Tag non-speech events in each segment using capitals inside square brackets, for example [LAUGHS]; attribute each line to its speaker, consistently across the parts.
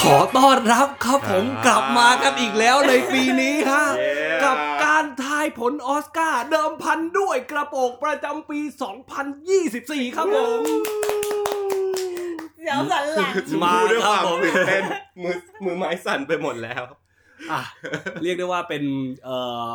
Speaker 1: ขอต้อนรับครับผม
Speaker 2: อ่าก ก
Speaker 1: ลับมากันอีกแล้วในปีนี้ฮะ
Speaker 2: เย้
Speaker 1: กับการทายผลออสการ์เดิมพันด้วยกระโปรงประจำปี 2024 ครับผม
Speaker 3: เสียวสันหลัง
Speaker 1: มา
Speaker 2: ดูด้วย
Speaker 1: ค
Speaker 2: ครับ วาม
Speaker 1: ผม
Speaker 2: ตื่นเต้นมือมือไม้สั่นไปหมดแล้ว
Speaker 1: อ่ะเรียกได้ว่าเป็นเอ่อ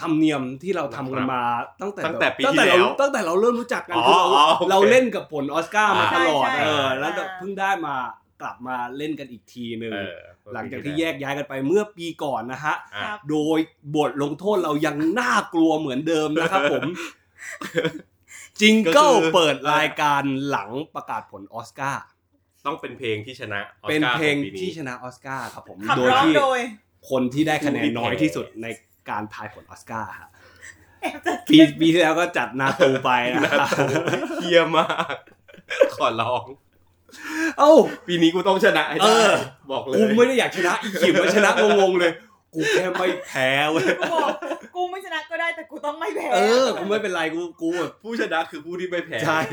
Speaker 1: ธรรมเนียมที่เราทำกันมาตั้งแต่
Speaker 2: ตั้งแต่ปีที่
Speaker 1: ตั้งแต่
Speaker 2: แล้ว
Speaker 1: เราตั้งแต่เราเริ่มรู้จักกัน
Speaker 2: อ๋อ
Speaker 1: คือเรา
Speaker 2: อ๋อโอเค
Speaker 1: เราเล่นกับผลออสการ์มา
Speaker 2: อ่า
Speaker 1: ตลอด
Speaker 3: ใช่
Speaker 1: เออ
Speaker 3: ใช่
Speaker 1: แล้วก็เพิ่งได้มากลับมาเล่นกันอีกทีหนึ่ง
Speaker 2: เออ
Speaker 1: หลังจากที่แยกย้ายกันไปเมื่อปีก่อนนะฮะ
Speaker 2: อ่ะ
Speaker 3: ครับ
Speaker 1: โดยบทลงโทษเรายังน่ากลัวเหมือนเดิมนะครับผม จิงเกิล
Speaker 2: ก็คือ
Speaker 1: เปิดรายการหลังประกาศผลออสการ์
Speaker 2: ต้องเป็นเพลงที่ชนะออสการ์
Speaker 1: เป็นเพลง
Speaker 2: ขอปี
Speaker 1: ที่
Speaker 2: นี้
Speaker 1: ชนะออสการ์ครับผม
Speaker 3: ขับ
Speaker 1: โดย
Speaker 3: ร้อง
Speaker 1: ที่
Speaker 3: โดย
Speaker 1: คนที่ได้คะแนน
Speaker 2: ผู้ที่
Speaker 1: น้อย
Speaker 2: แพ้
Speaker 1: ที่สุดในการทายผลออสการ์ฮะ
Speaker 3: แอบจะ
Speaker 1: ปีปีที่แล้วก็จัดนาตูไปนะครับ
Speaker 2: เฮียมาก [LAUGHS] ขอร้อง
Speaker 1: เอ้า
Speaker 2: ปีนี้กูต้องชนะให้
Speaker 1: เอ
Speaker 2: ได้
Speaker 1: อ
Speaker 2: บอกเลย
Speaker 1: กูไม่ได้อยากชนะอีขิมมาชนะงงๆเลย กูแค่ไม่แพ้เว้ย
Speaker 3: กูบอกกูไม่ชนะก็ได้แต่กูต้องไม่แพ้
Speaker 1: เออกูไม่เป็นไรกูกูแบบ
Speaker 2: ผู้ชนะคือผู้ที่ไม่แพ้
Speaker 1: ใช่ [LAUGHS]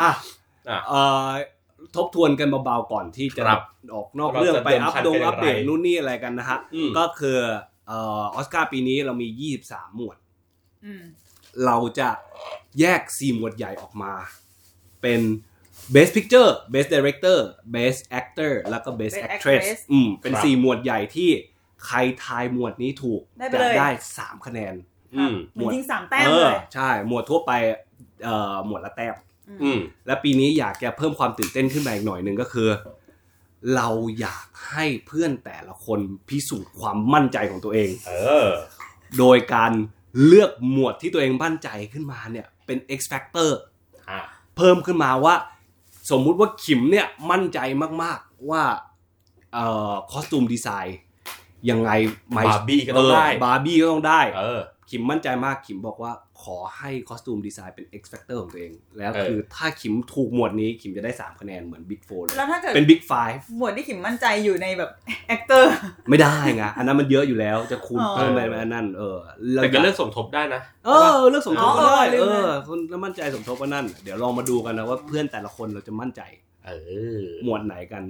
Speaker 1: อ่ะ
Speaker 2: อ่ะ
Speaker 1: เอ่อทบทวนกันเบาๆก่อนที่จะ
Speaker 2: ครับ
Speaker 1: ออกนอก
Speaker 2: เราจะ
Speaker 1: เรื่องไป
Speaker 2: เดิน
Speaker 1: อัพ
Speaker 2: ทาง
Speaker 1: ดง
Speaker 2: กันอย่าง
Speaker 1: อัปเดต
Speaker 2: ไร
Speaker 1: นู่นนี่อะไรกันนะฮะ
Speaker 2: อืม
Speaker 1: ก็คือเอ่อออสการ์ปีนี้เรามี 23 หมวด
Speaker 3: อืม
Speaker 1: เราจะแยก 4 หมวดใหญ่ออกมา เป็น Best Picture Best Director Best Actor แล้วก็ Best
Speaker 3: Best
Speaker 1: Actress
Speaker 3: Actress
Speaker 1: อืมเป็น
Speaker 2: ครั
Speaker 1: 4
Speaker 2: บ
Speaker 1: หมวดใหญ่ที่ใครทายหมวดนี้ถูก
Speaker 3: ได้ไป
Speaker 1: จะ
Speaker 3: เลย
Speaker 1: ได้ 3 คะแนน
Speaker 2: อืม
Speaker 3: เหมือนยิงสามแต้ม
Speaker 1: เอ
Speaker 3: เล
Speaker 1: อย ใช่ หมวดทั่วไปเอ่อหมวดละแต้ม
Speaker 2: อืม
Speaker 1: และปีนี้อยากจะเพิ่มความตื่นเต้นขึ้นมาอีกหน่อยหนึ่งก็คือ เราอยากให้เพื่อนแต่ละคนพิสูจน์ความมั่นใจของตัวเอง
Speaker 2: เออ
Speaker 1: โดยการเลือกหมวดที่ตัวเองมั่นใจขึ้นมาเนี่ยเป็น X factor
Speaker 2: อ่ะ
Speaker 1: เพิ่มขึ้นมาว่า สมมุติว่าขิมเนี่ยมั่นใจมากๆว่าเอ่อคอสตูมดีไซน์ยังไงไม่
Speaker 2: Barbie ก็ต้องได้
Speaker 1: เบาร์บี้ก็ต้องได้
Speaker 2: เออ
Speaker 1: ขิมมั่นใจมากขิมบอกว่าขอให้คอสตูมดีไซน์เป็น X Factor ของตัวเอง แล้ว
Speaker 2: เออ
Speaker 1: คือถ้าขิมถูกหมวดนี้ขิมจะได้ 3 คะแนนเหมือน Big 4เลย
Speaker 3: แล้วถ้าเกิด
Speaker 1: เป็น Big
Speaker 3: หมวดที่ขิมมั่นใจอยู่ในแบบแอคเตอร์
Speaker 1: 5 ไม่ได้ไงอันนั้นมันเยอะอยู่แล้วจะคูณ
Speaker 3: อ๋อ
Speaker 1: เพิ่มไปอันนั้นเออเรา
Speaker 2: แต่
Speaker 1: อ
Speaker 2: ก็
Speaker 1: ยา
Speaker 2: เลือกสมทบได้นะ
Speaker 1: เออเลือกสมทบก็
Speaker 3: อ๋อ
Speaker 1: ได้
Speaker 3: ลื
Speaker 1: เอ
Speaker 3: มเลย
Speaker 1: อคนแล้วมั่นใจสมทบก็นั่น เดี๋ยวลองมาดูกันนะว่าเพื่อนแต่ละคนเราจะมั่นใจ
Speaker 2: เออ
Speaker 1: หมวดไหนกัน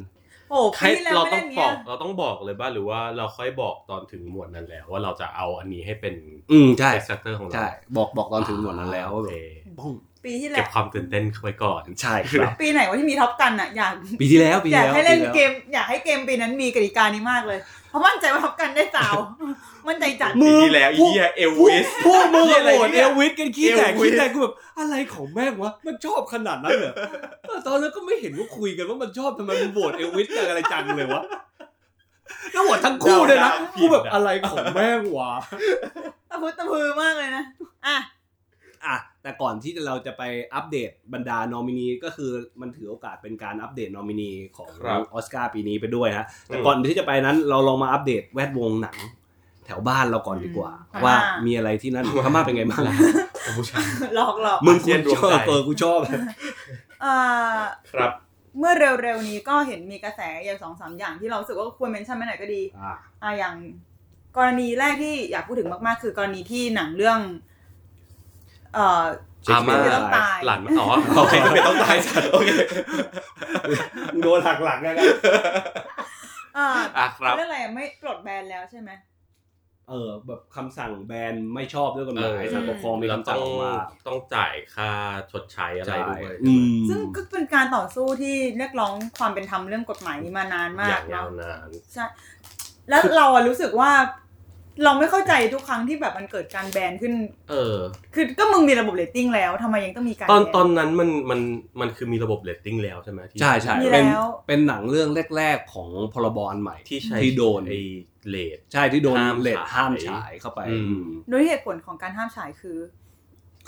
Speaker 3: โอ้โห
Speaker 2: ใคร
Speaker 3: ปีที่แล้ว
Speaker 2: เรา
Speaker 3: ไม่
Speaker 2: ต้อ
Speaker 3: ได้
Speaker 2: งบ
Speaker 3: เนี้
Speaker 2: อย กเราต้องบอกเลยป่ะหรือว่าเราค่อยบอกตอนถึงหมวดนั้นแล้ว ว่าเราจะเอาอันนี้ให้เป็น
Speaker 1: อืมใช่
Speaker 2: e x t r a c t o r ของเรา
Speaker 1: ใช่บอกบอกตอนถึงหมวดนั้นแล้วว่า
Speaker 2: โอ
Speaker 1: แบบ
Speaker 2: เค
Speaker 1: บ้อง
Speaker 3: ปีที่แล้
Speaker 2: เก็บ
Speaker 3: ว
Speaker 2: ความตื่นเต้นไว้ก่อน
Speaker 1: ใช่ครับ
Speaker 3: ปีไหนวะที่มีท็อปกันอะอยาก
Speaker 1: ปีที่แล้วปี
Speaker 3: อยาก
Speaker 1: แล้ว
Speaker 3: ให้เล่น
Speaker 1: ปีแล้ว
Speaker 3: เกม อยากให้เกมปีนั้นมีกติกานี้มากเลย เพราะมั่นใจว่าท็อปกันได้สาว มั่นใจจัด
Speaker 2: ปีที่แล้วไอ้เหี้ยเอล
Speaker 1: พวก
Speaker 2: วิส
Speaker 1: พวกมึง
Speaker 2: เหี้ย
Speaker 1: อะ
Speaker 2: อะไร
Speaker 1: โหด
Speaker 2: เนี่
Speaker 1: เอย ลวิสกันขี้แตก
Speaker 2: เอลวิส
Speaker 1: ขี้แตกกูแบบอะไรของแม่งวะ มันชอบขนาดนั้นเหรอเออตอนนั้นก็ไม่เห็นว่าคุยกันว่ามันชอบทำไมมันโหวตเอลวิสกันอะไรจังเลยวะแล้วโหวตทั้งคู่เลยนะกูแบบอะไรของแม่งวะ
Speaker 3: ตะพุตะพือมากเลยนะ อ่ะ
Speaker 1: อ่ะแต่ก่อนที่เราจะไปอัปเดตบรรดานอมินีก็คือมันถือโอกาสเป็นการอัปเดตนอมินีของ
Speaker 2: ครับ
Speaker 1: ออสการ์ปีนี้ไปด้วยฮะแต่ก่อนที่จะไปนั้นเราลองมาอัปเดตแวดวงหนัง แถวบ้านเราก่อนดีกว่า
Speaker 3: อืม
Speaker 1: ว่า
Speaker 3: พม่ามี
Speaker 1: มีอะไรที่นั่ [LAUGHS] นพม่าเป็นไงบ้าง
Speaker 2: กัมพูชา
Speaker 3: หลอกหลอก
Speaker 1: มึง
Speaker 2: อาเซี
Speaker 1: กู
Speaker 2: ยนรวม
Speaker 1: ชอบ
Speaker 2: ใจ
Speaker 1: เออกูชอบ
Speaker 3: เอ่อ
Speaker 2: ครับ
Speaker 3: เมื่อเร็วๆนี้ก็เห็นมีกระแสอย่างสองสามอย่างที่เรารู้สึกว่าควรเมนชั่นไปหน่อยก็ดี อ่ะอย่างกรณีแรกที่อยากพูดถึงมากๆ คือกรณีที่หนังเรื่อง เอ่อ
Speaker 2: อาม่า
Speaker 3: ไม่ต้องตาย
Speaker 2: หลานมาอ๋อโอเคไม่ต้องตายสัตว์โอเค
Speaker 1: [LAUGHS] โดนหักหลังนะ
Speaker 3: เอ่อ
Speaker 2: อ่ะครับ
Speaker 3: เรื่องอะไรอะไม่ปลดแบนแล้วใช่ไหม
Speaker 1: เออแบบคำสั่งแบนไม่ชอบด้วยกฎหมาย
Speaker 2: เออ
Speaker 1: สารปกครองมี
Speaker 2: แล้ว
Speaker 1: คำสั่
Speaker 2: ต้
Speaker 1: งอ
Speaker 2: อง
Speaker 1: อกมา
Speaker 2: ต้องจ่ายค่าชดใช้อะไร
Speaker 1: ใช่
Speaker 2: ด้วย
Speaker 1: อืม
Speaker 3: ซึ่งก็เป็นการต่อสู้ที่เรียกร้องความเป็นธรรมเรื่องกฎหมายนี้มานานมา
Speaker 2: อก ย่างยา
Speaker 3: เนาะ
Speaker 2: วนาน
Speaker 3: ใช่ แล้วเราอะรู้สึกว่า เราไม่เข้าใจทุกครั้งที่แบบมันเกิดการแบนขึ้น
Speaker 2: เออ
Speaker 3: คือก็มึงมีระบบเรตติ้งแล้วทำไมยังต้องมีการ
Speaker 2: ตอน
Speaker 3: แบ
Speaker 2: ตอนนั้นมันมันมันคือมีระบบเรตติ้งแล้วใช่ไหมที่
Speaker 1: ใช่ใช่
Speaker 3: มี
Speaker 1: เป็น
Speaker 3: แล้ว
Speaker 1: เป็นหนังเรื่องแรก ๆ ของพรบอันใหม่
Speaker 2: ที่ใช้
Speaker 1: ที่โดน
Speaker 2: ไอ้เลท
Speaker 1: ใช่ที่โดน
Speaker 2: ห้าม
Speaker 1: เลด
Speaker 2: ฉาย
Speaker 1: ห้ามฉายเข้าไป
Speaker 2: อืม
Speaker 1: อืม
Speaker 3: โดยเหตุผลของการห้ามฉายคือ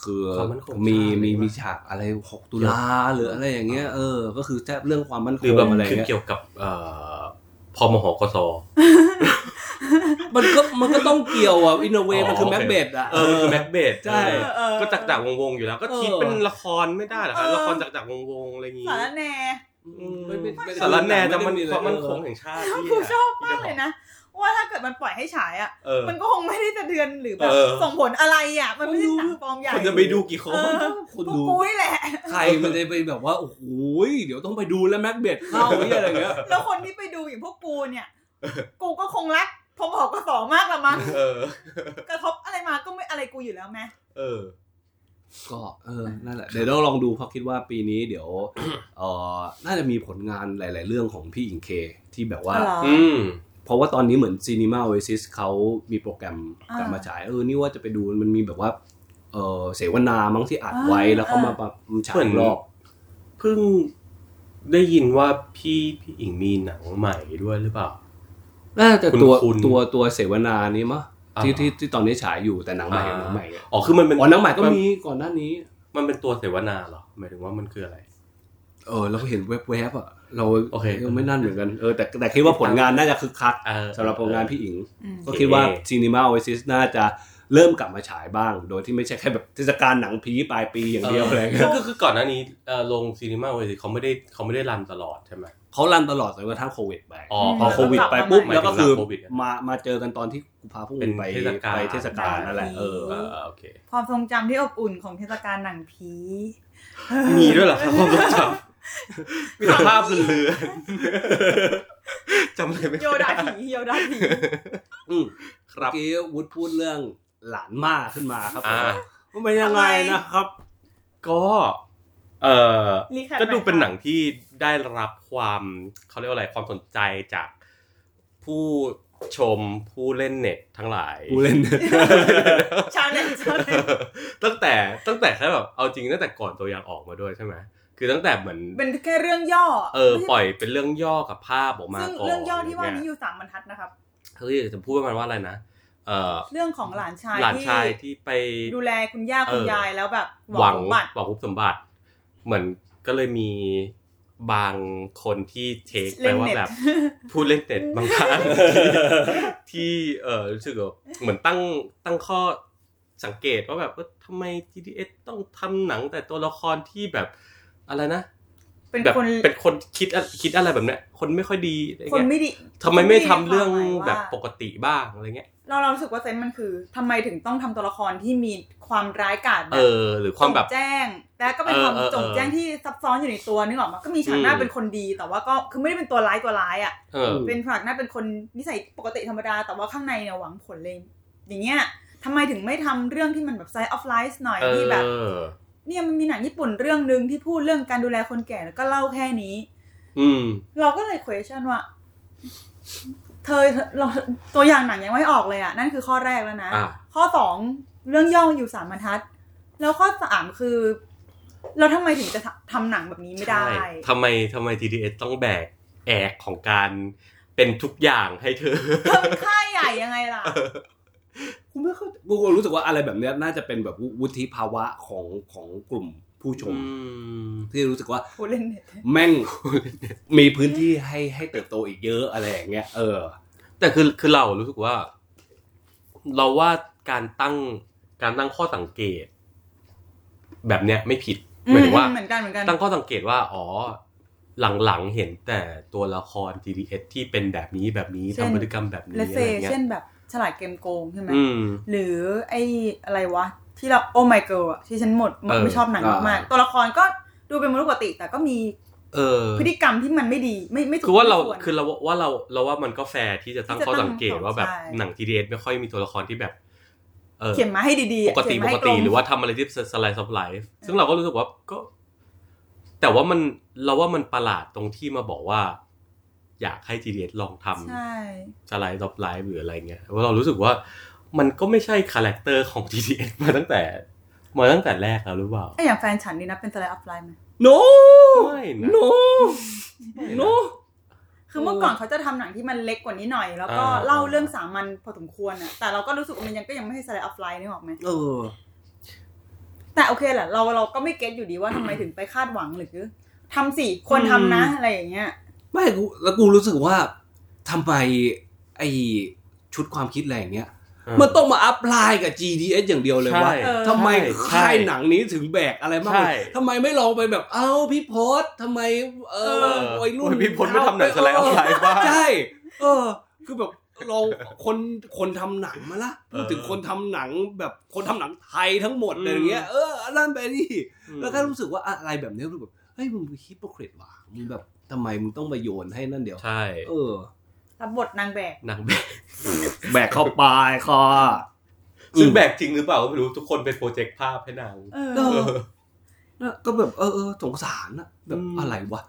Speaker 1: คือ
Speaker 2: ความมั่นคง
Speaker 1: มี
Speaker 2: ชาติ
Speaker 1: มี
Speaker 2: อะไรวะ
Speaker 1: มีฉากอะไรหกตุลาหรืออะไรอย่างเงี้ยเออ ก็คือแทบเรื่องความมั่นค
Speaker 2: หรือง แบบ
Speaker 1: อะไร
Speaker 2: คือ
Speaker 1: เงี้ย
Speaker 2: เกี่ยวกับเอ่อพมหกส
Speaker 1: มันก็มันก็ต้องเกี่ยวอ่ะอินเว
Speaker 2: อ๋อ
Speaker 1: มันคือ
Speaker 2: โอเค
Speaker 1: แม็กเบดอ่ะ
Speaker 2: เออมันคือแบ็กเบด
Speaker 1: ใช่
Speaker 3: เออ
Speaker 2: ก็จักจักวงวงๆอยู่แล้ว ก็คิดเป็นละครไม่ได้เหรอ
Speaker 3: เอ
Speaker 2: คะ
Speaker 3: อ
Speaker 2: ละครจักจักวงวงๆอะไรอย่างงี้
Speaker 3: สารแหน
Speaker 2: อืม
Speaker 1: ไม่ไม่ไม่
Speaker 2: สารแหนจะมัน
Speaker 1: ไม่ได้มีอะไร
Speaker 2: ความมั่นคงแห่งชาติ
Speaker 3: กูชอบมากเลยนะ ว่าถ้าเกิดมันปล่อยให้ฉายอ่ะ
Speaker 2: เออ
Speaker 3: มันก็คงไม่ได้จะเดือนหรือแบบ
Speaker 2: เออ
Speaker 3: ส่งผลอะไรอ่ะ มันไม่ใช่หนังฟอร์มใหญ่
Speaker 2: คนจะไปดูกี่ค
Speaker 3: เอน อ
Speaker 1: คน
Speaker 3: พวก
Speaker 1: ดู
Speaker 3: กูนี่แหละ
Speaker 1: ใครมันจะไปแบบว่า โอ้โหเดี๋ยวต้องไปดูแล้วแม็กเบดเข้าไอ้อะไรเงี้ย
Speaker 3: แล้วคนที่ไปดูอย่างพวกกูเนี่ย
Speaker 2: [LAUGHS]
Speaker 3: กูก็คงรักพอบอกกระสอมากละมั้ง
Speaker 2: เออ
Speaker 3: กระทบอะไรมาก็ไม่อะไรกูอยู่แล้วแม่
Speaker 2: เออ
Speaker 1: ก็เออนั่นแหละเดี๋ยวเราลองดูเพราะคิดว่าปีนี้เดี๋ยว [COUGHS] เออน่าจะมีผลงานหลาย ๆ เรื่องของพี่อิงเคที่แบบว่า
Speaker 3: เหรอ
Speaker 2: อืม
Speaker 1: เพราะว่าตอนนี้เหมือน Cinema Oasis เขามีโปรแกรมกลับมา
Speaker 3: อ่า
Speaker 1: ฉายเออนี่ว่าจะไปดูมันมีแบบว่าเออเสวนามั้งที่อัดไว้
Speaker 3: อ่า
Speaker 1: แล้วเขามาปรับฉา
Speaker 2: เหมื
Speaker 1: ย
Speaker 2: อน
Speaker 1: รอบ
Speaker 2: เพิ่งได้ยินว่าพี่พี่อิงมีหนังใหม่ด้วยหรือเปล่า
Speaker 1: น่าจะตัว
Speaker 2: คุณคุณ
Speaker 1: ตัวตัวเสวนานี้มั้ง
Speaker 2: อ่า
Speaker 1: ที่ที่ที่ตอนนี้ฉายอยู่แต่หนังใหม่
Speaker 2: อ่า
Speaker 1: หนังใหม่อะ
Speaker 2: อ๋อคือมันเป็น
Speaker 1: อ๋อหนังใหม่ก็มีก่อนหน้านี้
Speaker 2: มันเป็นตัวเสวนาเหรอหมายถึงว่ามันคืออะไร
Speaker 1: เออเราก็เห็นแวบๆอ่ะเรา
Speaker 2: โอเค
Speaker 1: ยังไม่นั่นเหมือนกันเออแต่แต่คิดว่าผลงานน่าจะคึกคัก
Speaker 2: เออ
Speaker 1: สำหรับผลงานพี่อิง
Speaker 3: อืม
Speaker 1: ก็คิดว่า
Speaker 2: โอเค
Speaker 1: Cinema Oasis น่าจะเริ่มกลับมาฉายบ้าง โดยที่ไม่ใช่แค่แบบเทศกาลหนังผีปลายปีอย่างเดียวอะไรเงี้ย
Speaker 2: ก็คือคือก่อนหน้านี้เอ่อลงซีนีมาเวทีเขาไม่ได้เขาไม่ได้รันตลอดใช่ไหม
Speaker 1: เขารันตลอดจนกระทั่งโควิดไป
Speaker 2: อ๋อ
Speaker 1: พอโควิดไปปุ๊บ
Speaker 2: หมายถึง
Speaker 1: แล้วก็คือ
Speaker 2: หลังโควิดอะ
Speaker 1: มามาเจอกันตอนที่กุมภาพัน
Speaker 2: เป็น
Speaker 1: ธ์ไป
Speaker 2: เทศกาล
Speaker 1: ไปเทศกาลนั่นแหละเออ
Speaker 2: เออเออโอเค
Speaker 3: ความทรงจำที่อบอุ่นของเทศกาลหนังผี
Speaker 2: มีด้วยเหรอครับความทรงจำมีแต่ภาพเลือนๆจำอะไรไม่
Speaker 3: โยดาผีโยดาผี
Speaker 1: อืม
Speaker 2: ครั
Speaker 1: เมื่อ
Speaker 2: บ
Speaker 1: กี้วุฒิพูดเรื่องหลานมาขึ้นมาครับ
Speaker 2: อ่า
Speaker 1: ผมว่ามันยังไงนะครับ
Speaker 2: ก็เออ
Speaker 3: recap
Speaker 2: ก็ดูเป็นหนังที่ได้รับความเขาเรียกว่าอะไรความสนใจจากผู้ชมผู้เล่นเน็ตทั้งหลาย
Speaker 1: กูเล่น
Speaker 3: ชาวเน็ตชาวเน็ต
Speaker 2: [LAUGHS] ตั้งแต่ตั้งแต่แค่แบบเอาจริงตั้งแต่ก่อนตัวอย่างออกมาด้วยใช่ไหมคือตั้งแต่เหมือน
Speaker 3: เป็นแค่เรื่องย่อ
Speaker 2: เออปล่อยเป็นเรื่องย่อกับภาพออกมา
Speaker 3: ซึ่ง
Speaker 2: ก่อน
Speaker 3: เรื่องย่อที่ว่า
Speaker 2: เนี่
Speaker 3: นี้
Speaker 2: ย
Speaker 3: อยู่สามบรรทัดนะครับ
Speaker 2: เฮ้ยจะพูดประมาณว่าอะไรนะเออ
Speaker 3: เรื่องของหลานชาย
Speaker 2: หลาน
Speaker 3: ที่
Speaker 2: ชายที่ไป
Speaker 3: ดูแลคุณย่าคุณ
Speaker 2: เออ
Speaker 3: ยายแล้วแบบ
Speaker 2: หวัง
Speaker 3: บัตร
Speaker 2: หวังคุบสมบัติ เหมือนก็เลยมีบางคนที่เทคไป
Speaker 3: [LAUGHS] เล่น
Speaker 2: ว่า
Speaker 3: เน็ต
Speaker 2: แบบ ผู้เล่นเน็ตบางค
Speaker 3: [LAUGHS]
Speaker 2: รั้ง ที่เออรู้สึกว่าเหมือนตั้งตั้งข้อสังเกตว่าแบบว่าทำไม GDS ต้องทำหนังแต่ตัวละครที่แบบอะไรนะ
Speaker 3: เป็น
Speaker 2: แบบ
Speaker 3: คน
Speaker 2: เป็นคนคิดอะคิดอะไรแบบเนี้ยคนไม่ค่อยดีอะไร
Speaker 3: คน
Speaker 2: เงี้ย
Speaker 3: ไม่ดี
Speaker 2: ทำไมไม่ทำเรื่อง
Speaker 3: คนไม่ดีในความหมายว่า
Speaker 2: แบบปกติบ้างอะไรเงี้ย
Speaker 3: เราเรารู้สึกว่าเซนส์มันคือทำไมถึงต้องทำตัวละครที่มีความร้ายกาจแบ
Speaker 2: เอบอ หรือความแบบ
Speaker 3: จงแจ้งแต่ก็เป็น
Speaker 2: เออ
Speaker 3: ความ
Speaker 2: เออเออ
Speaker 3: จงแจ้งที่ซับซ้อนอยู่ในตัวนึกออกมาก็มีฉากหน้า
Speaker 2: อืม
Speaker 3: เป็นคนดี แต่ว่าก็คือไม่ได้เป็นตัวร้ายตัวร้ายอ่ะ
Speaker 2: เออ
Speaker 3: เป็นผลักหน้าเป็นคนนิสัยปกติธรรมดา แต่ว่าข้างในเนี่ยหวังผลเลย อย่างเงี้ยทำไมถึงไม่ทำเรื่องที่มันแบบ side of life หน่อย
Speaker 2: เอ
Speaker 3: ที่แบบ
Speaker 2: อ
Speaker 3: เนี่ยมันมีหนังญี่ปุ่นเรื่องหนึ่งที่พูดเรื่องการดูแลคนแก่แล้วก็เล่าแค่นี้
Speaker 2: อืม
Speaker 3: เราก็เลย question ว่า เธอเราตัวอย่างหนังยังไม่ออกเลยอ่ะ นั่นคือข้อแรกแล้วนะ
Speaker 2: อ่ะ
Speaker 3: ข้อสองเรื่องย่ออยู่สามบรรทัด แล้วข้อสามคือ เราทำไมถึงจะทำหนังแบบนี้ไม่ได้
Speaker 2: ใช่ทำไมทำไม GDS ต้องแบกแอกของการเป็นทุกอย่างให้เธ
Speaker 3: [LAUGHS]
Speaker 2: อ
Speaker 3: เพิ่มค่าใหญ่ยังไงล่ะ
Speaker 1: กูไม่เข้ากูรู้สึกว่าอะไรแบบเนี้ยน่าจะเป็นแบบวุฒิภาวะของของกลุ่มผู้ชม
Speaker 2: อืม
Speaker 1: ที่รู้สึกว่า
Speaker 3: ผู้เล่นเน็ต
Speaker 1: แม่ง [LAUGHS] มีพื้นที่ให้ให้เติบโตอีกเยอะอะไรอย่างเงี้ยเออ
Speaker 2: แต่คือคือเรารู้สึกว่า เราว่าการตั้งการตั้งข้อสังเกต แบบเนี้ยไม่ผิดหมายถึงว่า
Speaker 3: อืเหมือนกันเหมือนกัน
Speaker 2: ตั้งข้อสังเกตว่าอ๋อหลังๆเห็นแต่ตัวละคร GDS ที่เป็นแบบนี้แบบนี้
Speaker 3: เช่น
Speaker 2: ทำพฤติกรรมแบบนี้
Speaker 3: เล
Speaker 2: อะไร
Speaker 3: เซ
Speaker 2: เงี้
Speaker 3: เช่
Speaker 2: ย
Speaker 3: นแบบฉลาดเกมโกงใช่ไหม
Speaker 2: อืม
Speaker 3: หรือไอ้อะไรวะ ที่เราโอ้ไมเกิลอะที่ฉันหมด
Speaker 2: เออ
Speaker 3: ไม่ชอบหนัง
Speaker 1: อ่าม
Speaker 3: มากๆตัวละครก็ดูเป็นมนุษย์ปกติ แต่ก็มี
Speaker 2: เออ
Speaker 3: พฤติกรรมที่มันไม่ดีไม่ไม่ถูก
Speaker 2: คือว่าเรา
Speaker 3: ไม่ว
Speaker 2: คือเราว่าเราเราว่ามันก็แฟร์ที่จะตั้ง
Speaker 3: ที่จะ
Speaker 2: ข้อสังเกต
Speaker 3: ตั้ง
Speaker 2: ว่าแบบ
Speaker 3: ใช่
Speaker 2: หนัง TDS ไม่ค่อยมีตัวละครที่แบบเออ
Speaker 3: เขียนมาให้ดีๆ
Speaker 2: ปกติ
Speaker 3: เขียน
Speaker 2: ป
Speaker 3: มให้
Speaker 2: กติ
Speaker 3: ง
Speaker 2: หรือว่าทำอะไรที่สไลด์ซับไลฟ์ซึ่งเราก็รู้สึกว่าก็ แต่ว่ามันเราว่ามันประหลาดตรงที่มาบอกว่า อยากให้ TDS ลองท
Speaker 3: ใช่
Speaker 2: ำสไลด์ซับไลฟ์หรืออะไรเงี้ยว่าะเรารู้สึกว่ามันก็ไม่ใช่คาแรคเตอร์ของ TDS มาตั้งแต่มาตั้งแต่แรกแล้วหรือเปล่า
Speaker 3: ไอ้อย่างแฟนฉันนี่นะเป็นสไลด์ออฟไลน์ไหม
Speaker 1: no
Speaker 2: ไม่นะ
Speaker 1: no
Speaker 2: ไม่นะ
Speaker 1: no
Speaker 3: คือเมื่อก่อนเขาจะทำหนังที่มันเล็กกว่านี้หน่อย แล้วก็
Speaker 2: อ่า
Speaker 3: เล่าเรื่องสามัญพอสมควรอะแต่เราก็รู้สึกว่ามันยังก็ยังไม่ใช่สไลด์ออฟไลน์นึกออกไหม
Speaker 1: เออ
Speaker 3: แต่โอเคแหละเราเราก็ไม่เก็ตอยู่ดีว่าทำไมถึงไปคาดหวังหรือทำสิควรทำนะอะไรอย่างเงี้ย
Speaker 1: ไม่กูแล้วกูรู้สึกว่าทำไมไอชุดความคิดอะไรอย่างเงี้ย
Speaker 2: เออ
Speaker 1: มันต้องมาอัพไลน์กับ GDS อย่างเดียวเลยว่า
Speaker 2: ใช่
Speaker 3: เออ
Speaker 1: ทำไม
Speaker 2: ใช่
Speaker 1: ค่ายหนังนี้ถึงแบกอะไรมาก
Speaker 2: ใช่
Speaker 1: ทำไมไม่ลองไปแบบเอ้าพี่พศทำไม เอ
Speaker 2: เอ
Speaker 1: อ
Speaker 2: อ
Speaker 1: วัยรุ่น
Speaker 2: [LAUGHS] โอ้ยพี่พลไม่ทำหนังสไลด์ออฟไลฟ์บ้าง
Speaker 1: ใช่ เออ คือแบบ เราคนคนทำหนังมาละพูดถึงคนทำหนังแบบคนทำหนังไทยทั้งหมดอะไรอย่างเงี้ยเอออันนั่นไปนี่แล้วก็รู้สึกว่าอะไรแบบเนี้ยรู้แบบเฮ้ยมึงฮิปโปคริตว่ะมึงแบบทำไมมึงต้องมาโยนให้นั่นเดี๋ยว
Speaker 2: ใช่
Speaker 1: เออ
Speaker 3: รับบทนางแบก
Speaker 2: หนังแบก
Speaker 1: แบกเข้าไปคอ
Speaker 2: ซึ่งแบกจริงหรือเปล่าก็ไม่รู้ทุกคนไปโปรเจกต์ภาพให้นาง
Speaker 3: เอ
Speaker 1: เอ
Speaker 3: อ
Speaker 1: อ นะก็แบบเออเออสงสารนะแบบ
Speaker 2: อืม
Speaker 1: อะไรวะ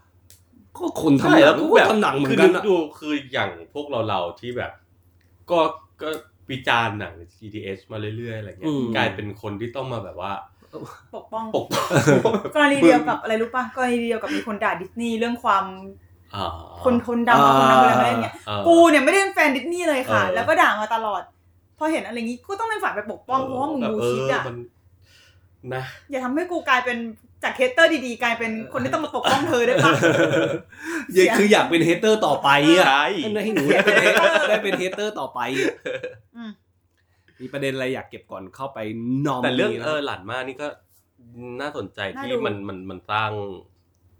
Speaker 1: ก็คนทำ
Speaker 2: ใช่
Speaker 1: หนั
Speaker 2: แล้
Speaker 1: ง
Speaker 2: ว
Speaker 1: ก็
Speaker 2: ก็
Speaker 1: แบ
Speaker 2: แบบ บ
Speaker 1: ทำหนังเหมือ
Speaker 2: คื
Speaker 1: นกัน
Speaker 2: นึ
Speaker 1: อะ
Speaker 2: ดูคืออย่างพวกเราเราๆที่แบบ ก็ก็วิจารณ์หนัง GTS มาเรื่อยๆอะไรเงี้ย
Speaker 3: อืม
Speaker 2: กลายเป็นคนที่ต้องมาแบบว่า
Speaker 3: ปกป้อง
Speaker 2: ปกป้อง
Speaker 1: [LAUGHS]
Speaker 3: กรณีเดียวกับอะไรรู้ป่ะกรณีเดียวกับมีคนด่าดิสนีย์เรื่องความ
Speaker 2: อ่า
Speaker 3: คนคนดำเอาคนดำอะไรเงี้ย
Speaker 2: อ่า
Speaker 3: กูเนี่ยไม่ได้เป็นแฟนดิสนีย์เลยค่ะ
Speaker 2: เออ
Speaker 3: แล้วก็ด่ามาตลอด พอเห็นอะไรงี้กูต้องเป็นฝ่ายไปปกป้องเพราะว่ามึงบูชิดอ่ะ
Speaker 2: เมันนะ
Speaker 3: อย่าทำให้กูกลายเป็นจากเฮเตอร์ดีๆ กลายเป็นคนที่ต้องมาปกป้องเธอได้ปะ
Speaker 1: ยายคืออยากเป็นเฮเตอร์ต่อไปอะ
Speaker 2: ใช่
Speaker 1: ให้หนูได้เป็นเฮเตอร์ได้เป็นเฮเตอร์ต่อไปอะ
Speaker 3: อืม
Speaker 1: มีประเด็นอะไรอยากเก็บก่อนเข้าไปนอม
Speaker 2: แต่เรื่อง
Speaker 1: นะ
Speaker 2: เออหลานมากนี่ก็น่าสนใจ
Speaker 3: น่า
Speaker 2: ที่
Speaker 3: ดู
Speaker 2: มันมันมันสร้าง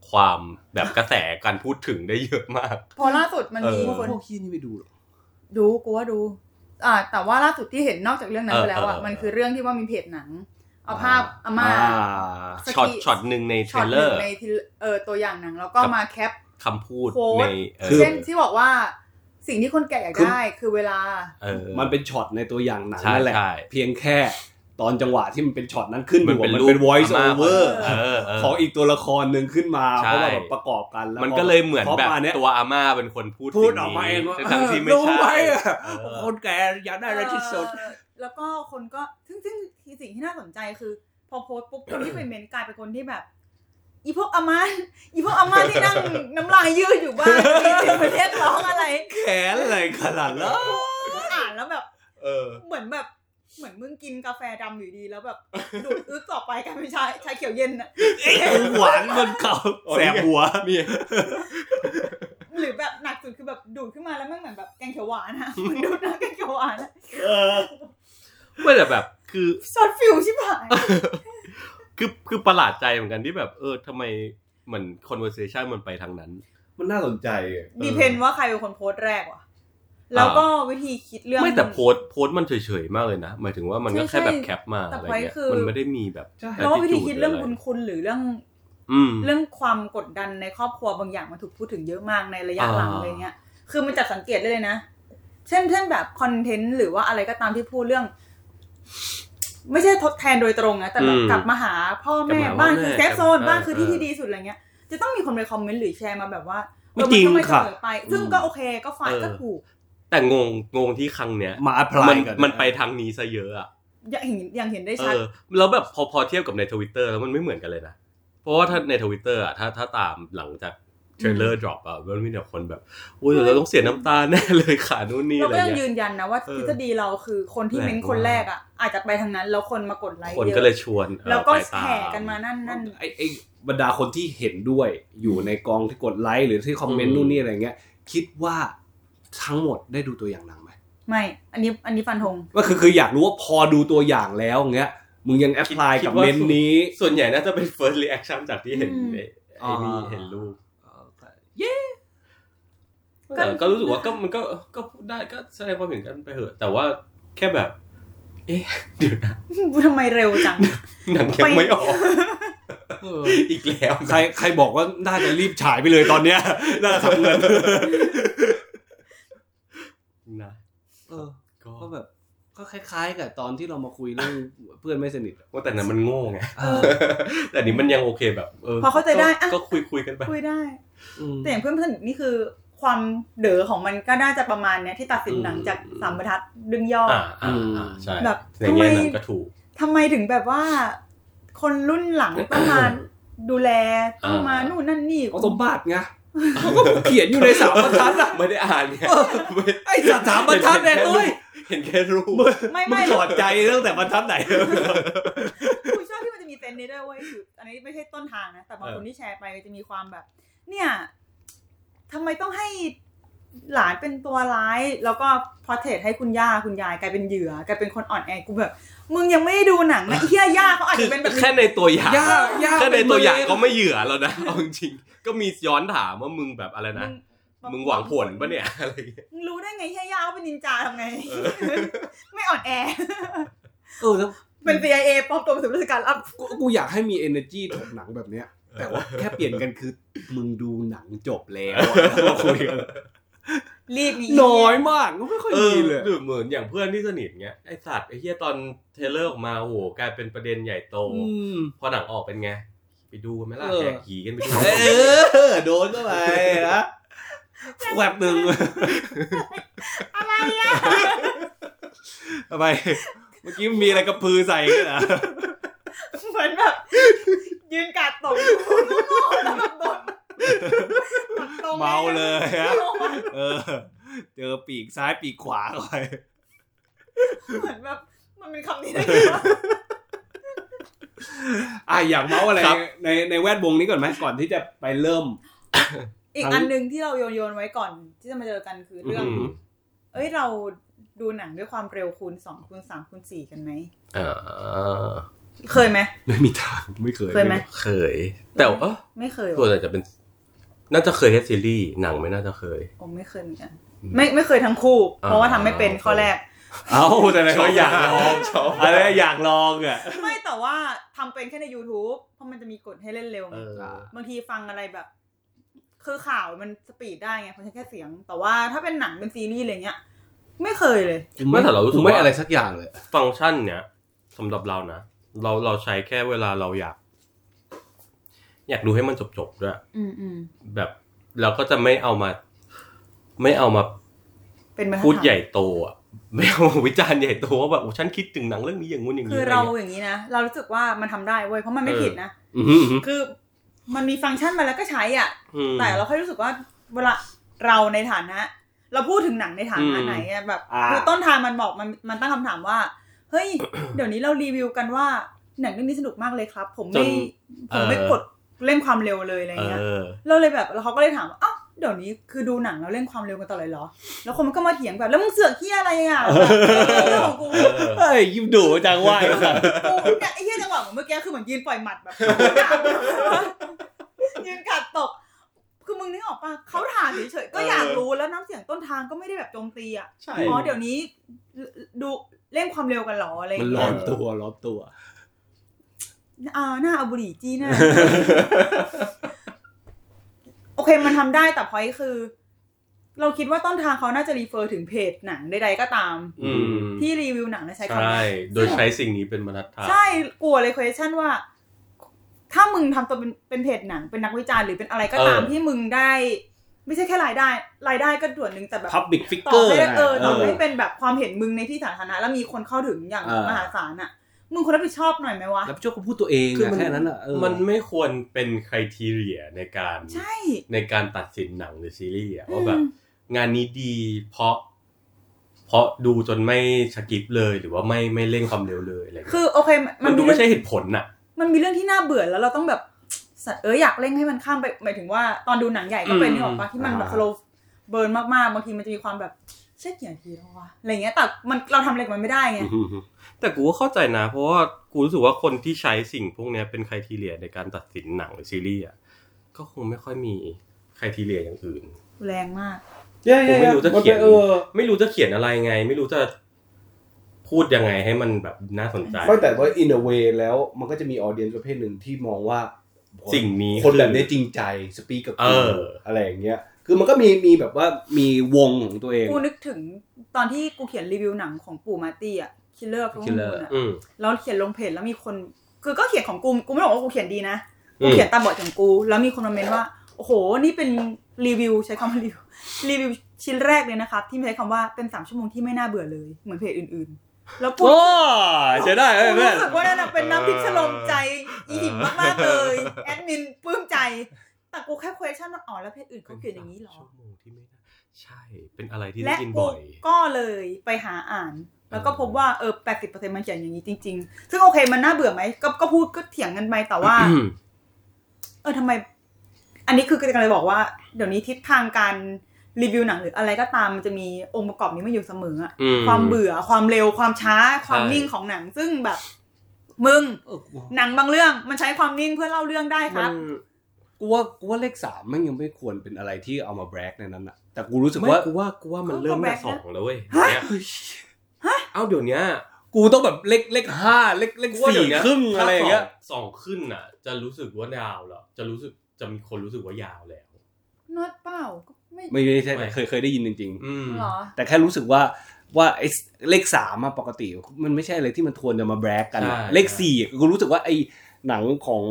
Speaker 2: ความแบบกระแสการพูดถึงได้เยอะมาก
Speaker 3: พอล่าสุดมันมี
Speaker 2: เออ
Speaker 3: คน
Speaker 1: พวกขี้ยนี่ไม่ดูหรอก
Speaker 3: ดูกูว่าดู อ่า แต่ว่าล่าสุดที่เห็นนอกจากเรื่องนั้น
Speaker 2: เออ
Speaker 3: ไปแล้วอ่ะ
Speaker 2: เออ
Speaker 3: มันคือเรื่องที่ว่ามีเพจหนัง เอาภาพอาม่า สกิ
Speaker 2: ช็อตช็อตหนึ่งในเท
Speaker 3: ช็
Speaker 2: ร
Speaker 3: อ
Speaker 2: ล
Speaker 3: ตห
Speaker 2: เลอ
Speaker 3: นึ่ง
Speaker 2: ร์
Speaker 3: ในที่เออตัวอย่างหนัง แล้วก็
Speaker 2: ครับ
Speaker 3: มาแคป
Speaker 2: คำพูด
Speaker 3: โค้ด
Speaker 2: ในเออ
Speaker 3: เช่นที่บอกว่าสิ่งที่คนแก่อยากได้คือเวลา
Speaker 2: เออ
Speaker 1: มันเป็นช็อตในตัวอย่างหนัง
Speaker 2: ใช่
Speaker 1: นั่นแหละ
Speaker 2: ใช่
Speaker 1: เพียงแค่ตอนจังหวะที่มันเป็นช็อตนั้นขึ้น
Speaker 2: มั
Speaker 1: มัน น
Speaker 2: เป็น
Speaker 1: เป็น
Speaker 2: รูป
Speaker 1: voice
Speaker 2: าม่า
Speaker 1: over
Speaker 2: เออเออ
Speaker 1: ของอีกตัวละครหนึ่งขึ้นมา
Speaker 2: ใช่
Speaker 1: เพราะว่าแบบประกอบกันแล้ว
Speaker 2: มันก็เลยเหมือน
Speaker 1: พราะ
Speaker 2: แบบ
Speaker 1: มาเนี่ย
Speaker 2: ตัวอาม่าเป็นคนพูด
Speaker 1: พูด
Speaker 2: สิ่
Speaker 1: ออกมาเองว่า
Speaker 2: ทั้งๆที่ไม่
Speaker 1: รู้
Speaker 2: ใช่
Speaker 1: ไหมอะ
Speaker 2: เออ
Speaker 1: คนแก่อยากได้อะไรที่สุด
Speaker 3: เออแล้วก็คนก็ซึ่งซึ่งที่สิ่งที่น่าสนใจคือ พอโพสต์ปุ๊บคนที่ไปเมนต์กลายเป็นคนที่แบบ อีพวกอา [LAUGHS] ม่าอีพวกอาม่าที่นั่งน้ำลายยืดอยู่บ้านมีเสียงเรียกร้องอะไร
Speaker 1: แขนอะไรขนาดแล้ว
Speaker 3: อ่านแล้วแบบ
Speaker 2: เออ
Speaker 3: เหมือนแบบเหมือนมึงกินกาแฟดำอยู่ดีแล้วแบบดูดอึ๊กต่อไปกลายเป็นชาชาเขียวเย็นน่ะ
Speaker 1: หวานมันเก่า
Speaker 2: โอ้ย
Speaker 1: แสบหัว
Speaker 2: มี
Speaker 3: หรือแบบหนักสุดคือแบบดูดขึ้นมาแล้วมันเหมือนแบบแกงเขียวหวานนะ [LAUGHS] มันดูดน้ำแกงเขียวหวานอะ
Speaker 2: ไม่แต่แบบคือ
Speaker 3: ซอสฟิวชิบหาย
Speaker 2: คือคือประหลาดใจเหมือนกันที่แบบเออทำไมเหมือน conversation มันไปทางนั้น
Speaker 1: มันน่าสนใจ
Speaker 3: ดีเพนว่าใครเป็นคนโพสต์แรกวะแล้วก็วิธีคิดเรื่อง
Speaker 2: ไม่แต่โพสต์โพสต์มันเฉยๆมากเลยนะ หมายถึงว่ามันก็
Speaker 3: ใช่
Speaker 2: แค่
Speaker 3: ใช่
Speaker 2: แบบแคปมาอะไรเงี้
Speaker 3: แต่ไว้
Speaker 2: ย
Speaker 3: คือ
Speaker 2: มันไม่ได้มีแบบ
Speaker 1: ใช่
Speaker 3: แล้วว่าวิธีคิดเรื่อง
Speaker 2: ะไ
Speaker 3: บุญคุณหรือเรื่อง
Speaker 2: อืม
Speaker 3: เรื่องความกดดันในครอบครัวบางอย่างมันถูกพูดถึงเยอะมากในระยะหลัง
Speaker 2: อ่า
Speaker 3: อะไรเงี้ย คือมันจับสังเกตได้เลยนะ เช่นเช่นแบบคอนเทนต์หรือว่าอะไรก็ตามที่พูดเรื่อง ไม่ใช่ทดแทนโดยตรงนะแต่แบบ
Speaker 2: อืม
Speaker 3: กลับมาหาพ่อแม่
Speaker 2: กลับมา
Speaker 3: บ้าน
Speaker 2: พ่อแม่
Speaker 3: คือเซฟโซน
Speaker 2: เออ
Speaker 3: บ้านคือที่
Speaker 2: เออ
Speaker 3: ที่ดีสุดอะไรเงี้ย จะต้องมีคนไปคอมเมนต์หรือแชร์มาแบบว่าเอ
Speaker 1: ไม่
Speaker 3: อ
Speaker 1: จริง
Speaker 3: นก็ไม่เส
Speaker 1: ค่ะ
Speaker 3: มอไป ซึ่งก็โอเคก็ฝ่ายก็ถูก
Speaker 2: แต่งงงงที่ครั้งเนี้ย
Speaker 1: มา apply
Speaker 2: มั
Speaker 1: กัน
Speaker 2: มันไปทางนี้ซะเยอะอะ
Speaker 3: อย่างเห็นอย่างเห็นได้
Speaker 2: เอ
Speaker 3: ชัด
Speaker 2: อแล้วแบบพอพอเทียบกับในทวิตเตอร์แล้วมันไม่เหมือนกันเลยนะ เพราะว่าถ้าในทวิตเตอร์อะถ้าถ้าตามหลังจากเทรลเลอร์ดรอปอะมันมีแต่คนแบบโอ้ยเดี๋ยวเราต้องเสียน้ำตาแน่เลยขานู่นนี่
Speaker 3: เรา
Speaker 2: อะไร
Speaker 3: ก็ยัง
Speaker 2: เงี้ย
Speaker 3: ยืนยันนะว่า
Speaker 2: เออ
Speaker 3: ทฤษฎีเราคือคนที่
Speaker 2: แปลก
Speaker 3: เม้นคน
Speaker 2: มาก
Speaker 3: แรกอ่ะ อาจจะไปทางนั้น แล้วคนมากดไลค์
Speaker 2: คน
Speaker 3: เย
Speaker 2: ก็เลย
Speaker 3: อะ
Speaker 2: ชวนเออ
Speaker 3: แล้วก็
Speaker 2: ไปต
Speaker 3: แห่กันมานั่นนั่น
Speaker 1: ไอ้ไอ้บรรดาคนที่เห็นด้วยอยู่ในกองที่กดไลค์หรือที่คอมเมนต์นู่นนี่อะไรเงี้ย คิดว่าทั้งหมดได้ดูตัวอย่างหนังไหม
Speaker 3: ไม่ อันนี้อันนี้ฟันธง
Speaker 1: ก็คือคืออยากรู้ว่าพอดูตัวอย่างแล้วเงี้ย มึงยังแอพพลายกับเมนต์นี้
Speaker 2: ส่วนใหญ่น่าจะเป็น first reaction จากที่เห็นไอ้ไอ้นี่
Speaker 1: อ่า
Speaker 2: เห็นรูป
Speaker 1: เย้
Speaker 2: เออก็รู้สึกว่าก็มันก็ก็พูดได้ก็แสดงความเห็นกันไปเถอะ แต่ว่าแค่แบบ เอ๊ะเดี๋ยวนะ
Speaker 3: [LAUGHS] ทำไมเร็วจัง
Speaker 2: หนังยังไม่ออกอีกแล้ว
Speaker 1: ใครใครบอกว่าน่าจะรีบฉายไปเลยตอนเนี้ยน่าจะทำเงิน
Speaker 2: นะ
Speaker 1: เออ
Speaker 2: ก็
Speaker 1: ก็แบบก็คล้ายๆ กับตอนที่เรามาคุยเรื่อง เพื่อนไม่สนิทอะ
Speaker 2: ว่าแต่นั้นมันโง่ไง
Speaker 1: เออ
Speaker 2: แต่อันนี้มันยังโอเคแบบเออ
Speaker 3: พอเข้าใจได้อะ
Speaker 2: ก็ก็คุยคุยกันไป
Speaker 3: คุยได้
Speaker 1: อืม
Speaker 3: แต่อย่างเพื่อนสนิทนี่คือ ความเด๋อของมันก็น่าจะประมาณเนี้ยที่ตัดสินหนังจาก
Speaker 2: อืม
Speaker 3: สามบรรทัดดึงย่ออ
Speaker 2: อ่าอ่าอ่าใช่
Speaker 3: แบบ
Speaker 2: ในแง่
Speaker 3: ทำไม
Speaker 2: นั้นก็ถูก
Speaker 3: ทำไมถึงแบบว่า คนรุ่นหลังต้องมาดูแลต้องมา
Speaker 2: อ่านู่
Speaker 3: นู่นนั่นนี่
Speaker 1: เอาสมบัติไงเขาก็เขียนอยู่ในสามบรรทัดอะ
Speaker 2: ไม่ได้อ่านไงไม่
Speaker 1: ไอ้สามสามบรรทัดเนี่ยเอ้ย
Speaker 2: เห็นแค่รูป
Speaker 3: ไม่
Speaker 1: มึง
Speaker 3: ไม่
Speaker 1: ถอดใจตั้งแต่บรรทัดไหน
Speaker 3: กูชอบที่มันจะมีเซนส์นี้ด้วยเว้ยคืออันนี้ไม่ใช่ต้นทางนะแต่บางคนที่แชร์ไปมันจะมีความแบบ เนี่ยทำไมต้องให้หลานเป็นตัวร้าย แล้วก็พอเทรให้คุณย่าคุณยายกลายเป็นเหยื่อกลายเป็นคนอ่อนแอกูแบบ มึงยังไม่ได้ดูหนัง
Speaker 2: [LAUGHS]
Speaker 3: นะไอ้เฮียย่าเขาอาจ
Speaker 2: คือ
Speaker 3: จะเป็นแบบ
Speaker 2: แค่ในตัวอย่าง
Speaker 1: ย่าย่า
Speaker 2: แค่ใน
Speaker 1: เป็
Speaker 2: ตัวอย่าง
Speaker 1: มะเร็
Speaker 2: ก็ไม่เหยื่อแล้วนะเอาจริงๆก็มีย้อนถามว่ามึงแบบอะไร
Speaker 3: มึ
Speaker 2: นะ
Speaker 3: ง
Speaker 2: มึงหวังผลปะเนี่ยอะไรอย่างเงี้ย
Speaker 3: มึงรู้ได้ไงเฮียยาเขาเป็นนินจา
Speaker 2: [LAUGHS]
Speaker 3: ทำไง [LAUGHS] ไม่อ่อนแอ
Speaker 4: เออแล้ว
Speaker 3: เป็น CIA ปลอมตัวเป็นสืบราชการรับ
Speaker 4: กูกูอยากให้มี energy ถกหนังแบบเนี้ย แต่ว่าแค่เปลี่ยนกันคือมึงดูหนังจบแล้วอะแล้วมาคุยกัน
Speaker 3: รีบหนี
Speaker 4: น้อยมากไม่ค่อย
Speaker 2: เอ
Speaker 4: มี
Speaker 2: อ
Speaker 4: เลย
Speaker 2: หรือเหมือนอย่างเพื่อนที่สนิทเงี้ยไอสัตว์ไอเฮียตอนเทรลเลอร์ออกมาโอ้โหกลายเป็นประเด็นใหญ่โต
Speaker 4: อืม
Speaker 2: พอหนังออกเป็นไง ไปดูกันไหมล่ะ
Speaker 4: เออ
Speaker 2: แหกหีกันไปดู
Speaker 4: เออโดนเข้าไปนะแวบหนึ่ง
Speaker 3: อะไรอ่ะ
Speaker 4: ทำไมเมื่อกี้มีอะไรกระพือใส่กันนะ
Speaker 3: เหมือนแบบยืนกาดตกอยู่โง่ๆแล้วแบบโดนปักตรง
Speaker 4: เมาเลยฮะ
Speaker 3: โง่อะ
Speaker 4: เออ เจอปีกซ้ายปีกขวาเข้าไป
Speaker 3: เหมือนแบบมันเป็นคำนี้ได้ไงวะ
Speaker 4: อ่ะอยากเมาอะไรในในแวดวงนี้ก่อนไหมก่อนที่จะไปเริ่ม
Speaker 3: อีกอันหนึ่งที่เราโยนโยนๆไว้ก่อนที่จะมาเจอกันคือเรื่อง
Speaker 2: อืม
Speaker 3: เอ้ยเราดูหนังด้วยความเร็วคูณสองคูณสามคูณสี่กันไหม
Speaker 2: อ่า
Speaker 3: เคยไหม
Speaker 4: ไม่มีทางไม่เคย
Speaker 3: เคยไหม
Speaker 2: เคย แต่ว่าเอ้อ
Speaker 3: ไม่เคย
Speaker 2: ส่วน
Speaker 3: ว่ะ
Speaker 2: ใหญ่จะเป็น น่าจะเคยแค่ซีรีส์หนังไม่น่าจะเคย
Speaker 3: ผมไม่เคยเหมือนกัน
Speaker 2: อืม
Speaker 3: ไม่ไม่เคยทั้งคู่
Speaker 2: อ่า
Speaker 3: เพราะว่าทำไม่เป็นข้อแรก
Speaker 4: เอาแต่อะไรเขาอยากลอง
Speaker 2: ชอบ
Speaker 4: อะไรอยากลองอ่ะ
Speaker 3: ไม่แต่ว่าทำเป็นแค่ใน YouTube เพราะมันจะมีกฎให้เล่นเร็วไง
Speaker 2: เออ
Speaker 3: บางทีฟังอะไรแบบ คือข่าวมันสปีดได้ไงเพราะใช้แค่เสียง แต่ว่าถ้าเป็นหนังเป็นซีรีส์อะไรเงี้ย ไม่เคยเลย
Speaker 2: ไม่แต่เรารู้สึกว่า
Speaker 4: ไม่อะไรสักอย่างเลย
Speaker 2: ฟังก์ชันเนี้ยสำหรับเรานะ เราเราใช้แค่เวลาเราอยาก อยากดูให้มันจบจบๆด้วย
Speaker 3: อืมอืม
Speaker 2: แบบเราก็จะไม่เอามา ไม่เอามา
Speaker 3: เป็นไหมคะ
Speaker 2: พูดใหญ่โตอ่ะไม่เอาวิจารณ์ใหญ่โตว่าแบบโอ้ฉันคิดถึงหนังเรื่องนี้อย่างงู้นอย่าง
Speaker 3: คื
Speaker 2: นี้
Speaker 3: อ
Speaker 2: อะไร
Speaker 3: เรา
Speaker 2: เงี้ย
Speaker 3: อย่างนี้นะเรารู้สึกว่ามันทำได้เว้ยเพราะมันไม่
Speaker 2: เออ
Speaker 3: ผิดนะคือมันมีฟังก์ชันมาแล้วก็ใช้อ่ะ
Speaker 2: อืม
Speaker 3: แต่เราค่อยรู้สึกว่าเวลาเราในฐานะ เราพูดถึงหนังในฐานะ
Speaker 2: อืม
Speaker 3: ไหนอะแบบ
Speaker 4: อ่า
Speaker 3: คือต้นทางมันบอกมันมันตั้งคำถามว่า เฮ้ย เดี๋ยวนี้เรารีวิวกันว่าหนังเรื่องนี้สนุกมากเลยครับ ผมไม่ผมไม่กดเล่นความเร็วเลยอะไรเงี้ย
Speaker 2: เออ
Speaker 3: เราเลยแบบแล้วเขาก็เลยถามว่าอ้าวเดี๋ยวนี้คือดูหนังเราเล่นความเร็วกันตลอดเลยเหรอ แล้วคนมันก็มาเถียงแบบแล้วมึงเสือกเฮียอะไรอ่ะแบบเรื่องของกู
Speaker 2: เออ
Speaker 4: เฮ้ยยิ้มดุจังว่าไอ้สัตว์
Speaker 3: กูเนี่ยไอ้เฮียจังหวะเหมือนเมื่อกี้คือเหมือนยืนปล่อยหมัดแบบ [LAUGHS] ยืนกัดตก คือมึงนึกออกปะเขาถามเฉยๆก็อยากรู้แล้วน้ำเสียงต้นทางก็ไม่ได้แบบโจมตีอ่ะ
Speaker 2: ใช่
Speaker 3: อ๋อเดี๋ยวนี้ดูเล่นความเร็วกันเหรออะไรอย่า
Speaker 4: มั
Speaker 3: ง
Speaker 4: นร้
Speaker 3: เงี้
Speaker 4: อย นตัวร้อนตัว
Speaker 3: อ่าหน้าเอาบุหรี่จี้หน้า โอเคมันทำได้แต่พอยคือ เราคิดว่าต้นทางเขาน่าจะรีเฟอร์ถึงเพจหนังใดๆก็ตาม
Speaker 2: อืม
Speaker 3: ที่รีวิวหนังและใช้คำ
Speaker 2: ใช่
Speaker 3: นี้
Speaker 2: โดยใช้สิ่งนี้เป็นบรรทัดฐาน
Speaker 3: ใช่กลัวเลย question ว่า ถ้ามึงทำตัวเป็นเป็นเพจหนังเป็นนักวิจารณ์หรือเป็นอะไรก็ตามที่มึงได้ ไม่ใช่แค่รายได้ รายได้ก็ส่วนหนึ่งแต่แบบ
Speaker 4: public
Speaker 3: ตอบ
Speaker 4: figure
Speaker 3: ให้
Speaker 4: นะ
Speaker 3: เออตอบให้
Speaker 4: เ
Speaker 3: เป็นแบบความเห็นมึงในที่สาธารณะแล้วมีคนเข้าถึงอย่าง
Speaker 4: เออ
Speaker 3: มหาศาลอ่ะ มึงควรรับผิดชอบหน่อยไหมวะ
Speaker 4: แล้วช่วยก็พูดตัวเองอะแค่นั้นอ่ะเออ
Speaker 2: มันไม่ควรเป็นค r i t e r i a ในการ
Speaker 3: ใช่
Speaker 2: ในการตัดสินหนังหรือซีรีส์อะว่าแบ
Speaker 3: อื
Speaker 2: บ
Speaker 3: ม
Speaker 2: งานนี้ดีเพราะ เพราะดูจนไม่สกิปเลยหรือว่าไม่ไม่เร่งความเร็วเลยอะไรเงี้ย
Speaker 3: คือโอเค
Speaker 2: มันดู
Speaker 3: เรื่
Speaker 2: ไม่
Speaker 3: อง
Speaker 2: ใช่เหตุผลน่ะ
Speaker 3: มันมีเรื่องที่น่าเบื่อแล้วเราต้องแบบสัตว์เอออยากเร่งให้มันข้ามไปหมายถึงว่าตอนดูหนังใหญ่ก็เป็น
Speaker 2: อืม
Speaker 3: นี่หรอกปะที่มันแบบ slow burn มากๆบางทีมันจะมีความแบบเช็ดเกี่ยทีแล้ววะอะไรเงี้ยแต่มันเราทำอะไรกับมันไม่ได้ไง
Speaker 2: แต่กูก็เข้าใจนะ เพราะว่ากูรู้สึกว่าคนที่ใช้สิ่งพวกเนี้ยเป็นค r i t e r i a ในการตัดสินหนังหรือซีรีส์อะก็คงไม่ค่อยมีค r i t e r i a อย่างอื่น
Speaker 3: แรงมาก
Speaker 2: ผมไม่รู้จะเขียน
Speaker 4: มัป็ออ
Speaker 2: ไม่รู้จะเขียนอะไรไง ไม่รู้จะพูดยังไงให้มันแบบน่าสนใจ
Speaker 4: ไม่แต่ว่า in a way แล้วมันก็จะมีออเดียนประเภทหนึ่งที่มองว่า
Speaker 2: สิ่งนี้
Speaker 4: คนแบบนี้จริงใจสปีกกับ
Speaker 2: เอ
Speaker 4: กู
Speaker 2: อ
Speaker 4: อะไรอย่างเงี้ย คือมันก็มีมีแบบว่ามีวงของตัวเอง
Speaker 3: กูนึกถึงตอนที่กูเขียนรีวิวหนังของปู่มาร์ตี้อ่ะ คิลเลอร์ฟ
Speaker 4: Killer
Speaker 3: อ่ะ
Speaker 2: อืม
Speaker 3: แล้วเขียนลงเพจแล้วมีคน คือก็เขียนของกู กูไม่ได้บอกว่ากูเขียนดีนะ
Speaker 2: อื
Speaker 3: กู
Speaker 2: ม
Speaker 3: เขียนตามบทของกู แล้วมีคนมาเมนว่า โอ้โห นี่เป็นรีวิวใช้คำว่ารีวิว รีวิวชิ้นแรกเลยนะครับ ที่ใช้คำว่าเป็นสามชั่วโมงที่ไม่น่าเบื่อเลย เหมือนเพจอื่นๆ แล้วกู
Speaker 4: โอ้ใช่ได้เว้ย
Speaker 3: กู
Speaker 4: เพื่อน
Speaker 3: รู้สึกว่านั่นนะเป็นน้ำพริกชะลมใจอีหิมมากๆเลย แอดมินปลื้มใจ แต่กูแค่ question ว่าอ๋อแล้วเพจอื่นเขาเขียนอย่างนี้เหรอ
Speaker 2: ชั่วโมงที่ไม่น่าใช่ เป็นอะไรที่ได้
Speaker 3: และ
Speaker 2: ยิน
Speaker 3: กู
Speaker 2: บ่อย
Speaker 3: ก็เลยไปหาอ่าน แล้วก็
Speaker 2: เออ
Speaker 3: พบว่าเออแปดสิบเปอร์เซ็นต์มันเขียนอย่างนี้จริง ๆ ซึ่งโอเคมันน่าเบื่อไหมก็ก็พูดก็เถียงกันไปแต่ว่า
Speaker 2: อืม
Speaker 3: เออทำไม อันนี้คือกำลังจะบอกว่า เดี๋ยวนี้ทิศทางการรีวิวหนังหรืออะไรก็ตามมันจะมีองค์ประกอบนี้มาอยู่เสมออะ
Speaker 2: อืม
Speaker 3: ความเบื่อความเร็วความช้าความ
Speaker 2: ใช่
Speaker 3: นิ่งของหนัง ซึ่งแบบ มึง หนังบางเรื่องมันใช้ความนิ่งเพื่อเล่าเรื่องได้ค
Speaker 2: มั
Speaker 3: รับ
Speaker 2: น
Speaker 1: กูว่ากูว่าเลขสามมันยังไม่ควรเป็นอะไรที่เอามาแบรกในนั้นอะแต่กูรู้สึกว่า
Speaker 2: ไม่กูว่ากูว่ามัน
Speaker 3: เขาก็
Speaker 2: เริ่มตั้งแต่
Speaker 3: back
Speaker 2: สองแล้วเว้ย
Speaker 3: ฮะ
Speaker 2: เนี่ยเอ้าเดี๋ยวเนี้ย
Speaker 1: กูต้องแบบเลขเลขห้าเลขเลข
Speaker 2: กูว่า
Speaker 1: สี่
Speaker 2: เดี๋ยวเนี้ย
Speaker 1: ครึ่ง
Speaker 2: ถ้า
Speaker 1: อะไรอย่างเงี้ย
Speaker 2: สสองขึ้นน่ะ จะรู้สึกว่ายาวแล้วจะรู้สึกจะมีคนรู้สึกว่ายาวแล้ว
Speaker 3: น็อตเปล่าก็ไม่
Speaker 1: ไม่ไม่ใช่
Speaker 2: ไม่
Speaker 1: เคยเคยได้ยินจริง
Speaker 2: อืม
Speaker 3: เหรอ
Speaker 1: ๆ แต่แค่รู้สึกว่าว่าไอ้เลขสามอะปกติ มันไม่ใช่อะไรที่มันทวนจะมาแบรกกันอะเลขสี่อะกูรู้สึกว่าไอ้หนังของ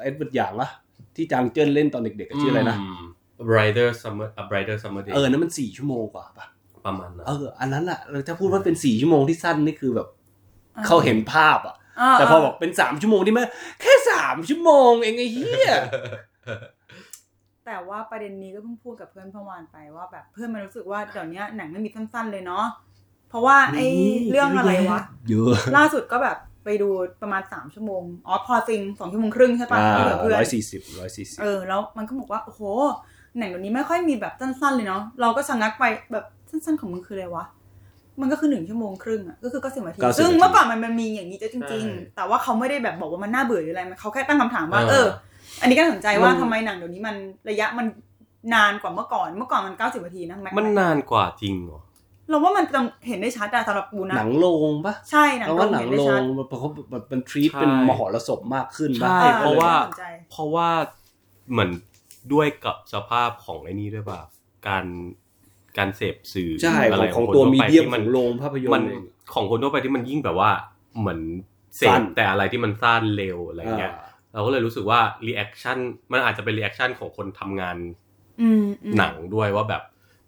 Speaker 1: เอ็ดเวิร์ดหยางอะที่จางเจิ้นเล่นตอนเด็กๆอะชื่ออะไรนะ
Speaker 2: ม brighter summer a brighter summer day
Speaker 1: เออนั่นมันสี่ชั่วโมงกว่าปะ
Speaker 2: ประมาณนั้น
Speaker 1: เออ อันนั้นอะเราถ้าพูดว่าเป็นสี่ชั่วโมงที่สั้นนี่คือแบบ
Speaker 3: อ่า
Speaker 1: เขาเห็นภาพอะ แต่พอบอกเป็นสามชั่วโมงที่แม่แค่สามชั่วโมงเองไอ้เหี้ย
Speaker 3: แต่ว่าประเด็นนี้ก็เพิ่งพูดกับเพื่อนเมื่อวานไปว่าแบบเพื่อนมันรู้สึกว่าเดี๋ยวนี้หนังไม่มีสั้นๆเลยเนาะเพราะว่าไอ้เรื่องอะไรวะ
Speaker 1: เยอะ
Speaker 3: ล่าสุดก็แบบไปดูประมาณสามชั่วโมงอ๋อพอซิงสองชั่วโมงครึ่งใช่ปะ
Speaker 1: อ่า
Speaker 3: เออเพื่อน
Speaker 1: ร้อยสี่สิบร้อยสี่สิบ
Speaker 3: เออแล้วมันก็บอกว่าโอ้โหหนังเดี๋ยวนี้ไม่ค่อยมีแบบสั้นๆเลยเนาะเราก็ชะงักไปแบบสั้นๆของมึงคืออะไรวะมันก็คือหนึ่งชั่วโมงครึ่งอ่ะก็คือก็สิบนาทีซึ่งเมื่อก่อนมันมีอย่างนี้เยอะจริง ๆ แต่ว่าเขาไม่ได้แบบบอกว่ามันน่าเบื่อหรืออะไรมันเขาแค่ตั้งคำถามว่าเออ อันนี้ก็สนใจว่าทำไมหนังเดี๋ยวนี้มันระยะมันนานกว่าเมื่อก่อน เมื่อก่อนมัน 90นาทีนะแม็ก
Speaker 2: มันนานกว่าจริงเหรอ
Speaker 3: เราว่ามันจะเห็นได้ชัดอะสำหรับกูนะ
Speaker 1: หนังโรงปะ
Speaker 3: ใช่หนัง
Speaker 1: เรา
Speaker 3: โร
Speaker 1: ว่าง หนั
Speaker 3: เห็
Speaker 1: ง
Speaker 3: น
Speaker 1: โร
Speaker 3: ได้ชั
Speaker 1: ง
Speaker 3: ด
Speaker 1: เพราะมันมันทรีต
Speaker 2: ใช่
Speaker 1: เป็นมหรสพมากขึ้นปะ
Speaker 2: ใช่ เพราะว่า
Speaker 3: ออน่สนใจ
Speaker 2: เพราะว่าเหมือนด้วยกับสภาพของไอ้นี่ด้วยป่ะการการเสพสื่อ
Speaker 1: ใช่
Speaker 2: ะ
Speaker 1: ขอ
Speaker 2: ไ
Speaker 1: งของตัว
Speaker 2: คน
Speaker 1: มี
Speaker 2: ไป
Speaker 1: เดียม
Speaker 2: ที่
Speaker 1: ข
Speaker 2: น
Speaker 1: องโรงภาพยน
Speaker 2: มัน
Speaker 1: ตร์เอง
Speaker 2: ของคนทั่วไปที่มันยิ่งแบบว่าเหมือนเส
Speaker 1: สั้
Speaker 2: พ
Speaker 1: น
Speaker 2: แต่อะไรที่มันสั้นเร็วอะไรเงี้ยเราก็เลยรู้สึกว่ารีแอคชั่นมันอาจจะเป็นรีแอคชั่นของคนทำงาน
Speaker 3: อืมอืม
Speaker 2: หนังด้วยว่าแบบ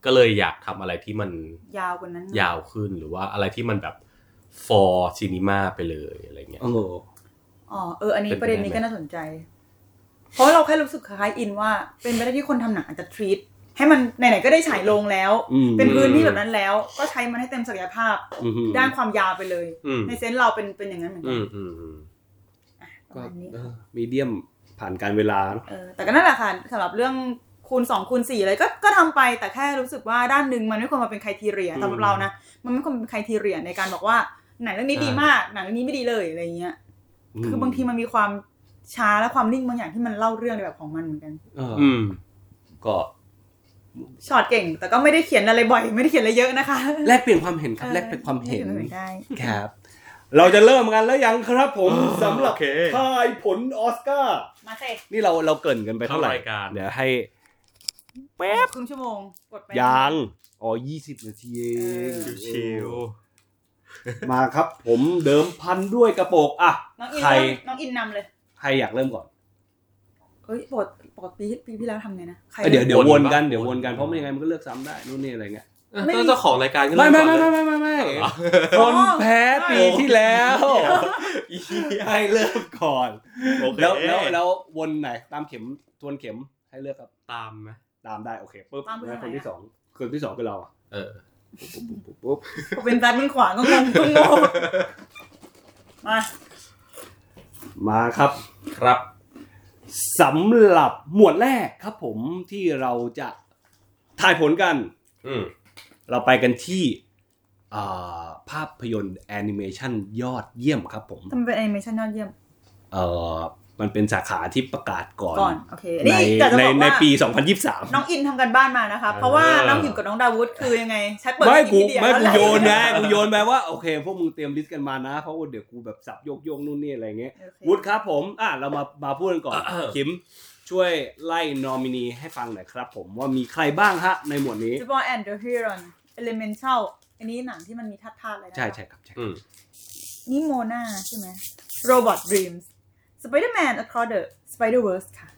Speaker 2: ก็เลยอยากทำอะไรที่มัน
Speaker 3: ยาวกว่านั้นนะ
Speaker 2: ยาวขึ้นหรือว่าอะไรที่มันแบบ for cinema ไปเลยอะไรเงี้ย
Speaker 1: เออ
Speaker 3: อ๋อเอออันนี้
Speaker 2: เป็น
Speaker 3: ป
Speaker 2: ไประ ได้
Speaker 3: เด็
Speaker 2: ไหม
Speaker 3: นนี้ก็น่าสนใจ เพราะเราแค่รู้สึกคล้ายอินว่า เป็นไปได้ที่คนทำหนังอาจจะทรีตให้มันไหนๆก็ได้ฉายโรงแล้ว
Speaker 1: อืม
Speaker 3: เป็นพื้นที่แบบนั้นแล้ว ก็ใช้มันให้เต็มศักยภาพ
Speaker 1: อืม
Speaker 3: ด้านความยาวไปเลย
Speaker 2: อืม
Speaker 3: ในเซนส์เราเป็นเป็นอย่างนั้นเหมือนกั
Speaker 2: อื
Speaker 3: น
Speaker 2: มอืมอืม
Speaker 3: ประ
Speaker 1: ก็
Speaker 3: มาณนี้
Speaker 1: เออมีเดียมผ่านการเวลาเนอะ
Speaker 3: เออแต่ก็นั่นแหละค่ะสำหรับเรื่องคูณ2คูณ4อะไรก็ก็ทำไปแต่แค่รู้สึกว่าด้านหนึ่งมันไม่ควรมาเป็นไครทีเรียสำหรับเรานะ มันไม่ควรเป็นไครทีเรียในการบอกว่าหนังเรื่องนี้ดีมากหนังเรื่องนี้ไม่ดีเลยอะไรเงี้ยคือบางทีมันมีความช้าและความนิ่งบางอย่างที่มันเล่าเรื่องในแบบของมันเหมือนกัน
Speaker 1: เออ
Speaker 2: อืม
Speaker 1: ก็
Speaker 3: ช็อตเก่ง แต่ก็ไม่ได้เขียนอะไรบ่อย ไม่ได้เขียนอะไรเยอะนะคะ
Speaker 1: แลกเปลี่ยนความเห็นครับแลกเปลี่ยนความเห็น
Speaker 3: ออแลกเปลี่ยได้
Speaker 1: ครับ เราจะเริ่มกันแล้วยังครับผมสำหรับ
Speaker 2: โอเค
Speaker 1: ทายผลออสการ์
Speaker 3: มาเสก
Speaker 1: นี่เราเราเกรินกันไปเท่าไหร่
Speaker 2: เข้ารายการ
Speaker 1: เดี๋ยวให้ แป๊บ
Speaker 3: ครึ่งชั่วโมงกดไป
Speaker 1: ยาง อ๋อ 20 นาทีเอง
Speaker 3: เออ
Speaker 2: ชิว
Speaker 1: ๆมาครับ ผมเดิมพันด้วยกระโปรงอ่ะ
Speaker 3: น้องอิน
Speaker 1: ใคร
Speaker 3: เริ่มน้องอินนำเลย
Speaker 1: ใครอยากเริ่มก่อน
Speaker 3: เอ้ยปกติปกติปีปีที่แล้วทำไงนะใคร
Speaker 1: เอ้ยเดี๋ยวเดี๋ยววนกันเดี๋ยววนกันเพราะมันยังไงมันก็เลือกซ้ำได้นู่นนี่อะไรเงี้ย
Speaker 3: ไม่มี
Speaker 2: เจ้าของรายการก็
Speaker 1: ไม่ไม่
Speaker 2: เริ่ก่อ
Speaker 1: ไม่
Speaker 2: นเลย
Speaker 1: ไม่ไม่ไม่ไม่
Speaker 2: เหรอ
Speaker 1: คนแพ้ปีที่แล้ว
Speaker 2: อีเหี้ย
Speaker 1: ให้เริ่มก่อน
Speaker 2: โอเค
Speaker 1: แล้วแล้วแล้ววนไหนตามเข็มทวนเข็มให้เลือกครับ
Speaker 2: ตามไหม
Speaker 1: ตามได้โอเคปุ๊บ
Speaker 3: ตามเพื่อน
Speaker 1: แล้วคน
Speaker 3: ไหนอะ
Speaker 1: ที่สองคนที่สองคือเราอะ
Speaker 2: เออ
Speaker 1: ปุ๊บปุ๊บ
Speaker 3: ผมเป็นจัดเป็นขว [LAUGHS] างก็งงก็งงมา
Speaker 1: มาครับ
Speaker 2: ครับ
Speaker 1: สำหรับหมวดแรกครับผมที่เราจะทายผลกัน
Speaker 2: อืม
Speaker 1: เราไปกันที่อ่าภาพยนตร์แอนิเมชันยอดเยี่ยมครับผม
Speaker 3: ทำไมเป็นแอนิเมชันยอดเยี่ยม
Speaker 1: เอ่อมันเป็นสาขาที่ประกาศก่อน
Speaker 3: ก่อนโอเค
Speaker 1: ใน
Speaker 3: นี่จะจะ
Speaker 1: ใน
Speaker 3: บอก
Speaker 1: ใน
Speaker 3: ว่า
Speaker 1: ปี
Speaker 3: น้องอินทำกันบ้านมานะคะเพราะว่า
Speaker 2: เออ
Speaker 3: น้องหยิมกับน้องดาวุธคือยังไงแชท
Speaker 1: 2023
Speaker 3: เปิด
Speaker 1: ไม่กู
Speaker 3: ที่ Wikipedia
Speaker 1: ไม่กู
Speaker 3: แล้ว
Speaker 1: โยน
Speaker 3: แหละ
Speaker 1: นะกูโยนไปว่าโอเค พวกมึงเตรียมลิสต์กันมานะ เพราะว่าเดี๋ยวกูแบบสับโยกโยกนู่นนี่อะไรเงี้ย
Speaker 3: โอเค
Speaker 1: วุฒิครับผมอ่ะเรามามาพูดกันก่อน
Speaker 2: เออ
Speaker 1: คิมช่วยไล่นอมินีให้ฟังหน่อยครับผมว่ามีใครบ้างฮะในหมวดนี้
Speaker 3: จูบอลแอนด์เดอะฮีโร่เอลิเมนทัลอันนี้หนังที่มันมีทัดทาดอะไรนะ
Speaker 1: ใช่ใช่ครับใช่
Speaker 2: อืม
Speaker 3: นี่โมนาใช่ไหมโรบอทดรีมส์สไปเดอร์แมน across the spider verse ค่ะ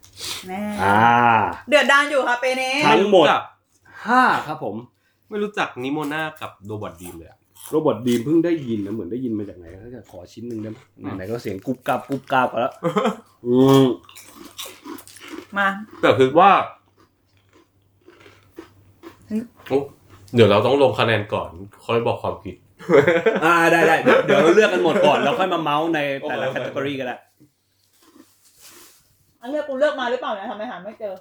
Speaker 3: แม่
Speaker 1: อ่า
Speaker 3: เดือดดานอยู่ค่ะเปเน่
Speaker 1: ทั้งหมด
Speaker 2: ไรู้จัก
Speaker 1: ห้าครับผม
Speaker 2: ไม่รู้จักนิโมนากับโดบอดดีมเลยอะ
Speaker 1: โรบอทดีมเพิ่งได้ยินนะ เหมือนได้ยินมาจากไหนถ้าจะขอชิ้นหนึ่งได้ไหม
Speaker 2: อืม
Speaker 1: ไหนๆก็เสียงกรุบกราบกรุบกราบกันแล้ว อืม
Speaker 3: มา
Speaker 2: แต่คือว่า
Speaker 3: เฮ้ย
Speaker 2: โอ๊ะเดี๋ยวเราต้องลงคะแนนก่อนค่อยบอกความคิด
Speaker 1: อ่าได้ได้เดี๋ยวเดี๋ยวเราเลือกกันหมดก่อน แล้วค่อยมาเมาส์ในแต่ละ
Speaker 2: โอ
Speaker 1: แค
Speaker 2: เค
Speaker 1: ตตา o r y กันแหละ
Speaker 3: อันเลือกกูเลือกมาหรือเปล่าเนี่ยทำไมหาไม่เจอ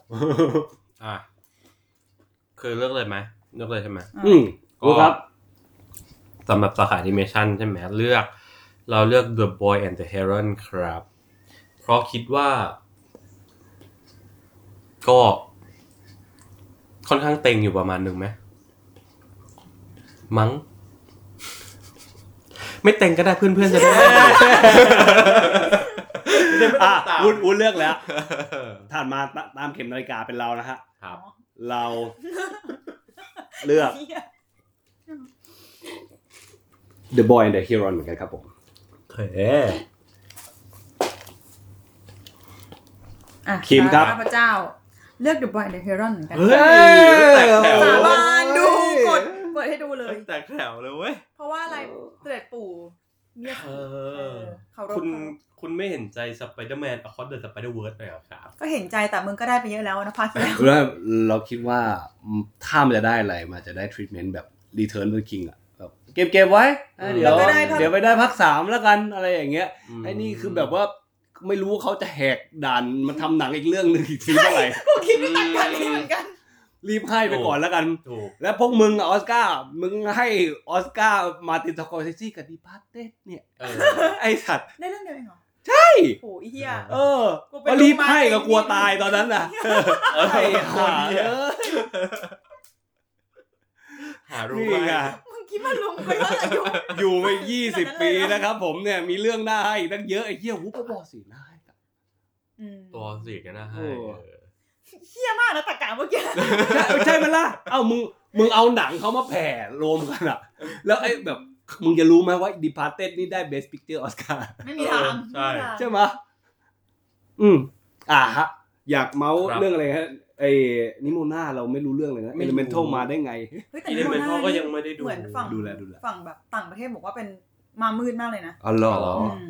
Speaker 2: อ่ะเคยเลือกเลยไหมเลือกเลยใช่ไหม
Speaker 3: อ่ะ
Speaker 1: อืม
Speaker 2: ก็
Speaker 1: รู้ครับ
Speaker 2: สำหรับสาขาแอนิเมชันใช่ไหมเลือก เราเลือก The Boy and the Heron ครับ เพราะคิดว่า ก็ ค่อนข้างเต็งอยู่ประมาณหนึ่งไหมมั้ง ไม่เต็งก็ได้เพื่อนๆ
Speaker 3: [LAUGHS]
Speaker 2: จะได้
Speaker 1: อ่ะวุ้นวุ้นเลือก [LAUGHS] แล้วทานมาตตามเข็มนาฬิกาเป็นเรานะฮะ
Speaker 2: ครับ [LAUGHS]
Speaker 1: เราเลือก
Speaker 3: เหี้ย
Speaker 1: The Boy and the Heron เหมือนกันครับผม
Speaker 2: เค
Speaker 3: อ่ะ
Speaker 1: คิมครับ
Speaker 3: ข้าพเจ้าเลือก The Boy and the Heron เหมือนกัน
Speaker 2: เฮ้ย
Speaker 3: สาบา
Speaker 1: สาน
Speaker 3: ดูกดกดให้ดูเลย
Speaker 2: แตกแถวเลยเว้ย
Speaker 3: เพราะว่าอะไรเสด็จปู่เนี่ย
Speaker 2: เออ
Speaker 3: เขารพ
Speaker 2: คุณ
Speaker 3: เขา
Speaker 2: คุณไม่เห็นใจสไปเดอร์แมนอคอนเดอะสไปเดอร์เวิร์สเลยเหรอครับ
Speaker 3: ก็เห็นใจแต่มึงก็ได้ไปเยอะแล้วนะพาคที่แล้ว
Speaker 1: แล้วเราคิดว่าถ้ามันจะได้อะไรมันจะได้ treatment แบบ Return to the King อะแบบเก็บเก็บไว้อ่ะเดี๋ยว
Speaker 2: แล้วก็ได้ภาค
Speaker 1: เดี๋ยวไปได้พักสามแล้วกันอะไรอย่างเงี้ย ไอ้นี่คือแบบว่าไม่รู้เขาจะแหกด่านมาทำหนังอีกเรื่องหนึ่งอีกที [LAUGHS] เมื่อไหร่
Speaker 3: กูคิดไม่ต่างกันเลยเหมือนกัน
Speaker 1: รีบให้ไปก่อนแล้วกัน
Speaker 2: ถูก
Speaker 1: แล้วพวกมึงอะออสการ์มึงให้ออสการ์มาร์ตินสกอร์เซซี่กับดีพาร์เต็ดเนี่ย
Speaker 2: เออ
Speaker 1: ไอสัตว์
Speaker 3: ได้เรื่องเดียวเองเหรอ ใช่ โหไอ้เฮีย
Speaker 1: เออ
Speaker 3: กูไป
Speaker 1: ก็รีบให้ก็กลัวตายตอนนั้นน่ะไอ้คน
Speaker 2: เหี้
Speaker 1: เ
Speaker 2: ย หารู้
Speaker 1: นี่
Speaker 2: ไหม
Speaker 1: ไง
Speaker 3: มึงคิดว่าลุงไปเท่าไหร่อยู่
Speaker 1: อยู่ไปยี่สิบปีนะครับผมเนี่ยมีเรื่องหน้าให้อีกตั้งเยอะไอ้เหี้ยวุ้บบอกสีหน้าให้
Speaker 3: อืม
Speaker 2: ตัวสีกันนะให้
Speaker 1: โอ้
Speaker 2: เออ
Speaker 3: เฮียมากนะตะกาเมื่อกี้
Speaker 1: ใช่ใช่ไหมล่ะ เอ้ามึง มึงเอาหนังเขามาแผ่รวมกันอะแล้วไอ้แบบ มึงจะรู้ไหมว่า Departed นี่ได้ Best Picture ออสการ์
Speaker 3: ไม่มีทาง
Speaker 2: ใช่
Speaker 3: ไม่มีทาง
Speaker 1: ใช่ไหมอืม อ่าฮะ อยากเมาส์
Speaker 2: ครับ
Speaker 1: เรื่องอะไรฮะ ไอ้นิโมนาเราไม่รู้เรื่องเลยนะ Elemental มาได้ไง
Speaker 3: เฮ้ยแต่
Speaker 2: อีเลนเมน
Speaker 3: ห
Speaker 2: ทั
Speaker 3: น้า
Speaker 2: ลก็ยังไม่ได้ดู
Speaker 3: เหมือนฝั่ง
Speaker 1: ดูแลดูแล
Speaker 3: ฝั่งแบบต่างประเทศบอกว่าเป็นมามืดมากเลยนะ
Speaker 1: อ๋อเหรอ
Speaker 2: อ๋ออื
Speaker 3: ม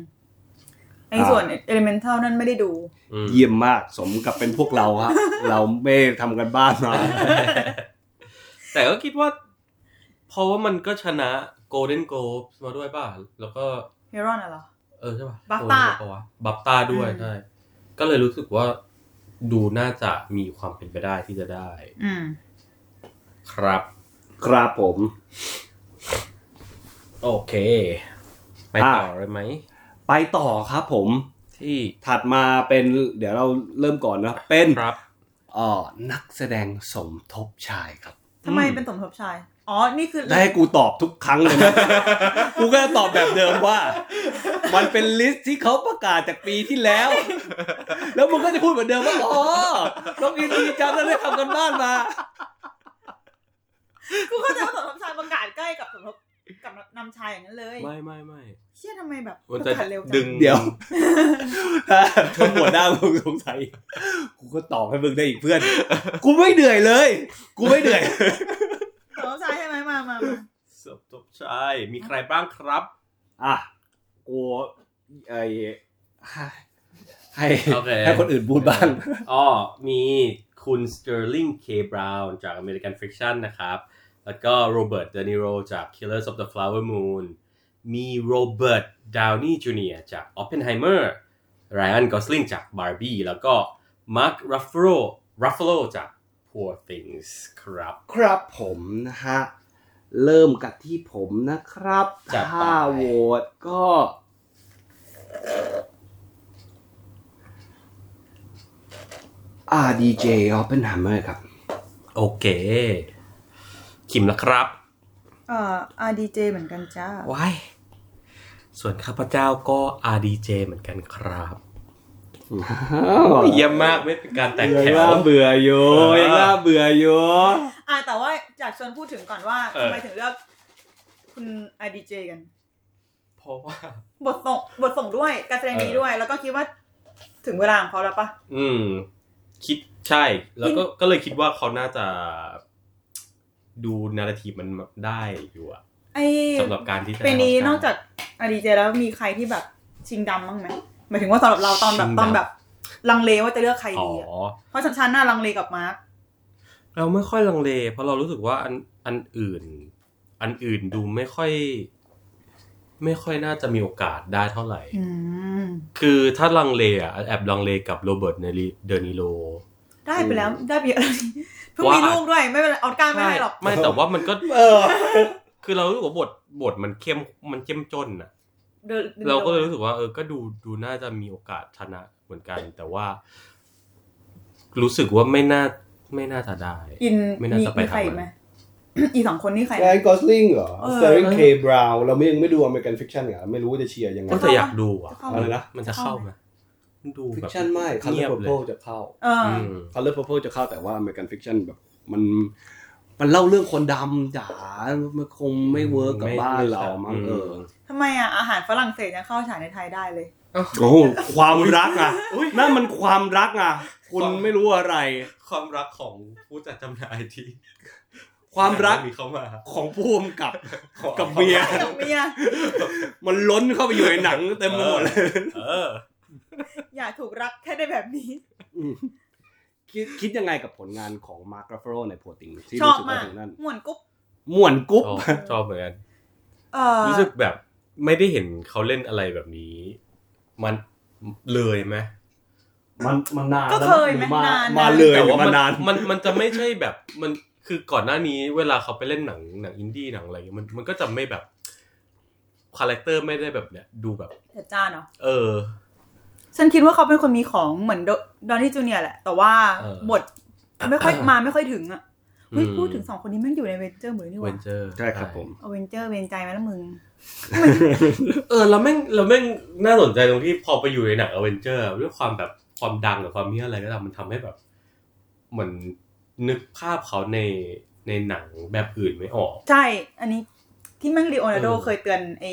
Speaker 3: ไอ้ส่วน Elemental นั่นไม่ได้ดู
Speaker 2: อืม
Speaker 1: เยี่ยมมากสมกับเป็นพวกเรา
Speaker 2: [LAUGHS]
Speaker 1: ฮะ เราไม่ทำกันบ้านมา
Speaker 2: แต่ก็คิดว่า เพราะว่ามันก็ชนะโกลเด้นโกลบมาด้วยป่ะ แล้วก็
Speaker 3: Heron อะเหรอ
Speaker 2: เออใช่ป่ะ
Speaker 3: BAFTA
Speaker 2: โกลเด้นโกลบปะวะบัฟตาด้วย
Speaker 3: อืม
Speaker 2: ใช่ก็เลยรู้สึกว่า ดูน่าจะมีความเป็นไปได้ที่จะได้
Speaker 3: อืม
Speaker 2: ครับ
Speaker 1: ครับผม
Speaker 2: โอเค ไปต่อเลยไหม
Speaker 1: ไปต่อครับผม
Speaker 2: ที่
Speaker 1: ถัดมาเป็น เดี๋ยวเราเริ่มก่อนนะ เป็น
Speaker 2: ครับ
Speaker 1: เอ่อนักแสดงสมทบชายครับ
Speaker 3: ทำไมเป็นสมทบชาย อ๋อ นี่คือ
Speaker 1: ได้ให้กูตอบทุกครั้งเลยนะ [LAUGHS] กูก็จะตอบแบบเดิมว่า มันเป็นลิสต์ที่เขาประกาศจากปีที่แล้ว
Speaker 2: [LAUGHS]
Speaker 1: แล้วมึงก็จะพูดเหมือนเดิมว่า อ๋อน้องอินดีจำแล้วได้ทำกันบ้านมา
Speaker 3: กูเข้าใจว่าสมทบชายประกาศใกล้กับสมทบกับนำชายอย่างนั้นเลย
Speaker 2: ไม่ไม่ไม่
Speaker 3: เชี่ยทำไมแบบ
Speaker 2: มัน
Speaker 3: ประ
Speaker 2: จะ
Speaker 3: กาศเร็วจั
Speaker 2: ดึง
Speaker 1: เดี๋ยว ทำหัวหน้ามึงสงสัย กูก็ตอบให้มึงได้อีกเพื่อน กูไม่เหนื่อยเลย กูไม่เหนื่อย
Speaker 3: สมทบชายใช่ไหมมามามา
Speaker 2: สมทบชายมีใครบ้างครับ
Speaker 1: อ่ะ กูไอให้ให้
Speaker 2: โอเค
Speaker 1: ให้คนอื่นพูดบ้าง
Speaker 2: อ๋อ มีคุณสเตอร์ลิง เค บราวน์จาก American Fiction นะครับ แล้วก็โรเบิร์ต เดนิโรจาก Killers of the Flower Moon มีโรเบิร์ต ดาวนี่จูเนียจาก Oppenheimer ไรอัน กอสลิงจาก Barbie แล้วก็มาร์ค รัฟโฟรัฟโฟจาก Poor Things ครับ
Speaker 1: ครับผมนะฮะ เริ่มกันที่ผมนะครับ
Speaker 2: จัดไป
Speaker 1: ถ้าโหวตก็ อ่าดีเจออปเปนฮัมเมอร์ครับ
Speaker 2: โอเค คิมละครับ
Speaker 3: เอ่อ RDJ เหมือนกันจ้า
Speaker 2: ว้าย ส่วนข้าพเจ้าก็ RDJ เหมือนกันครับเยี่ยมมากไม่เป็นการแตกแถ
Speaker 1: ยัง
Speaker 2: ว
Speaker 1: น่าเบื่ออยู่
Speaker 2: เออ
Speaker 1: ยังน่าเบื่ออยู่
Speaker 3: อ่ะแต่ว่าอยากชวนพูดถึงก่อนว่า
Speaker 2: เออ
Speaker 3: ทำไมถึงเลือกคุณ RDJ กัน
Speaker 2: เพราะว่า
Speaker 3: บทส่งบทส่งด้วยการแสดงดี
Speaker 2: เออ
Speaker 3: ด้วย แล้วก็คิดว่าถึงเวลาของเขาแล้วปะ
Speaker 2: อืม คิดใช่ แล้วก็ก็เลยคิดว่าเขาน่าจะดูนาราทีฟมันได้อยู่อะ
Speaker 3: ไอ้
Speaker 2: สำหรับการที่จะ
Speaker 3: ปีนี้
Speaker 2: ทำ
Speaker 3: นอกจาก RDJ แล้วมีใครที่แบบชิงดำบ้างไหมหมายถึงว่าสำหรับเราตอนแบบตอนแบบ ลังเลว่าจะเลือกใคร
Speaker 2: อ๋อ
Speaker 3: ดีอะเพราะฉันชันหน้าลังเลกับมาร์ค
Speaker 2: เราไม่ค่อยลังเล เพราะเรารู้สึกว่าอันอันอื่น อันอื่นดูไม่ค่อย ไม่ค่อยน่าจะมีโอกาสได้เท่าไหร่
Speaker 3: อืม
Speaker 2: คือถ้าลังเลอะแอบลังเลกับโรเบิร์ตเดนิโล
Speaker 3: ได้ไปแล้ว [LAUGHS] ได้ไปเยอะเลยเพิ่ง
Speaker 2: ว่ามี
Speaker 3: มีลูกด้วย ไม่เป็นไรออสการ์ไม่ได้หรอก
Speaker 2: ไม่แต่ว่ามันก็
Speaker 1: เออ
Speaker 2: คือเรารู้สึกว่าบทบทมันเข้มมันเข้มจนอะ
Speaker 3: เดินดิน
Speaker 2: เราก็เลยรู้สึกว่าเออ ก็ดูดูน่าจะมีโอกาสชนะเหมือนกัน แต่ว่า รู้สึกว่าไม่น่าไม่น่าจะได้
Speaker 3: อิน
Speaker 2: ไม่น่าจะไป
Speaker 3: มีใครอีก
Speaker 2: ทำ
Speaker 3: ไหม อีสองคนนี่ใคร
Speaker 1: ไร
Speaker 3: นะ
Speaker 1: กอสลิงเหรอ
Speaker 3: เออ
Speaker 1: สเตอริงเคบราวเราไม่ยังไม่ดูอเมริกันฟิกชันเหรอไม่รู้ว่าจะเชียร์ยังไง
Speaker 2: ก็จะอยากดูอ่ะ
Speaker 3: จะเข้า
Speaker 1: อะไรนะ
Speaker 2: มันจะเข้าไหมดู
Speaker 1: ฟิ
Speaker 2: แบบ
Speaker 1: กชันไม่คัล
Speaker 2: เงี
Speaker 1: เลอย
Speaker 2: บ
Speaker 1: ร์
Speaker 2: เล
Speaker 1: พ
Speaker 2: ย
Speaker 1: อร์เพลจะเข้า
Speaker 3: เออ
Speaker 2: อืม
Speaker 1: คัลเลอร์พอร์เพลจะเข้าแต่ว่าอเมริกันฟิกชันแบบ มันมันเล่าเรื่องคนดำจ๋ามันคงไม่เวิร์กกับ
Speaker 2: ไม่
Speaker 1: บ้านเรา
Speaker 2: ไม่
Speaker 1: มั้ง
Speaker 2: ใช่
Speaker 1: เออ
Speaker 2: อืม
Speaker 3: ทำไมอ่ะ อาหารฝรั่งเศสยังเข้าฉายในไทยได้เลย
Speaker 1: โอ้โหความรักอ่ะนั่นมันความรักอ่ะ คุณไม่รู้อะไร
Speaker 2: ความรักของผู้จัดจำหน่ายที่
Speaker 1: ความรัก
Speaker 2: [LAUGHS] มีเขามา
Speaker 1: ของผู้กำกับ กับเมีย
Speaker 3: เมีย
Speaker 1: มันล้นเข้าไปอยู่ในหนังเต็มไปหมดเลย
Speaker 2: เออ
Speaker 3: อย่าถูกรักแค่ได้แบบนี้
Speaker 1: คิดคิดยังไงกับผลงานของมาร์ r ราฟโรในโพติงที่
Speaker 3: ชอ
Speaker 1: รู้สึก
Speaker 3: บมา
Speaker 1: ว่าก ถึงนั่น
Speaker 3: หมวนกุ๊บ
Speaker 1: ม่วนกุ๊บ
Speaker 2: ชอบชอบเหมือนกัน
Speaker 3: เออ
Speaker 2: รู้สึกแบบไม่ได้เห็นเขาเล่นอะไรแบบนี้ มันเลยไหม
Speaker 1: มันมันนาน
Speaker 3: ก็
Speaker 1: แล้ว
Speaker 3: เคยไหม
Speaker 1: มาน
Speaker 3: าน
Speaker 1: มาเลย
Speaker 2: แต่ว่า
Speaker 1: มา
Speaker 2: มัน
Speaker 1: นาน
Speaker 2: มันมันจะไม่ใช่แบบมันคือก่อนหน้านี้เวลาเขาไปเล่นหนังหนังอินดี้หนังอะไรเงี้ยมันมันก็จะไม่แบบคาแรคเตอร์ไม่ได้แบบเนี้ยดูแบบ
Speaker 3: เผ็ดจ้าเนาะ
Speaker 2: เออ
Speaker 3: ฉันคิดว่าเขาเป็นคนมีของเหมือนดอนนี่จูเนียแหละ แต่ว่า
Speaker 2: เออบ
Speaker 3: ทไม่ค่อยมาไม่ค่อยถึงอ่ะเฮ้ย
Speaker 2: อืม
Speaker 3: พูดถึงสองคนนี้แมันอยู่ในเวนเจอร์หมดเลยนี่ห
Speaker 2: เว
Speaker 3: ว่าน
Speaker 2: เจอร์
Speaker 1: ใช่ครับผม
Speaker 3: เอาเวนเจอร์เวนใจไหมละมึง
Speaker 2: เออแล้วแม่งแล้วแม่งน่าสนใจตรงที่พอไปอยู่ในหนังอเวนเจอร์ด้วยความแบบความดังหรือความเฮี้ยอะไรก็ตามมันทำให้แบบ เหมือนนึกภาพเขาในในหนังแบบอื่นไม่ออก
Speaker 3: ใช่ อันนี้ที่แม่งลีโอนาร์โด
Speaker 2: เออ
Speaker 3: เคยเตือนไอ้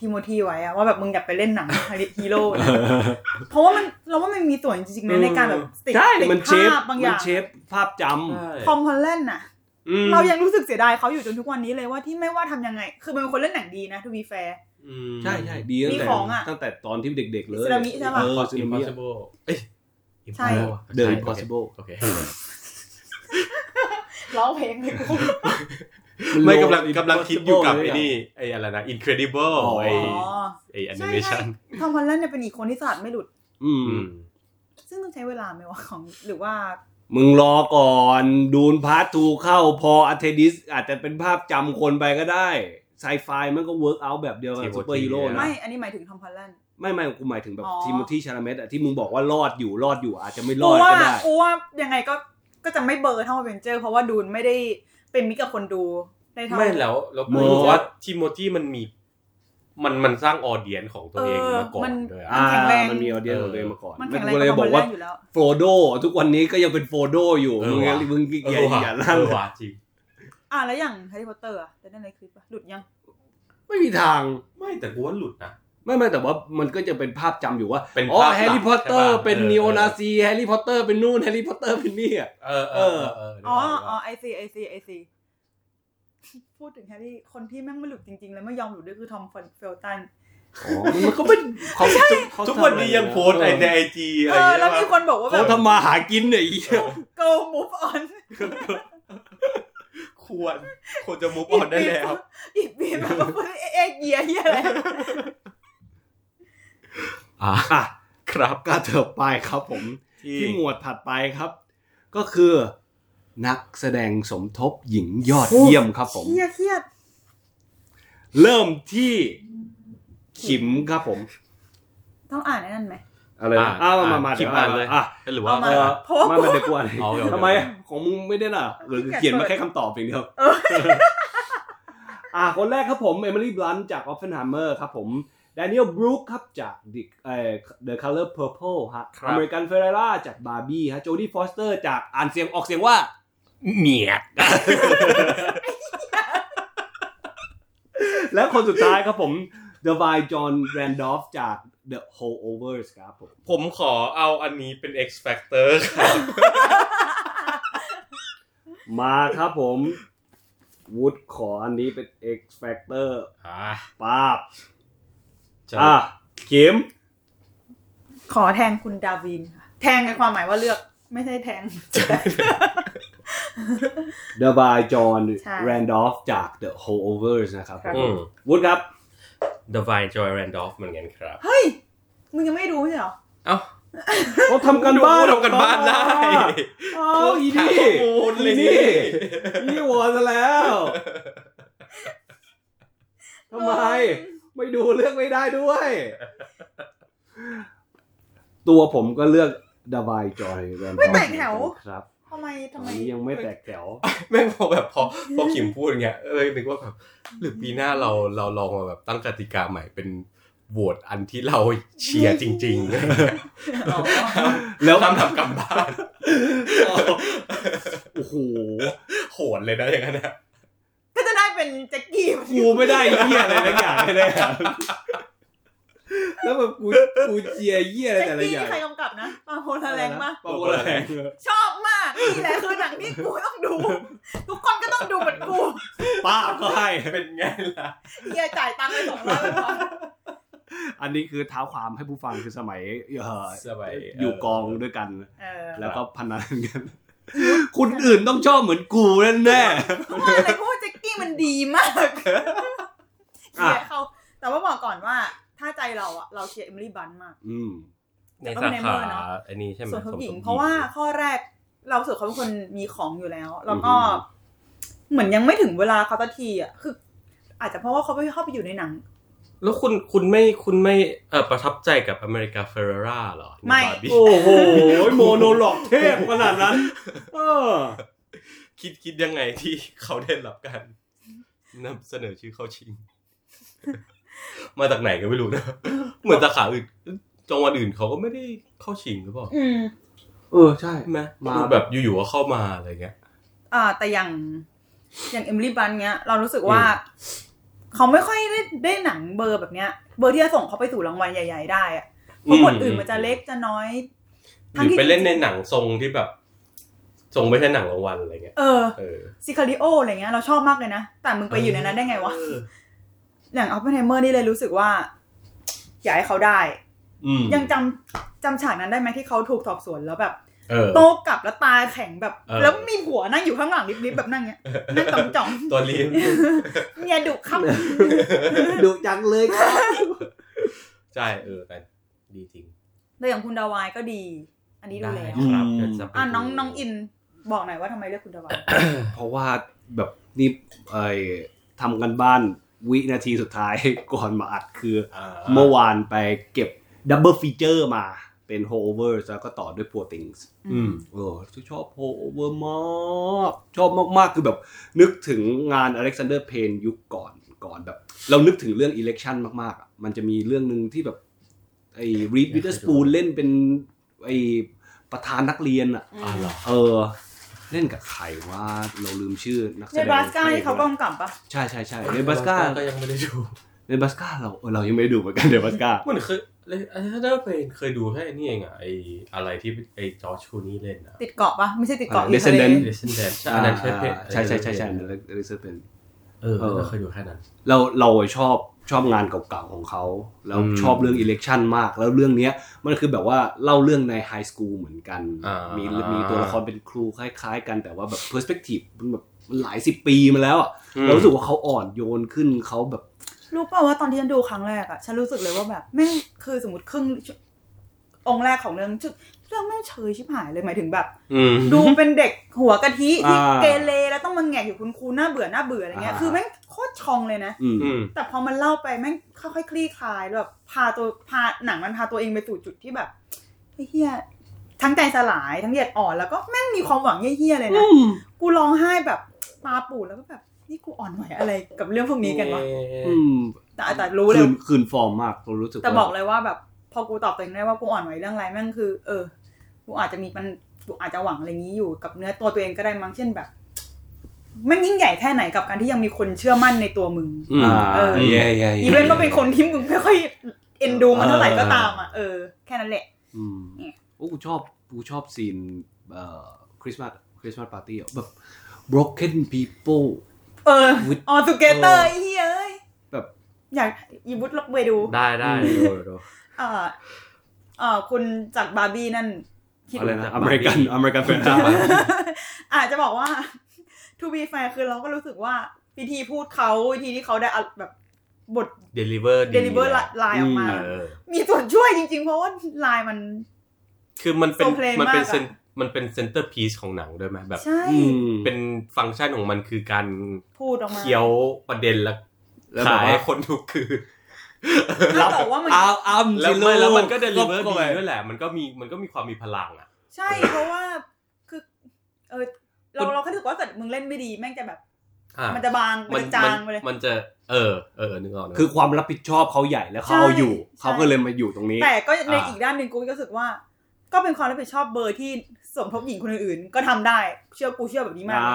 Speaker 3: ทิโมธีไว้อะว่าแบบมึงอย่าไปเล่นหนัง [LAUGHS] ฮีโร่นะเพราะว่ามันเราว่ามันมีส่วนจริงๆนะในการแบบติด
Speaker 1: ใช่
Speaker 3: ติด
Speaker 1: มันเชฟ
Speaker 3: ภาพบางอ
Speaker 1: มั
Speaker 3: ย่าน ง
Speaker 1: เชฟภาพจ
Speaker 3: คอมฮอลแลนด์น่ะ
Speaker 1: ำอืม
Speaker 3: เรายังรู้สึกเสียดายเขาอยู่จนทุกวันนี้เลยว่าที่ไม่ว่าทำยังไง คือมันเป็นคนเล่นหนังดีนะทูบีแฟร์
Speaker 2: อืม
Speaker 1: ใช่ใช่ดีตั้ง
Speaker 3: มี
Speaker 1: แต่
Speaker 3: ของอะ
Speaker 1: ตั้งแต่ตอนที่เด็กๆเลย
Speaker 3: อิสรามิใช่ปะ
Speaker 1: เอออิสรามิ
Speaker 2: impossible เอ้ย
Speaker 3: ใช่
Speaker 2: impossible อะ
Speaker 1: The
Speaker 2: ใช่
Speaker 1: Impossible
Speaker 2: โอเค
Speaker 3: ร้องเพลงเลยกู
Speaker 2: [LAUGHS] ไม่กำลังกำลังคิดอยู่กับไอ้นี่
Speaker 1: Impossible
Speaker 2: ไอ้อะไรนะ incredible
Speaker 1: อ๋อ
Speaker 2: ไอ้
Speaker 3: อ๋อ
Speaker 2: ไอ้ animation
Speaker 3: ทอมฮอลแลนด์เนี่ยเป็นอีกคนที่สลัดไม่หลุด
Speaker 1: อืม
Speaker 2: อืม
Speaker 3: ซึ่งต้องใช้เวลาไหมวะของหรือว่า
Speaker 1: มึงรอก่อนดูนพาร์ททูเข้าพออัเทดิสอาจจะเป็นภาพจำคนไปก็ได้ไซไฟมันก็เวิร์กเอาแบบเดียวกับซูเปอร์ฮีโร่นะ
Speaker 3: ไม่อันนี้หมายถึงทอมฮอลแลนด์
Speaker 1: ไม่ไม่กูหมายถึงแบบ
Speaker 3: อ๋อ
Speaker 1: ทีมที่ชาลาเมตอะที่มึงบอกว่ารอดอยู่รอดอยู่อาจจะไม่ร
Speaker 3: กู
Speaker 1: อด
Speaker 3: ว่า
Speaker 1: ก็ได้
Speaker 3: กูว่ายังไงก็ก็จะไม่เบอร์เท่าอเวนเจอร์ เพราะว่าดูนไม่ได้เป็นมิตรกับคนดูได้เท่า
Speaker 2: ไม่แล้วแล้ว
Speaker 1: โม
Speaker 2: กูรู้ว่าทิโมธีมันมี มันมันสร้างออเดียนของตัวเอง
Speaker 3: เออ
Speaker 2: มาก่อ
Speaker 3: มันน
Speaker 2: ด้วย
Speaker 1: อ่า
Speaker 2: อะ
Speaker 3: แข็งแรง
Speaker 1: มันมีออเดียนของตัวเองมาก่อน
Speaker 3: มันแข็งแรง
Speaker 1: กูเลย
Speaker 3: กับบ ฮ
Speaker 1: อ
Speaker 3: อก ลแล
Speaker 1: ว่าน
Speaker 3: ด์อยู่แล้ว
Speaker 1: โฟโดทุกวันนี้ก็ยังเป็นโฟโดอยู่
Speaker 2: เออ
Speaker 1: มึง
Speaker 2: ว่ะ
Speaker 1: มึง
Speaker 2: เอ
Speaker 1: อย่า
Speaker 2: อ
Speaker 1: อย่า
Speaker 2: ว่ะ
Speaker 1: ลั่น
Speaker 2: เออว่ะจริง
Speaker 3: อ่ะแล้วอย่างแฮร์รี่พอตเตอร์อะจะได้ในคลิปปะหลุดยัง
Speaker 1: ไม่มีทาง
Speaker 2: ไม่แต่กูว่าหลุดนะ
Speaker 1: ไม่ไม่แต่ว่ามันก็จะเป็นภาพจำอยู่ว่า
Speaker 2: เป็น
Speaker 1: อ๋อ
Speaker 2: ภาพ
Speaker 1: แฮร์รี่พอตเตอ
Speaker 2: ใช่
Speaker 1: ร์
Speaker 2: ปะ
Speaker 1: เป็น
Speaker 2: เออ
Speaker 1: นีโอนาซีแฮร์รี่พอตเตอร์เป็นนู่นแฮร์รี่พอตเตอร์เป็นนี่อะ
Speaker 2: เออเออเออ
Speaker 3: อ๋อ
Speaker 2: เดี๋ยว
Speaker 3: อ๋
Speaker 2: ก่
Speaker 3: อ
Speaker 2: อน
Speaker 3: ไอซี ไอซี ไอซี [LAUGHS] พูดถึงแฮร์รี่ คนที่แม่งไม่หลุดจริงๆ แล้วไม่ยอมหลุดด้วยคือทอมเฟลตัน
Speaker 1: มันก็เป็นเขาเขา
Speaker 2: ทุกวันนี้ยังโพสต์
Speaker 1: เออ
Speaker 2: ในไอจีอะ
Speaker 3: เอ
Speaker 2: ไรอย่าง
Speaker 3: อ
Speaker 2: เงี้ย
Speaker 3: แล้วมีคนบอกว่าแบ
Speaker 1: เขา
Speaker 3: บ
Speaker 1: ทำมาหากินเนี่ยไอ้เหี้ย
Speaker 3: go move on
Speaker 2: [LAUGHS] ควรควรจะมุกออนได้แล้ว
Speaker 3: อีกปีมันก็พูดเอ๊ะเอ๊ะเยียเยียอะไร
Speaker 2: อ่า
Speaker 1: อ่ะ
Speaker 2: ครับ
Speaker 1: ก็เถิบไปครับผม
Speaker 2: ที่
Speaker 1: ที่หมวดถัดไปครับ ก็คือ นักแสดงสมทบหญิงยอด
Speaker 3: โอ้
Speaker 1: เยี่ยมครับผม
Speaker 3: เยียเครียด
Speaker 1: เริ่มที่ขิมครับผม
Speaker 3: ต้องอ่านไอ้นั่นไหม
Speaker 1: อะไรนะอ้าวมามามา
Speaker 2: คลิป
Speaker 1: เดี๋ยว
Speaker 2: อ่านเลย
Speaker 1: อ่ะ
Speaker 2: หรือว่า
Speaker 3: เอ
Speaker 1: เออ
Speaker 3: เพราะว่า
Speaker 1: ไมามาเดี๋ยวกูอ่าน
Speaker 2: เอาเดี๋ยว
Speaker 1: ทำไมอะของมึงไม่ได้น่ะหรือเขียนมาแค่คำตอบเพียงเดียว
Speaker 3: เออ
Speaker 1: อ่ะคนแรกครับผมเอมิลี่บลันจากออฟเฟนไฮเมอร์ครับผมแดเนียลบรูคครับจาก The เอ่อ The Color Purple ฮะ
Speaker 2: ครับ
Speaker 1: อเมริกันเฟรร่าจากบาร์บี้ฮะโจดี้ฟอสเตอร์จากอ่านเสียงออกเสียงว่า
Speaker 2: เหนียด
Speaker 1: และคนสุดท้ายครับผม The v i จอห์นแรนดอฟจาก The Holdovers ครับผม
Speaker 2: ผมขอเอาอันนี้เป็น X Factor ครับ
Speaker 1: มาครับผมวูดขออันนี้เป็น X Factor
Speaker 2: อ่า
Speaker 1: ป้าบ
Speaker 2: จะ
Speaker 1: อ่ะเข็ม
Speaker 3: ขอแทงคุณดาวินค่ะ แทงในความหมายว่าเลือก ไม่ใช่แทง
Speaker 1: เดอะบายจอห์น
Speaker 3: ใช่
Speaker 1: แรนดอฟจาก The Holdovers นะครับผม
Speaker 2: อืม
Speaker 1: วูดครับ
Speaker 2: Divine Joy Randolph เหมือนกันครับ
Speaker 3: เฮ้ย มึงยังไม่รู้ใช่เหรอ
Speaker 2: เอ้า
Speaker 1: เขาทำกันบ้าน
Speaker 2: ทำกันบ้านได้
Speaker 1: เอ้าอีนี่
Speaker 2: หาข้อมูลเลยนี่
Speaker 1: นี่นี่วอนซะแล้วทำไม ไม่ดูเลือกไม่ได้ด้วย ตัวผมก็เลือก ดาวายจอยแรม
Speaker 3: ไม่แตกแถว
Speaker 1: ครับ
Speaker 3: ทำไม
Speaker 1: ตอ
Speaker 3: ทำ
Speaker 1: น
Speaker 3: ไม
Speaker 1: นี้ยังไม่แตกแถว
Speaker 2: แม่งพอแบบพอพอขิมพูดอย่างเงี้ยเอ้ยนึกว่าแบบหรือปีหน้าเราเราลองมาแบบตั้งกติกาใหม่เป็นโหวตอันที่เราเชียร์จริงๆ
Speaker 1: แล้ว
Speaker 2: ทำทำกลับบ้าน
Speaker 1: โอ้โห
Speaker 2: โหดเลยนะอย่างนั้นนะ
Speaker 3: [LAUGHS] ก็จะได้เป็นแจ็คกี้มา
Speaker 1: กูไม่ได้เหี้ยอะไรทั้งอย่างแน่ๆครับแล้วแบบกูกูเจียเหี้ยอะไร
Speaker 3: แจ็ค
Speaker 1: แต่ละ
Speaker 3: กี้
Speaker 1: อย่าง
Speaker 3: ที่ใครกำกับนะปาโพลาแรงมาก
Speaker 1: ปะโมแรง
Speaker 3: ชอบมาก นี่แหละคือหนังที่กูต้องดู ทุกคนก็ต้องดูเหมือนกู
Speaker 1: ป้าบก็ให้
Speaker 2: เป็นไงล่ะ
Speaker 3: เฮียจ่ายตังค์ไปสองร้อยก่อน
Speaker 1: อันนี้คือเท้าความให้ผู้ฟังคือสมัยเอ่อ
Speaker 2: สมัย
Speaker 1: อยู่กองด้วยกัน
Speaker 3: เออ
Speaker 1: แล้วก็พนันกันคุณอื่นต้องชอบเหมือนกูแน่แน่
Speaker 3: เพราะว่าอะไรเพราะว่าแจ็คกี้มันดีมากเฮียเขาแต่ว่าบอกก่อนว่า ถ้าใจเราอะเราเชียร์เอมิลี่บันต์มาก
Speaker 1: ๆอืม
Speaker 2: ในสาขาอันนี้ใช่ไหม
Speaker 3: ส่วนของหญิ
Speaker 2: ส
Speaker 3: ง
Speaker 2: มทบ
Speaker 3: เพราะว่าข้อแรกเรารู้สึกเขาเป็นคนมีของอยู่แล้ว แล้วก็ เหมือนยังไม่ถึงเวลาเขาสักทีอ่ะคือ อาจจะเพราะว่าเขาไปเข้าไปอยู่ในหนัง
Speaker 2: แล้วคุณคุณไม่คุณไม่เอ่อประทับใจกับอเมริกาเฟอร์ราหรอใน
Speaker 3: ไม่
Speaker 2: บาร์บี้
Speaker 1: โอ้โห โมโนหลอกเทพขนาดนั้น เออ
Speaker 2: คิดคิดยังไงที่เขาได้รับการนำเสนอชื่อเข้าชิง [LAUGHS] มาจากไหนก็ไม่รู้นะ [LAUGHS] เหมือนสาขาอื่นจังหวัดอื่นเขาก็ไม่ได้เข้าชิงหรือเปล่า
Speaker 3: อืม
Speaker 1: เออ ใช่
Speaker 2: ใช่ไหม
Speaker 1: มา
Speaker 2: ดูแบบอยู่ๆก็เข้ามาอะไรเงี้ย
Speaker 3: อ่า แต่อย่างอย่างเอมิลี่บันเนี้ย เรารู้สึกว่า เขาไม่ค่อยได้ได้หนังเบอร์แบบเนี้ย เบอร์ที่จะส่งเขาไปสู่รางวัลใหญ่ ๆ ได้อ่ะเพราะบทอื่นมันจะเล็กจะน้อย
Speaker 2: หรือไปเล่นในหนังทรงที่แบบ ทรงไม่ใช่หนังรางวัลอะไรเงี้ย
Speaker 3: เออ
Speaker 2: เออ
Speaker 3: ซิคาริโออะไรเงี้ยเราชอบมากเลยนะ แต่มึงไปอยู่ในนั้นได้ไงวะ
Speaker 2: เออ
Speaker 3: อย่างอัลเปนไฮเมอร์นี่เลยรู้สึกว่า อยากให้เขาได้
Speaker 1: อืม
Speaker 3: ยังจำจำฉากนั้นได้ไหมที่เขาถูกสอบสวนแล้วแบบ
Speaker 2: เออ
Speaker 3: โตกลับแล้วตาแข็งแบบ
Speaker 2: เออ
Speaker 3: แล้วมีหัวนั่งอยู่ข้างหลังริบๆแบบนั่งเงี้ยนั่งจ่อง
Speaker 2: [LAUGHS] ตัวรีบ
Speaker 3: ๆเมียดุครับ
Speaker 1: ดุจังเลยครับ
Speaker 2: ใช่เออแต่ดีจริง
Speaker 3: แล้วอย่างคุณดาวายก็ดี อันนี้ดู
Speaker 2: ได้
Speaker 3: แล้ว
Speaker 2: ครับเดี๋ยวจะไป
Speaker 3: อ่ะน้อง
Speaker 2: ดู
Speaker 3: น้องอินบอกหน่อยว่าทำไมเลือกคุณดาวาย
Speaker 1: เพราะว่าแบบนี่ไอ้ทำกันบ้านวินาทีสุดท้าย ก่อนมาอัดคือ เมื่อวานไปเก็บดับเบิลฟีเจอร์มาเป็นโฮเวอร์แล้วก็ต่อด้วยพัวติงส์
Speaker 2: อืม
Speaker 1: เออชอบโฮเวอร์มาก ชอบมาก ๆ คือแบบ นึกถึงงานอเล็กซานเดอร์เพนยุคก่อนก่อนแบบ เรานึกถึงเรื่องอิเล็กชันมากๆอะมันจะมีเรื่องหนึ่งที่แบบ ไอ้รีดวิเตอร์สปูนเล่นเป็นไอ้ประธานนักเรียนอ่ะ
Speaker 2: อ่าเหรอ
Speaker 1: เออ เล่นกับใครว่าเราลืมชื่อนักแสด
Speaker 3: ใน
Speaker 1: ง
Speaker 3: บาสก้าที่เขากำกับปะ
Speaker 1: ใช่ใช่ใช่ในบัสก้า
Speaker 2: ก็ยังไม่ได้ดู
Speaker 1: ในบัสก้าเราเออเรายังไม่ได้ดูเหมือนกันในบัสก้า
Speaker 2: เหมือนเคยเลยไอ้ถ้าได้ไปเคยดูแค่นี่เองอะไออะไรที่ไอจอร์จคูนี่เล่นอะ
Speaker 3: ติดเกาะปะไม่ใช่ติดเกาะ
Speaker 1: เด
Speaker 3: อิ
Speaker 1: ซ
Speaker 3: ตา
Speaker 1: เดน
Speaker 3: ลี
Speaker 2: เดซันแดนใช่อันนั้นใช่เพจ
Speaker 1: ใช่ใช่ใช่ใช่เดซเดน
Speaker 2: เออน่าเคยดูแค่นั้น
Speaker 1: เราเราชอบชอบงานเก่าๆของเขาแล้ว
Speaker 2: อืม
Speaker 1: ชอบเรื่องอิเล็กชันมากแล้วเรื่องเนี้ยมันคือแบบว่าเล่าเรื่องในไฮสคูลเหมือนกัน
Speaker 2: อ่ามี
Speaker 1: มีมีตัวละครเป็นครูคล้ายๆ กันแต่ว่าแบบเพอร์สเปกทีฟมันแบบมันหลายสิบปีมาแล้วอะเรารู้สึกว่าเขาอ่อนโยนขึ้นเขาแบบ
Speaker 3: รู้ป่าว่าตอนที่ฉันดูครั้งแรกอะฉันรู้สึกเลยว่าแบบแม่งคือสมมติครึ่งองค์แรกของเรื่องชื่อเรื่องแม่งเฉยชิบหายเลยหมายถึงแบบ
Speaker 2: อืม
Speaker 3: ดูเป็นเด็กหัวกะทิที่
Speaker 1: อ่า
Speaker 3: เกเรแล้วต้องมาแงกอยู่คุณครูหน้าเบื่อหน้าเบื่ออะไรเงี้ย
Speaker 1: อ่า
Speaker 3: คือแม่งโคตรชองเลยนะ
Speaker 1: อืม
Speaker 2: อืม
Speaker 3: แต่พอมันเล่าไปแม่งค่อยๆคลี่คลายแล้วแบบพาตัวพาหนังมันพาตัวเองไปสู่จุดที่แบบไอ้เฮียทั้งใจสลายทั้งเหยียดอ่อนแล้วก็แม่งมีความหวังเฮี้ยๆเลยนะ กูร้องไห้แบบตาปูดแล้วก็แบบนี่กูอ่อนไหวอะไรกับเรื่องพวกนี้กันวะ
Speaker 1: อืม
Speaker 3: แต่แต่รู้เล
Speaker 1: คื
Speaker 3: ย
Speaker 1: นคืนฟอร์มมากเรารู้สึก
Speaker 3: แต่บอกเลยว่าแบบพอกูตอบตัวเองได้ว่ากูอ่อนไหวเรื่องอะไรแม่งคือ เออ กูอาจจะมีมันกูอาจจะหวังอะไรอย่างนี้อยู่กับเนื้อตัวตัวเองก็ได้มั้งเช่นแบบแม่งยิ่งใหญ่แค่ไหนกับการที่ยังมีคนเชื่อมั่นในตัวมึง
Speaker 2: อืม
Speaker 1: อ่า
Speaker 3: เออ
Speaker 1: แย่แย่แย่
Speaker 3: อีเวนต์ก็เป็นคนที่มึงไม่ค่อยเอ็นดูมันเท่าไหร่ก็ตามอ่ะเออแค่นั้นแหละ
Speaker 1: อืมโอ้กูชอบกูชอบซีนเอ่อคริสต์มาสคริสต์มาสปาร์ตี้แบบ broken people
Speaker 3: เออ
Speaker 1: with
Speaker 3: ออสุเกเตอร์
Speaker 1: เออ
Speaker 3: ไอ้เหี้ยเอ้ย
Speaker 1: แบบ
Speaker 3: อยากอีบุตลบไปดู
Speaker 2: ได้ได้ดูดู
Speaker 3: เออเออคุณจากบาร์บี้นั่น [LAUGHS] คิด
Speaker 1: อะไรนะ
Speaker 2: จาก
Speaker 1: อเมริกัน
Speaker 2: Barbie
Speaker 1: อเมริกันแฟนตา
Speaker 3: อาจจะบอกว่า to be fair คือเราก็รู้สึกว่าวิธีพูดเขาวิธีที่เขาได้แบบบท
Speaker 2: เดลิเวอร์
Speaker 3: deliver ไลน์ออกมา มีส่วนช่วยจริงๆ เพราะว่าไลน์มัน
Speaker 2: คือมันเป็น
Speaker 3: ทรงเพลง
Speaker 2: มันเป็น
Speaker 3: มากอะ
Speaker 2: เซนมันเป็นเซนเตอร์พีซของหนังด้วยไหมแบบ
Speaker 3: ใช่
Speaker 1: อืม
Speaker 2: เป็นฟังก์ชันของมันคือการ
Speaker 3: พูดออกมา
Speaker 2: เคี้ยวประเด็นและ
Speaker 1: แล้วแบ
Speaker 2: ขา
Speaker 1: บ
Speaker 2: ย
Speaker 1: ว่า
Speaker 2: คนทุกคือ
Speaker 3: ถ้าบอกว่ามัน
Speaker 1: อ้าวอ้าว
Speaker 2: แล้ว
Speaker 1: สิ
Speaker 2: ไม่แล้วมันก็เดลิเวอร์
Speaker 1: ก็
Speaker 2: ดี
Speaker 1: ไป
Speaker 2: ด้วยแหละ มันก็มีมันก็มีความมีพลังอ่ะ
Speaker 3: ใช่เพราะว่าคือเออเราเราแค่รู้สึกว่าเกิดมึงเล่นไม่ดีแม่งจะแบบ
Speaker 2: อ่ะ
Speaker 3: มันจะบางมันจะจางไปเลย
Speaker 2: มันจะเออเออนึกออกนะ
Speaker 1: คือความรับผิดชอบเขาใหญ่แล้วเขาเอาอยู่
Speaker 3: ใช่
Speaker 1: เขาก็เลยมาอยู่ตรงนี้
Speaker 3: แต่ก็ใน
Speaker 1: อ่า
Speaker 3: อีกด้านหนึ่งกูก็รู้สึกว่า ก็เป็นความรับผิดชอบเบอร์ที่สมทบหญิงคนอื่นๆก็ทำได้ เชื่อกูเชื่อแบบนี้มาก
Speaker 1: อ่า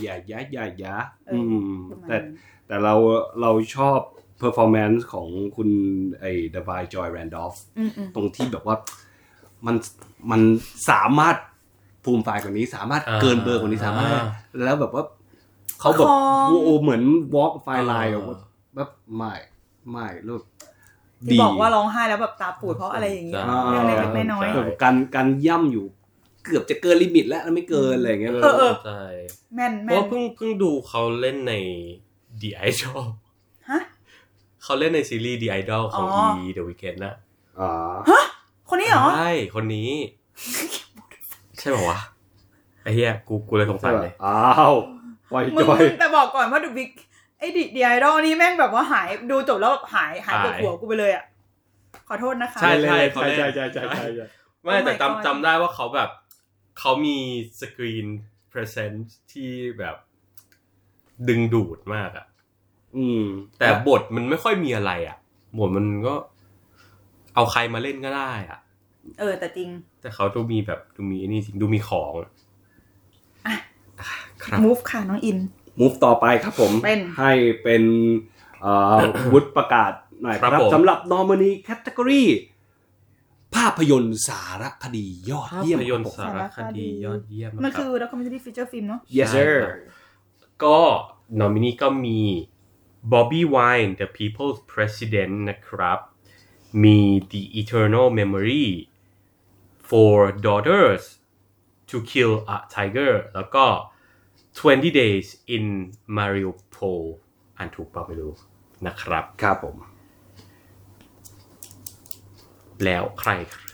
Speaker 1: อย่าอย่าอย่าอย่า
Speaker 3: เอออื
Speaker 1: อืม
Speaker 3: ประมาณ
Speaker 1: แต่
Speaker 3: นั้น
Speaker 1: แต่เราเราชอบ performance ของคุณไอ้ดบายจอยแรนดอฟ
Speaker 3: อืมอืม
Speaker 1: ตรงที่แบบว่ามันมันสามารถภูมิฝ่ายกว่านี้ สามารถเกินเบอร์กว่านี้สามารถ แล้วแบบว่าเขาแบบ
Speaker 3: ประคอง
Speaker 1: โอ้เหมือน walk ไฟไลน์แบบว่าแบบไม่ไม่รูป
Speaker 3: ที่บอกว่าร้องไห้แล้วแบบตาปูดเพราะอะไรอย่างเงี้ย
Speaker 2: ใช่
Speaker 1: เรื่องเล็ก
Speaker 3: ๆน้อยๆ
Speaker 2: ใช่
Speaker 1: การการย่ำอยู่เกือบจะเกินลิมิตแล้วแล้วไม่เกินอะไรอย่างเงี้ย
Speaker 3: เออเออ
Speaker 2: ใช่
Speaker 3: แม่น
Speaker 2: เพ
Speaker 3: แม่
Speaker 2: ราะ
Speaker 3: น
Speaker 2: ว่าเพิ่งเพิ่งดูเขาเล่นใน The Idol [LAUGHS]
Speaker 3: ฮะ
Speaker 2: เขาเล่นในซีรีส์ The Idol ของ
Speaker 3: อ๋อ
Speaker 2: E The Weeknd นะ
Speaker 1: อ๋อ
Speaker 3: คนนี้เหรอ
Speaker 2: ใช่คนนี้
Speaker 3: [LAUGHS]
Speaker 2: ใช่ป่าวะไอ้เหี้ยกูกูเลยสง
Speaker 1: ใช่
Speaker 2: สัย
Speaker 1: ป่ะ
Speaker 2: เลย
Speaker 1: อ้าวปล่อย
Speaker 3: มึ
Speaker 1: จ
Speaker 3: ง
Speaker 1: อย
Speaker 3: มึงแต่บอกก่อนว่าดูบิ๊กไอ้ดิดีไอดอลนี่แม่งแบบว่าหายดูจบแล้วแบบหายหายไปหัวกูไปเลยอ่ะขอโทษนะคะ
Speaker 2: ใช่
Speaker 1: ใช่ใช่
Speaker 2: ใช่เขาเล่น
Speaker 1: ใช่ใช่ใช่ใช่ใช่
Speaker 2: ไม่
Speaker 3: Oh my
Speaker 2: แต่
Speaker 3: God
Speaker 2: จำจำได้ว่าเขาแบบเขามีสกรีน present ที่แบบดึงดูดมากอะ
Speaker 1: อืม
Speaker 2: แต่บทมันไม่ค่อยมีอะไรอะบทมันก็ เอาใครมาเล่นก็ได้อะ
Speaker 3: เออแต่จริง
Speaker 2: แต่เขาดูมีแบบดูมีไอ้นี่จริงดูมีของอะ
Speaker 3: อ่ะ
Speaker 2: อ่ะครับ
Speaker 3: มูฟค่ะน้องอิน
Speaker 1: มูฟต่อไปครับผม
Speaker 3: เป็น
Speaker 1: ให้เป็นเอ่
Speaker 2: [COUGHS]
Speaker 1: อ วุฒิประกาศหน่อยค
Speaker 2: ครั
Speaker 1: รั
Speaker 2: บบ ผม
Speaker 1: สำหรับนอม n นีแคตตากรีภาพยนตร์สารคดียอด
Speaker 2: ภา
Speaker 1: เยี่ยม
Speaker 2: พยน
Speaker 1: ค
Speaker 2: ต
Speaker 1: บ
Speaker 2: ร์
Speaker 1: ผม
Speaker 2: สารคดียอดเยี่ยมะรับ
Speaker 3: มันคือ documentary feature film เนอะ
Speaker 1: yes sir
Speaker 2: ก็นอมินีก็มีบ o อบบี้ไว e The People's President นะครับ มี The Eternal Memory Four Daughters To Kill a Tiger แล้วก็ 20 Days in Mariupol อ่านถูกเปล่าไม่รู้นะครับ
Speaker 1: ครับผม
Speaker 2: แล้วใคร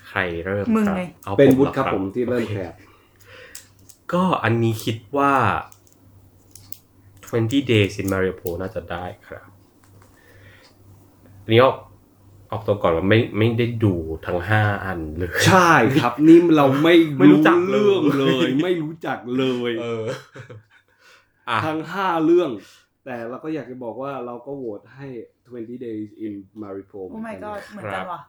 Speaker 2: ใครเริ่ม
Speaker 3: มึง
Speaker 2: ครับ
Speaker 3: ไง
Speaker 2: อา
Speaker 1: เป็น
Speaker 2: ผม
Speaker 1: วุฒิ
Speaker 2: หอ
Speaker 1: ครับผมที่เริ่ม
Speaker 2: โอค
Speaker 1: แคบ
Speaker 2: ก็อันนี้คิดว่า 20 days in Mariupol น่าจะได้ครับ อันนี้ออกออกตัวก่อนว่าไม่ไม่ได้ดูทั้ง 5 อันเลย
Speaker 1: ใช่ครับ นี่เราไม่
Speaker 2: [LAUGHS] ไม่รู้จักเลย
Speaker 1: เรื่องเลย ไม่รู้จักเลย
Speaker 2: เออ อ่ะ
Speaker 1: ทั้งห้าเรื่อง แต่เราก็อยากจะบอกว่าเราก็โหวตให้ 20 days in Mariupol
Speaker 3: โอ้ my god เหมือน
Speaker 2: ครั
Speaker 3: กัน
Speaker 2: บ
Speaker 3: ว่ะ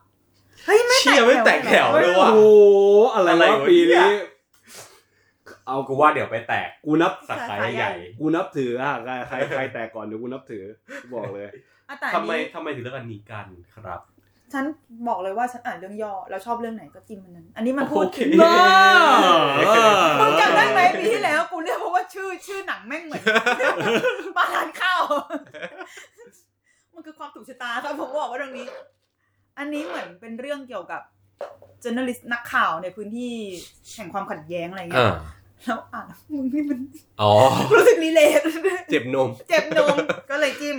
Speaker 3: เฮ้ยไม่
Speaker 2: เชี่ยไม่แตกแถว
Speaker 3: เล
Speaker 2: เลย ย
Speaker 3: ว่ะ
Speaker 2: ว่ะ
Speaker 1: โอ้โหอะไร
Speaker 2: อะไร
Speaker 1: วะ
Speaker 2: วะ
Speaker 1: ปีนี้
Speaker 2: เนี่ย
Speaker 1: เอา
Speaker 2: กูว่าเดี๋ยวไปแตก
Speaker 1: กูนับ
Speaker 2: สักสายใหญ่
Speaker 1: กูนับถืออะใครใครใครแตกก่อนเดี๋ยวกูนับถือกูบอกเลย
Speaker 3: อ่ะแต่
Speaker 2: ทำไม
Speaker 3: นี้
Speaker 2: ทำไมถึงเลือกอันนี้กันครับ
Speaker 3: ฉันบอกเลยว่าฉันอ่านเรื่องย่อแล้วชอบเรื่องไหนก็จิ้มมันนั้น อันนี้มันพูด
Speaker 2: โอเค
Speaker 3: ถึง
Speaker 2: บ้า
Speaker 3: มึงจำได้ไหมปีที่แล้วกูเรียกเพราะว่าชื่อชื่อหนังแม่งเหมือน [LAUGHS] บ้านร้านข้าว [LAUGHS] มันคือความถูกชะตาครับผมบอกว่าเรื่องนี้ อันนี้เหมือนเป็นเรื่องเกี่ยวกับ journalist นักข่าวในพื้นที่แห่งความขัดแย้งอะไรเงี้ย
Speaker 2: อ่า
Speaker 3: แล้วอ่านแล้วมึงนี่มัน
Speaker 2: อ๋อ
Speaker 3: รู้สึกรีเลท [LAUGHS]
Speaker 2: เจ็บนม
Speaker 3: เจ็บนมก็เลยจิ้ม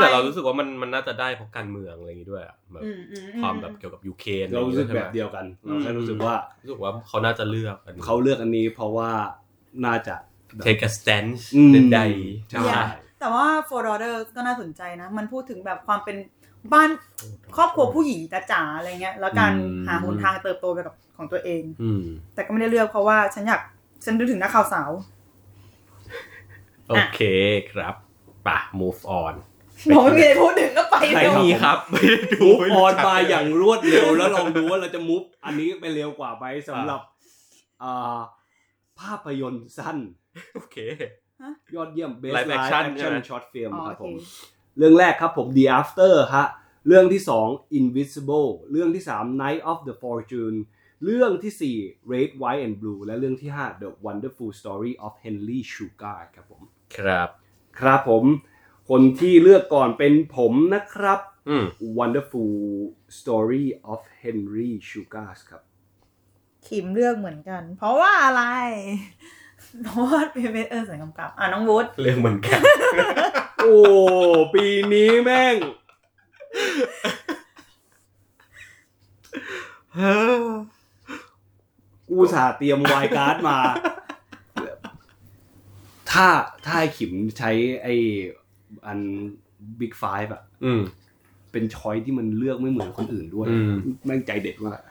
Speaker 2: แต่เรารู้สึกว่ามันมันน่าจะได้เพราะการเมืองอะไรอย่างงี้ด้วยอะแบบ
Speaker 3: อืมอืมอื
Speaker 2: ความแบบเกี่ยวกับยูเครน
Speaker 1: เรารู้สึกแบบ
Speaker 2: ยว
Speaker 1: เดียวกัน เราแค่
Speaker 2: อืม
Speaker 1: รู้สึกว่า
Speaker 2: รู้สึกว่าเขาน่าจะเลือกอันนี้
Speaker 1: เขาเลือกอันนี้เพราะว่าน่าจะ
Speaker 2: take a stance
Speaker 1: อืม
Speaker 2: ใดๆ
Speaker 1: ใช่
Speaker 2: ไหม
Speaker 3: อย่าแต่ว่า for order ก็น่าสนใจนะ มันพูดถึงแบบความเป็นบ้านครอบครัวผู้หญิงจ๋าๆอะไรเงี้ย แล้วการ
Speaker 2: อืม
Speaker 3: หาหนทางเติบโตไปกับของตัวเอง
Speaker 2: อืม
Speaker 3: แต่ก็ไม่ได้เลือกเพราะว่าฉันอยาก ฉันดูถึงนักข่าวสาว [LAUGHS]
Speaker 2: โอเคครับป่ะ move on
Speaker 3: บอกไม่มีอะไรพูดถึงก็ไป
Speaker 1: ใช่
Speaker 3: เร็ว
Speaker 1: ครับ
Speaker 2: มีครับ ไม่ได้ดู
Speaker 1: มูฟออ
Speaker 2: ไม่รู้
Speaker 1: น
Speaker 2: จัก
Speaker 1: ไปอย่างรวดเร็วแล้วลองดูว่าเราจะมูฟอันนี้ไปเร็วกว่าไหมสำหรับอ่าภาพยนตร์สั้น
Speaker 2: โอเค
Speaker 1: ยอดเยี่ยม Best
Speaker 2: Live
Speaker 1: Live
Speaker 2: Action
Speaker 1: Action
Speaker 2: ใช่ไหม
Speaker 1: Short Film
Speaker 3: อ๋อ
Speaker 1: ค
Speaker 3: โอ
Speaker 1: รับ
Speaker 3: เค
Speaker 1: ผม เรื่องแรกครับผม The After ฮะ เรื่องที่ 2 Invisible เรื่องที่ 3 Night of the Fortune เรื่องที่ 4 Red White and Blue และเรื่องที่ 5 The Wonderful Story of Henry Sugar ครับผม
Speaker 2: ครับ
Speaker 1: ครับผม คนที่เลือกก่อนเป็นผมนะครับ
Speaker 2: อืม
Speaker 1: Wonderful Story of Henry Sugar ครับ
Speaker 3: ขิมเลือกเหมือนกัน เพราะว่าอะไร [LAUGHS] เพราะว่าเป็นเออสังกำกับ อ่ะน้องวุฒิ
Speaker 2: เรื่องเหมือนกัน
Speaker 1: โอ้ ปีนี้แม่ง กูอุตสาห์เตรียมไวายการ์ดมา ถ้าถ้าไอ้ขิมใช้ไออันบิ๊กไฟฟ์อะ
Speaker 2: อืม
Speaker 1: เป็นช้อยที่มันเลือกไม่เหมือนคนอื่นด้วย
Speaker 2: อืม
Speaker 1: แม่งใจเด็ดมาก [COUGHS]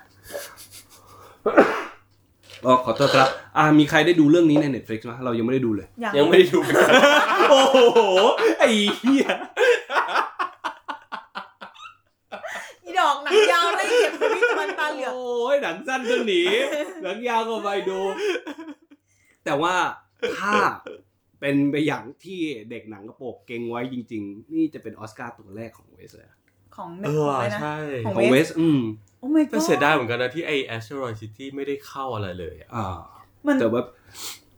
Speaker 1: อ๋อขอโทษครับ อ่ามีใครได้ดูเรื่องนี้ใน Netflix ไหมเรายังไม่ได้ดูเลย
Speaker 3: อย่าง
Speaker 2: ยังไม่ได้ดู
Speaker 4: โอ้โหไอ้เหี้ย
Speaker 3: อีดอกหนังยาวไล่เก็บ [LAUGHS] พี่ตะวันตาเหลือก
Speaker 4: โอ้ยหนังสั้นก็หนีหนังยาวก็ไปดู
Speaker 1: แต่ว่าถ้าเป็นไปอย่างที่เด็กหนังกระโปรงเก่งไว้จริง ๆ นี่จะเป็นออสการ์ตัวแรกของเวสเลยนะ
Speaker 3: ของเน็
Speaker 2: เอ
Speaker 3: ต
Speaker 2: อ
Speaker 3: เลยนะ
Speaker 2: ใช่
Speaker 3: ของ
Speaker 1: ของเวส อืม
Speaker 3: โอ้ my
Speaker 2: แต่
Speaker 3: god
Speaker 2: เสียดายเหมือนกันนะที่ไอแอสเ r อร d ซิตี้ไม่ได้เข้าอะไรเลยอะ
Speaker 1: อ่า
Speaker 3: มัน
Speaker 1: แต่ว่า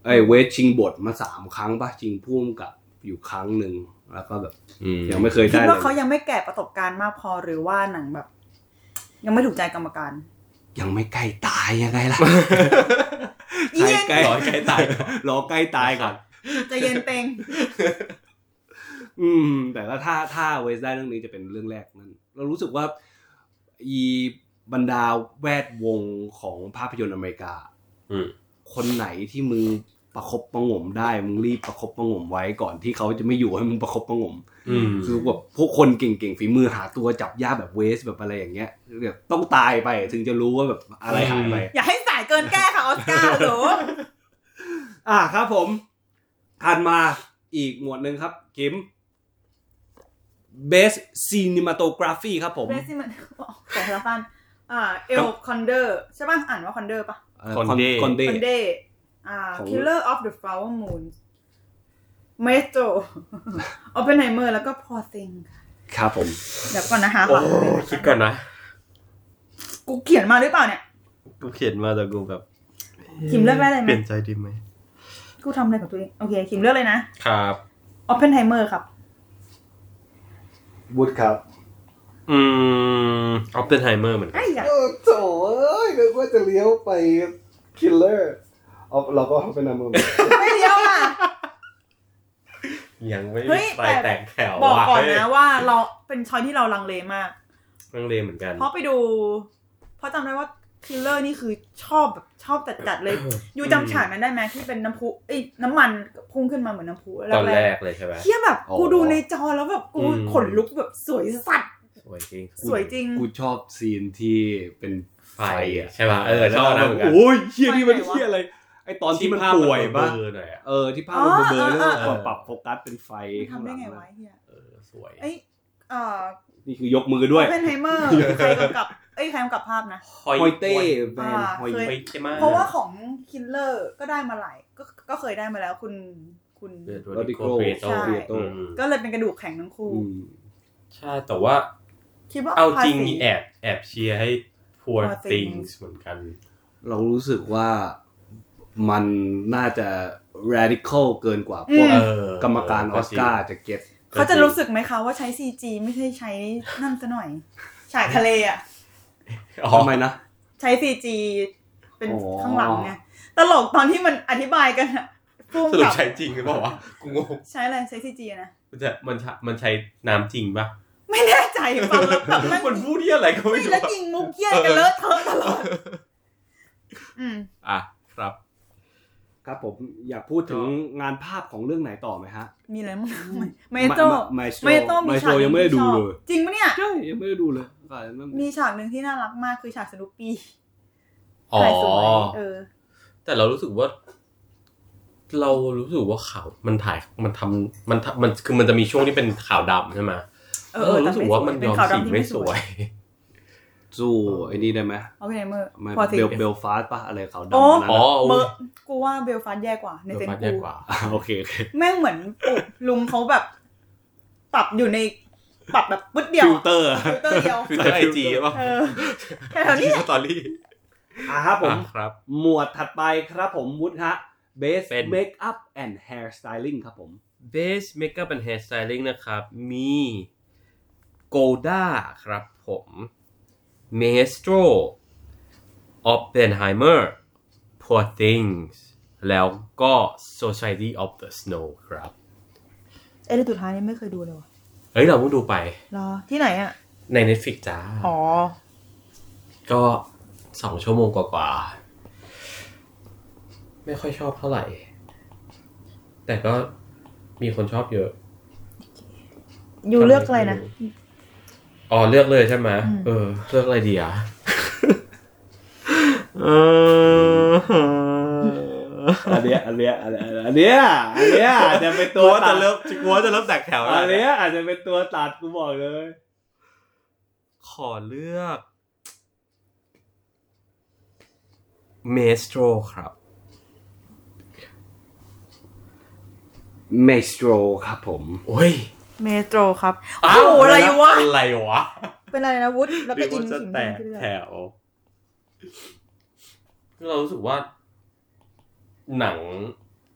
Speaker 1: ไอ้เวสชิงบทมาสามครั้งป่ะชิงพุ่มกับอยู่ครั้งหนึ่งแล้วก็แบบ
Speaker 2: อืม
Speaker 1: ยังไม่เคย
Speaker 3: คิด
Speaker 1: ได้เล
Speaker 3: ว่าเขา
Speaker 1: ย
Speaker 3: ยังไม่แก่ประสบการณ์มากพอหรือว่าหนังแบบ ยังไม่ถูกใจกรรมการ
Speaker 1: ยังไม่ใกล้ตายยังไงล่ะ
Speaker 3: [LAUGHS] อีเย็น
Speaker 1: ใกล้
Speaker 2: ร้อยใกล้ตายก่อน
Speaker 1: รอใกล้ตายก่อน
Speaker 3: ใจเย็นเต็ง
Speaker 1: อืม แต่ว่าถ้าถ้าเวสได้เรื่องนี้จะเป็นเรื่องแรกนั่นเรารู้สึกว่า อีบรรดาแวดวงของภาพยนตร์อเมริกา
Speaker 2: อืม
Speaker 1: คนไหนที่มึงประคบประหงมได้ มึงรีบประคบประหงมไว้ก่อนที่เขาจะไม่อยู่ให้มึงประคบประหงม
Speaker 2: อืม
Speaker 1: คือแบบพวกคนเก่งๆ ฝีมือหาตัวจับยากแบบเวสแบบอะไรอย่างเงี้ยแบบต้องตายไปถึงจะรู้ว่าแบบอะไรหายไป
Speaker 3: อย่าให้สายเกินแก้ค่ะออสการ์หนู
Speaker 1: อ่ะครับผมผ่านมาอีกหมวดหนึ่งครับกิม best cinematography ครับผม
Speaker 3: เบสซี่มันของลาฟันอ่าเอลคอนเดอร์ใช่ป่ะ อ่านว่าคอนเดอร์ป่ะ
Speaker 1: เอ่อ
Speaker 2: Conde
Speaker 1: Conde
Speaker 3: คอนเดอร์อ่า
Speaker 1: ของ
Speaker 3: Killer of the Flower Moon เมส [LAUGHS] โตโอเปนไฮเมอร์แล้วก็พอซิงค่ะ
Speaker 1: ครับผม
Speaker 3: เดี๋ยวก่อนนะคะ
Speaker 2: โอ้
Speaker 3: ขอดูเลยะะ
Speaker 2: คิดก่อนนะ
Speaker 3: กูเขียนมาหรือเปล่าเนี่ย
Speaker 2: กูเขียนมาแต่กูแบบ
Speaker 3: คิมเลือกได้เลยไหม
Speaker 2: เปลี่ยนใจดีไหม
Speaker 3: กูทำอะไรกับตัวเอง โอเคคิมเลือกเลยนะครับ โอเปนไฮเมอร์ครับ
Speaker 1: วุฒครับ
Speaker 2: อืมออฟเปนไฮเมอร์เหมือนกั
Speaker 3: ไอ้
Speaker 2: น
Speaker 3: ยะ
Speaker 1: โอ้โถเอ้ยนึกว่าจะเลี้ยวไป killer เอาเราก็เป็นนามอ
Speaker 3: ไม่เดียวอ่ะ
Speaker 2: ยังไม่
Speaker 3: เฮ้ย
Speaker 2: ไป
Speaker 3: แต่
Speaker 2: แตกแถว
Speaker 3: บอกก่อน
Speaker 2: เฮ้ย
Speaker 3: นะว่าเราเป็นช้อยที่เราลังเลมาก
Speaker 2: ลังเลเหมือนกัน
Speaker 3: เพราะไปดู เพราะจำได้ว่าคิลเลอร์นี่คือชอบแบบชอบจัดๆเลย อยู่จำฉากนั้นได้ไหมที่เป็นน้ำพุเอ้ยน้ำมันพุ่งขึ้นมาเหมือนน้ำพุ
Speaker 2: ตอนแร
Speaker 3: ก
Speaker 2: กเลยใช่ไหม
Speaker 3: ๆเที่ยแบบ
Speaker 2: อ๋อ
Speaker 3: กูดูในจอแล้วแบบกู
Speaker 2: อืม
Speaker 3: ขนลุกแบบสวยสัตว์
Speaker 2: สวยจริง
Speaker 3: สวยจริง
Speaker 1: [LAUGHS] กูชอบซีนที่เป็นไฟ
Speaker 2: ไฟ
Speaker 1: อ่ะ
Speaker 2: อะใช่ป่ะเออชอบนะเหมือนกัน
Speaker 4: โอ้ยเหี้ยนี่มัน
Speaker 3: ไปไหนวะ
Speaker 4: เหี้ยอะไร
Speaker 1: ไอตอนที่มันป่วยปะ
Speaker 2: เบลอๆหน่อยอะ
Speaker 1: เออ ที่ภาพมันเบลอๆแล้ว
Speaker 3: อ๋อ
Speaker 1: ก็ปรับโฟกัสเป็นไฟ
Speaker 3: มัน
Speaker 1: ข้างห
Speaker 3: ทำได้
Speaker 1: ลัง
Speaker 3: ไงวะ
Speaker 1: นะ
Speaker 3: เฮีย
Speaker 2: เออสวย
Speaker 3: เอ้ยเอ่อ
Speaker 1: นี่คือยกมือด้วย
Speaker 3: เพนไฮเมอร์ใครกำกับเอ้ยใครกำกับภาพนะ
Speaker 2: ฮอย
Speaker 1: ฮอยเต้
Speaker 2: ฮ
Speaker 1: แบน
Speaker 3: อ่า
Speaker 1: ฮอย
Speaker 3: เค
Speaker 2: อ
Speaker 3: ย
Speaker 2: ยเต้มาก
Speaker 3: เพราะว่าของคิลเลอร์ก็ได้มาหลายก็ก็เคยได้มาแล้วคุณคุณ
Speaker 2: เดอะ
Speaker 1: ร
Speaker 2: โร
Speaker 1: ดิ
Speaker 2: ดิ
Speaker 1: โก
Speaker 2: โกเฟโต
Speaker 3: ใช่
Speaker 1: โต
Speaker 2: อืม
Speaker 3: ก็เลยเป็นกระดูกแข็งทั้งคู่
Speaker 2: ใช่ แต่ว่า
Speaker 3: คิดว่า
Speaker 2: เอา
Speaker 3: ภ
Speaker 2: จริง
Speaker 3: ษี
Speaker 2: มีแอบแอบเชียร์ให้ poor
Speaker 3: Poor Things
Speaker 2: things เหมือนกัน
Speaker 1: เรารู้สึกว่ามันน่าจะ radical เกินกว่าพวก
Speaker 3: อืม
Speaker 2: เออก
Speaker 1: รรมการออสการ์จะเก็ต
Speaker 3: เขาจะรู้สึกไหมคะว่าใช้ CG ไม่ใช่ใช้นั่นซะหน่อย ฉากทะเลอ่ะ
Speaker 2: อ๋อ
Speaker 1: ทำไมนะ
Speaker 3: ใช้ CG เป็น
Speaker 1: อ๋อ
Speaker 3: ข้างหลังไงตลกตอนที่มันอธิบายกันอะพุ่ม
Speaker 2: สรุป
Speaker 3: กับ
Speaker 2: ใช้จริงหรือเปล่าวะกูงง
Speaker 3: ใช้อะไรใช้ CG นะ
Speaker 2: มันจะมันใช้มันใช้น้ำจริงปะ
Speaker 3: ไม่แน่ใจฟังแล้วแบบนั่ง
Speaker 2: มันพูดที่อะไรก็ไม่
Speaker 3: ไม่
Speaker 2: รู้
Speaker 3: แล้ว
Speaker 2: อะ
Speaker 3: ยิงมุกเยี่ยกันเลอะเทอะตลอดอืม
Speaker 2: อ่ะครับ
Speaker 1: ครับผมอยากพูดถึงงานภาพของเรื่องไหนต่อไหมฮะ
Speaker 3: มีอะไรมั้งเมโต
Speaker 1: ไม
Speaker 3: เมโตมีฉากหนึ่
Speaker 1: ยังไม่ได้ดู
Speaker 3: ที่ชอบ
Speaker 1: เลย
Speaker 3: จริงปะเนี่ย
Speaker 1: ใช่ยังไม่ได้ดูเลยก่อนนั้น
Speaker 3: มีฉากหนึ่งที่น่ารักมากคือฉากสนุปปี้
Speaker 2: อ๋อ
Speaker 3: ใส่สวยเออ
Speaker 2: แต่เรารู้สึกว่า เรารู้สึกว่าขาวมันถ่ายมันทำมันทำมันคือมันจะมีช่วงที่เป็นขาวดำใช่ไหม
Speaker 3: เออเออ
Speaker 2: รู้สึกว่ามันยอมสีไม่สวย
Speaker 1: สู้ไอ้นี่ได้ไหม
Speaker 3: โอเคเมอร์
Speaker 1: ไม่
Speaker 3: พอสิ
Speaker 1: เบลเบลฟาสต์ปะอะไรเขาวดำ
Speaker 3: โอ้
Speaker 1: อันนั้น
Speaker 2: อ๋อ
Speaker 1: อะ
Speaker 2: อุ๊
Speaker 3: เมอย ร์กูว่าเบลฟาสต์แย่กว่าใน
Speaker 2: เดี๋ยว
Speaker 3: เซน
Speaker 2: มัน
Speaker 3: กู
Speaker 2: แย่กว่า
Speaker 1: โอเคโอเค
Speaker 3: แม่งเหมือนปุ๊บลุงเขาแบบ ปรับอยู่ในปรับแบบปึ๊ดเดียว
Speaker 1: ฟิล
Speaker 3: อะ
Speaker 1: เตอร์อะ
Speaker 3: ฟิลเตอร์เดียว
Speaker 2: คือไอจีป่ะ
Speaker 3: เออแค่เท่านี้
Speaker 2: จีสตอรี่
Speaker 1: อ่ะครับผม
Speaker 2: อ่ะครับ
Speaker 1: หมวดถัดไปครับผมวุฒิฮะ base
Speaker 2: เป็น
Speaker 1: makeup and hair styling ครับผม
Speaker 2: Base Makeup and Hair Styling นะครับ มี g o d a ครับผม Maestro Oppenheimer Poor Things แล้วก็ Society of the Snow ครับ
Speaker 3: เอ้ยเรื่องสุดท้ายนี่ไม่เคยดูเลยว่ะ
Speaker 2: เฮ้ย เราเพิ่งดูไป
Speaker 3: รอที่ไหนอ่ะ
Speaker 2: ใน Netflix จ้า
Speaker 3: อ๋อ
Speaker 2: ก็สองชั่วโมงกว่าๆ ไม่ค่อยชอบเท่าไหร่ แต่ก็มีคนชอบเยอะ
Speaker 3: อยู่เลือกอะไรนะ
Speaker 5: อ๋อเลือกเลยใช่ไหม
Speaker 3: อืม
Speaker 5: เออเลือกอะไรดีอ่ะ
Speaker 2: เออ
Speaker 1: อันเนี้ยอันเนี้ยอันเนี้ยอันเนี้ยอันเนี้ยอาจจะเป็น
Speaker 2: ก
Speaker 1: ตั
Speaker 2: ลั
Speaker 1: ว
Speaker 2: ว
Speaker 1: ตั
Speaker 2: จะ
Speaker 1: ด
Speaker 2: เริ่มกลัวจะเริ่มแตกแถวแล้ว
Speaker 1: อันเนี้ยอาจจะเป็นตัวตัดกูบอกเลย
Speaker 2: ขอเลือกเมสโตรครับ
Speaker 1: เมสโตรครับผม
Speaker 2: โอ้ย
Speaker 3: เมโทรครับโอ้โหอะไรวะ
Speaker 2: อะไรวะ
Speaker 3: เป็นอะไรนะวุฒิแล้ว
Speaker 2: หรื
Speaker 3: ก็
Speaker 2: อ
Speaker 3: อิ
Speaker 2: ว่าน จะ
Speaker 3: ถึง
Speaker 2: แตกแถว คือเรารู้สึกว่า หนัง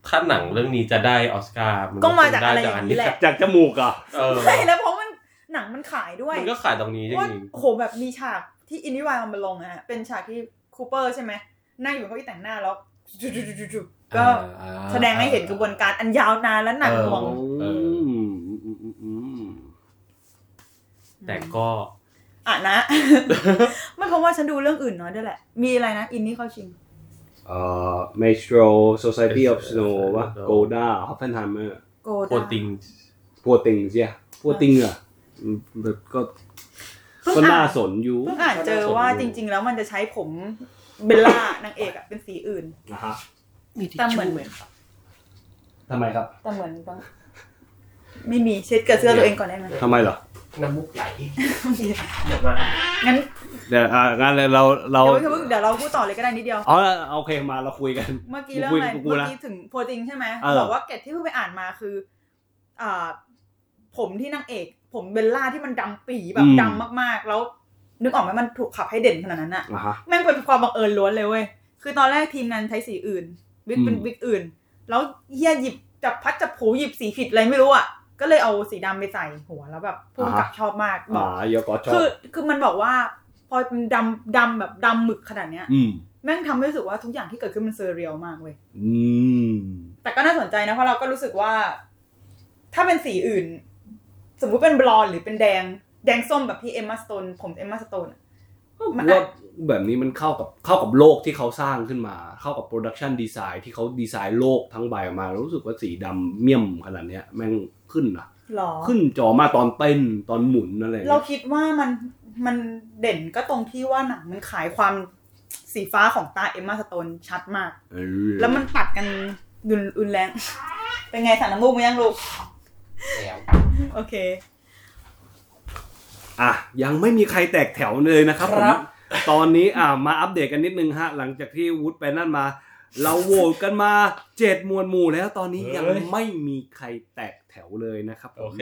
Speaker 2: ถ้าหนังเรื่องนี้จะได้ออสการ์น
Speaker 3: ก็มาจาก
Speaker 2: ค
Speaker 3: อะ
Speaker 2: ง
Speaker 3: ไร
Speaker 2: ด้
Speaker 3: อย่างนี้แหละ
Speaker 1: จากจมูกอ่ะ
Speaker 2: เออ
Speaker 3: ใช่แล้วเพราะมันหนังมันขายด้วย
Speaker 2: มันก็ขายตรงนี้จ
Speaker 3: ว่า
Speaker 2: ริง
Speaker 3: โอ้โหแบบมีฉากที่อินดิวายมันลงอะฮะเป็นฉากที่คูเปอร์ใช่ไหมนั่งอยู่บนเก้าอี้แต่งหน้าแล้วจุ๊บๆๆๆ
Speaker 2: ๆ
Speaker 3: ก็
Speaker 2: อ่า
Speaker 3: แสดงให้เห็นกระบวนการอันยาวนานและหนักหน่วง
Speaker 2: เอ แต่ก็
Speaker 3: อ่ะนะ [LAUGHS] ไม่เพราะว่าฉันดูเรื่องอื่นน้อยด้วยแหละ มีอะไรนะ อินนี่เข้าชิง
Speaker 1: เอ่อ Metro Society of Snow วะ
Speaker 2: Metro
Speaker 1: Golda Oppenheimer
Speaker 3: โก
Speaker 2: โคตรติง
Speaker 1: พัวติงเสียพัวติงอ่ะอืมแบบก็
Speaker 3: เพิ่ง
Speaker 1: ก็
Speaker 3: อ่า
Speaker 1: น่าน สนอยู่
Speaker 3: เพิ่งอ่านเจอว่าจริง ๆ แล้วมันจะใช้ผมเบลล่านางเอกอะเป็นสีอื่น
Speaker 1: นะฮะ
Speaker 3: แต่เหมือน
Speaker 1: ทำไมครับ
Speaker 3: แต่เหมือนบางไม่มีเช็ดกับเสื้อตัวเองก่อนได้ไหม
Speaker 1: ทำไมเหรอ
Speaker 2: น้ำมุกไหล
Speaker 3: งั้น
Speaker 1: เดี๋ยวอ่ะงั้นเราเรา
Speaker 3: เดี๋ยวเพิ่งเดี๋ยวเราพูดต่อเลยก็ได้นิดเดียว
Speaker 1: เอาละโอเคมาเราคุยกัน
Speaker 3: เมื่อกี้เรื่องอะไร
Speaker 1: กูคุยกู
Speaker 3: เมื่อ
Speaker 1: นะ
Speaker 3: กี้ถึงโพติงใช่ไหม
Speaker 1: เออ
Speaker 3: บอกว่าเกตที่เพิ่งไปอ่านมาคืออ่าผมที่นางเอก ผมเบลล่าที่มันดำปีแบบดำมากๆ แล้ว นึกออกไหมมันถูกขับให้เด่นขนาดนั้นอะ
Speaker 1: นะฮะ
Speaker 3: แม่งเป็นความบังเอิญล้วนเลยเว้ยคือตอนแรกทีมงานใช้สีอื่น วิกเป็น
Speaker 1: อืม
Speaker 3: วิกอื่น แล้วเฮียหยิบจับพัดจับผูหยิบสีผิดอะไรไม่รู้อะก็เลยเอาสีดำไปใส่หัวแล้วแบบพุ่งกับชอบมากบ
Speaker 1: อ๋
Speaker 3: อ
Speaker 1: อก ยกอชอ
Speaker 3: คื
Speaker 1: บ
Speaker 3: อคือมันบอกว่า พอมันดำดำแบบดำหมึกขนาดเนี้ย
Speaker 1: อืม
Speaker 3: แม่งทำให้รู้สึกว่าทุกอย่างที่เกิดขึ้นมันเซอร์เรียลมากเว้ย
Speaker 1: อืม
Speaker 3: แต่ก็น่าสนใจนะ เพราะเราก็รู้สึกว่า ถ้าเป็นสีอื่น สมมุติเป็นบลอนด์หรือเป็นแดง แดงส้มแบบพี่เอมมาสโตน ผมเอมมาสโตนมัน
Speaker 1: ว่า
Speaker 3: อาจ
Speaker 1: แบบนี้มันเข้ากับเข้ากับโลกที่เขาสร้างขึ้นมา เข้ากับโปรดักชันดีไซน์ที่เขาดีไซน์โลกทั้งใบออกมา รู้สึกว่าสีดำเมี่ยมขนาดเนี้ยแม่งขึ้นนะ
Speaker 3: หรอ
Speaker 1: ขึ้นจอมาตอนเต้นตอนหมุนอะไรอย่าง
Speaker 3: เรา
Speaker 1: เงี้ย
Speaker 3: คิดว่ามันมันเด่นก็ตรงที่ว่าหนังมันขายความสีฟ้าของตาเอมมาสโตนชัดมาก
Speaker 1: เออ
Speaker 3: แล้วมันตัดกันดุนรุนแรง เป็นไงสารน้ำมูกมั้ยยังลูก โอเค
Speaker 1: อ่ะยังไม่มีใครแตกแถวเลยนะครับผมตอนนี้อ่ะมาอัปเดตกันนิดนึงฮะ หลังจากที่วุฒไปนั่นมา เราโหวตกันมาเจ็ดหมวดหมู่แล้วตอนนี้ยัง
Speaker 2: เฮ้ย
Speaker 1: ไม่มีใครแตกแถวเลยนะครับผม
Speaker 2: โอเค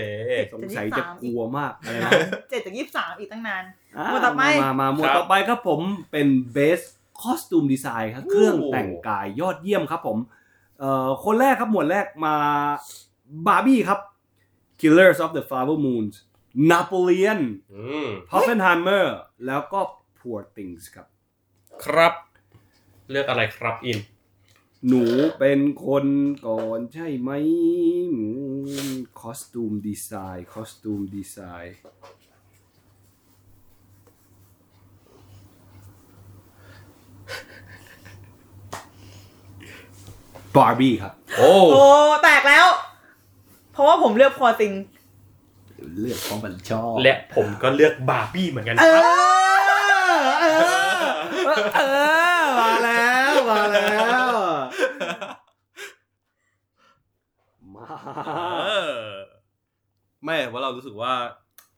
Speaker 1: สงสัยจะกลัวมากอะไรนะ
Speaker 3: เจ็ดจากยี่สิบสามอีกตั้งนาน
Speaker 1: อ่ะ
Speaker 3: หมวดต่อไป
Speaker 1: มามาหมวด
Speaker 2: ครับ
Speaker 1: ต่อไปครับผมเป็น best costume design ครับ
Speaker 2: โอ้
Speaker 1: เครื่องแต่งกายยอดเยี่ยมครับผมเอ่อคนแรกครับหมวดแรกมาบาร์บี้ครับ Killers of the Flower Moons Napoleon
Speaker 2: อืม
Speaker 1: Hoffenheimer แล้วก็ Poor Things ครับ
Speaker 2: ครับ เลือกอะไรครับอิน
Speaker 1: หนูเป็นคนก่อนใช่ไหมคอสตูมดีไซน์คอสตูมดีไซน์บาร์บี้ครับ
Speaker 2: โอ้
Speaker 3: โอ้แตกแล้ว เพราะว่าผมเลือกพอติง
Speaker 1: เลือกเพราะมันชอบ
Speaker 2: และผมก็เลือกบาร์บี้เหมือนกัน
Speaker 3: เอ
Speaker 2: ค
Speaker 3: อ
Speaker 2: รับ
Speaker 3: เออ
Speaker 1: เออ มาแล้ว มาแล้ว มา
Speaker 2: เออไม่ว่าะเรารู้สึกว่า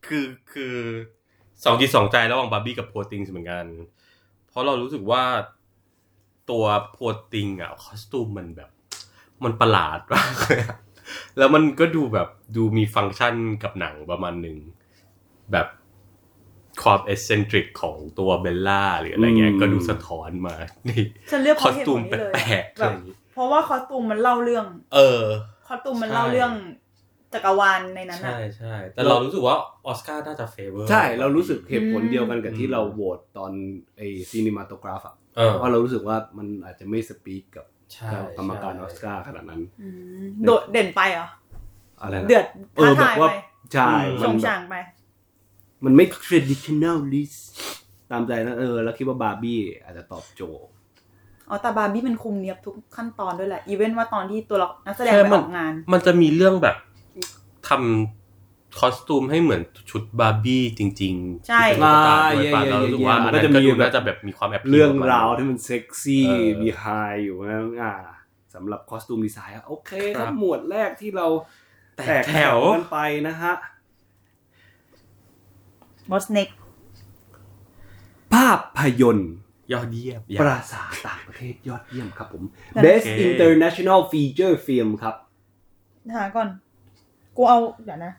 Speaker 2: คือคือสองจิตสองใจระหว่างบาร์บี้กับโพติงเหมือนกัน เพราะเรารู้สึกว่าตัวโพติงอ่ะคอสตูมมันแบบ มันประหลาดมากเลยอะแล้วมันก็ดูแบบดูมีฟังก์ชันกับหนังประมาณหนึ่ง แบบความเอเซนทริกของตัวเบลล่าหรืออะไรเงี้ย
Speaker 1: อืม
Speaker 2: ก็ดูสะท้อนมาใน
Speaker 3: ฉันเลือก
Speaker 2: ค
Speaker 3: เพ
Speaker 2: อ
Speaker 3: ราะ
Speaker 2: ส
Speaker 3: เหตุ
Speaker 2: ตู
Speaker 3: ผม ล
Speaker 2: แ
Speaker 3: นี้เลย
Speaker 2: ปลกๆอะ
Speaker 3: แบ
Speaker 2: ไร
Speaker 3: บ
Speaker 2: อย่างงี้
Speaker 3: เพราะว่าคอสตูมมันเล่าเรื่อง
Speaker 2: เออ
Speaker 3: คอสตูมมัน
Speaker 2: ใช่
Speaker 3: เล่าเรื่องจักรวาลในนั้นอะ
Speaker 2: ใช่ใช่แต่เรารู้สึกว่าออสการ์น่าจะเฟเวอร์
Speaker 1: ใช่ เรารู้สึกเหตุผลเดียวกันกับที่เราโหวตตอนไอซีนิมาโตกราฟอะ
Speaker 2: เออ
Speaker 1: เพราะเรารู้สึกว่ามันอาจจะไม่สปีกกับ
Speaker 2: ใช่
Speaker 1: กรรมการออสการ์ขนาดนั้น
Speaker 3: โดดเด่นไปเหรอ
Speaker 1: อะไรนะ
Speaker 3: เดือด
Speaker 1: เออแบ
Speaker 3: ท้าทาย
Speaker 1: บว่า
Speaker 3: ไป
Speaker 1: ใช่
Speaker 3: ส
Speaker 1: มัน
Speaker 3: ง
Speaker 1: แบ
Speaker 3: สา
Speaker 1: บ
Speaker 3: รไป
Speaker 1: มันไม่ traditionalist ตามใจนะเออ แล้วคิดว่าบาร์บี้อาจจะตอบโจทย์
Speaker 3: อ๋อแต่บาร์บี้มันคุมเนียบทุกขั้นตอนด้วยแหละ อีเวนต์ว่าตอนที่ตัวละนักแสดง
Speaker 2: ใช่
Speaker 3: ไป
Speaker 2: มั
Speaker 3: อน อกงาน
Speaker 2: มันจะมีเรื่องแบบทำ คอสตูมให้เหมือนชุดบาร์บี้จริงๆ
Speaker 3: ใช่
Speaker 2: ที่เป็นตุ๊กตาด้วยป่ะ
Speaker 1: อ่า
Speaker 2: เรารู้สึกว่า
Speaker 1: เย่ๆๆๆ
Speaker 2: อันนั้
Speaker 1: มันก็จะ
Speaker 2: นก็
Speaker 1: มี
Speaker 2: ดู
Speaker 1: แบบ
Speaker 2: น่าจะแบบมีความแอบ
Speaker 1: เรื่องราวที่มันเซ็กซี่
Speaker 2: เออ
Speaker 1: มีไฮอยู่นะอ่าสำหรับคอสตูมดีไซน์อะโอเค
Speaker 2: ครับ
Speaker 1: ถ้าหมวดแรกที่เรา
Speaker 5: แตกแถว
Speaker 1: กันไปนะฮะ
Speaker 3: What's next
Speaker 1: ภาพยนตร์
Speaker 2: ยอดเยี่ยม
Speaker 1: ปราสาทต่างประเทศยอดเยี่ยมครับผม
Speaker 3: นั่น
Speaker 1: Best
Speaker 2: โอเค
Speaker 1: International Feature Film ครับ
Speaker 3: หาก่อน กูเอาเดี๋ยวนะ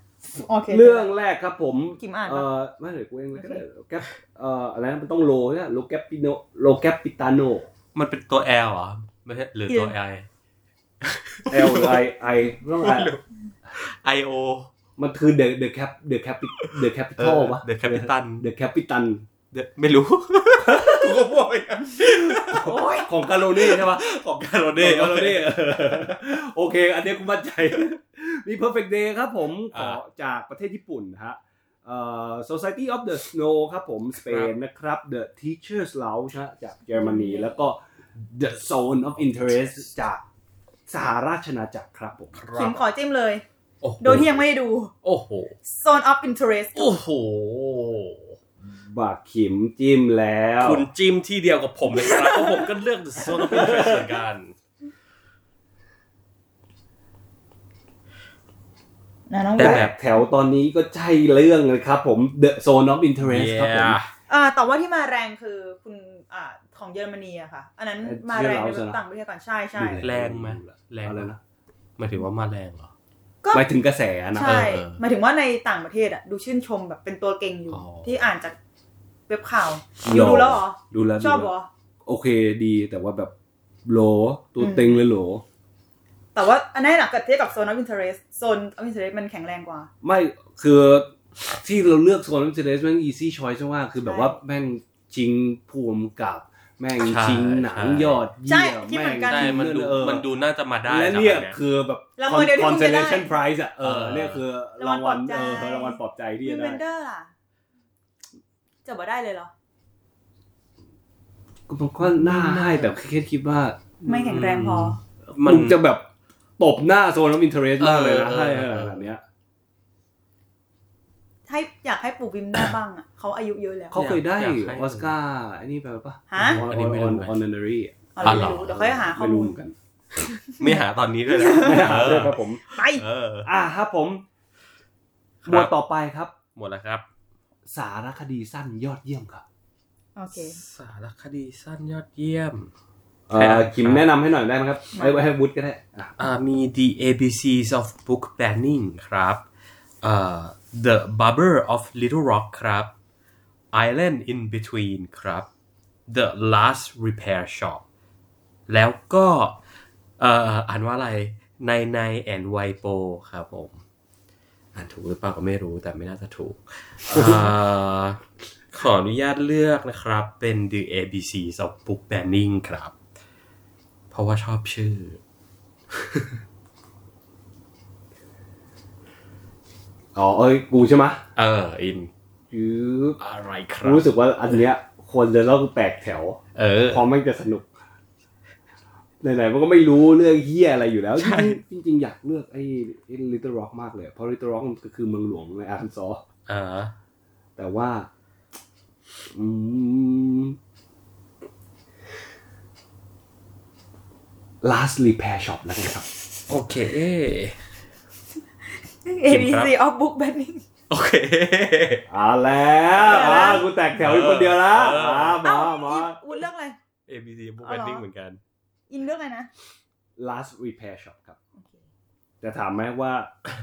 Speaker 3: โอเค
Speaker 1: เรื่องแรกครับผม
Speaker 3: กิมอ่านปะ
Speaker 1: เอ่อไม่เดี๋ยวกูเองเลยก็ได้แกปเอ่ออะไรนะมันต้องโลเนี่ยโลแกปปิโนโลแกปปิตาโน
Speaker 2: มันเป็นตัว L เหรอไม่ใช่หรือตัว I
Speaker 1: L I I ต้อง [LAUGHS] อะไร
Speaker 2: I O
Speaker 1: มันคือ the the cap the cap the capital วะ
Speaker 2: เดอะแคปิตัน
Speaker 1: the capital
Speaker 2: ไม่รู้ [LAUGHS] กูก็พูดไปกัน
Speaker 1: ของกาโลเน่ใช่ปะ
Speaker 2: ของการโร
Speaker 1: เด
Speaker 2: เด้
Speaker 1: ย์เอาเดย์ [LAUGHS] โอเค อันเนี้ยกูมั่นใจ [LAUGHS] มี perfect day ครับผมขอ
Speaker 2: อ่า
Speaker 1: จากประเทศญี่ปุ่นนะฮะเอ่อ society of the snow ครับผม สเปนนะครับ the teachers lounge ฮะจากเยอรมนี แล้วก็ the zone of interest จากสหราชอาณาจักรครับผม
Speaker 3: คิมขอจิ้มเลย
Speaker 2: โอ้โห
Speaker 3: โดยที่ยังไม่ได้ดู
Speaker 2: โอ้โห
Speaker 3: Zone of Interest
Speaker 2: โอ้โห
Speaker 1: บากขิมจิ้มแล้ว
Speaker 2: คุณจิ้มที่เดียวกับผมเลยครับเพ [LAUGHS] ราะผมก็เลือกโซนเป็นเเหมือนกัน
Speaker 3: นะน้อง
Speaker 1: แต่
Speaker 3: แบ
Speaker 1: แบบ บแถวตอนนี้ก็ใช่เรื่องเลยครับผม the zone of interest ครับผม
Speaker 3: อ่าแต่ว่าที่มาแรงคือคุณอ่าของเยอรมนีอะค่ะ อันนั้นมาแรงในต่างประเทศก่อนใช่ใช่
Speaker 1: ดูแล
Speaker 2: แรงไหมแรง
Speaker 1: อะ
Speaker 2: ไห
Speaker 1: ไร
Speaker 2: ม
Speaker 1: นะ
Speaker 2: หมายถึงว่ามาแรงเหรอ
Speaker 3: ก็
Speaker 1: หมายถึงกระแสนะ
Speaker 3: ใช่
Speaker 2: เออเออ
Speaker 3: หมายถึงว่าในต่างประเทศอะดูชื่นชมแบบเป็นตัวเก่งอยู่
Speaker 2: อ๋อ
Speaker 3: ที่อ่านจากเว็บข่าว
Speaker 1: หรอ
Speaker 3: อยู่ดูแล้วเหรอ
Speaker 1: ดูแล้ว
Speaker 3: ชอบ
Speaker 1: ดู
Speaker 3: เหร
Speaker 1: แล้ว
Speaker 3: อ
Speaker 1: โอเคดีแต่ว่าแบบโหลตัว
Speaker 3: อืม
Speaker 1: เต็งเลยโหล
Speaker 3: แต่ว่าอันนั้นหนักเทียบกับโซนอ f ินเทอร์เรสโซนอ f ินเทอร์เรสมันแข็งแรงกว่า
Speaker 1: ไม่คือที่เราเลือกโซนอินเทอร์เนแม่งอีซี่ชอยใช่ว่าคือแบบว่าแม่งชิงภูมิกับ แม่ง
Speaker 2: ใช่
Speaker 1: ชิงหนัง
Speaker 2: ใช่
Speaker 1: ยอดเยี่ยม
Speaker 3: ใช่คิดเหมือนกัน
Speaker 2: ใช่
Speaker 1: แง
Speaker 2: มันดู
Speaker 1: เออ
Speaker 2: มันดูน่าจะมาได้
Speaker 1: และ
Speaker 2: นะ
Speaker 1: เนี่ย
Speaker 2: แบบ
Speaker 1: คือแบบ
Speaker 3: รางวัลเดียวที่คุณจะได้
Speaker 1: consolation prize อ่ะเออ
Speaker 2: เออ
Speaker 1: เนี่ยคือรางวัล
Speaker 3: รางวัลปลอบใจ
Speaker 1: เออรางวัลปลอบใจที่จ
Speaker 3: วิ
Speaker 1: ะ
Speaker 3: นเว
Speaker 1: ได้
Speaker 3: นเดอร์ล่ะจะบ่ได้เลยเหรอ
Speaker 1: ก็มันก็น่าได้แต่แค่คิดว่า
Speaker 3: ไม่แข็งแรงพอ
Speaker 2: มั
Speaker 1: มัน นจะแบบตบหน้าโซนอินเทอร์เนมากเลยนะ
Speaker 2: เออ
Speaker 1: ให้
Speaker 2: เออ
Speaker 1: แบบเนี้ย
Speaker 3: ให้อยากให้ปู่วิมได้บ้างอ่ะ เขาอายุเยอะแล้ว
Speaker 1: เขาเคยได้
Speaker 2: อยากให้
Speaker 1: ออสการ์อันนี้ไปปะ
Speaker 3: ฮะ
Speaker 2: อั
Speaker 1: อั
Speaker 2: น
Speaker 1: น
Speaker 2: นี้
Speaker 1: นี้
Speaker 2: ไม่
Speaker 1: ไม่
Speaker 2: รู้
Speaker 1: รู้ honorary อะ
Speaker 3: เอาเรา
Speaker 2: อ๋อเหรอ
Speaker 3: ไม่รู้เดี๋ยวค่อยหาข้อ
Speaker 1: ไม่
Speaker 3: มู
Speaker 1: รู้
Speaker 3: ล
Speaker 1: เหมือนกัน
Speaker 2: ไม่หาตอนนี้ด้วยนะ
Speaker 1: หา
Speaker 2: เอ
Speaker 1: เล
Speaker 2: อย
Speaker 1: ครับผม
Speaker 3: ไป
Speaker 2: เออ
Speaker 1: อ่าครับผม
Speaker 2: ครับ
Speaker 1: หมวดต่อไปครับ
Speaker 2: หมดแล้วครับ
Speaker 1: สารคดีสั้นยอดเยี่ยมครับ
Speaker 3: โอเค
Speaker 2: สารคดีสั้นยอดเยี่ยม
Speaker 1: เอ่อคิมแนะนำให้หน่อยได้ไหมครับให้ให้วุฒิก็ได้อ่ะ
Speaker 2: อ่ามี The ABCs of Book Banning ครับเอ่อ The Barber of Little Rock ครับ Island in Between ครับ The Last Repair Shop แล้วก็เอ่ออ่านว่าอะไรในในแอนไวโปครับผม อ่านถูกหรือเปล่าก็ไม่รู้แต่ไม่น่าจะถูกอ่าขออนุญาตเลือกนะครับเป็น The ABCs of Book Banning ครับ เพราะว่าชอบชื่อ
Speaker 1: อ๋อเอ้ยกูใช่ไหมะ
Speaker 2: เอออิน
Speaker 1: ยืบ
Speaker 2: อะไรครับ
Speaker 1: รู้สึกว่าอันเนี้ยควรจะต้องแตกแถว
Speaker 2: เออ
Speaker 1: เพอมันจะสนุกไหนๆมันก็ไม่รู้เรื่องเฮียอะไรอยู่แล้ว
Speaker 2: ใช่
Speaker 1: จริงๆจริงๆอยากเลือกไอ้ไอ้ Little Rock มากเลย เพราะ Little Rock มันก็คือเมืองหลวงในอาร์คันซอส
Speaker 2: เออ
Speaker 1: แต่ว่า อืม last repair shop แล้วกันครับ
Speaker 2: โอเค
Speaker 3: A
Speaker 2: กิ
Speaker 3: B
Speaker 2: นครับ
Speaker 3: C of book banning
Speaker 2: โอ
Speaker 6: [LAUGHS]
Speaker 2: เค
Speaker 1: อ่าแล้วอ่ากูแตกแถวอีกคนเดียวละ
Speaker 2: เออ
Speaker 1: มา
Speaker 3: เอ้า
Speaker 1: มามา
Speaker 3: อีวุ้นเรื่องอะไร
Speaker 2: A B C บุ๊ก
Speaker 3: อ๋
Speaker 2: แบ
Speaker 3: อ
Speaker 2: น
Speaker 3: เหรอ
Speaker 2: ดิ้งเหมือนกัน
Speaker 3: อินเรื่องอะไรนะ
Speaker 1: last repair shop ครับ
Speaker 3: โอเค
Speaker 1: จะถามไหมว่า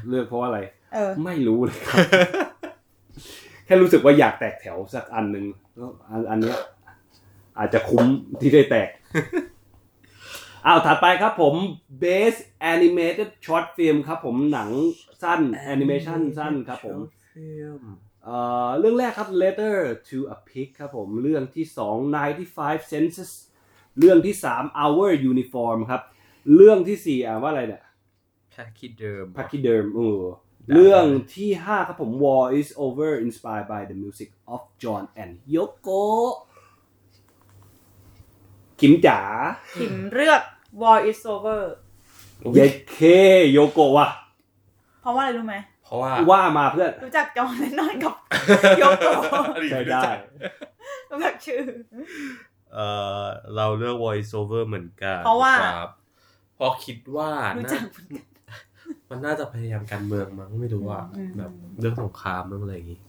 Speaker 1: [LAUGHS] เลือกเพราะอะไร
Speaker 3: เออ
Speaker 1: ไม่รู้เลยครับ [LAUGHS] แค่รู้สึกว่าอยากแตกแถวสักอันหนึ่งแล้วอันอันเนี้ยอาจจะคุ้มที่ได้แตก [LAUGHS] อ้าวถัดไปครับผม Best Animated Short Film ครับผมหนังสั้น Animation สั้นครับผม เอ่อเรื่องแรกครับ Letter to a Pig ครับผม เรื่องที่ 2 95 Senses เรื่องที่ 3 Our Uniform ครับ เรื่องที่ 4 อ่านว่าอะไรเนี่ย
Speaker 2: แค่คิดเดิม
Speaker 1: พักกี้เดิมเออ
Speaker 2: ได้
Speaker 1: เรื่องที่ 5 ครับผม War is over inspired by the music of John and Yoko คิมจ๋า
Speaker 3: ขิมเลือก War is over
Speaker 1: เยเคโยโกะว่ะ
Speaker 3: เพราะว่าอะไรรู้ไหม
Speaker 2: เพ เพราะว่า
Speaker 6: [LAUGHS]
Speaker 1: ว่ามาเพื่อน
Speaker 3: รู้จักจอห์นแลนนอนกับโยโก
Speaker 1: ใช้ได้
Speaker 3: รู้จักชื่อ
Speaker 6: เออเราเลือก voice over เหมือนกัน
Speaker 3: เพราะว่า
Speaker 6: ครับเพราะคิดว่า
Speaker 3: รู้
Speaker 6: น่า
Speaker 3: จักเหมือนกัน
Speaker 6: มันน่าจะพยายามการเมืองมั้งไม่รู้ว่า
Speaker 3: อืม
Speaker 6: แบบเรื่องสงครามเรื่องอะไรอย่างงี้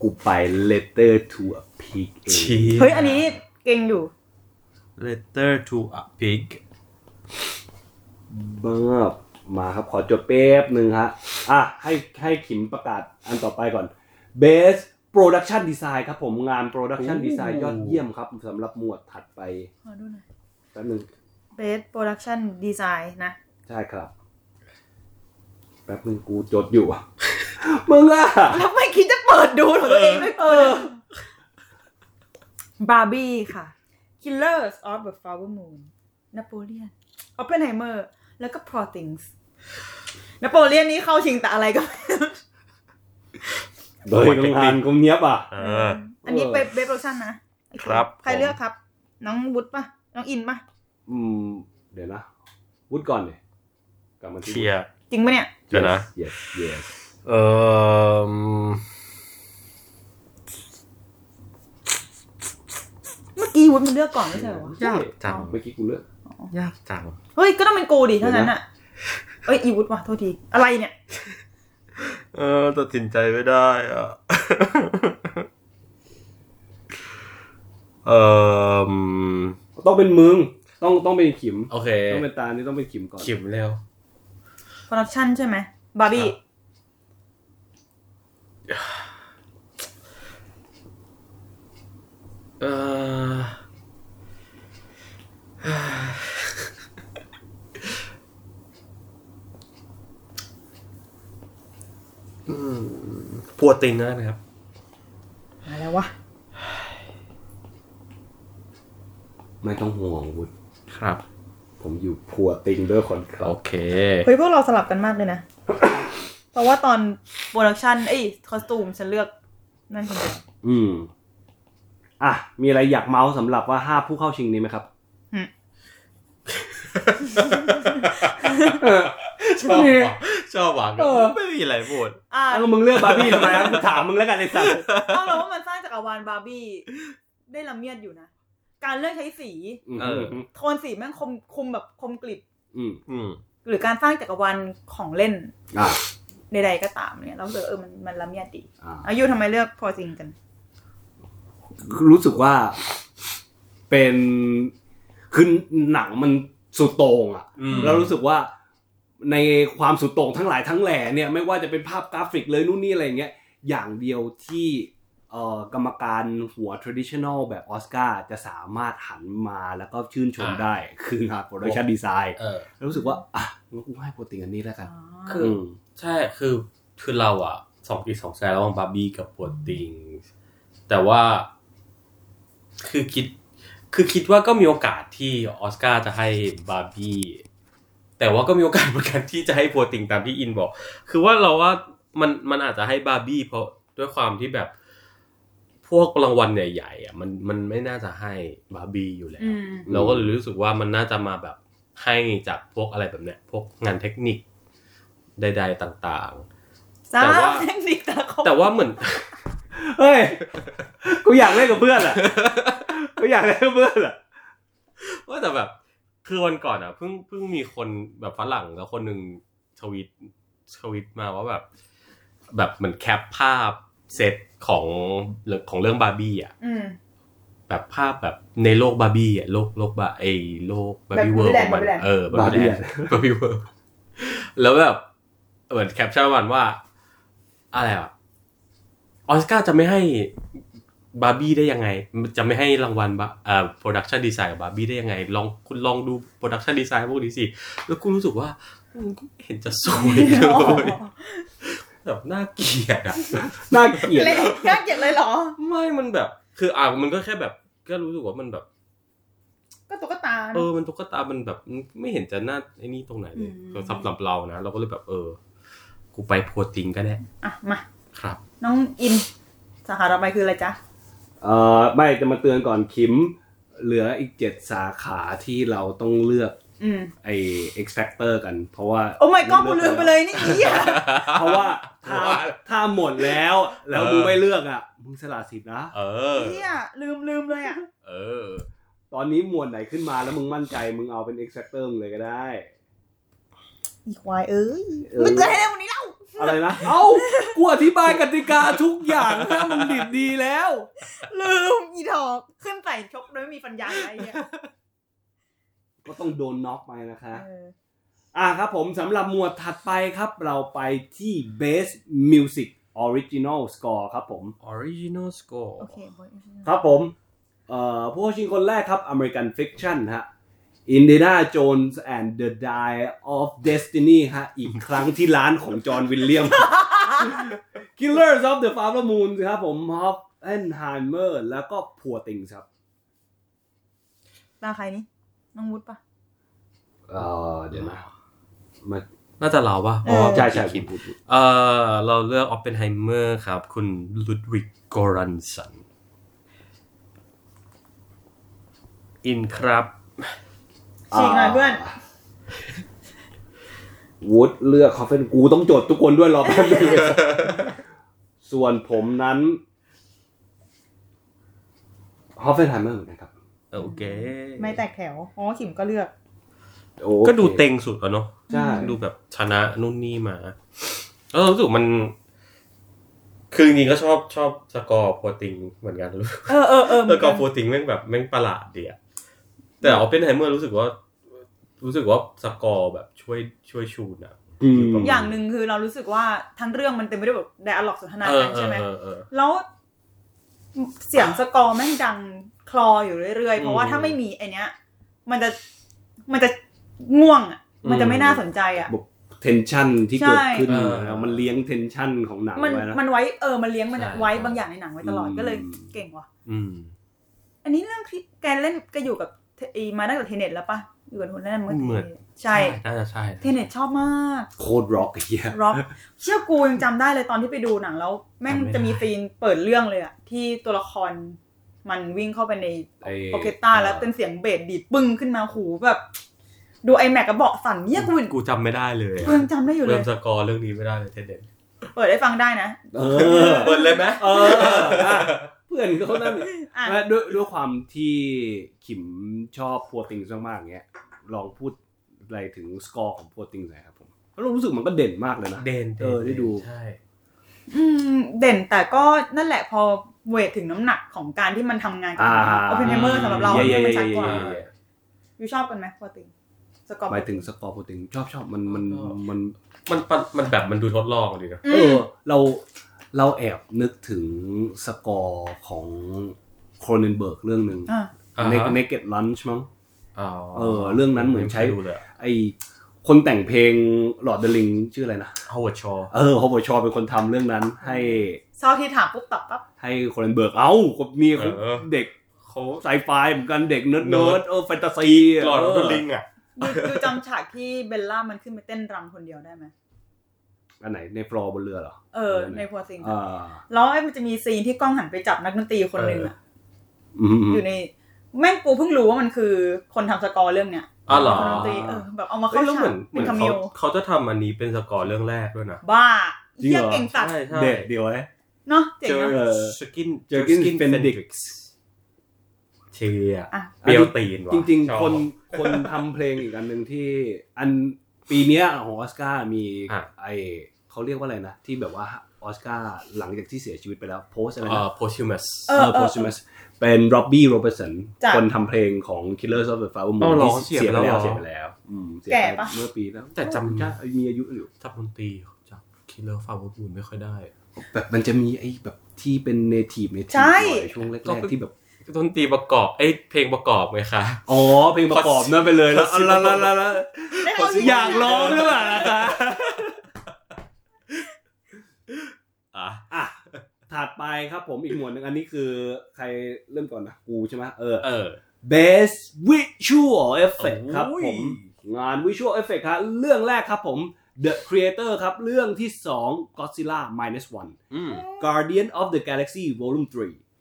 Speaker 1: กูไป letter to a pig เอง
Speaker 6: ชี้
Speaker 3: เฮ้ยอันนี้เก่งอยู่
Speaker 6: letter to a pig
Speaker 1: เบิบมาครับขอจดเป๊บหนึ่งฮะ อ่ะ ให้ให้ขิมประกาศอันต่อไปก่อน Best Production Design ครับผมงาน Production Design ยอดเยี่ยมครับสำหรับหมวดถัดไป
Speaker 3: ขอดูหน่อย
Speaker 1: แป๊บหนึง
Speaker 3: เบสโปรดักชั่นดีไซน์นะ
Speaker 1: ใช่ครับ แป๊บหนึงกูจดอยู่ [LAUGHS] อะ มึงอ่ะ
Speaker 3: แล้วไม่คิดจะเปิดดูของตัวเองไม่เปิดบาร์บี้ค่ะ Killers of the Flower Moon นโปเลียน o อปเพนไฮเมอร์ แล้วก็ Poor Things นโปเลียนนี่เข้าชิงแต่อะไรก็ไม่รู้
Speaker 1: โดยโรงงานกูเนี้ยบอ่ะ
Speaker 6: เออ
Speaker 3: อันนี้เป็นเบสโปรดักชั่นนะ
Speaker 6: ครับ
Speaker 3: ใครเลือกครับ น้องวุฒิป่ะ น้องอินป่ะ
Speaker 1: อืม เดี๋ยวนะวุดก่อนเลยกลับมาที่
Speaker 6: เชียร์
Speaker 3: จริงป่ะเนี่ย
Speaker 6: เดี๋ยวนะ
Speaker 1: yes yes
Speaker 6: เอิ่ม
Speaker 3: เมื่อกี้วุฒิมันเลือกก่อนไม่ใช่เหรอวะ
Speaker 6: ยากจัง
Speaker 1: เมื่อกี้กูเลือก
Speaker 6: ยากจัง
Speaker 3: เฮ้ย ก็ต้องเป็นกูดิเท่านั้นอ่ะ เอ้ย อีวุฒิว่ะ โทษที อะไรเนี่ย
Speaker 6: เออตัดสินใจไม่ได้อ่ะ [LAUGHS] เออ
Speaker 1: ต้องเป็นมึง ต้องต้องเป็นขิม
Speaker 2: โอเค
Speaker 1: ต้องเป็นตานี่ต้องเป็นขิมก่อน
Speaker 2: ขิมเร็ว
Speaker 3: โปรดักชั่นใช่ไหม บาร์บี้
Speaker 2: เอ
Speaker 6: [SIGHS]
Speaker 2: อ
Speaker 6: พัวติงแล้วกันะครับ
Speaker 3: อะไรวะ
Speaker 1: ไม่ต้องห่วงวุฒ
Speaker 2: ครับ
Speaker 1: ผมอยู่พัวติงด้วยคนครั
Speaker 2: โอบ เค
Speaker 3: เฮ้ยพวกเราสลับกันมากเลยนะ เพราะว่าตอนโปรดักชันเอ้ยคอสตูมฉันเลือกนั่นคนเดียว
Speaker 1: อืม อ่ะ มีอะไรอยากเมาส์สำหรับว่าห้าผู้เข้าชิงนี้ไหมครับ
Speaker 6: ชอบว่ะชอบหวัง
Speaker 1: เออ
Speaker 6: ไม่มีอะไรพูด
Speaker 3: อ่า
Speaker 1: อ้าวมึงเลือกบาร์บี้ทำไมอ่ะกูถามมึงแล้วกันไอ้สัส
Speaker 3: เอาเราว่ามันสร้างจักรวาลบาร์บี้ได้ละเมียดอยู่นะ การเลือกใช้สี
Speaker 1: เออ
Speaker 3: โทนสีแม่งคมคมแบบคมกริบ
Speaker 1: อืม
Speaker 6: อืม
Speaker 3: หรือการสร้างจักรวาลของเล่น
Speaker 1: อ่ะ
Speaker 3: ใดๆก็ตามเนี่ยเราเจอเออมันมันละเมียดดี
Speaker 1: อ่ะ
Speaker 3: อายุทำไมเลือกพอจริงกัน
Speaker 1: รู้สึกว่า เป็น คือหนังมันสุดโต่งอ่ะ
Speaker 6: อืม
Speaker 1: แล้วรู้สึกว่าในความสุดโต่งทั้งหลายทั้งแหล่เนี่ยไม่ว่าจะเป็นภาพกราฟิกเลยนู่นนี่อะไรอย่างเงี้ยอย่างเดียวที่เอ่อกรรมการหัว traditional แบบออสการ์จะสามารถหันมาแล้วก็ชื่นชมได้ คืองาน production design
Speaker 2: เออ
Speaker 1: รู้สึกว่า อ่ะงั้นกูให้โปรติงอันนี้แล้วกัน
Speaker 2: คือ
Speaker 1: อื
Speaker 2: อื
Speaker 1: ม
Speaker 2: ใช่ คือ คือเราอ่ะ สองปีสองใจระหว่างบาร์บี้กับปวดติง แต่ว่า คือคิด คือคิดว่าก็มีโอกาสที่ออสการ์จะให้บาร์บี้ แต่ว่าก็มีโอกาสเหมือนกันที่จะให้ปวดติงตามที่อินบอก คือว่าเราว่ามันมันอาจจะให้บาร์บี้เพราะด้วยความที่แบบ พวกรางวัลใหญ่ๆอ่ะมันมันไม่น่าจะให้บาร์บี้อยู่แล้ว
Speaker 3: อืม
Speaker 2: เราก็เลยรู้สึกว่ามันน่าจะมาแบบให้จากพวกอะไรแบบเนี้ย พวกงานเทคนิคใด ๆต่างๆ
Speaker 3: สา
Speaker 2: แต่
Speaker 3: ม
Speaker 2: ว่า
Speaker 3: เทคนิคตาคม
Speaker 2: แต่ว่าเหมือน
Speaker 1: เฮ้ย กูอยากเล่นกับเพื่อนอ่ะ กู [LAUGHS] อยากเล่นกับเพื่อนอ่ะ
Speaker 2: ว่าแต่แบบคือวันก่อนอ่ะเพิ่งเพิ่งมีคนแบบฝรั่งแล้วคนหนึ่งทวีตทวีตมาว่าแบบ แบบเหมือนแคปภาพเซตของของเรื่องบาร์บี้อ่ะ
Speaker 3: อืม
Speaker 2: แบบภาพแบบในโลกบาร์บี้อ่ะโลกโลกบาไอโลกบาร์บี้
Speaker 3: แบบ
Speaker 2: เวิร์ข
Speaker 3: Barbie
Speaker 2: องมัน
Speaker 3: Land
Speaker 2: เออบาร์
Speaker 1: Barbie
Speaker 2: บี้แลนด์บาร์บี้เวิร์แล้วแบบเหมือนแคปชั่นวันว่า อะไรอ่ะออสการ์จะไม่ให้บาร์บี้ได้ยังไง จะไม่ให้รางวัลบาเอ่อโปรดักชันดีไซน์กับบาร์บี้ได้ยังไง ลองคุณลองดูโปรดักชันดีไซน์พวกนี้สิ แล้วคุณรู้สึกว่ามันก็ไม่เห็นจะสวยเลย
Speaker 3: [LAUGHS]
Speaker 2: แบบน่าเกลียดอ่ะ
Speaker 1: น่าเกลียด
Speaker 3: เลยน่าเกลียดเลยเหรอ
Speaker 2: ไม่ มันแบบ คืออ่ะมันก็แค่แบบ ก็รู้สึกว่ามันแบบ
Speaker 3: ก็ตุ๊กตานะ
Speaker 2: เออ มันตุ๊กตา มันแบบไม่เห็นจะน่าไอ้นี่ตรงไหนเลย
Speaker 3: อืม
Speaker 2: สำหรับเรานะ เราก็เลยแบบเออ กูไปโพติงก็ได้
Speaker 3: อ่ะ มา
Speaker 2: ครับ
Speaker 3: น้องอิน สาขาต่อไปคืออะไรจ๊ะ
Speaker 1: เอ่อไม่จะมาเตือนก่อนคิม เหลืออีกเจ็ดสาขาที่เราต้องเลือก
Speaker 3: อืม
Speaker 1: ไอเอ็กซ์แฟกเตอร์กัน เพราะว่า
Speaker 3: โอ้ my god กูลืมไปเลยนี่อีอะ
Speaker 1: เพราะว่าถ้าถ้าหมดแล้วแล้วมึงไม่เลือกอ่ะมึงสละสิทธิ์นะ
Speaker 7: เออ
Speaker 3: นี่อะลืมลืมเลยอะ
Speaker 7: เออ
Speaker 1: ตอนนี้หมวดไหนขึ้นมาแล้วมึงมั่นใจมึงเอาเป็น X Factor มึงเลยก็ได้
Speaker 3: อีควายเอ้ย
Speaker 1: เออ
Speaker 3: มึงจะให้ได้วันนี้แล้ว
Speaker 1: อะไร
Speaker 3: [LAUGHS]
Speaker 1: นะ
Speaker 8: เอ้ากูอธิบายกติกาทุกอย่างแล้วมึงดิบดีแล้ว
Speaker 3: ลืมอีดอกขึ้นใส่ชกโดยไม่มีปัญญาอะไรเงี้ย
Speaker 1: ก็ต้องโดนน็อกไปนะคะ
Speaker 3: เออ
Speaker 1: อ่ะครับผมสำหรับหมวดถัดไปครับ เราไปที่ Best Music Original Score ครับผม
Speaker 2: original score
Speaker 3: โอเคบอย
Speaker 1: ครับผมเอ่อผู้เข้าชิงคนแรกครับ American Fiction ฮะ Indiana Jones and the Dial of Destiny ฮะ อีกครั้งที่ร้านของจอห์นวิลเลียม [LAUGHS] Killers of the Flower Moon ครับผม Oppenheimer แล้วก็ Poor Things ครับ
Speaker 3: ตาใครนี่น้องวุฒิปะ
Speaker 1: เอ่อเดี๋ยวนะมา
Speaker 2: น่าจะเราปะ
Speaker 3: เออ
Speaker 1: ใช่ใช่คิดพูดพูด
Speaker 2: เออเราเลือกออปเปนไฮเมอร์ครับ คุณลุดวิกกอรันสัน อินครับ
Speaker 3: ฉีกหน่อยเพื่อน
Speaker 1: วูดเลือกคอฟเฟนกูต้องโจทย์ทุกคนด้วยรอแป๊บนึง ส่วนผมนั้นฮอฟเฟนไฮเมอร์นะครับ
Speaker 2: โอเค
Speaker 3: ไม่แตกแถวอ๋อขิมก็เลือก
Speaker 1: โอค
Speaker 2: ก็ดูเต็งสุดแล้วเนาะ
Speaker 1: ใช่
Speaker 2: ดูแบบชนะนู่นนี่มา แล้วเรารู้สึกมัน คือจริงๆก็ชอบชอบสกอร์โปรติงเหมือนกันรู้
Speaker 3: เออเออเออ
Speaker 2: สกอร์โปรติงแม่งแบบแม่งประหลาดเดียแต่ออปเปนไฮเมอร์รู้สึกว่า รู้สึกว่าสกอร์แบบช่วยช่วยชูนอะ
Speaker 1: อืม
Speaker 3: อย่างหนึ่งคือเรารู้สึกว่าทั้งเรื่องมันเต็มไปด้วยแบบไดอะล็อกสนทนา
Speaker 2: เออ
Speaker 3: กันใช่ไหม
Speaker 2: เออเออ
Speaker 3: แล้วเสียงสกอร์แม่งดังคลออยู่เรื่อยๆ เพราะว่า
Speaker 2: อืม
Speaker 3: ถ้าไม่มีไอเนี้ย มันจะมันจะง่วงอ่ะมันจะ
Speaker 2: อืม
Speaker 3: ไม่น่าสนใจอ่ะ
Speaker 1: เทนชันที่เกิดขึ้น
Speaker 2: ใช่
Speaker 1: นะมันเลี้ยงเทนชันของหนัง
Speaker 3: มัน
Speaker 1: ไว้นะ
Speaker 3: มันไว้เออมันเลี้ยงมันอะ
Speaker 2: ใช่
Speaker 3: ไว้บางอย่างในหนังไว้ตลอด
Speaker 1: อืม
Speaker 3: ก็เลยเก่งว่ะ
Speaker 2: อืม
Speaker 3: อันนี้เรื่องที่แกเล่นแกอยู่กับเทไอมาตั้งแต่เทเน็ตแล้วปะอยู่กับคนนั้นเมื่อ
Speaker 2: เหมือน
Speaker 3: ใช่
Speaker 2: น่าจะใช่
Speaker 3: เทเน็ตชอบมาก
Speaker 1: โคตรร็อกไอ้เหี้ย
Speaker 3: ร็อกเชื่อกูยังจำได้เลยตอนที่ไปดูหนังแล้ว แม่งจะมีซีนเปิดเรื่องเลยอะที่ตัวละครมันวิ่งเข้าไปใน
Speaker 1: ไอ้
Speaker 3: ออร์เคสตราแล้วเป็นเสียงเบสดีดปึ้งขึ้นมาหูแบบ ดูไอแม็กกับเบาะสั่นเนี่ยกู
Speaker 2: กูจำไม่ได้เลยอะ
Speaker 3: กูยังจำได้อยู่เล
Speaker 2: เริ่
Speaker 3: ย
Speaker 2: มสกอร์เรื่องนี้ไม่ได้เลยเทนเดน
Speaker 3: เปิดให้ฟังได้นะ
Speaker 1: เออ
Speaker 2: เปิดเลยไหม
Speaker 1: เอออ่ะเพื่อนเขานั่นแหละ
Speaker 3: อ่ะ
Speaker 1: และด้วยด้วยความที่ขิมชอบพัวติงส์มากๆเงี้ยลองพูดอะไรถึงสกอร์ของพัวติงส์หน่อยครับผมเพราะเรารู้สึกมันก็เด่นมากเลยนะ
Speaker 2: เดน
Speaker 1: เออได้ดู
Speaker 2: ใช่
Speaker 3: อืมเด่นแต่ก็นั่นแหละพอเวทถึงน้ำหนักของการที่มันทำงานกับ
Speaker 1: อ่า
Speaker 3: โอเพนไฮเมอร์สำหรับเรา
Speaker 1: เย่ๆ
Speaker 3: ที่มันชัดกว่า
Speaker 1: เย่ๆเย่
Speaker 3: ยูชอบกันไหมปกติสก
Speaker 1: ๆ
Speaker 3: อร์
Speaker 1: หมายถึงสกอร์พัวติงส์ชอบชอบมันมันมัน
Speaker 2: มันมันมันแบบมันดูทดลองดีนะ
Speaker 3: อื
Speaker 1: เอ
Speaker 3: ม
Speaker 1: อเราเราแอบนึกถึงสกอร์ของโครเนนเบิร์กเรื่องหนึ่ง
Speaker 3: อ่ะ
Speaker 2: อ่า
Speaker 1: ใน
Speaker 2: ฮะ
Speaker 1: เนเก็ตลันช์มั้ง
Speaker 2: อ๋อ
Speaker 1: เออเรื่องนั้นเหมือนใช้
Speaker 2: ไคยดูเลย
Speaker 1: ไอคนแต่งเพลงหลอดเดลิงชื่ออะไรนะ
Speaker 2: ฮาวเวิร์ดชอ
Speaker 1: เออฮอบชอเป็นคนทำเรื่องนั้น ให้
Speaker 3: เศร้าที่ถามปุ๊บตอบปั๊บ
Speaker 1: ให้โคเรนเบิร์ก เอ้าก็มี
Speaker 2: เออ
Speaker 1: เด็ก
Speaker 2: เขา
Speaker 1: ไซไฟเหมือนกันเด็กเนิร์ด
Speaker 2: เนิ
Speaker 1: เนิ
Speaker 2: ร์
Speaker 1: ร์
Speaker 2: ด
Speaker 1: ดเออแฟนตาซีะ
Speaker 2: หลอด
Speaker 1: เ
Speaker 2: เป็นลิงอ่ะ
Speaker 3: ยูยูจำฉากที่เบลล่ามันขึ้นไปเต้นรำคนเดียวได้ไหม
Speaker 1: อันไหนในฟลอร์บนเรือเหรอ
Speaker 3: เออในพัวซิง
Speaker 1: อ่า
Speaker 3: แล้วไอ้มันจะมีซีนที่กล้องหันไปจับนักดนตรีคนหนึ่งอะ
Speaker 1: อืม
Speaker 3: อยู่ในแม่งกูเพิ่งรู้ว่ามันคือคนทำสกอร์เรื่องเนี้ย
Speaker 2: อ๋อเหรอ
Speaker 3: คนทำดนตรีเออแบบเอามา
Speaker 2: เฮ้
Speaker 3: เข้าย
Speaker 2: แล้วเหมื
Speaker 3: ฉา
Speaker 2: อก นเหมือน
Speaker 3: เป็
Speaker 2: น
Speaker 3: คาเม
Speaker 2: เขา
Speaker 3: โอ
Speaker 2: เขาจะทำอันนี้เป็นสกอร์เรื่องแรกด้วยนะ
Speaker 3: บ้า
Speaker 1: จริง
Speaker 3: เยี่ย
Speaker 1: เหรอ
Speaker 3: เก่งสัตว์
Speaker 2: ใช่ใช่
Speaker 1: เด็ดเดียวเลย
Speaker 3: เนาะเจ๋ง
Speaker 2: เจอ
Speaker 3: เนาะ
Speaker 2: สกิน
Speaker 1: Jerkin Benedict
Speaker 2: เชีย
Speaker 3: อ่ะ
Speaker 2: เปรียวตีนว่ะ
Speaker 1: จริง
Speaker 2: ชอบ
Speaker 1: ๆ คนคนทำเพลงอีกอันหนึ่งที่อันปีเนี้ยของออสการ์มี
Speaker 2: ะ
Speaker 1: ไอเขาเรียกว่าอะไรนะ ที่แบบว่าออสการ์หลังจากที่เสียชีวิตไปแล้วโพสอะไร
Speaker 2: เอ่
Speaker 1: นะ
Speaker 2: อ posthumous
Speaker 3: เอ
Speaker 1: เอ
Speaker 3: อ
Speaker 1: อ posthumous เป็นร็อบบี้โรเบสัน
Speaker 3: จ้ะ
Speaker 1: คนทำเพลงของ Killers of the Flower
Speaker 2: อ๋
Speaker 1: Moon
Speaker 2: อเหรอ
Speaker 1: ที่เสียไปแล้ว
Speaker 2: เสี
Speaker 1: เสี
Speaker 2: ย
Speaker 1: ย
Speaker 2: ไป
Speaker 1: ไป
Speaker 2: แล้
Speaker 1: แล้ว ว อืมเสีย
Speaker 3: แก่
Speaker 1: ไป
Speaker 3: ปะ
Speaker 1: เมื่อปีแล้ว
Speaker 2: แต่จำ
Speaker 1: ใช่มีอายุอยู่
Speaker 2: จำดนตรีจากคิลเลอร์ฟาวเวอร์บูนไม่ค่อยได้
Speaker 1: แบบมันจะมีไอ้แบบที่เป็น native native
Speaker 3: ใช่
Speaker 1: หน่อยช่วงแรกๆที่แบบ
Speaker 2: ดนตรีประกอบไอ้ยเพลงประกอบไงคะ
Speaker 1: อ๋อ เพลงประกอบนั่นไปเลยแล้วอะละละละละ
Speaker 3: ได้เรา
Speaker 1: อยากร้องหรือเปล่าล่ะคะ
Speaker 2: อ่ะ
Speaker 1: อ่ะถัดไปครับผมอีกหมวดหนึ่งอันนี้คือใครเริ่มก่อนนะ กูใช่ไหมเออ
Speaker 2: เออ
Speaker 1: Best Visual Effect
Speaker 2: โอ้ย
Speaker 1: ครับผม งาน Visual Effect ครับเรื่องแรกครับผม The Creator ครับ เรื่องที่ 2 Godzilla minus one
Speaker 2: อืม
Speaker 1: Guardian of the Galaxy Volume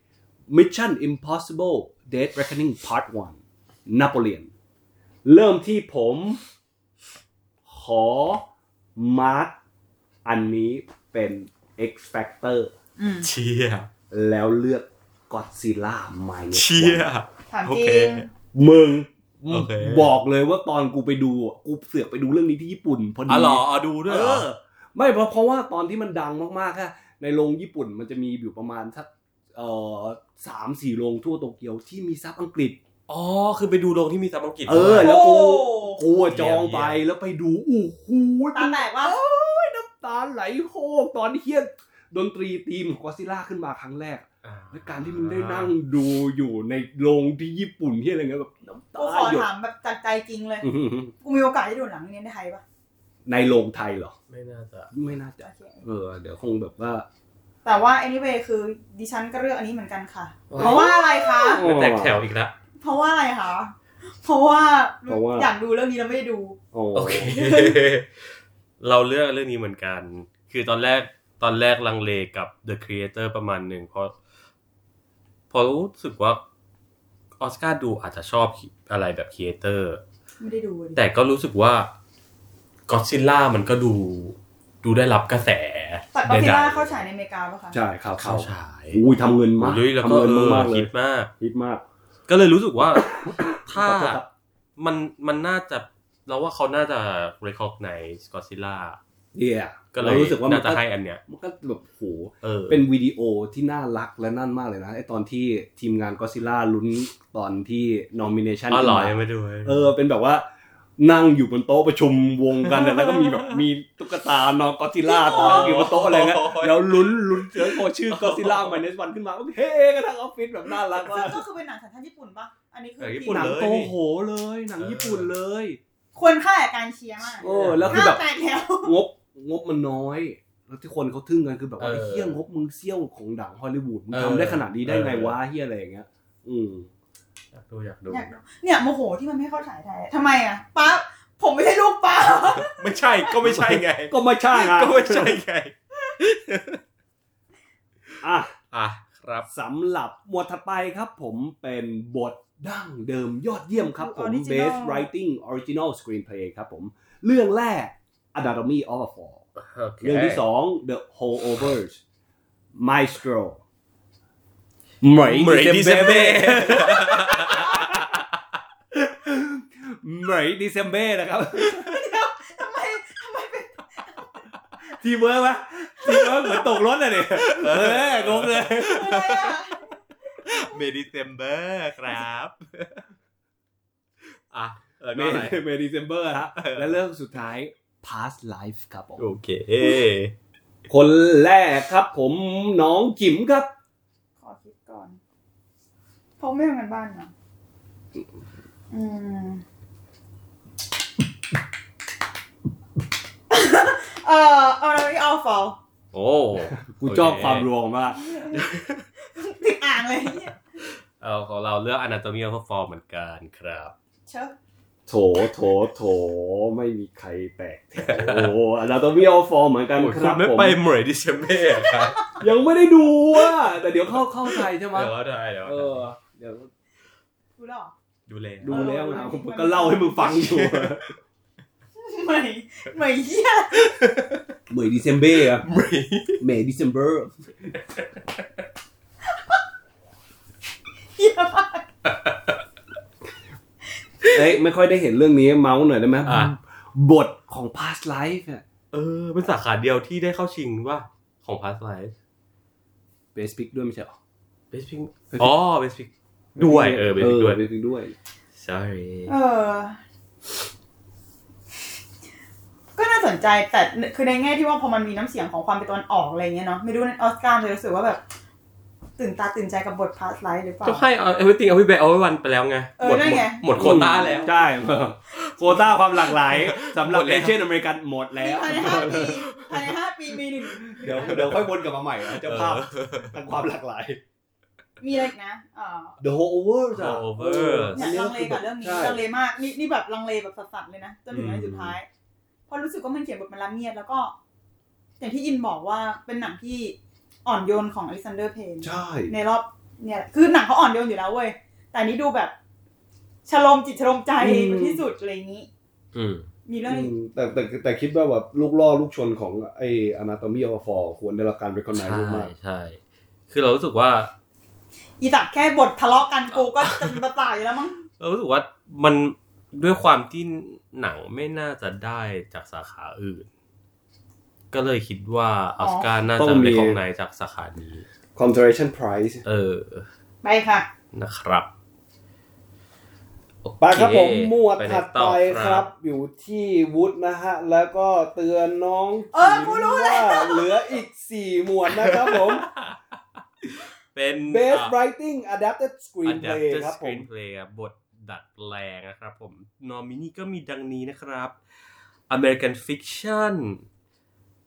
Speaker 1: 3 Mission Impossible Dead Reckoning Part 1 Napoleon เริ่มที่ผมขอมาร์คอันนี้เป็น X Factor
Speaker 3: อืม
Speaker 2: เชีย
Speaker 1: แล้วเลือกก็อ z ซิล่าไม
Speaker 2: เชีย
Speaker 3: ถาม
Speaker 2: โอ
Speaker 3: จริ
Speaker 2: เค
Speaker 3: ง
Speaker 1: มึง
Speaker 2: โอเค
Speaker 1: บอกเลยว่าตอนกูไปดูอ่ะกูเสือกไปดูเรื่องนี้ที่ญี่ปุ่นพอดี
Speaker 2: อ๋อเหรออ๋อดูด้วย
Speaker 1: เอ
Speaker 2: เหร
Speaker 1: อ
Speaker 2: อ
Speaker 1: ไม่เพราะเพราะว่าตอนที่มันดังมากๆอะในโรงญี่ปุ่นมันจะมีอยู่ประมาณสักเอ่อสามสี่โรงทั่วโตเกียวที่มีซับอังกฤษ
Speaker 2: อ๋อ คือไปดูโรงที่มีซับอังกฤษ
Speaker 1: เออ แล้ว
Speaker 3: โอ้
Speaker 1: กูกูอะจองไปแล้วไปดูโอ้โห
Speaker 3: ตาแตกว่า
Speaker 1: น้ำตาไหลโฮกตอนเฮี้ยนดนตรีทีมของกอซิล่าขึ้นมาครั้งแรก
Speaker 2: อ่า
Speaker 1: และการที่มันได้นั่งดูอยู่ในโรงที่ญี่ปุ่นที่อะไรเงี้ยแบบน้ำ
Speaker 3: กู
Speaker 1: ตา
Speaker 3: ขอ
Speaker 1: หยด
Speaker 3: ถามแบบจากใจจริงเลย
Speaker 1: อื้อหือ
Speaker 3: กูมีโอกาสได้ดูหนังเรื่องนี้ในไทยปะ
Speaker 1: ในโรงไทยเหรอ
Speaker 2: ไม่น่าจะ
Speaker 1: ไม่น่าจะ
Speaker 3: โอเค
Speaker 1: เออ เดี๋ยวคงแบบว่า
Speaker 3: แต่ว่า anyway คือดิฉันก็เลือกอันนี้เหมือนกันค่ะ เพราะว่าอะไรคะ
Speaker 2: ไม่แตกแถวอีกแล้ว
Speaker 3: เพราะว่าอะไรคะ เพราะว่า
Speaker 1: เพราะว่า
Speaker 3: อยากดูเรื่องนี้แล้วไม่ได้ดู
Speaker 2: โอเค [LAUGHS] เราเลือกเรื่องนี้เหมือนกัน คือตอนแรกตอนแรกลังเลกับ The Creator ประมาณหนึ่งเพราะเพอรู้สึกว่าออสการ์ดูอาจจะชอบอะไรแบบ Creator
Speaker 3: ไม่ได้ดูเลย
Speaker 2: แต่ก็รู้สึกว่า Godzilla มันก็ดูดูได้รับกระแส
Speaker 3: แต่ก็คิดว่า
Speaker 2: ใดๆ
Speaker 3: เข้าฉายในอเมริกาปะคะ
Speaker 1: ใช่ครับ
Speaker 2: เข้าฉาย
Speaker 1: อุ้ยทำเงินมาก
Speaker 2: อุ้ยแล้ว
Speaker 1: ทำ
Speaker 2: ก็
Speaker 1: เงิน
Speaker 2: เออ
Speaker 1: มากๆเลย
Speaker 2: คิดมาก
Speaker 1: ฮิตมาก
Speaker 2: ก็เลยรู้สึกว่า [COUGHS] ถ้า
Speaker 1: ขอโทษครับ
Speaker 2: มันมันน่าจะเราว่าเขาน่าจะ recognize Godzilla
Speaker 1: เดีย
Speaker 2: ก็เลย
Speaker 1: รู้สึกว่ามั
Speaker 2: น่าน จะ
Speaker 1: ก็
Speaker 2: ให้อันเนี้ย
Speaker 1: มันก็แบบโห
Speaker 2: เออ
Speaker 1: เป็นวิดีโอที่น่ารักและนั่นมากเลยนะไอตอนที่ทีมงานก็ซิล่าลุ้นตอนที่นอมิเนชัน
Speaker 2: อ๋อเหรอยังไม่ดู
Speaker 1: เออ เป็นแบบว่านั่งอยู่บนโต๊ะประชุมวงกันอะแล้วก็มีแบบมีตุ๊กตานอนก็ซิล่าตั้งอยู่บนโต๊ะอะไรเงี้ยแล้วลุ้นลุ้นเจอโอชื่อก็ซิล่ามาเนสวันขึ้นมาก็เฮ้กันทั้งออฟฟิศแบบน่ารักมาก
Speaker 3: ก็คือเป็นหนังสัญชาติญี่ปุ่นปะอันนี้คือ
Speaker 2: เออญี่ปุ่
Speaker 3: ที่
Speaker 2: น
Speaker 1: หนัง
Speaker 2: เลย
Speaker 1: โตโหเลยหนังญี่ปุ่นเลย
Speaker 3: ควรค่าแก่การเชียร์มาก
Speaker 1: โอ้แล้วคือแบบ
Speaker 3: ห้ามตก
Speaker 1: ง
Speaker 3: แล้ว
Speaker 1: บงบมันน้อย แล้วที่คนเขาทึ่งกันคือแบบว่า
Speaker 2: เออ
Speaker 1: ไอ้เฮี้ยงบมึงเซี่ยวของดังฮอลลีวูดมึง
Speaker 2: เออ
Speaker 1: ทำได้ขนาดนี้ได้ไง
Speaker 2: เออ
Speaker 1: วะเฮี้ยอะไรอย่างเงี้ย อืม
Speaker 2: อยากดูอยากดู
Speaker 3: อยากดู เนี่ยโมโหที่มันไม่เข้าฉายไทยทำไมอ่ะป้าผมไม่ใช่ลูกป้า [LAUGHS]
Speaker 2: ไม่ใช่ก็ไม่ใช่ไง
Speaker 1: ก็ไม่ใช่ไง
Speaker 2: ก็ไม่ใช่ไง
Speaker 1: อ่ะ
Speaker 2: อ่ะครับ
Speaker 1: สำหรับบทถัดไปครับผมเป็นบทดั้งเดิมยอดเยี่ยมครับผม
Speaker 3: Original
Speaker 1: Best Writing Original Screenplay ครับผม เรื่องแรก Anatomy of a Fall เรื่องที่สอง The Holdovers Maestro เหมย
Speaker 2: เหมยดิเซมเบ้
Speaker 1: [LAUGHS] เหมยดิเซมเบ้นะครับ
Speaker 3: ทำไมทำไมเป็น
Speaker 1: ทีมเวิร์กปะทีมเวิร์กเหมือนตกรถอะเนี่ยเอองงเลย
Speaker 3: อะไรอ่ะ
Speaker 2: เมดิเซมเบอร์ครับ อ่ะเออ
Speaker 1: เม
Speaker 2: ก็อะไร
Speaker 1: [LAUGHS] เมดิเซมเบอร์ฮะและเรื่องสุดท้าย past life ครับผม
Speaker 2: โอเค
Speaker 1: คนแรกครับผมน้องจิ๋มครับ
Speaker 3: ขอคิดก่อนผมไม่ทำงานบ้านเนาะอืม [LAUGHS] เอ่อเอาอะไรเอาฟอล
Speaker 2: โอ้
Speaker 1: กูชอบความรวงมาก
Speaker 3: ติดอ่างเลยเนี่ย
Speaker 2: เอาของเราเลือก Anatomy of a Fall เหมือนกันครับ
Speaker 3: เชอะ
Speaker 1: โถ โถ โถ ไม่มีใครแตกแถวโอ้แล้วต้องมีเอาฟอร์เหมือนกันค
Speaker 2: คุ
Speaker 1: รั
Speaker 2: ณ
Speaker 1: บ
Speaker 2: ไม่
Speaker 1: ผม
Speaker 2: ไปเหมยดิเซมเบ้ครับ
Speaker 1: ยังไม่ได้ดูอ่ะแต่เดี๋ยวเข้าเข้าใจใช่ไหม
Speaker 2: เดี๋ยวก็ได้เดี๋ยว
Speaker 1: เอ
Speaker 2: ก็ได้
Speaker 1: อ เดี๋ยว
Speaker 3: ดูแล้วเหรอ
Speaker 2: ดูเลย
Speaker 1: ดูแล้วนะผมก็เล่าให้มึงฟังอยู่
Speaker 3: เหมยเหมยเหี้ย
Speaker 1: เหมยดิเซมเบ้อะเหมยดิเซมเบอร์
Speaker 3: เหี้ยมาก
Speaker 1: เอ้ยไม่ค่อยได้เห็นเรื่องนี้เมาส์หน่อยได้ไหม
Speaker 2: อ่ะ
Speaker 1: บทของ past life เนี่ย
Speaker 2: เออเป็นสาขาเดียวที่ได้เข้าชิงว่าของ Past Life
Speaker 1: best pick ด้วยไม่ใช่เหรอ
Speaker 2: เบสพิง
Speaker 1: Pick
Speaker 2: อ๋อเบสพิงด้วยเออเบสพิงด้วย
Speaker 1: เออ Best Pick ด้วย
Speaker 2: sorry
Speaker 3: เออ ก็น่าสนใจแต่คือในแง่ที่ว่าพอมันมีน้ำเสียงของความเป็นตะวันออกอะไรเงี้ยเนาะไม่รู้ในออสการ์จะรู้สึกว่าแบบ ตื่นตาตื่นใจกับบทพาสไลท์หรือเปล่า
Speaker 2: ก็ให้เอา everything เอาพี่แบเอาไว้วันไปแล้วไง
Speaker 3: เอ
Speaker 2: ห
Speaker 3: อ
Speaker 2: มด
Speaker 3: นั่นไง
Speaker 2: หมดโควต้าแล้ว
Speaker 1: ใช่ โควต้าความหลากหลายสำหรับ
Speaker 2: หมด
Speaker 1: เอ
Speaker 2: แล้ว
Speaker 1: เชียนอเมริกันหมดแล้ว
Speaker 3: ภายในห้าปีภายในห้าปีมีหนึ่ง
Speaker 1: เดี๋ยวเดี๋ยวค่อยวนกลับมาใหม่นะเจ้าภาพทางความหลากหลาย
Speaker 3: มีอะไรอีกนะเออ
Speaker 1: The whole over
Speaker 2: The Whole Overs
Speaker 3: เนี่ยลังเลกับเรื่องนี้
Speaker 1: ใช่
Speaker 3: ลังเลมากนี่นี่แบบลังเลแบบสัสๆเลยนะจนถึงในสุดท้ายเพราะรู้สึกว่ามันเขียนบทมันละเมียดแล้วก็ อย่างที่อินบอกว่าเป็นหนังที่อ่อนโยนของอลิซานเดอร์เพน
Speaker 1: ใช่
Speaker 3: ในรอบเนี่ยแหละคือหนังเขาอ่อนโยนอยู่แล้วเว้ยแต่อันนี้ดูแบบ ชโลมจิตชโลมใจ
Speaker 9: อืม
Speaker 3: ที่สุดอะไรอย่างนี้
Speaker 2: อืม
Speaker 3: มีเรื่องนี้
Speaker 1: แต่แต่แต่คิดว่าแบบลูกล่อลูกชนของไอ anatomy of a fall ควรได้รับการ recognize
Speaker 2: ใช่
Speaker 1: มาก
Speaker 2: ใช่ คือเรารู้สึกว่า
Speaker 3: อีตักแค่บททะเลาะ [LAUGHS] กันกูก็จะมาตายอยู่แล้วมั้ง
Speaker 2: เรารู้สึกว่ามันด้วยความที่หนังไม่น่าจะได้จากสาขาอื่น ก็เลยคิดว่า
Speaker 3: อ๋
Speaker 2: อ
Speaker 3: อ
Speaker 2: อสการ์น่าจะเป็นของนายจากสาขานี้
Speaker 1: conservation prize
Speaker 2: เออ
Speaker 3: ไปค่ะ
Speaker 2: นะครับ
Speaker 1: ไปครับผมหมวด
Speaker 2: ใน
Speaker 1: ถัด
Speaker 2: ต่
Speaker 1: ไป
Speaker 2: อ
Speaker 1: ครับ อยู่ที่วุฒินะฮะ แล้วก็เตือนน้อง
Speaker 3: เออกูรู้แล้ว
Speaker 1: ว่าเหลืออีก 4 หมวดนะครับผม
Speaker 2: เป็น
Speaker 1: best
Speaker 2: อ่ะ
Speaker 1: writing adapted screenplay
Speaker 2: Adapted
Speaker 1: ครับผม
Speaker 2: Screenplay อะบทดัดแปลงนะครับผม นอมินีก็มีดังนี้นะครับ American Fiction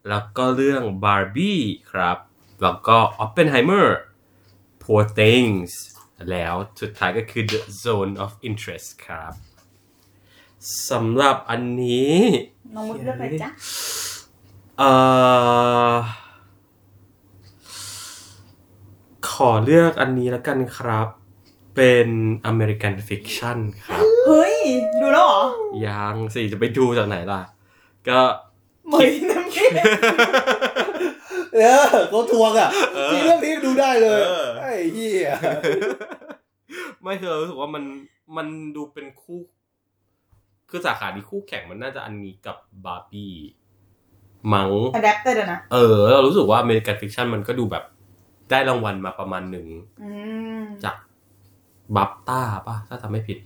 Speaker 2: แล้วก็เรื่อง Barbie ครับ แล้วก็ Oppenheimer Poor Things แล้วสุดท้ายก็คือ The Zone of Interest ครับสำหรับอันนี้
Speaker 3: น้องมุดเลือกไปจ้ะ
Speaker 2: เอ่อ ขอเลือกอันนี้แล้วกันครับ เป็น American Fiction ครับ
Speaker 3: เฮ้ย ดูแล้วเหรอ
Speaker 2: ยังสิจะไปดูจากไหนล่ะ ก็
Speaker 3: [LAUGHS] เหมยน้ำเค็ม [LAUGHS]
Speaker 1: เออเขาทวงอ่ะทีเรื่องนี้ดูได้เลย
Speaker 2: เออ
Speaker 1: ไอ้เหี้ย
Speaker 2: ไม่คือเรารู้สึกว่ามันมันดูเป็นคู่ คือสาขาที่คู่แข่งมันน่าจะอันนี้กับบาร์บี้มัง้ง
Speaker 3: อะแดปเตอร์นะ
Speaker 2: เออแล้วเรารู้สึกว่า American Fiction มันก็ดูแบบได้รางวัลมาประมาณหนึ่ง
Speaker 3: อืม
Speaker 2: จากบัฟต้าป่ะ ถ้าจำไม่ผิด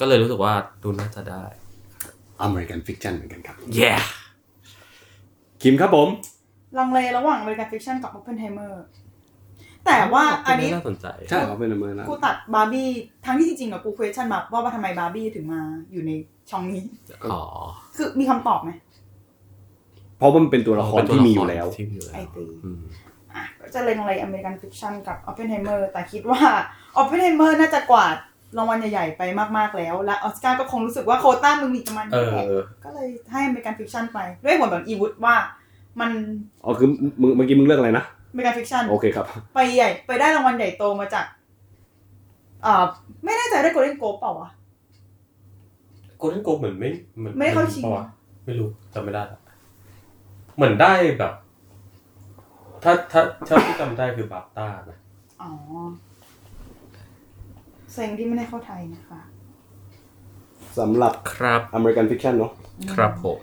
Speaker 2: ก็เลยรู้สึกว่าดูน่าจะได้
Speaker 1: อเมริกันฟิกชันเหมือนกันครับ
Speaker 2: yeah
Speaker 1: คิมครับผม
Speaker 3: ลังเลระหว่าง American Fiction กับ Oppenheimer แต่ว่าอันนี้
Speaker 2: น่าสนใจ
Speaker 1: ใช่เขาเป็นอเมริกัน
Speaker 3: กูตัดบาร์บี้ทั้งที่จริงๆอะกู question แบบว่าว่าทำไมบาร์บี้ถึงมาอยู่ในช่องนี้
Speaker 2: อ๋อ
Speaker 3: คือมีคำตอบไหม
Speaker 1: เพราะว่ามันเป็นตัวละครที่มีอยู่แล้ว
Speaker 2: ที่มีอยู่แล้
Speaker 3: ไอ
Speaker 2: ว
Speaker 3: ตี
Speaker 2: อืม
Speaker 3: อ่ะก็จะเลงอะไร American Fiction กับ Oppenheimer แต่คิดว่า Oppenheimer น่าจะกวาดรางวัลใหญ่ๆไปมากๆแล้ว และออสการ์ก็คงรู้สึกว่าโควต้ามึงมีประมาณ
Speaker 2: เอ
Speaker 3: นี้แหละ
Speaker 2: อ
Speaker 3: ก็เลยให้ American Fiction ไป ด้วยเหตุผลแบบอีวุฒว่ามัน
Speaker 1: อ๋อคือมึงเมื่อกี้มึงเลือกอะไรนะ
Speaker 3: American Fiction
Speaker 1: โอเคครับ
Speaker 3: ไปใหญ่ไปได้รางวัลใหญ่โตมาจากอ่าไม่แน่ใจได้ Golden Globe เปล่าวะ
Speaker 2: โกลเด้นโกลเหมือนไม่น
Speaker 3: ไม่ได้เข้าชิง
Speaker 2: ปะวะไม่รู้จำไม่ได้ละเหมือนได้แบบ ถ้าถ้าถ้าที่จำได้คือบัฟต้านะ
Speaker 3: อ๋อเซ็งที่ไม่ได้เข้าไทยนะคะ
Speaker 1: สำหรับ
Speaker 2: ครับ
Speaker 1: American Fiction เนอะ
Speaker 2: ครับผม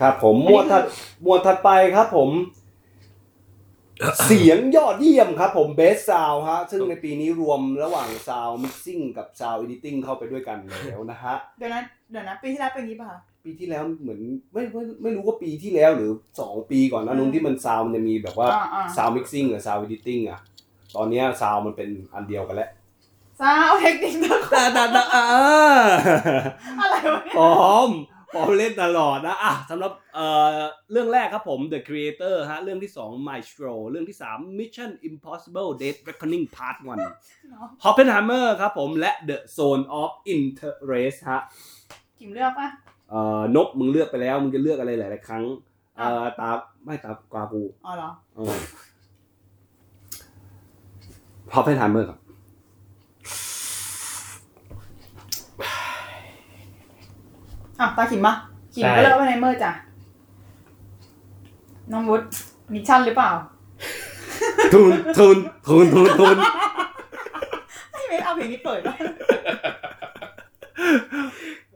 Speaker 1: ครับผมหมวดถัดหมวดถัดไปครับผม เสียงยอดเยี่ยมครับผม Best Sound ฮะ ซึ่งในปีนี้รวมระหว่าง Sound Mixing กับ Sound Editing เข้าไปด้วยกันแล้วนะฮะ
Speaker 3: เดี๋ยวนะเดี๋ยวนะปีที่แล้วเป็นอย่างนี้ป่ะคะ
Speaker 1: ปีที่แล้วเหมือนไม่ไม่ไม่รู้ว่าปีที่แล้วหรือ 2 ปีก่อนนะนู้นที่มัน Sound มันจะมีแบบว่า
Speaker 3: อ่าอ่า
Speaker 1: Sound Mixing กับ Sound Editing อะตอนเนี้ย Sound มันเป็นอันเดียวกันแล้ว
Speaker 3: ซาว [LAUGHS] เทคนิคตะ
Speaker 1: แต่แต่แต่อ่า
Speaker 3: อะไรวะเนี่ย
Speaker 1: ปอมปอมเล่นตลอดนะอ่ะสำหรับเอ่อเรื่องแรกครับผม The Creator ฮะ เรื่องที่ 2 Maestro เรื่องที่ 3 Mission Impossible Dead Reckoning Part
Speaker 3: เนาะ
Speaker 1: 1 Oppenheimer ครับผม และ The Zone of Interest ฮะ
Speaker 3: กิมเลือกป่ะ
Speaker 1: เอ่อนกมึงเลือกไปแล้ว มึงจะเลือกอะไรหลาย ๆ ครั้งเอ่อตาไม่ตากวากู
Speaker 3: อ๋อเหรอ
Speaker 1: เออ Oppenheimer ครับ
Speaker 3: อ่ะ ตาขิมป่ะขิม
Speaker 2: ใช่
Speaker 3: ก็เลือกว่าไนเมอร์จ้ะ น้องวุฒมิชชั่นหรือเปล่า
Speaker 1: ทุนทุนทุนทุนทุน
Speaker 3: ไม่เมคเอาเพลงนี้เปิดป่ะ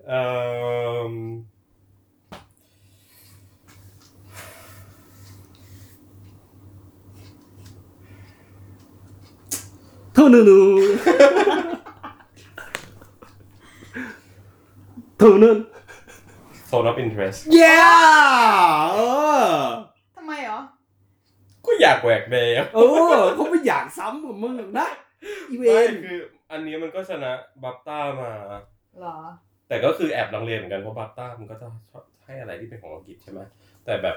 Speaker 2: เอ่อ
Speaker 1: ทุนนูทุนนู
Speaker 2: โซนออฟอินเทรส
Speaker 1: เย้เออ
Speaker 3: ทำไมเหรอ
Speaker 2: ก็อยากแหวกแนว
Speaker 1: เออเขาไม่อยากซ้ำกับมึงหรอกนะอีเว
Speaker 2: ไม่
Speaker 1: น
Speaker 2: คืออันนี้มันก็ชนะบัฟต้ามา
Speaker 3: เหรอ
Speaker 2: แต่ก็คือแอบลังเลเหมือนกันเพราะบัฟต้ามันก็จะชอบให้อะไรที่เป็นของอังกฤษใช่ไหมแต่แบบ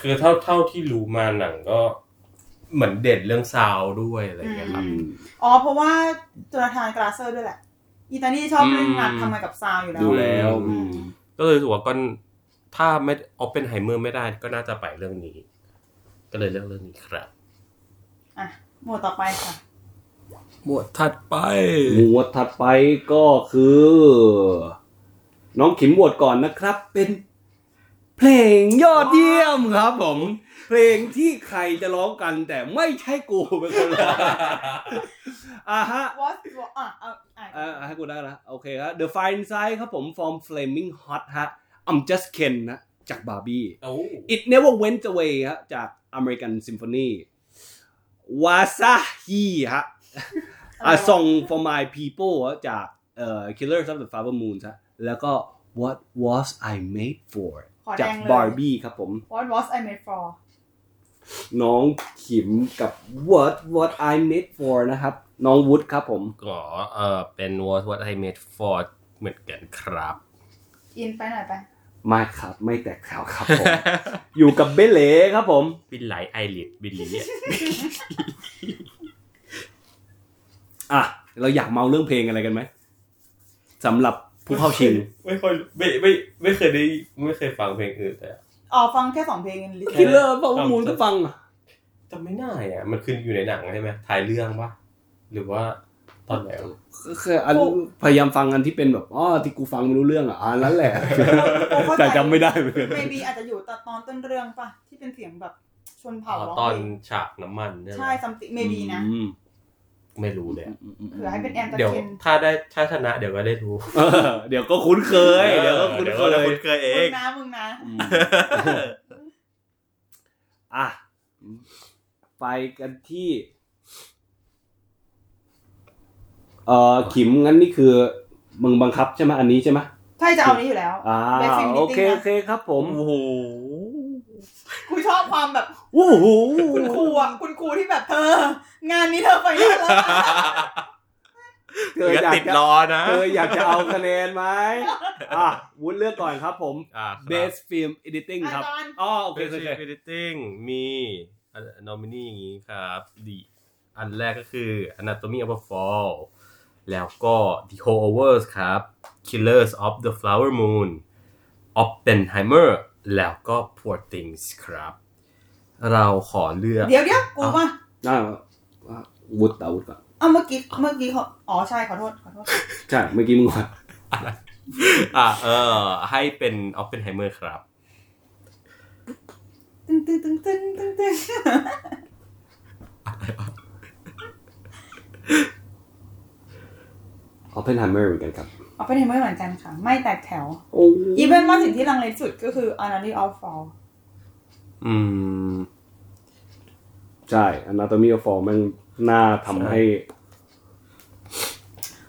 Speaker 2: คือเท่าเท่าที่รู้มาหนังก็เหมือนเด่นเรื่องซาวด์ด้วยอะไรอย่างเงี้ยครับ
Speaker 3: ม อ๋อ เพราะว่าจนาธานกราเซอร์ด้วยแหละ อีตานี่ชอบเรื่องงานทำงานกับซาวอยู่แล้ว
Speaker 1: ดูแล้ว
Speaker 3: อืม
Speaker 2: ก็เลยรู้สึกว่าก็ถ้าไม่ออปเป็นไฮเมอร์ไม่ได้ก็น่าจะไปเรื่องนี้ ก็เลยเลือกเรื่องนี้ครับ
Speaker 3: อ่ะ หมวดต่อไปค่ะ
Speaker 5: หมวดถัดไป
Speaker 1: หมวดถัดไปก็คือ น้องขิมบวดก่อนนะครับ เป็น เพลงยอดเยี่ยมครับผม เพลงที่ใครจะร้องกัน แต่ไม่ใช่กูเป็นคนร้อง [LAUGHS] อ่ะฮะ
Speaker 3: What อ่ะเอาอ่ะ
Speaker 1: เอ่อให้กูได้ละโอเคครับ The Fine Side ครับผม from Flaming Hot ฮะ I'm Just Ken นะจากบาร์บี้ It Never Went Away ฮะจาก American Symphony วาซาฮีฮะ
Speaker 3: ะ
Speaker 1: อ่ะ
Speaker 3: ไรวะ
Speaker 1: Song for My People ฮะจากเอ่อ Killers of the Flower Moon ฮะแล้วก็ What Was I Made For
Speaker 3: ขอ
Speaker 1: จาก
Speaker 3: แดงเลย
Speaker 1: บาร์บี้ครับผม
Speaker 3: What was I made for
Speaker 1: น้องขิมกับ What What I Made For นะครับ น้องวุฒิครับผม
Speaker 2: ก็เออเป็น what what I made for เหมือนกันครับ
Speaker 3: อินไปหน่อยไป
Speaker 1: ไม่ครับ ไม่แตกแถวครับผ
Speaker 3: [LAUGHS]
Speaker 1: ม อยู่กับเบเล่ครับผม
Speaker 2: บินไหลไอริสบินลีอะ
Speaker 1: อ่ะ เราอยากเมาเรื่องเพลงอะไรกันไหมสำหรับผู้เข้าชิง
Speaker 5: ไม่ค่อยไม่ไม่ไม่เคยได้ไม่เคยฟังเพลงอื่นแต่
Speaker 3: อ๋อฟังแค่สองเพลงเองลิ
Speaker 1: คิ
Speaker 3: [LAUGHS]
Speaker 1: ลเลอร์
Speaker 5: เออ
Speaker 1: พวกมูลก็ฟังอ่ะ
Speaker 5: จำไม่ได้อ่ะมันคืออยู่ในหนังใช่ไหมถ่ายเรื่องปะหรือว่าตอนไหนวะ
Speaker 1: ก็คืออันพยายามฟังอันที่เป็นแบบอ๋อที่กูฟังไม่รู้เรื่องอ่ะอันนั้นแหละ แต่จำไม่ได้เหมือนกัน
Speaker 3: เมบีอาจจะอยู่ตอนตอนต้นเรื่องป่ะ ที่เป็นเสียงแบบชน
Speaker 5: อ๋
Speaker 3: เผ่า
Speaker 5: อ
Speaker 3: ร้ง
Speaker 5: ตอน
Speaker 3: เพลง
Speaker 5: ฉากน้ำมันใช่ไหม
Speaker 3: ใช่ซัมติเมบีนะ
Speaker 1: อืม
Speaker 5: ไม่รู้เลยอะ
Speaker 1: ม
Speaker 3: เผื่อให้เป็นแอมตะ
Speaker 5: เดี๋ยว
Speaker 3: เคน
Speaker 5: ถ้าได้ถ้าชนะเดี๋ยวก็ได้รู้
Speaker 1: เออเดี๋ยวก็คุ้นเคย เดี๋ยวก็คุ้นเคย
Speaker 2: เคยเอ
Speaker 3: มึ
Speaker 2: ง
Speaker 3: งนะมึงนะ
Speaker 1: อืม [LAUGHS] อ่ะ ไปกันที่เอ่อขิมงั้นนี่คือ มึงบังคับใช่ไหมอันนี้ใช่ไหม
Speaker 3: ใช่จะเอาอันนี้อยู่แล้ว
Speaker 1: อ่า
Speaker 3: Black Film
Speaker 1: โอเค
Speaker 3: Meeting นะ
Speaker 1: โอเคครับผม
Speaker 2: โอ้โห
Speaker 3: กูชอบความแบบ
Speaker 1: โอ้โห
Speaker 3: คุณครูอ่ะคุณครูที่แบบเธอ งานนี้เธอไปได้แล้ว
Speaker 1: เธออยาก
Speaker 2: ติด
Speaker 1: จะ
Speaker 2: ล้อนะ
Speaker 1: เธออยากจะเอาคะแนนไหมอ่ะวุ้นเลือกก่อนครับผม
Speaker 2: อ่า
Speaker 1: best film editing
Speaker 3: อา
Speaker 1: ครับ
Speaker 3: จารย์
Speaker 1: อ๋อโอเค
Speaker 2: เบ
Speaker 1: โอ
Speaker 2: สิ
Speaker 1: เค
Speaker 2: ก editing มีนอมินีอย่างนี้ครับดีอันแรกก็คือ anatomy of a fall แล้วก็ the holdovers ครับ killers of the flower moon oppenheimer แล้วก็ poor things ครับ เราขอเลือก
Speaker 3: เดี๋ยวเดี๋ยวกูป่ะ
Speaker 1: อ่าวุ้นตาวุ้นก่อน
Speaker 3: อ้าวเมื่อกี้เมื่อกี้เขาอ๋อใช่ขอโทษขอโทษ
Speaker 1: ใช่เมื่อกี้มึงก่อน
Speaker 2: อ่ะเออ ให้เป็น oppenheimer ครับ
Speaker 3: ตึ้งตึ้งตึ้งตึ้งตึ้งตึ้ง
Speaker 1: ออเพนไฮเมอร์เหมือนกันครับ
Speaker 3: เอาไปในเมื่อเหมือนกันค่ะ ไม่แตกแถว
Speaker 1: โอ้
Speaker 3: อีเวนว่าสิ่งที่ลังเลที่สุดก็คือ Anatomy of Fall
Speaker 2: อืม
Speaker 1: ใช่ anatomy of fall มันน่าทำให้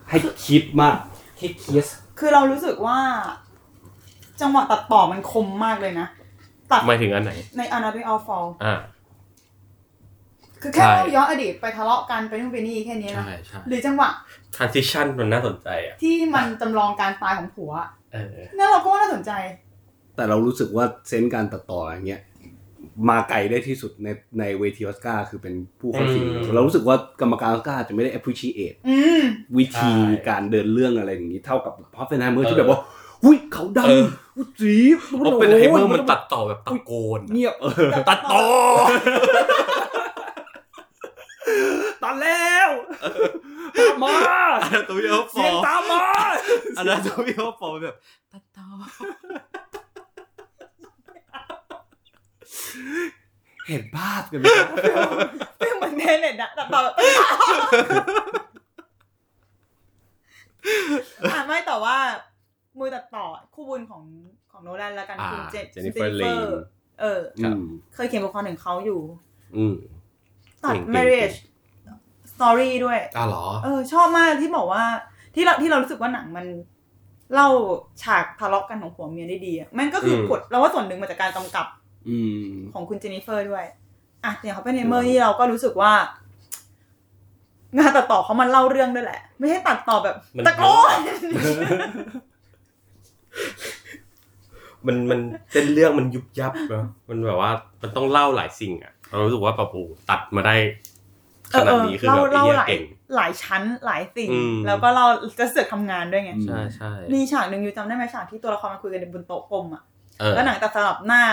Speaker 1: ให้คิดมากให้คิด
Speaker 3: คือเรารู้สึกว่า จังหวะตัดต่อมันคมมากเลยนะ ตัด
Speaker 2: หมายถึงอันไหน
Speaker 3: ใน Anatomy of Fall
Speaker 2: อ่า
Speaker 3: คือแค่
Speaker 2: ใช่
Speaker 3: เล่าย้อนอดีตไปทะเลาะกันไปนู่นไปนี่แค่นี้นะ
Speaker 2: ใช่ใช่
Speaker 3: หรือจังหวะ
Speaker 2: transition มันน่าสนใจอ่ะ
Speaker 3: ที่มันจำลองการตายของผัว
Speaker 2: เออ
Speaker 3: นั่นเราก็ว่าน่าสนใจ
Speaker 1: แต่เรารู้สึกว่าเซนส์การตัดต่ออย่างเงี้ยมาไกลได้ที่สุดในในเวทีออสการ์คือเป็นผู้เข้าชิง
Speaker 2: อืม
Speaker 1: เรารู้สึกว่ากรรมการออสการ์อาจจะไม่ได้ appreciate
Speaker 3: อืม
Speaker 1: วิธี
Speaker 5: ใช่
Speaker 1: การเดินเรื่องอะไรอย่างนี้เท่ากับพอฟเฟนไฮเมอร์ที่
Speaker 5: เออ
Speaker 1: แบบว่าหุ้ยเขาด
Speaker 2: เออ
Speaker 1: ำหุ้ยสี
Speaker 2: โอเปนไฮเมอร์มันตัดต่อแบบตะโกนอะ
Speaker 1: เงียบเออ
Speaker 2: ตัดต่อ
Speaker 1: ตัดแล้วตามมา
Speaker 2: อันนั้นตัวพี่เขาฟ
Speaker 1: เสี
Speaker 2: อย
Speaker 1: งตามมา
Speaker 2: อันนั้นตัวพี่เขาฟอแบบตัดต่อ
Speaker 1: เห็นภาพกันไหม
Speaker 3: ซึ่งเหมือนเทเน็ตอะตัดต่อแบบอ่ะไม่แต่ว่า มือตัดต่อคู่บุญของของโนแลนแล้วกันคือเจ
Speaker 2: เจนิเฟอร์เลน
Speaker 3: เออ
Speaker 2: ครับ
Speaker 1: อืม
Speaker 3: เคยเขียนบทความถึงเขาอยู่
Speaker 2: อืม
Speaker 3: ตัด
Speaker 2: เก่งๆ
Speaker 3: marriage story ด้วย
Speaker 2: อ้าวเหรอ
Speaker 3: เออ ชอบมากที่บอกว่า ที่เราที่เรารู้สึกว่าหนังมัน เล่าฉากทะเลาะกันของผัวเมียได้ดีอะมันก็คืออ
Speaker 2: ม
Speaker 3: กดเราว่าส่วนหนึ่งมาจากการกำกับ
Speaker 1: อืม
Speaker 3: ของคุณเจนนิเฟอร์ด้วย อ่ะอย่างเขาเป็นเนเมอร์นี่เราก็รู้สึกว่า งานตัดต่อเขามันเล่าเรื่องด้วยแหละ ไม่ให้ตัดต่อแบบ
Speaker 5: มัน
Speaker 3: ตะโกน
Speaker 5: มันมัน
Speaker 2: เส้นเรื่องมันยุบยับนะมันแบบว่ามันต้องเล่าหลายสิ่งอ่ะ เรารู้สึกว่าปะปูตัดมาได้ขนาดนี้คือ
Speaker 3: เล่า
Speaker 2: แบบไอ้
Speaker 3: เล่า
Speaker 2: เหี้ย
Speaker 3: หลาย
Speaker 2: เก่ง
Speaker 3: [LAUGHS] หลายชั้นหลายสิ่ง
Speaker 2: อืม
Speaker 3: แล้วก็เราจะเสือกทำงานด้วยไง
Speaker 1: อื
Speaker 2: ใช่ใช่
Speaker 3: มีฉากหนึ่งอยู่จำได้ไหมฉากที่ตัวละครมันคุยกันบนโต๊ะกลมอะ
Speaker 2: เออ
Speaker 3: แล้วหนังแต่สลับหน้า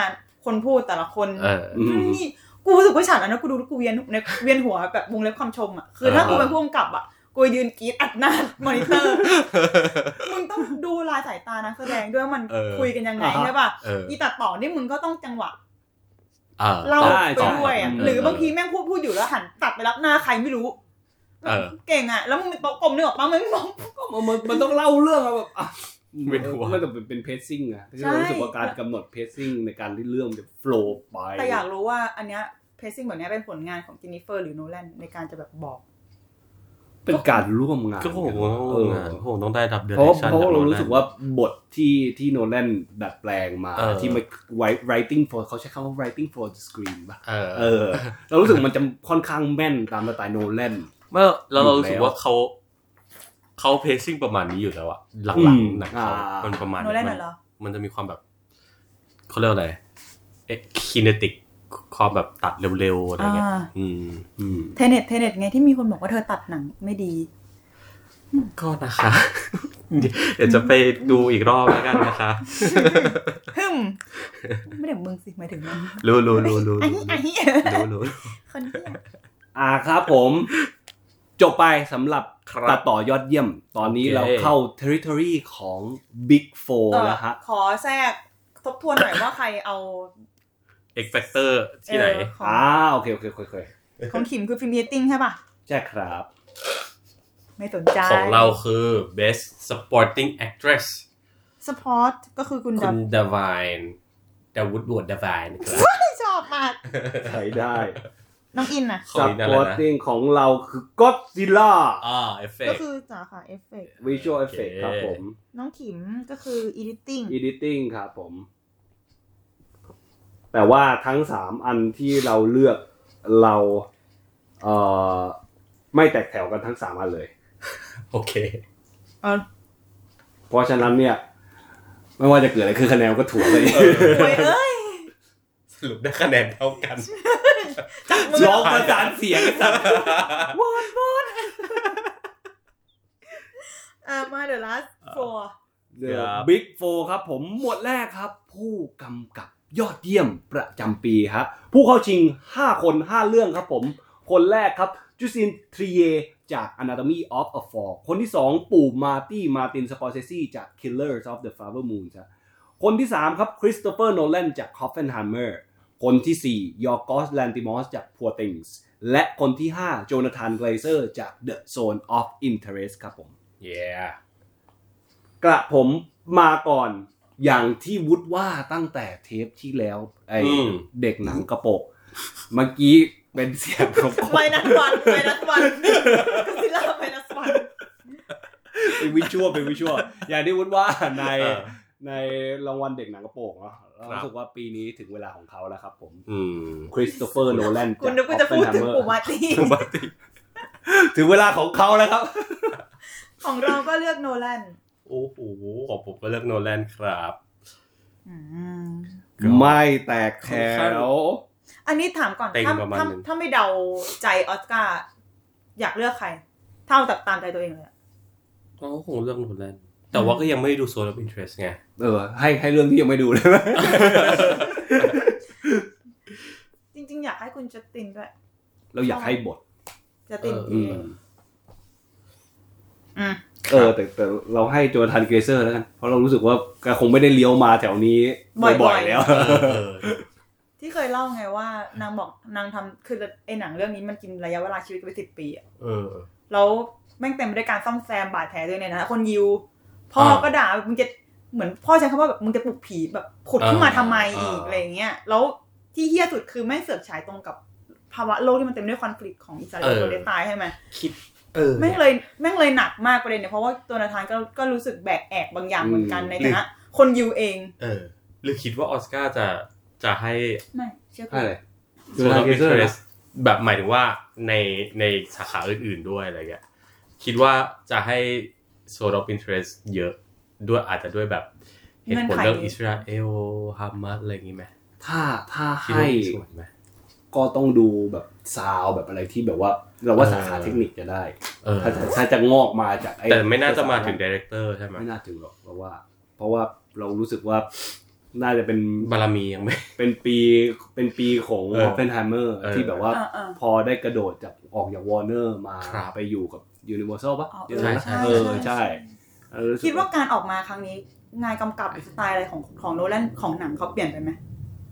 Speaker 3: คนพูดแต่ละคน
Speaker 2: เออ
Speaker 3: นั่น [LAUGHS] นี่กูรู้สึกว่าฉากนั้นนะกูดูแล้วกูเวียนในเวียนหัวแบบวงเล็บความชมอ่ะคือถ้า
Speaker 2: เออ
Speaker 3: กูเป็นผู้กำกับอ่ะ กูยืนกรีดอัดหน้ามอนิเตอร์ [LAUGHS] มึงต้องดูลายสายตานักแสดงด้วยว่ามัน
Speaker 2: เออ
Speaker 3: คุยกันยังไง
Speaker 1: อ่าฮะ
Speaker 3: ใช่ป่ะ
Speaker 2: เออ
Speaker 3: อีตัดต่อนี่มึงก็ต้องจังหวะ
Speaker 2: อ่
Speaker 3: เรา
Speaker 2: ต่อ
Speaker 1: ได้
Speaker 3: ไป
Speaker 1: ใช่
Speaker 3: ด้วยอะ
Speaker 1: อืม
Speaker 3: หรือบางทีแม่งพูดพูดอยู่แล้วหันตัดไปรับหน้าใครไม่รู้
Speaker 2: เออ
Speaker 3: เก่งอ่ะ แล้วมึงเป็นโต๊ะกลมนึกออกปะมึงไม่มอง
Speaker 1: มันมันมันต้องเล่าเรื่องอะแบบอ่ะ
Speaker 2: เป็นหัว
Speaker 1: ไม่แต่เป็นเป็นเพซซิ่งอะที่
Speaker 3: ใช่
Speaker 1: เรารู้สึกว่าการกำหนดเพซซิ่งในการที่เรื่องมันจะโฟล์ไป
Speaker 3: แต่อยากรู้ว่าอันเนี้ยเพซซิ่งแบบเนี้ยเป็นผลงานของจินนิเฟอร์หรือโนแลนในการจะแบบบอก
Speaker 1: เป็นการร่วมงาน
Speaker 2: ก็คงต้อง
Speaker 1: เออ
Speaker 2: อ่ะคงต้องได้รับเดือน
Speaker 1: เพราะ
Speaker 2: ชั่น
Speaker 1: เพราะเรารู้สึกว่าบทที่ที่โนแลนดัดแปลงมา
Speaker 2: เออ
Speaker 1: ที่มา write- writing for เขาใช้คำว่า writing for the screen ป่ะ
Speaker 2: เออ
Speaker 1: เออ [LAUGHS] เรารู้สึกมันจะค่อนข้างแม่นตามสไตล์โนแลน
Speaker 2: เมื่อเราเรารู้สึ
Speaker 1: อก ยู่แล้ว
Speaker 2: ว่าเขาเขาเพซซิ่งประมาณนี้อยู่แล้วอะหลัง
Speaker 1: อื
Speaker 2: ห
Speaker 1: ม
Speaker 2: ลังหนังเขา
Speaker 1: อ่ามั
Speaker 2: มันประมาณ
Speaker 3: โนแลนน่ะเหรอ
Speaker 2: มันจะมีความแบบเขาเรียกว่าอะไรเอ็กคินติกความแบบตัดเร็วๆอะไรเงี้ย
Speaker 3: อ่า
Speaker 2: อืม
Speaker 1: อืม
Speaker 3: เทเน็ตเทเน็ตไงที่มีคนบอกว่าเธอตัดหนังไม่ดี
Speaker 2: ก็นะคะ [LAUGHS] เดี๋ยวจะไปดูอีกรอบแล้วกันนะคะ
Speaker 3: ฮึมไม่ได้มึงสิหมายถึงมัน
Speaker 2: รู้รู้รู้รู้
Speaker 3: อัน
Speaker 2: รู้
Speaker 3: นี้
Speaker 2: [LAUGHS]
Speaker 3: อันนี้
Speaker 2: รู้รู้
Speaker 3: คนเนี้ย
Speaker 1: อ่าครับผม [LAUGHS] จบไปสำหรับ
Speaker 2: ครับ
Speaker 1: ตัดต่อยอดเยี่ยม ตอนนี้
Speaker 2: โอเค
Speaker 1: เราเข้า territory ของ Big Four
Speaker 3: เอ่อ
Speaker 1: แล้วฮะ
Speaker 3: ขอแทรกทบทวนหน่อยว่าใครเอา
Speaker 2: เอ็กแฟกเตอร์ที่ไหน
Speaker 3: เอ่อของ
Speaker 1: อ่าโอเค โอเคโอเคโอเค
Speaker 3: ของขิมคือฟิล์มเรตติ้งใช่ป่ะ
Speaker 1: ใช่ครับ
Speaker 3: ไม่สนใจ
Speaker 2: ของเราคือ best supporting actress
Speaker 3: สปอร์ตก็คือคุณ
Speaker 2: คุ
Speaker 3: ดับ
Speaker 2: ณดาวายดาวุฒิบวดดาวายนะครับ
Speaker 3: ไม่ชอบมาก
Speaker 1: ใช้ได้
Speaker 3: น้องอินน่ะ
Speaker 2: ของนี่นั่นแหละนะ
Speaker 1: supporting ของเราคือ Godzilla
Speaker 2: อ่าเอฟเฟ
Speaker 3: ก็
Speaker 2: กต์
Speaker 3: คือสาขาเอฟเฟก
Speaker 1: visual
Speaker 2: โอเค
Speaker 1: effect ครับผม
Speaker 3: น้องขิมก็คืออีดิ t ิ n ง
Speaker 1: editing ครับผม แต่ว่าทั้งสามอันที่เราเลือกเราเอ่อไม่แตกแถวกันทั้งสามอันเลย
Speaker 2: โอเค
Speaker 3: เออ
Speaker 1: เพราะฉะนั้นเนี่ย ไม่ว่าจะเกิดอะไรคือคะแนนก็ถูกเลย
Speaker 3: โวยเอ้ย
Speaker 2: สรุปได้คะแนนเท่ากัน
Speaker 3: จับมื
Speaker 1: ร้อง
Speaker 3: อ
Speaker 1: ประสานเสียง
Speaker 3: วอนวอน [LAUGHS] อ่ามาเดี๋ยวลัสโฟร์
Speaker 1: เดอะบิ๊กโฟครับผมหมวดแรกครับ ผู้กำกับยอดเยี่ยมประจำปีฮะผู้เข้าชิง 5 คน 5 เรื่องครับผม คนแรกครับจูซินทรีเยจาก Anatomy of a Fall คนที่ 2 ปู่มาร์ตี้มาตินสปอร์เซซีจาก Killers of the Flower Moon ฮะคนที่ 3 ครับคริสโตเฟอร์โนแลนจาก Coffenheimer คนทีสี่4ยอร์กอสแลนติมอสจาก Poor Things และคนที่ 5 โจนาธานไกลเซอร์จาก The Zone of Interest ครับผม
Speaker 2: เย้
Speaker 1: กระผมมาก่อนอย่างที่วุฒว่าตั้งแต่เทปที่แล้ว ไอ
Speaker 2: อืม
Speaker 1: เด็กหนังกระโปกเมื่อกี้เป็นเสียงกระโปก
Speaker 3: ไมนัสวันไมนัสวันก็ซิล่าไมนัสวัน
Speaker 1: เป็นวิชวลเป็นวิชวลอย่างที่วุฒว่าใน
Speaker 2: เออ
Speaker 1: ในรางวัลเด็กหนังกระโปกเนาะเรา
Speaker 2: ครับ
Speaker 1: รู้สึกว่าปีนี้ถึงเวลาของเขาแล้วครับผม
Speaker 2: อืม
Speaker 1: คริสโตเฟอร์โนแลน
Speaker 3: คุณนึกว่าจะพูดถึงปู่มาร์ตี้
Speaker 2: [LAUGHS] ปกติ
Speaker 1: [LAUGHS] ถึงเวลาของเขาแล้วครับ
Speaker 3: ของเราก็เลือกโนแลน
Speaker 2: โอ้โหของผมก็เลือกโนแลนครับ
Speaker 1: ไม่แตกแถว
Speaker 3: อันนี้ถามก่อน
Speaker 2: เต็ง
Speaker 3: ถ้า
Speaker 2: ประมาณ
Speaker 3: ถ้า
Speaker 2: หนึ่ง
Speaker 3: ถ้าไม่เดาใจออสการ์อยากเลือกใคร เท่ากับตามใจตัวเองเลยอะ
Speaker 2: ก็คงเลือกโนแลนแต่ว่าก็ยังไม่ได้ดูโซน of interest ไง
Speaker 1: เออ ให้ให้เรื่องที่ยังไม่ดูได้ไหม [LAUGHS]
Speaker 3: จริง ๆ อยากให้คุณจัสตินด้วย
Speaker 1: เราอยากให้บท
Speaker 3: จัสติน
Speaker 2: เออ
Speaker 3: เองอืม
Speaker 1: เออแต่แต่เราให้โจนาธานเกรเซอร์แล้วกันเพราะเรารู้สึกว่าแกคงไม่ได้เลี้ยวมาแถวนี้บ่อยๆแล้ว
Speaker 2: เออเออ
Speaker 3: ที่เคยเล่าไงว่า นางบอกนางทำคือไอ้หนังเรื่องนี้มันกินระยะเวลาชีวิตไปสิบปีอะ
Speaker 2: เออ
Speaker 3: แล้วแม่งเต็มไปด้วยการซ่อมแซมบาดแผลด้วยเนี่ยนะคนยิว พ่อ
Speaker 2: อ่า
Speaker 3: ก็ด่าแบบมึงจะเหมือนพ่อใช้คำว่าแบบมึงจะปลุกผีแบบผุดขึ้นมาทำไมอีก
Speaker 2: อ่า
Speaker 3: อะไรอย่างเงี้ยแล้วที่เฮี้ยสุดคือแม่งเสือกฉายตรงกับภาวะโลกที่มันเต็มด้วยคอนฟ lict ของอิสราเอลกับปาเลสไตน์ใช่ไหม
Speaker 2: คิด เออ
Speaker 3: แม่งเลยแม่งเลยหนักมากประเด็นเนี่ยเพราะว่าตัวนาธานก็ก็รู้สึกแบกแอกบางอย่างเหมือนกัน
Speaker 1: อืม
Speaker 3: ในฐานะคนยูเอง
Speaker 2: เออ หรือคิดว่าออสการ์จะจะให้
Speaker 3: ไม่เชื่อคุ
Speaker 1: ใช่
Speaker 3: ณ
Speaker 1: เลยโจ
Speaker 2: Zone
Speaker 1: นาธาน
Speaker 2: of
Speaker 1: เกรเซอร์
Speaker 2: interest แบบหมายถึงว่าในในสาขาอื่นๆด้วยอะไรเงี้ยคิดว่าจะให้ Zone of interest เยอะด้วยอาจจะด้วยแบบเหตุผลเรื่องอิสราเอลฮามาสอะไรอย่างงี้ไหม
Speaker 1: ถ้าถ้า
Speaker 2: คิดว่า
Speaker 1: ให้
Speaker 2: มีส่วนไหม
Speaker 1: ก็ต้องดูแบบซาวแบบอะไรที่แบบว่า เราว่า
Speaker 2: เออ
Speaker 1: สาขาเทคนิคจะได้
Speaker 2: เออ
Speaker 1: ถ้าถ้าจะงอกมาจากไอ้
Speaker 2: แต่ไม่น่าจะมาถึงดีเรคเตอร์ใช่ไหม
Speaker 1: ไม่น่าถึงหรอกเพราะว่า เพราะว่าเรารู้สึกว่าน่าจะเป็น
Speaker 2: บารมียังไม่
Speaker 1: เป็นปีเป็นปีของ
Speaker 2: เอ
Speaker 1: อ
Speaker 2: อ
Speaker 1: อฟเฟนไฮเมอร์
Speaker 2: เออ
Speaker 1: ที่แบบว่า
Speaker 3: อ่า
Speaker 1: พอได้กระโดดจากออกจากวอร์เนอร์มา
Speaker 2: ครับ
Speaker 1: ไปอยู่กับ ยูนิเวอร์แซลปะ
Speaker 3: อ๋อ
Speaker 1: เดี๋ยวนะ
Speaker 5: ใช่
Speaker 1: เออใช่เออรู้สึก
Speaker 3: คิดว่าการออกมาครั้งนี้ งานกำกับหรือสไตล์อะไรของของโนแลนของหนังเขาเปลี่ยนไปไหม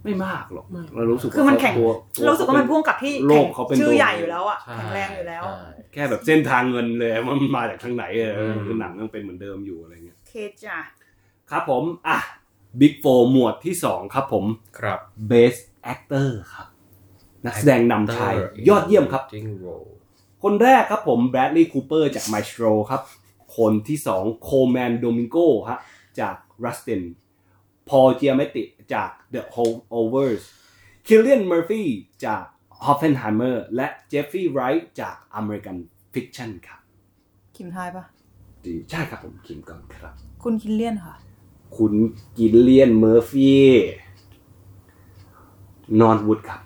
Speaker 1: ไม่มากหรอกเรารู้สึก
Speaker 3: คือมันแข็ง
Speaker 1: ตัวตัว
Speaker 3: รู้สึกว่ามันพ่วงกับที่
Speaker 1: โลกเขาเป็น
Speaker 3: ชื่อใหญ่อยู่แล้วอ่ะ
Speaker 5: ใช่
Speaker 3: แข็งแรงอยู่แล้ว
Speaker 5: ใช่
Speaker 1: แค่แบบเส้นทางเงินเลยว่ามันมาจากทางไหนเออ
Speaker 2: อืม
Speaker 1: คือหนังยังเป็นเหมือนเดิมอยู่อะไรเงี้ย
Speaker 3: เคจ้ะ
Speaker 1: ครับผมอ่ะบิ๊กโฟหมวดที่ 2 ครับผม
Speaker 5: ครับ
Speaker 1: Best Actor ครับ นักแสดงนำชาย ยอดเยี่ยมครับ
Speaker 5: จริงโรล
Speaker 1: คนแรกครับผมแบรดลีย์คูเปอร์จาก Maestro ครับ คนที่สองโคแมนโดมิงโกฮะจาก Rustin พอลเจียเมติจาก The Holdovers คิลเลียนเมอร์ฟีจาก Hoffenheimer และเจฟฟี่ไรท์จาก American Fiction ครับ
Speaker 3: คิมทายปะ
Speaker 1: ดีใช่ครับผมคิมก่อนครับ
Speaker 3: คุณคินเลียนค่ะ
Speaker 1: คุณกิลเลียนเมอร์ฟีนอนวูดครับ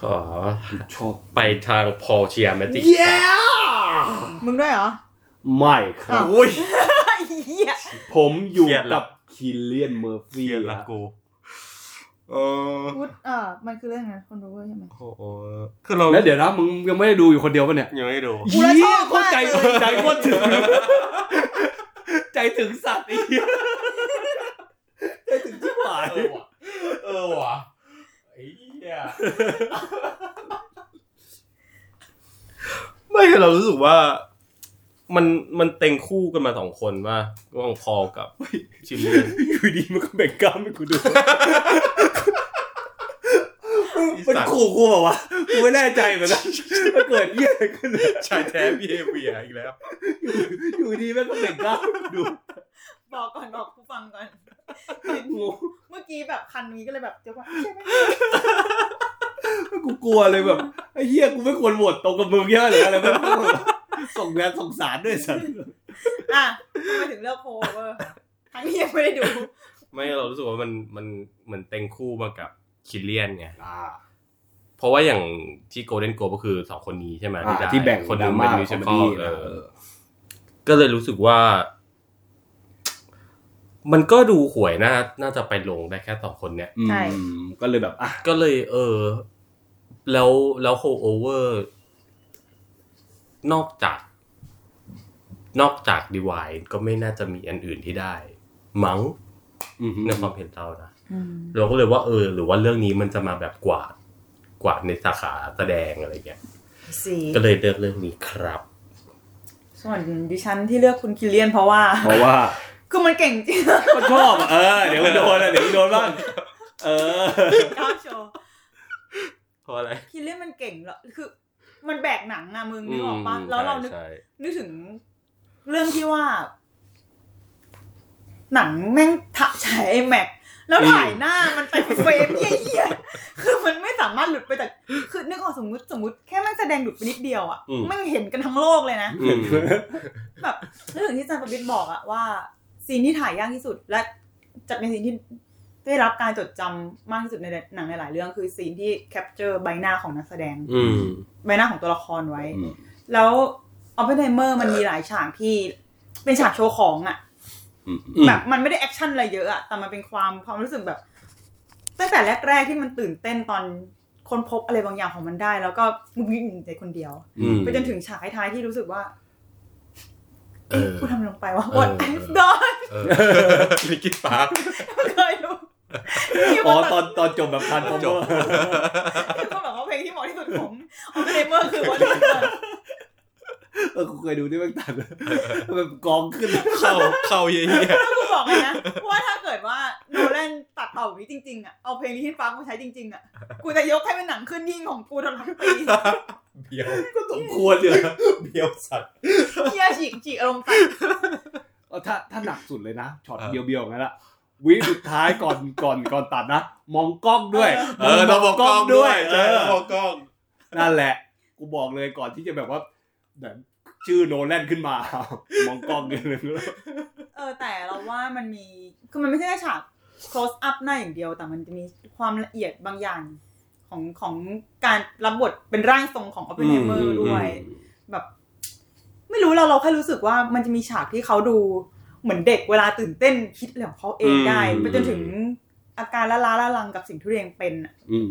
Speaker 5: ขอ
Speaker 1: ชอบ
Speaker 5: ไปทางพอเชียร์แมติก
Speaker 3: มึงด้วยเหรอ [LAUGHS]
Speaker 1: ไม่ครับ
Speaker 2: อุ้ย
Speaker 3: ไอ้เหี้ย
Speaker 1: ผมอยู่
Speaker 2: เครียดละ
Speaker 1: กับคิลเลียนเมอร์ฟี
Speaker 2: เรียนละ
Speaker 1: ฮะ
Speaker 2: กูเออ
Speaker 3: พูดเอ่อมันคือเรื่องไงคนรู้ใช่ไหม
Speaker 2: โอ้โหคือเรา
Speaker 1: แล้วเดี๋ยวนะมึงยังไม่ได้ดูอยู่คนเดียวปะเนี่ย
Speaker 2: ยังไม่ดู
Speaker 3: กูละชอบมากเลย
Speaker 1: ใจใจโคตรถึง ใจถึงสัตว์ไอ้เหี้ยใจถึงที่หวาย
Speaker 5: เออว่ะเออว่ะไอ้เหี้ย
Speaker 2: [LAUGHS] ไม่คือเรารู้สึกว่า มันมันเต็งคู่กันมาสองคนว่าว่างพอกับ ชิลเลียน
Speaker 1: อยู่ดีมันก็แบ่งกล้ามให้กูดู
Speaker 2: มันคู่
Speaker 1: กูแบบว่ากูไม่แน่ใจเหมือนกันมันเกิดเหี้ยอะไรขึ้นเนี่ย
Speaker 2: ชายแท้พี่เอเวียอีกแล้ว
Speaker 1: อยู่ดีมันก็แบ่งกล้ามให้กูดู
Speaker 3: บอกก่อนบอกกูฟังก่อน
Speaker 1: งง
Speaker 3: เมื่อกี้แบบคันนี้ก็เลยแบบเดี๋ยวก่อนใช่ไหม
Speaker 1: กูกลัวเลยแบบไอ้เหี้ยกูไม่ควรโหวตตรงกับมึงเหี้ยเลยอะไรแบบส่งงานส่งสารด้วยสัตว์
Speaker 3: อ่ะทำไมถึงเลือกโพลเวอร์ครั้งนี้ยังไม่ได้ดู
Speaker 2: ไม่เรารู้สึกว่ามันมันเหมือนเต็งคู่มากับชิลเลียนไง
Speaker 1: อ่า
Speaker 2: เพราะว่าอย่างที่โกลเด้นโกก็คือสองคนนี้ใช่ไหม
Speaker 1: อ่า
Speaker 2: ได้
Speaker 1: ที่แบ่ง
Speaker 2: คนหนึงเป็
Speaker 1: ด
Speaker 2: น
Speaker 1: ราม่า
Speaker 2: มิวสิค
Speaker 1: คอ
Speaker 2: อ
Speaker 1: ม
Speaker 2: ล
Speaker 1: เมดี้
Speaker 2: เออ
Speaker 1: เออ
Speaker 2: ก็เลยรู้สึกว่า มันก็ดูหวยน่าน่าจะไปลงได้แค่สองคนเนี่ย
Speaker 1: อืมก็เลยแบบอ่ะ
Speaker 2: ก็เลยเออ แล้วแล้วโฮโอเวอร์ นอกจาก นอกจากดีวายก็ไม่น่าจะมีอันอื่นที่ได้ มั้ง
Speaker 1: อืม
Speaker 2: ในความเห็นเรานะเราก็เลยว่าเออ หรือว่าเรื่องนี้มันจะมาแบบกวาดกวาดในสาขาแสดงอะไรเงี้ย
Speaker 3: สี
Speaker 2: ก็เลยเลือกเรื่องนี้ครับ
Speaker 3: ส่วนดิฉันที่เลือกคุณคิลเลียนเพราะว่า
Speaker 1: เพราะว่า
Speaker 3: คือมันเก่งจริง [LAUGHS]
Speaker 1: ก็ชอบอ่ะเออเดี๋ยวมันโดนอ่ะเดี๋ยวมันโดนบ้างเออ
Speaker 3: ชอบโชว์
Speaker 2: เพราะอะไร
Speaker 3: คิลเลียนมันเก่งเหรอคือ มันแบกหนังอะมึงนึกออกปะแล้วเรานึก
Speaker 2: ใช่
Speaker 3: นึกถึงเรื่องที่ว่า หนังแม่งถ่ายฉายไอแม็กแล้วถ่ายหน้ามันไปเฟรมเยี่ยๆ [LAUGHS] คือมันไม่สามารถหลุดไปจากคือนึกออกสมมติสมมติแค่แม่งแสดงหลุดไปนิดเดียวอ่ะแม่งเห็นกันทั้งโลกเลยนะ
Speaker 2: อืม
Speaker 3: แบบนึกถึงที่อาจารย์ประวิตรบอกอะว่าซีนที่ถ่ายยากที่สุด และจะเป็นซีนที่ได้รับการจดจำมากที่สุดในหนังหลายๆเรื่อง คือซีนที่แคปเจอร์ใบหน้าของนักแสดง
Speaker 2: อืม
Speaker 3: ใบหน้าของตัวละครไว้
Speaker 1: อืม
Speaker 3: แล้วออฟเฟนไฮเมอร์มันมีหลายฉากที่เป็นฉากโชว์ของอะ
Speaker 2: อืม
Speaker 3: แบบมันไม่ได้แอคชั่นอะไรเยอะอะแต่มันเป็นความความรู้สึกแบบ ตั้งแต่แรกๆที่มันตื่นเต้นตอนคนพบอะไรบางอย่างของมันได้ แล้วก็มึงวิ่งหนีใจคนเดียว
Speaker 2: อืม
Speaker 3: ไปจนถึงฉากท้ายๆที่รู้สึกว่า
Speaker 2: เออ
Speaker 3: กูทำลงไปว่า
Speaker 2: เออ
Speaker 3: what I've done
Speaker 2: เออลิกิตปาร์ค
Speaker 3: เคยรู้ [LAUGHS] ที่
Speaker 1: อ๋อ
Speaker 3: ว่า
Speaker 1: ตอนตอนจบแบบทันผม
Speaker 2: จบ
Speaker 3: ที่เขาบอกว่าเพลงที่เหมาะที่สุดของออฟเฟนไฮเมอร์คือวันนี้
Speaker 1: เออกูเคยดูที่แม่งตัดแบบกองขึ้น
Speaker 2: เข้าเข้าเยี่ย
Speaker 3: แล้วกูบอกเลย
Speaker 2: [LAUGHS]
Speaker 3: นะว่าถ้าเกิดว่าโนแลนตัดต่อแบบนี้จริงๆอะเอาเพลงนี้ที่ฟังมาใช้จริงๆอะกูจะยกให้เป็นหนังขึ้นยิ่งของกูตลอดปี
Speaker 2: เบียว
Speaker 1: ก็สมควรเลย
Speaker 2: เบียวสัตว์
Speaker 3: เฮียฉีกฉีกอารมณ์ตัด
Speaker 1: เอาถ้าถ้าหนักสุดเลยนะช็อต
Speaker 2: เออ
Speaker 1: เบียวๆงั้นละวิสุดท้ายก่อน [LAUGHS] ก่อนก่อนตัดนะ มองกล้องด้วย
Speaker 2: เออต้องบอกกล้องด้วย
Speaker 1: เอ
Speaker 2: ใช่
Speaker 1: อ
Speaker 2: ต้องบอกกล้อง
Speaker 1: นั่นแหละ กูบอกเลยก่อนที่จะแบบว่าแบบชื่อโนแลนขึ้นมา [LAUGHS] มองกล้องกันเลย
Speaker 3: เออแต่เราว่ามันมี คือมันไม่ใช่แค่ฉาก close up หน้าอย่างเดียว แต่มันจะมีความละเอียดบางอย่างของของการรับบทเป็นร่างทรงของอ p ปเปนไฮเมอ
Speaker 2: อืมอื
Speaker 3: ร์
Speaker 2: ม
Speaker 3: ด้วย แบบ ไม่รู้เราเราแค่รู้สึกว่ามันจะมีฉากที่เขาดูเหมือนเด็กเวลาตื่นเต้นคิดเรื่องของเขาเองได้ ไปจนถึงอาการละล้าละลังกับสิ่งที่ตัวเองเป็นอะ
Speaker 1: อืม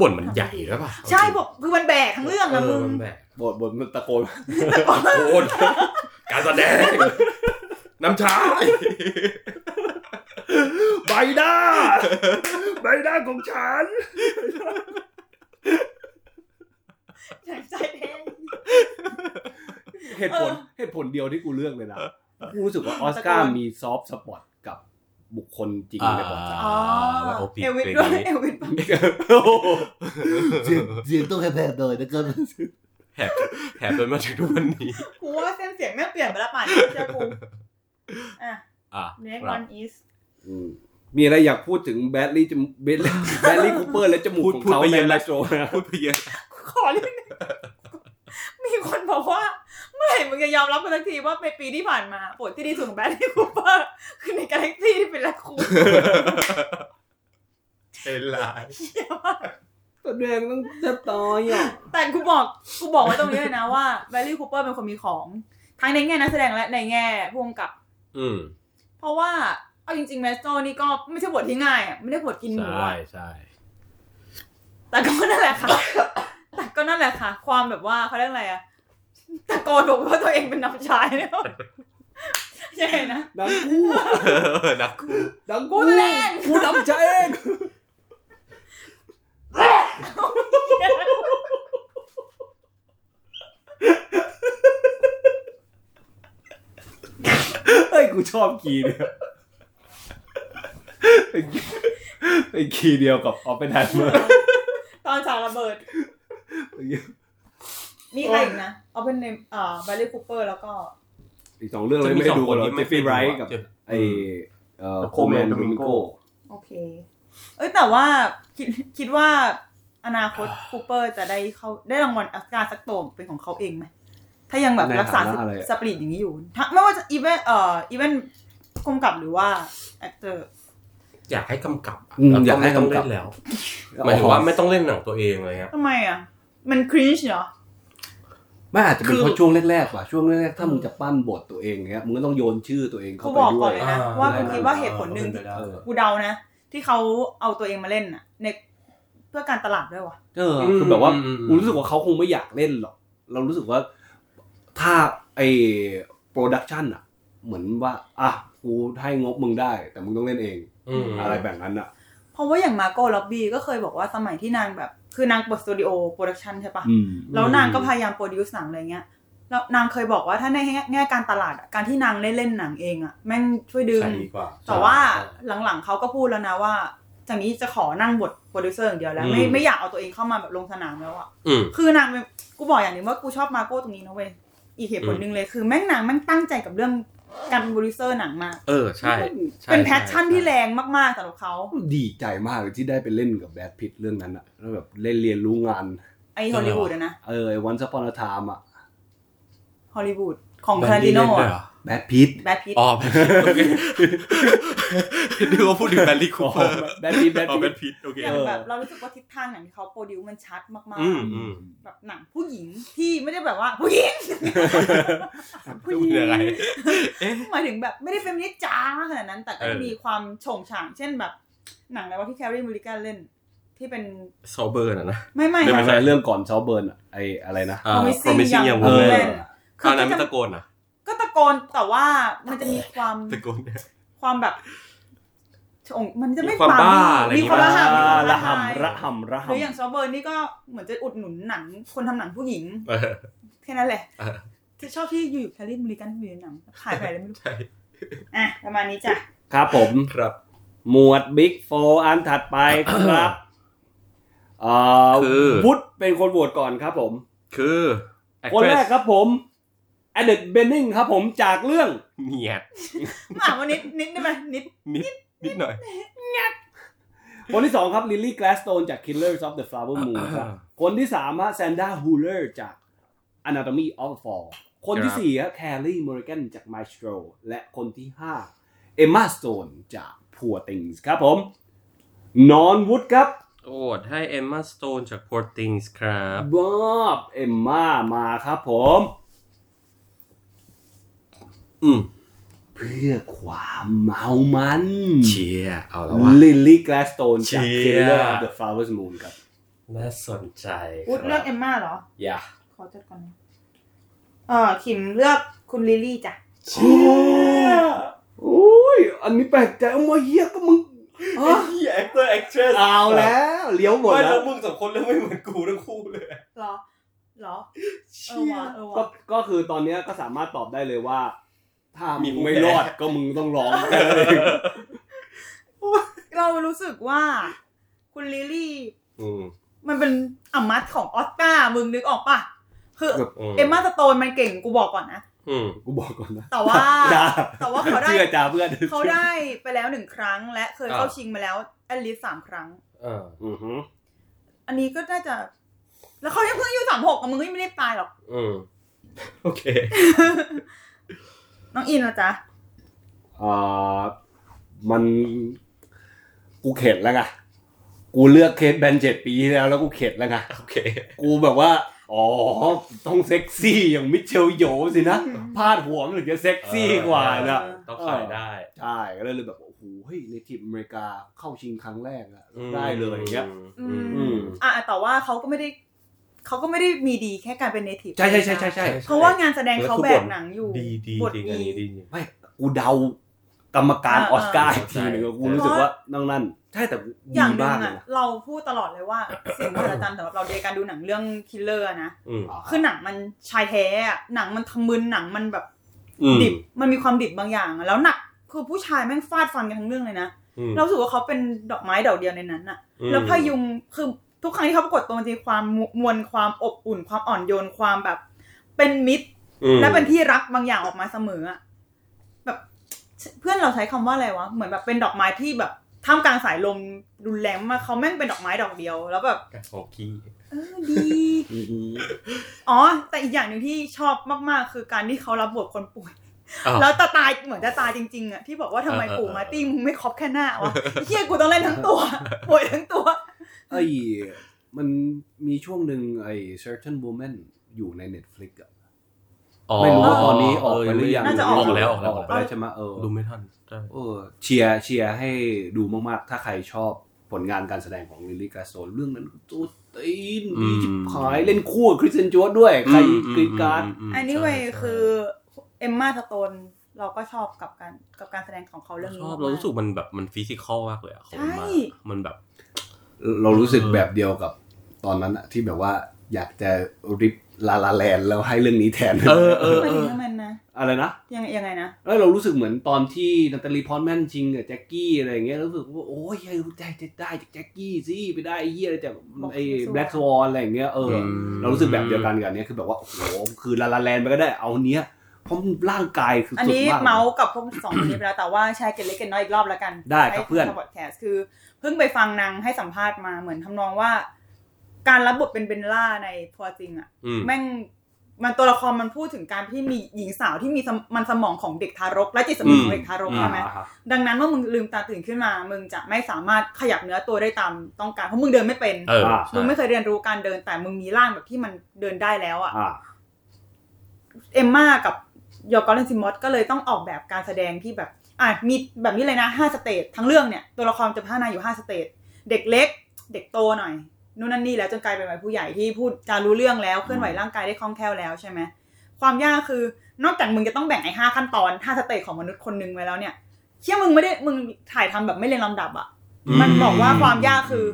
Speaker 2: บทมันใหญ่ด้วยป่ะ
Speaker 3: ใช่บอกคือมันแบกทั้งเรื่องอะมึง
Speaker 2: นแบบ
Speaker 1: บทบทมันตะโกน
Speaker 2: โคตรการแสดง น้ำชา
Speaker 1: ใบหน้า ใบหน้าของฉัน
Speaker 3: ใจแดง
Speaker 1: เหตุผลเหตุผลเดียวที่กูเลือกเลยนะ กูรู้สึกว่าออสการ์มีซอฟต์สปอตกับบุคคลจริงในบท
Speaker 3: อ๋อ
Speaker 5: แล้วโอปิ
Speaker 3: เอลวิส
Speaker 5: เป็น
Speaker 3: ด้วย
Speaker 5: นี้
Speaker 3: เอลวิสปะ
Speaker 1: เสียงต้องแผลเลยนะครับ
Speaker 2: แหบแหบจนมาถึงทุกวันนี้
Speaker 3: กูว่าเส้นเสียงแม่งเปลี่ยนไปละป่านนี้เจ้ากูอ่ะ
Speaker 5: อ่ะ
Speaker 3: next
Speaker 5: ครับ
Speaker 3: one is
Speaker 1: มีอะไรอยากพูดถึงแบดลี่จมแบด [LAUGHS] ลี่แบดลี่คูเปอร์และจมูก
Speaker 2: พูด
Speaker 1: ของ
Speaker 2: พูด
Speaker 1: เขา
Speaker 2: ไป
Speaker 1: ใน
Speaker 2: เยอะ
Speaker 1: ไล
Speaker 2: แล้ว
Speaker 1: ฟ์โชว์นะ
Speaker 2: พูดไปเยอะ
Speaker 3: ขอเรื่องหนึงมีคนบอกว่า เมื่อไหร่มึงจะยอมรับกันสักทีว่าในปีที่ผ่านมาบทที่ดีสุดของแบทที่คูเปอร์คือในกาแล็กซี่ที่เป็นละคู
Speaker 2: เทรนไลน์
Speaker 1: แสดงต้องจะต่อยอ่ะ
Speaker 3: แต่กูบอกกูบอกไว้ตรงนี้เลยนะว่าแบทที่คูเปอร์เป็นคนมีของ ทั้งในแง่นักแสดงและในแง่พวงกับ
Speaker 2: อืม
Speaker 3: เพราะว่าเอาจริงๆแมสโตนี่ก็ไม่ใช่บทที่ง่ายอะไม่ได้บทกินหมู
Speaker 5: ใช่
Speaker 3: อะ
Speaker 5: ใช่
Speaker 3: แต่ก็นั่นแหละค่ะ แต่ก็นั่นแหละค่ะ ความแบบว่าเขาเรียกอะไรอะตะโกนบอกว่าตัวเองเป็นน้ำชายเนี่ยใช่นะ [LAUGHS]
Speaker 1: ดังกู
Speaker 2: เออนักคู่
Speaker 1: ดัง
Speaker 3: กู
Speaker 1: กู
Speaker 3: แสดง
Speaker 1: กูดำใจเองเฮ้ยกูชอบคีย์เนี่ยเป็นเป็นคีย์เดียวกับออฟเปนไฮเมอร์
Speaker 3: ตอนฉากระเบิด มีใครอีกนะ เอาเป็นในเอ่อบาร์ลีคูเปอร์แล้วก็
Speaker 1: อีกสองเรื่องเลยไม่ได้ดูกันหรอกเจฟฟี่ไรท์กับไอเอ่อโคแมนโดมิโก
Speaker 3: โอเค เอ้ยแต่ว่าคิดคิดว่าอนาคตคูเปอร์จะได้เขาได้รางวัลออสการ์สักตัวเป็นของเขาเองไหม ถ้ายังแบบรักษาสปิริตอย่างนี้อยู่ทั้งไม่ว่าจะอีเวนเอ่ออีเวนกำกับหรือว่า แอคเตอร์
Speaker 2: อยากให้กำกับะ
Speaker 1: อืม
Speaker 2: แล้ว
Speaker 1: อยากให้
Speaker 2: ไม่ต้ง
Speaker 1: กำกับ
Speaker 2: เล่นแล้วหมายถึงว่าไม่ต้องเล่นหนังตัวเองเลยครับ
Speaker 3: ทำไมอ่ะ มันคริชเหรอ
Speaker 1: ไม่อาจจะเป็น
Speaker 2: คือ
Speaker 1: เพราะช่วงแรกๆว่ะช่วงแรกๆถ้ามึงจะปั้นบทตัวเองเงี้ยมึงก็ต้องโยนชื่อตัวเองเข้า
Speaker 3: กู
Speaker 1: ไป
Speaker 3: บอก
Speaker 1: ด้
Speaker 3: ก่
Speaker 1: ว
Speaker 3: อน
Speaker 1: ย
Speaker 3: เลยนะ
Speaker 5: อ่า
Speaker 3: ว่ากูคิดว่าเหตุผลหนึ่ง
Speaker 1: เออเออ
Speaker 3: กูเดานะ ที่เขาเอาตัวเองมาเล่นอ่ะในเพื่อการตลาดด้วยวะ
Speaker 1: เออคือแบบว่า
Speaker 2: อืม
Speaker 1: กูรู้สึกว่าเขาคงไม่อยากเล่นหรอกเรารู้สึกว่าถ้าไอโปรดักชันอะเหมือนว่าอ่ะกูให้งบมึงได้ แต่มึงต้องเล่นเอง
Speaker 2: อืม
Speaker 1: อะไรแบบนั้นอะ
Speaker 3: เพราะว่าอย่างมาโก้ล็อบบี้ก็เคยบอกว่าสมัยที่นางแบบ คือนางเปิดสตูดิโอโปรดักชันใช่ปะ
Speaker 1: อืม
Speaker 3: แล้วนางก็พยายามโปรดิวซ์หนังอะไรเงี้ยแล้วนางเคยบอกว่าถ้าในแง่แง่การตลาดอะการที่นางเล่นเล่นหนังเองอะแม่งช่วยดึง
Speaker 5: ใช่ดีกว่า
Speaker 3: แต่ว่าหลังๆเขาก็พูดแล้วนะว่าจากนี้จะขอนั่งบทโปรดิวเซอร์อย่างเดียวแล้วไม่
Speaker 5: อืม
Speaker 3: ไม่อยากเอาตัวเองเข้ามาแบบลงสนามแล้วอะ
Speaker 2: อืม
Speaker 3: คือนางเป็นกูบอกอย่างหนึ่งว่ากูชอบมาโก้ตรงนี้นะเว้ยอีกเหตุผลหนึ่งเลยคือแม่งนางแม่งตั้งใจกับเรื่องการเป็นโปรดิวเซอร์หนังมาก
Speaker 2: เออใช่ใช่
Speaker 3: เป็นแพชชั่นที่
Speaker 2: ใ
Speaker 3: แรงมากๆสำหรับเขา
Speaker 1: ดีใจมากเลยที่ได้ไปเล่นกับแบทพิตเรื่องนั้นอะแล้วแบบเล่นเรียนรู้งาน
Speaker 3: ไอฮอลลีวูดอะนะ
Speaker 1: เออวันสปอนทามอะ
Speaker 3: ฮอลลีวูดของ
Speaker 5: แบ
Speaker 3: คา
Speaker 5: ด
Speaker 3: ราติ
Speaker 5: ดี้
Speaker 3: โน
Speaker 5: เล่นด้วยเหรอ
Speaker 1: แบทพิต
Speaker 3: แบทพิท
Speaker 2: อ๋อแบทพิตโอเคนึกว่าพูดถึงแบลลี่คูเปอร์
Speaker 1: แบทพิตแบท
Speaker 2: อ๋อแบ
Speaker 1: พิต
Speaker 2: ทพิตโอเค
Speaker 3: อย่างแบบเรารู้สึกว่าทิศทางหนังที่เขาโปรดิวมันชัดมาก
Speaker 2: อืมอืม
Speaker 3: ๆ แบบหนังผู้หญิงที่ไม่ได้แบบว่า [LAUGHS] ผู้
Speaker 2: [LAUGHS]
Speaker 3: หญิง ผู้หญิง
Speaker 2: เรื่องอะไร
Speaker 3: หมายถึงแบบไม่ได้เฟมินิสต์จ้าขนาดนั้น แต่ก็
Speaker 2: เออ
Speaker 3: มีความโฉงฉาง เช่นแบบหนังอะไรวะที่แคร์รีมูริกันเล่น ที่เป็น
Speaker 2: ซอเบอร์น่ะนะ
Speaker 3: ไม่ไม่
Speaker 2: เดี๋ยว
Speaker 1: ไม่
Speaker 2: ป
Speaker 1: ใช่เรื่องก่อนเซาเบิร์นอะไออะไรนะ
Speaker 2: อ่า
Speaker 3: มิ
Speaker 2: Promising Young
Speaker 1: เอ
Speaker 2: Woman
Speaker 1: อ
Speaker 3: คื
Speaker 2: เอา
Speaker 3: อ
Speaker 2: วนั้นไม่
Speaker 3: ก็จะ
Speaker 2: ตะโกนเหรอ่ะ
Speaker 3: ก็ตะโกนแต่ว่ามันจะมีความ
Speaker 2: ตะโกนเนี่ย
Speaker 3: ความแบบโฉงมันจะไม่
Speaker 2: มีความบ้าอะไรอย่าง
Speaker 3: มี
Speaker 2: งี้
Speaker 3: ความ
Speaker 1: ระ
Speaker 3: ละห่ำมีความ
Speaker 1: หำระ
Speaker 3: ละหาย
Speaker 1: หำระหำระ
Speaker 3: หรืออย่าง
Speaker 1: หำ
Speaker 3: ซอเบิร์นนี่ก็เหมือนจะอุดหนุนหนังคนทำหนังผู้หญิง
Speaker 2: เออ
Speaker 3: แค่นั้นแหละ
Speaker 2: อ่า
Speaker 3: ที่ชอบที่อยู่แคลริมูริกันมีหนังขายไปแล้วไม่รู้
Speaker 2: ใช่
Speaker 3: อ่ะประมาณนี้จ้ะ
Speaker 1: ครับผม
Speaker 2: ครับ
Speaker 1: หมวดบิ๊กโฟอันถัดไปค
Speaker 2: [COUGHS]
Speaker 1: รับเอ่อ
Speaker 2: คือ
Speaker 1: วุฒเป็นคนโหวตก่อนครับผม
Speaker 2: คือ
Speaker 1: คนแรก
Speaker 2: actress
Speaker 1: ครับผมแอดเดดเบนนิงครับผมจากเรื่อง
Speaker 2: เนียด
Speaker 3: มาอ่านวันนิดนิดได้ไหมนิด
Speaker 2: นิดนิดหน่อย
Speaker 1: คนที่สองครับลิลลี่แกลสโตนจาก Killers of the Flower Moon ครับ คนที่สามฮะแซนด้าฮูเลอร์จาก Anatomy of a Fall คนที่สี่ฮะแคลรี่มอริแกนจาก Maestro และคนที่ห้าเอมมาสโตนจาก Poor Things ครับผม นอนวุฒครับ
Speaker 2: โอดให้เอมมาสโตนจาก Poor Things ครับ
Speaker 1: บอบเอมมามาครับผม
Speaker 2: อืม
Speaker 1: เพื่อความเมามัน
Speaker 5: เชียเอาแล้วว่า
Speaker 1: ลิลลี่แกลสโตนจาก
Speaker 5: เชียร์
Speaker 1: Killer of the Flowers Moon ครับ
Speaker 5: น่าสนใจ
Speaker 3: พูด
Speaker 5: ค
Speaker 3: เลื
Speaker 5: รั
Speaker 3: อก
Speaker 5: บ
Speaker 3: เอมม่าเหรอ
Speaker 5: อย่า
Speaker 3: ขอจัดก่อนนะเออขิมเลือกคุณลิลลี่จ้ะ
Speaker 1: เชียร์โอ้ย อันนี้แปลกใจเอามาเฮียก็มึง
Speaker 2: ไอ้เหี้ย actor actress
Speaker 1: เอาแล้ว เลี้ยวหมด
Speaker 2: ไม่
Speaker 1: แล้
Speaker 2: แล้ว วมึงสองคนเรื่องไม่เหมือนกูทั้งคู่เลย
Speaker 3: เหรอ เหรอ เอ
Speaker 1: เชี่
Speaker 3: อย ว่ะเออ
Speaker 1: ก็
Speaker 3: ว่ะ
Speaker 1: ก็คือตอนเนี้ยก็สามารถตอบได้เลยว่า ถ้า
Speaker 2: มี
Speaker 1: มึง
Speaker 2: กู
Speaker 1: ไม่
Speaker 2: แพ้
Speaker 1: รอดก็มึงต้องร้อง
Speaker 3: เรารู้สึกว่าคุณลิลลี่
Speaker 2: อืม
Speaker 3: มันเป็นอำมัดของออสการ์มึงนึกออกปะคือ
Speaker 1: แบบ
Speaker 2: อื
Speaker 3: เอมมาสโตนมันเก่งกูบอกก่อนนะ
Speaker 2: อืม
Speaker 1: กูบอกก่อนนะ
Speaker 3: แต่ว่า
Speaker 1: จ้า
Speaker 3: แต่ว่าเขาได้
Speaker 1: เชื่อจ้าเพื่อน
Speaker 3: เขาได้ไปแล้วหนึ่งครั้ง และเคยเข้าชิงมาแล้วแอลลิสสามครั้ง
Speaker 5: เออ
Speaker 1: อือฮึ
Speaker 3: อันนี้ก็น่าจะ แล้วเขายังเพิ่งอายุสามหกอะมึงก็ยังไม่ได้ตายหรอก
Speaker 5: อืม
Speaker 2: โอเค
Speaker 3: น้องอินนะจ๊ะ
Speaker 1: อ่ามันกูเข็ดแล้วไงกูเลือกเคสแบนเจ็ดปีที่แล้วแล้วกูเข็ดแล้วไง
Speaker 2: โอเค
Speaker 1: กูแบบว่า อ๋อ ต้องเซ็กซี่อย่างมิเชลโยสินะพาดหัวมันถึงจะเซ็กซี่กว่านะ
Speaker 5: ต้องขายได้
Speaker 1: ใช่ก็เลยแบบโอ้โหเฮ้ยในทีมอเมริกาเข้าชิงครั้งแรกอะได้เลยอย่างเงี้ย
Speaker 3: อื
Speaker 1: อื
Speaker 3: ม
Speaker 1: ม
Speaker 3: อ่ะแต่ว่าเขาก็ไม่ได้เขาก็ไม่ได้มีดีแค่การเป็นเนทีฟ
Speaker 1: ใช่ใช่ใช่ใช่ใช่
Speaker 3: เพราะว่างานแสดงเขาแบกหนังอยู่
Speaker 5: ดีดี
Speaker 3: บท
Speaker 5: จริงอัน
Speaker 3: ดี
Speaker 5: นี้ดีจริง
Speaker 1: ไม่กูเดากรรมการอ
Speaker 3: อ่า
Speaker 1: อสการ์
Speaker 5: อ่า
Speaker 1: อีกทีหนึ่งอะกูรู้สึกว่านั่งนั่นใช่แต่
Speaker 3: อ
Speaker 1: ดี
Speaker 3: ย่างหนึ่
Speaker 1: มาก
Speaker 3: ง
Speaker 1: เลย
Speaker 3: อ่ะ
Speaker 1: นะ
Speaker 3: เราพูดตลอดเลยว่าสิ่งมหัศจรรย์สำหรับเราในการดูหนังเรื่องคิลเลอร์นะ
Speaker 5: อืม
Speaker 3: คือหนังมันชายแท้อะหนังมันทำมึนหนังมันแบบ
Speaker 5: อืม
Speaker 3: ดิบมันมีความดิบบางอย่างอะแล้วหนักคือผู้ชายแม่งฟาดฟันกันทั้งเรื่องเลยนะ
Speaker 5: อืม
Speaker 3: เรารู้สึกว่าเขาเป็นดอกไม้ดอกเดียวในนั้นอะ แล้วพยุงคือทุกครั้งที่เขาปรากฏตัวมันจะมีความมุมวลความอบอุ่น ความอ่อนโยนความแบบ เป็นมิตร
Speaker 5: อืม
Speaker 3: และเป็นที่รักบางอย่างออกมาเสมออะแบบเพื่อนเราใช้คำว่าอะไรวะเหมือนแบบเป็นดอกไม้ที่แบบท่ามกลางสายลมรุนแรงมากเขาแม่งเป็นดอกไม้ดอกเดียว แล้วแบบ
Speaker 5: ของกี้
Speaker 3: เออดี
Speaker 1: อือหือ
Speaker 3: อ๋อ แต่อีกอย่างหนึ่งที่ชอบมากๆ คือการที่เขารับบทคนป่วย
Speaker 5: อ้าว
Speaker 3: แล้วตาตายเหมือนจะตายจริงๆอะที่บอกว่าทำไม
Speaker 5: เออเออ
Speaker 3: ปู่มาร์ตี้มึงไม่ครอบแค่หน้าวะเฮียกูต้องเล่นทั้งตัวป่วยทั้งตัว
Speaker 1: ไอ้มันมีช่วงหนึ่งไอ้ certain woman อยู่ใน Netflix อะ
Speaker 5: อ๋อ
Speaker 1: ไม่รู้ว่าตอนนี้ออกไปหรือยัง
Speaker 3: น่าจะออก
Speaker 5: ออกแล้วออกแล้ว
Speaker 1: อ
Speaker 5: อ
Speaker 1: อ
Speaker 5: อก ก
Speaker 1: ไป
Speaker 5: แล้ว
Speaker 1: แล้วใช่ไหมเออ
Speaker 5: ดูไม่ทันใช่
Speaker 1: เออเชียร์เชียร์ให้ดูมากๆ ถ้าใครชอบผลงานการแสดงของลิลลี่กาโซเรื่องนั้นตัวตีนดีจิบหายเล่นคู่กับคริสเตนจวดด้วยใครกรีดกราร์ด
Speaker 3: อันนี้เว้ยคือเอมมาสโตนเราก็ชอบกับการกับการแสดงของเขาเรื่องนี้
Speaker 5: ชอบ
Speaker 3: มๆ
Speaker 5: เรารู้สึกมันแบบมันฟิสิกอลมากเลยอะของมัน
Speaker 3: ใช่
Speaker 5: อะมันแบบ
Speaker 1: เรารู้สึกแบบเดียวกับตอนนั้นอะที่แบบว่าอยากจะริบลาลาแลนแล้วให้เรื่องนี้แทน
Speaker 5: เออเออ
Speaker 3: มัน
Speaker 5: เอ
Speaker 3: ยั
Speaker 5: อ
Speaker 3: งไงมันนะ
Speaker 1: อะไรนะ
Speaker 3: ยังยังไงนะ
Speaker 1: แล้วเรารู้สึกเหมือนตอนที่นาตาลีพอร์ตแมนชิงกับแจ็คกี้อะไรอย่างเงี้ยรู้สึกว่าโอ้ยใจจะได้จากแจ็คกี้สิไปได้ไอ้เหี้ยอะไรจากไอ้แบล็กสวอนอะไรอย่างเงี้ยเอออเรารู้สึกแบบเดียวกันกับเนี้ยคือแบบว่าโอ้โหคือลาลาแลนไปก็ได้เอาเนี้ยเพราะมันร่างกายคือ
Speaker 3: อัน
Speaker 1: สุด
Speaker 3: นี้
Speaker 1: มาก
Speaker 3: เมาส์กับพวกสองคนนี้ไปแล้วแต่ว่าชายเกล็ดเล็กเกล็ดน้อยอีกรอบแล้วกัน
Speaker 1: ได้ครับเพื่อน
Speaker 3: บอดแคสคือ เพิ่งไปฟังนางให้สัมภาษณ์มาเหมือนทำนองว่า การรับบทเป็นเบนล่าในพัวจริงอะ
Speaker 5: อืม
Speaker 3: แม่งมันตัวละครมันพูดถึงการที่มีหญิงสาวที่มีสมมันสมองของเด็กทารก และจิตสำนึกของเด็กทารกใช่ไหม
Speaker 1: อ่าฮะ
Speaker 3: ดังนั้นเมื่อมึงลืมตาตื่นขึ้นมา มึงจะไม่สามารถขยับเนื้อตัวได้ตามต้องการ เพราะมึงเดินไม่เป็น
Speaker 5: เออใช่
Speaker 3: มึงไม่เคยเรียนรู้การเดิน แต่มึงมีร่างแบบที่มันเดินได้แล้วอะ
Speaker 1: อ่า
Speaker 3: เอมมากับยอร์กอเลนซิมอสก็เลยต้องออกแบบการแสดงที่แบบ อ่ะ มีแบบนี้เลยนะห้าสเตจทั้งเรื่องเนี่ย ตัวละครจะพัฒนาอยู่ห้าสเตจ เด็กเล็ก เด็กโตหน่อย นู่นนั่นนี่แล้วจนกลายเป็นวัยผู้ใหญ่ที่พูดจารู้เรื่องแล้วเคลื่อนไหวร่างกายได้คล่องแคล่วแล้วใช่ไหม ความยากคือนอกจากมึงจะต้องแบ่งไอ้ห้าขั้นตอนห้าสเตจของมนุษย์คนหนึ่งไว้แล้วเนี่ยเชื่อมึงไม่ได้มึงถ่ายทำแบบไม่เรียงลำดับอะมันบอกว่าความยากคือ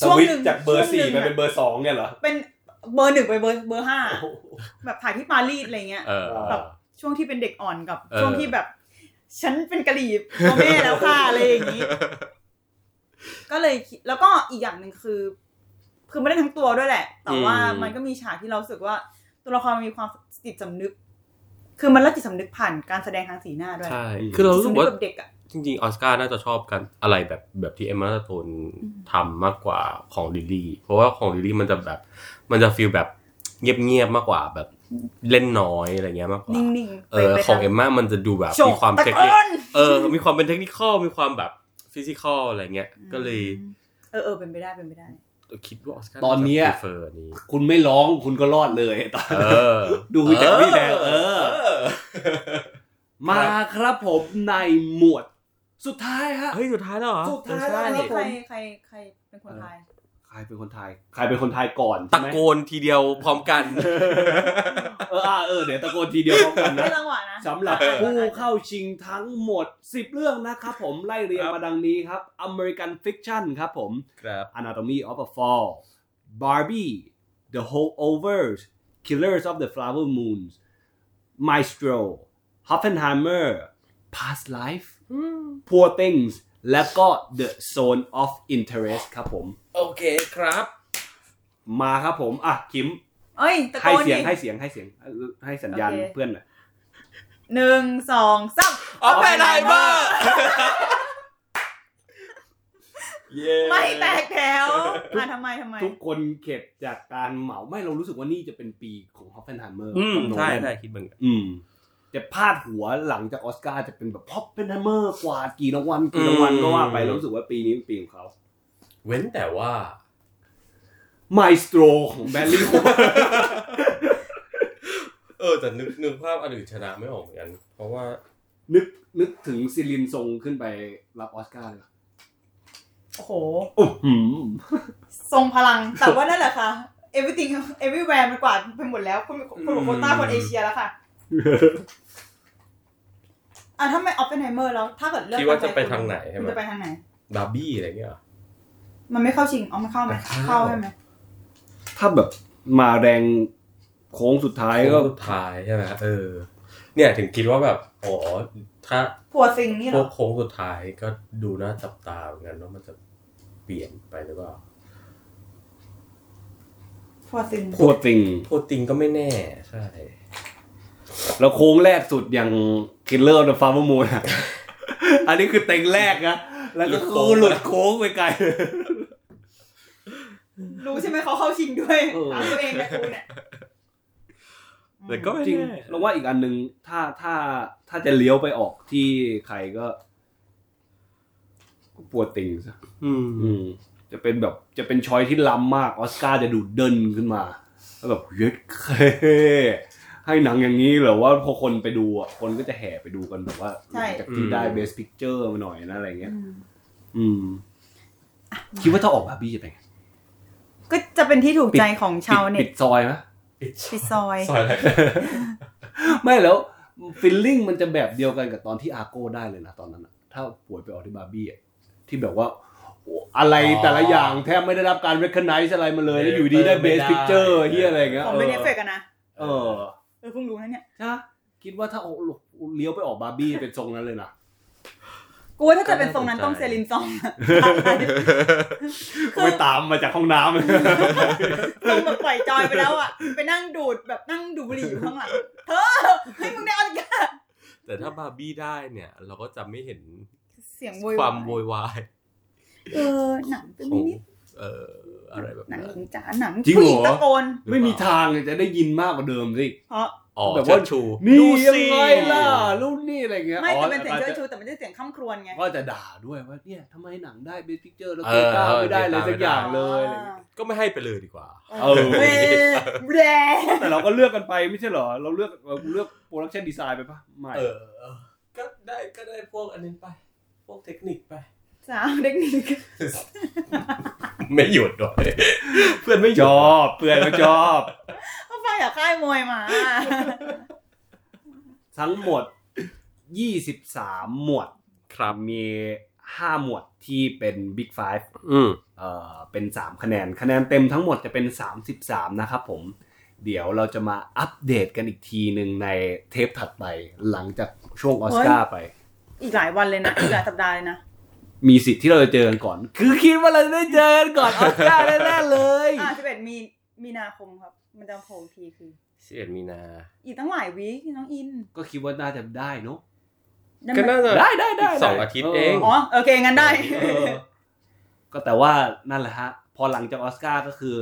Speaker 1: สวิตช์
Speaker 3: ง
Speaker 1: จากเบอร์
Speaker 3: ช่ว
Speaker 1: สี่
Speaker 3: งห
Speaker 1: มา
Speaker 3: นึ่ง
Speaker 1: เป็นเบอร์สองเนี่ยเหรอ
Speaker 3: เป็นเบอร์หนึ่งไปเบอร์เบอร์ห้าแบบถ่ายที่ปารีสอะไรเงี้ย
Speaker 5: เออ
Speaker 3: แบบช่วงที่เป็นเด็กอ่อนกับ
Speaker 5: เออ
Speaker 3: ช่วงที่แบบ ฉันเป็นกะหรี่พ่อแม่แล้วค่ะอะไรอย่าง
Speaker 5: [LAUGHS]
Speaker 3: นี้ ก็เลยคิดแล้วก็อีกอย่างหนึ่งคือ คือไม่ได้ทั้งตัวด้วยแหละ แต่ว่า
Speaker 2: อืม
Speaker 3: มันก็มีฉากที่เรารู้สึกว่า ตัวละครมันมีความจิตสำนึก คือมันละจิตสำนึกผ่านการแสดงทางสีหน้าด้วย
Speaker 5: ใช่ คือเรา
Speaker 3: จิต
Speaker 5: รู้สึ
Speaker 3: สำ
Speaker 5: ก
Speaker 3: นึก
Speaker 5: ว่า
Speaker 3: แบบเด็กอ่ะ
Speaker 5: จริงๆออสการ์น่าจะชอบกันอะไรแบบแบบที่เอมมาสโตน
Speaker 3: อืม
Speaker 5: ทำมากกว่าของลิลลี่เพราะว่าของลิลลี่มันจะแบบ มันจะฟีลแบบเงียบๆมากกว่าแบบเล่นน้อยอะไรเงี้ยมากกว่า
Speaker 3: นิ่งๆ
Speaker 5: เอ
Speaker 3: ไป
Speaker 5: อ
Speaker 3: ไป
Speaker 5: ของเอ
Speaker 3: ทาง
Speaker 5: มมามันจะดูแบบ
Speaker 3: โจ
Speaker 5: มีความ
Speaker 3: ตะ
Speaker 5: เทค
Speaker 3: ก
Speaker 5: นิค
Speaker 3: อน
Speaker 5: เออ มีความเป็นเทคนิคมีความแบบฟิสิกอลอะไรเงี้ยก็เลย
Speaker 3: เออเออเป็นไปได้เป็นไปได้
Speaker 5: คิดว่าออสการ์
Speaker 1: ตอนเนี้ย
Speaker 5: าจะ prefer อันนี้
Speaker 1: คุณไม่ร้องคุณก็รอดเลยตอน
Speaker 5: เอ
Speaker 1: นั้น
Speaker 5: อ
Speaker 1: ดูจากวิดีโอเออ มาครับผมในหมวด สุดท้ายฮะ
Speaker 2: เฮ้ย สุดท้ายแล้วเหรอ
Speaker 1: สุดท้ายแล้วค
Speaker 2: เออ
Speaker 1: รับ
Speaker 2: ใช่
Speaker 1: ผม
Speaker 3: ใครใครใครเป็นคนทาย
Speaker 1: ใครเป็นคนไทย ใครเป็นคนไทยก่อน
Speaker 2: ตะโกนทีเดียวพร้อมกัน
Speaker 1: เอออ่าเออเดี๋ยวตะโกนทีเดียวพร้อมกันนะ
Speaker 3: ไม่จังหวะนะ
Speaker 1: สำหรับผู้เข้าชิงทั้งหมด 10 เรื่องนะครับผมไล่เรียงมาดังนี้ครับ American Fiction ครับผม
Speaker 2: ครับ
Speaker 1: Anatomy of a Fall Barbie The Holdovers Killers of the Flower Moon Maestro Oppenheimer Past Life Poor Things และก็ The Zone of Interest ครับผม
Speaker 2: โอเคครับ
Speaker 1: มาครับผม อ่ะคิม
Speaker 3: เอ้ยตะโก
Speaker 1: ให้
Speaker 3: น
Speaker 1: เสียง
Speaker 3: ดิ
Speaker 1: ให้เสียงให้เสียงให้สัญญาณ
Speaker 3: โอเค
Speaker 1: เพื่อนหน่อย
Speaker 3: หนึ่งสองสาม
Speaker 2: ออฟแอนไฮเมอร์เย้
Speaker 3: ไม่แตกแถวอ่ะทำไมทำไม
Speaker 1: ทุกคนเข็ดจากการเหมาไม่เรารู้สึกว่านี่จะเป็นปีของฮอฟเฟนไฮเมอร์
Speaker 2: อืมใช่ใช่คิดเหมือนกัน
Speaker 1: อืมแต่พาดหัวหลังจากออสการ์จะเป็นแบบฮอฟเฟนไฮเมอร์กวาดกี่รางวัลกี่รางวัลก็ว่าไป
Speaker 2: อืม
Speaker 1: เรารู้สึกว่าปีนี้เป็นปีของเขา
Speaker 5: เว้นแต่ว่า
Speaker 1: ไมสโตรของแบ
Speaker 2: [LAUGHS]
Speaker 1: ลลี่โค
Speaker 2: เออ แต่นึกนึกภาพอันอื่นชนะไม่ออกเหมือนกัน เพราะว่า
Speaker 1: นึกนึกถึงซิลินทรงขึ้นไปรับออสการ์เลย
Speaker 3: โอ้โห
Speaker 1: โอ้อหือ
Speaker 3: ทรงพลัง แต่ว่านั่นแหละค่ะ everything everywhere มันกวาดไปหมดแล้ว คุณคุณโคต้าคนเอเชียแล้วค่ะ อ่ะถ้าไม่ออฟเปนไฮเมอร์แล้ว ถ้าเกิดเลือก
Speaker 2: คิดว่าจะไปทางไหนใช่ไหม
Speaker 3: มันจะไปทางไหน
Speaker 2: บาร์บี้อะไรเงี้ยเหรอ
Speaker 3: มันไม่เข้าชิงอ๋อมันเข้าไหมเข้าใช่ไหม
Speaker 1: ถ้าแบบมาแรงโค้งสุดท้ายก็
Speaker 2: โค้งสุดท้ายใช่ไหมเออ เนี่ยถึงคิดว่าแบบอ๋อถ้า
Speaker 3: พัวซิงนี่
Speaker 2: พ
Speaker 3: เหร
Speaker 2: ว
Speaker 3: อก
Speaker 2: โค้งสุดท้ายก็ดูน่าจับตาเหมือนกันว่ามันจะเปลี่ยนไปหรือเปล่า
Speaker 3: พัวซิง
Speaker 1: โคตรจริง
Speaker 2: โพติงก็ไม่แน่ใช่
Speaker 1: แล้วโค้งแรกสุดอย่าง Killer of the Flower Moon
Speaker 2: [LAUGHS]
Speaker 1: อะ อันนี้คือเต็งแรกนะ แล้วก็คือหลุดโค้งไปไกล
Speaker 3: รู้ใช่ไหมเขาเข้าชิงด้วย
Speaker 1: เออ
Speaker 3: ถามตัวเองเนี่ยกูเนี่ย
Speaker 2: [LAUGHS] แต่ก็ไม่
Speaker 1: จริง
Speaker 2: แน่
Speaker 1: เราว่าอีกอันหนึ่งถ้าถ้าถ้าจะเลี้ยวไปออกที่ใครก็ปวดติงซะ
Speaker 2: อืม
Speaker 1: อืม จะเป็นแบบจะเป็นชอยที่ล้ำมากออสการ์จะดูเดินขึ้นมา แล้วแบบเย็ดเคให้หนังอย่างนี้เหรอว่าพอคนไปดูอ่ะ คนก็จะแห่ไปดูกันแบบว่าหลังจากที่ได้
Speaker 2: ใช่
Speaker 1: Best Picture มาหน่อยนะอะไรเงี้ย
Speaker 3: อืม
Speaker 1: อืม คิดว่าถ้าออกบาร์บี้จะเป็นไง
Speaker 3: ก็จะเป็นที่ถูกใจของชาว
Speaker 1: ปิด
Speaker 3: เน็ต
Speaker 1: ปิดซอยไหม
Speaker 3: ปิดซอย
Speaker 2: ซอยอะไร
Speaker 1: ไม่แล้วฟิลลิ่งมันจะแบบเดียวกันกับตอนที่อาโก้ได้เลยนะตอนนั้นอะถ้าป่วยไปออกที่บาร์บี้อะที่แบบว่าโอ้อะไรแต่ละอย่างแทบไม่ได้รับการ recognize อะไรมาเลยแล้วอยู่ดีได้
Speaker 5: ไม่ได้
Speaker 1: best picture เฮียอะไรอย่างเงี้ย
Speaker 3: ของเบนเอฟเฟกต์อะนะ
Speaker 1: เออ
Speaker 3: เออเพิ่งรู้นะเนี่ย
Speaker 1: ใช่คิดว่าถ้าเอาเลี้ยวไปออกบาร์บี้เป็นทรงนั้นเลย [LAUGHS] นะ
Speaker 3: กูว่าถ้าเกิดเป็นทรงนั้นต้องเซรินซองอะ [LAUGHS]
Speaker 1: ไม่ตามมาจากห้องน้ำเลย
Speaker 3: ทรงแบบปล่อยจอยไปแล้วอะไปนั่งดูดแบบนั่งดูดบุหรี่อยู่ข้างหลังเธอให้มึงได้ออนกัน
Speaker 2: [LAUGHS] แต่ถ้าบาร์บี้ได้เนี่ย เราก็จะไม่เห็น
Speaker 3: เสียงโวย
Speaker 2: ความโวยวาย
Speaker 3: เออหนังเป็น
Speaker 2: ขอ
Speaker 3: มิ
Speaker 2: ง
Speaker 3: นิ
Speaker 2: เอ่ออะไรแบบ
Speaker 3: หนัง
Speaker 2: นั้น
Speaker 3: หญิงจ๋าหนังผู้หญิงตะโกน
Speaker 1: [LAUGHS] ไม่มีทางจะได้ยินมากกว่าเดิมสิ
Speaker 3: เพราะ
Speaker 2: อ๋อ
Speaker 1: แบบ
Speaker 2: เชิ
Speaker 1: ว่า
Speaker 2: ดชู
Speaker 1: นี่
Speaker 2: ดู
Speaker 1: ยัง
Speaker 2: สิ
Speaker 1: ไงล่ะรุ่นนี่อะไรอย่างเงี้ย
Speaker 3: ไม่
Speaker 1: อ๋อ
Speaker 3: แต่เป็นเสียงเชิดชูแต่ไม่ใช่เสียงข้ามครวญไง
Speaker 1: ก็จะด่าด้วยว่าเนี่ยทำไมหนังได้เบสพิกเจอร์แล้ว
Speaker 2: เอ
Speaker 1: เกรด
Speaker 2: อ
Speaker 1: เก้าไม่ได้
Speaker 2: เกร
Speaker 1: เลย
Speaker 2: ดเก้า
Speaker 1: สักอย่าง
Speaker 2: ไม่ได้
Speaker 1: เลยอะไรเงี้ย
Speaker 2: ก็ไม่ให้ไปเลยดีกว่า
Speaker 1: เออ
Speaker 3: เว้ยแบร
Speaker 1: แต่เราก็เลือกกันไปไม่ใช่เหรอ เราเลือกเราเลือกโปรดักชันดีไซน์ไปปะไม่
Speaker 2: เออ ก็ได้ก็ได้พวกอันนี้ไป พวกเทคนิคไป
Speaker 3: สาวเด็กนิก
Speaker 2: ไม่หยุดด้วยเพื่อนไม่ห
Speaker 1: จ
Speaker 2: ยุด
Speaker 1: อบเปื่อนก็จอบ
Speaker 3: เขาฟังอยากค่ายมวยมา
Speaker 1: ทั้งหมด 23 หมวด
Speaker 2: ครับ
Speaker 1: มี 5 หมวดที่เป็น Big Five
Speaker 2: อืม
Speaker 1: เอ่อเป็น 3 คะแนน คะแนนเต็มทั้งหมดจะเป็น 33 นะครับผม เดี๋ยวเราจะมาอัปเดตกันอีกทีหนึ่งในเทปถัดไปหลังจากช่วงออสการ์ไป
Speaker 3: อีกหลายวันเลยนะ อีกหลายสัปดาห์เลยนะ
Speaker 1: มีสิทธิ์ที่เราจะเจอกันก่อน คือคิดว่าเราจะได้เจอกันก่อนออสการ์แน่ๆเลย
Speaker 3: อ่าสิบเอ็ดมีมีนาคมครับ มันจะโผล่อีกทีคือ
Speaker 2: สิบเอ็ดมีนา
Speaker 3: อีกตั้งหลายวีคน้องอิน
Speaker 1: ก็คิดว่าน่าจะได้เนาะ
Speaker 3: ได้ไหม
Speaker 2: ก็น่าจะ
Speaker 1: ได้ได้ได้
Speaker 2: อีกสองอาทิตย์เอง
Speaker 3: อ๋อ โอเค งั้นได้
Speaker 1: เออก็แต่ว่านั่นแหละฮะ พอหลังจากออสการ์ก็คือ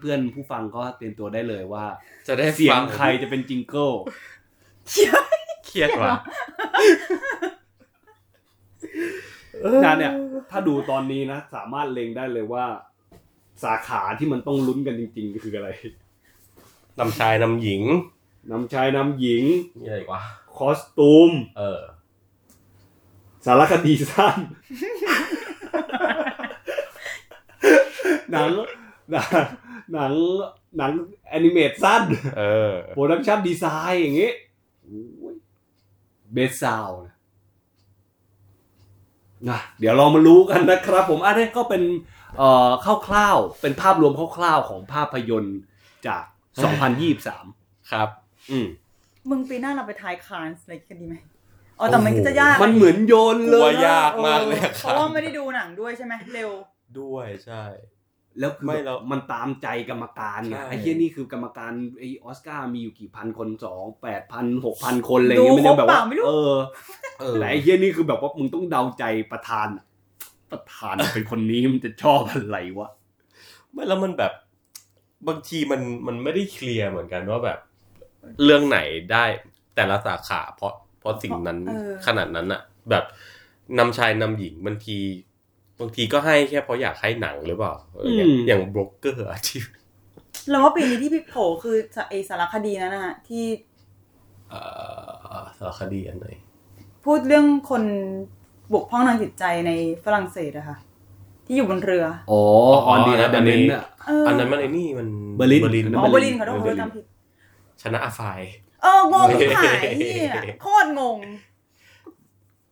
Speaker 1: เพื่อนๆผู้ฟังก็เตรียมตัวได้เลยว่า
Speaker 2: จะได้
Speaker 1: เสีย
Speaker 2: ฟั
Speaker 1: งใครจะเป็นจิงเกิล
Speaker 2: เครียดว่ะ
Speaker 1: งานเนี่ย ถ้าดูตอนนี้นะ สามารถเล็งได้เลยว่า สาขาที่มันต้องลุ้นกันจริง ๆ คืออะไร
Speaker 2: [LAUGHS] นำชายนำหญิง
Speaker 1: นำชายนำหญิง
Speaker 2: มีอะไรอีกวะ
Speaker 1: ค
Speaker 4: คอสตูม
Speaker 5: เออ
Speaker 4: สารคดีสั้
Speaker 1: [LAUGHS]
Speaker 4: น หนังหนังหนังหนังแอนิเมตสั้น
Speaker 2: เออ
Speaker 4: โปรดักชั่นดีไซน์อย่างงี้เบสซาวนะ
Speaker 1: นะเดี๋ยวเรามารู้กันนะครับ ผมอันนี้ก็เป็นเอ่อคร่าวๆเป็นภาพรวมคร่าวๆของภาพยนตร์จาก 2023
Speaker 2: ครับ
Speaker 1: อืม
Speaker 3: มึงปีหน้าเราไปทายคานส์อะไรกันดีไหมอ๋อแต่มันก็จะยาก
Speaker 1: มันเหมือนโยนเล
Speaker 2: กลัวย ยากมากเลยอะ
Speaker 3: เพ
Speaker 2: ครั
Speaker 3: ราะว่า
Speaker 2: บ
Speaker 3: ไม่ได้ดูหนังด้วยใช่ไหมเร็ว
Speaker 2: ด้วยใช่
Speaker 1: แล้วคือ
Speaker 2: ไม่
Speaker 1: แบบ
Speaker 2: เรา
Speaker 1: มันตามใจกรรมการไง
Speaker 2: ใช่
Speaker 1: ไอ้เหี้ยนี่คือกรรมการไอ้ออสการ์มีอยู่กี่พันคนสองแปดพันหกพันคนอะไรอย่างเงี้ย
Speaker 3: ดู
Speaker 1: มันยังแบบ
Speaker 3: ครบเป
Speaker 1: ว่า
Speaker 3: ล่าไม่รู้
Speaker 1: เออ
Speaker 2: เออ
Speaker 1: แต่ไอ้เหี้ยนี่คือแบบว่ามึงต้องเดาใจประธานอะประธานเป็นคนนี้มันจะชอบอะไรวะ
Speaker 2: ไม่แล้วมันแบบบางทีมันมันไม่ได้เคลียร์เหมือนกันว่าแบบ เรื่องไหนได้แต่ละสาขาเพราะเพราะสิ่งนั้น
Speaker 3: เออ
Speaker 2: ขนาดนั้นอะแบบนำชายนำหญิงบางที บางทีก็ให้แค่เพราะอยากให้หนังหรือเปล่าเอออย่าง
Speaker 1: อืม
Speaker 2: อย่างบล็อกเกอร์อาชีพ
Speaker 3: เราว่าปีนี้ที่พี่โผล่คือไอสารคดีนั่นนะฮะที่
Speaker 2: เอ่อสารคดีอันไหน
Speaker 3: พูดเรื่องคนบกพร่องทางจิตใจในฝรั่งเศสอะค่ะ ที่อยู่บนเรือ
Speaker 1: อ๋อออนดีนะเดนเน้นอะ
Speaker 3: เออ
Speaker 2: อั
Speaker 3: อั
Speaker 2: นนั้นมันไอ้นี่มัน
Speaker 1: เบอร์ลิน
Speaker 2: เบอร์ลิน
Speaker 3: อ๋อเบอร์ลินขอโทษขอโทษจำผิด
Speaker 2: ชนะอาไฟล์
Speaker 3: เอองงหายเหียโคตรงง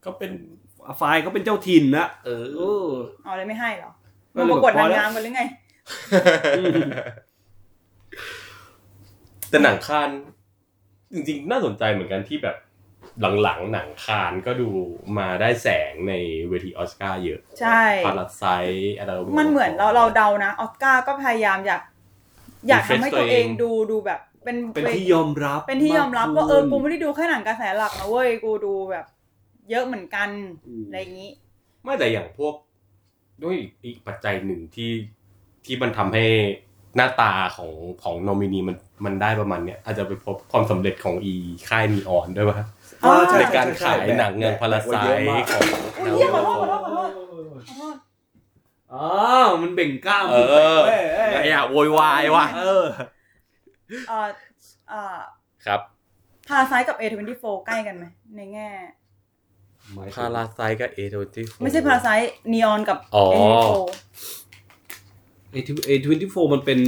Speaker 2: ก็เป็น
Speaker 1: อาฟายเขาเป็นเจ้าถิ่นนะ
Speaker 2: เอ
Speaker 1: เอ
Speaker 2: อ
Speaker 1: อ
Speaker 3: เอาเลยไม่ให้เหรอ
Speaker 1: ก็
Speaker 3: มา
Speaker 1: เลยแบบ
Speaker 3: ประกวด
Speaker 1: พ
Speaker 3: นา
Speaker 1: อง แล้ว
Speaker 3: งามกันหรือไง
Speaker 2: [LAUGHS] แต่หนังคานจริงๆ น่าสนใจเหมือนกันที่แบบหลังๆ หนังคานก็ดูมาได้แสงในเวทีออสการ์เยอะ
Speaker 3: ใช่
Speaker 2: พาราไซอะไรแบบ
Speaker 3: มันเหมือนเราเราเดานะออสการ์ก็พยายามอยาก อยากทำให้
Speaker 2: Refresh
Speaker 3: ตัวเอง
Speaker 2: ตัวเอง
Speaker 3: ดูดูแบบ เป็น
Speaker 1: เป็นที่ยอมรับ
Speaker 3: เป็นที่ยอมรับว่าเออ กู
Speaker 1: มากขึ้น
Speaker 3: ไม่ได้ดูแค่หนังกระแสหลักนะเว้ย กูดูแบบ เยอะเหมือนกัน
Speaker 1: อืม
Speaker 3: อะไรอย่างนี้
Speaker 2: ไม่แต่อย่างพวกด้วยอีกปัจจัยหนึ่งที่ที่มันทำให้หน้าตาของของนอมินีมันมันได้ประมาณเนี้ยอาจจะไปพบความสำเร็จของอีค่ายนีออนด้วยป่ะ
Speaker 1: อ่าใช่
Speaker 2: ใน
Speaker 1: ใช่
Speaker 2: การ
Speaker 1: ใช่
Speaker 2: ขาย
Speaker 1: ใช่
Speaker 2: หนังเงิน
Speaker 1: แบบ
Speaker 2: พาราไซ
Speaker 1: แบบเยอะมาก
Speaker 2: ของ
Speaker 3: อุ้ยเหี้ยขอโทษขอโทษขอโทษ ขอโทษ
Speaker 1: อ๋อมันเบ่งกล้าม
Speaker 2: เออไอ้อะโวยวายว่ะ
Speaker 1: เออ
Speaker 3: เออเออ
Speaker 2: ครับ
Speaker 3: พาราไซต์กับ A24 ใกล้กันไหมในแง่
Speaker 2: พาราไซกับเอโดจิ
Speaker 3: ไม่ใช่พาราไซต์นีออนกับ
Speaker 2: อ๋อ
Speaker 3: A24
Speaker 1: A 2 4มันเป็น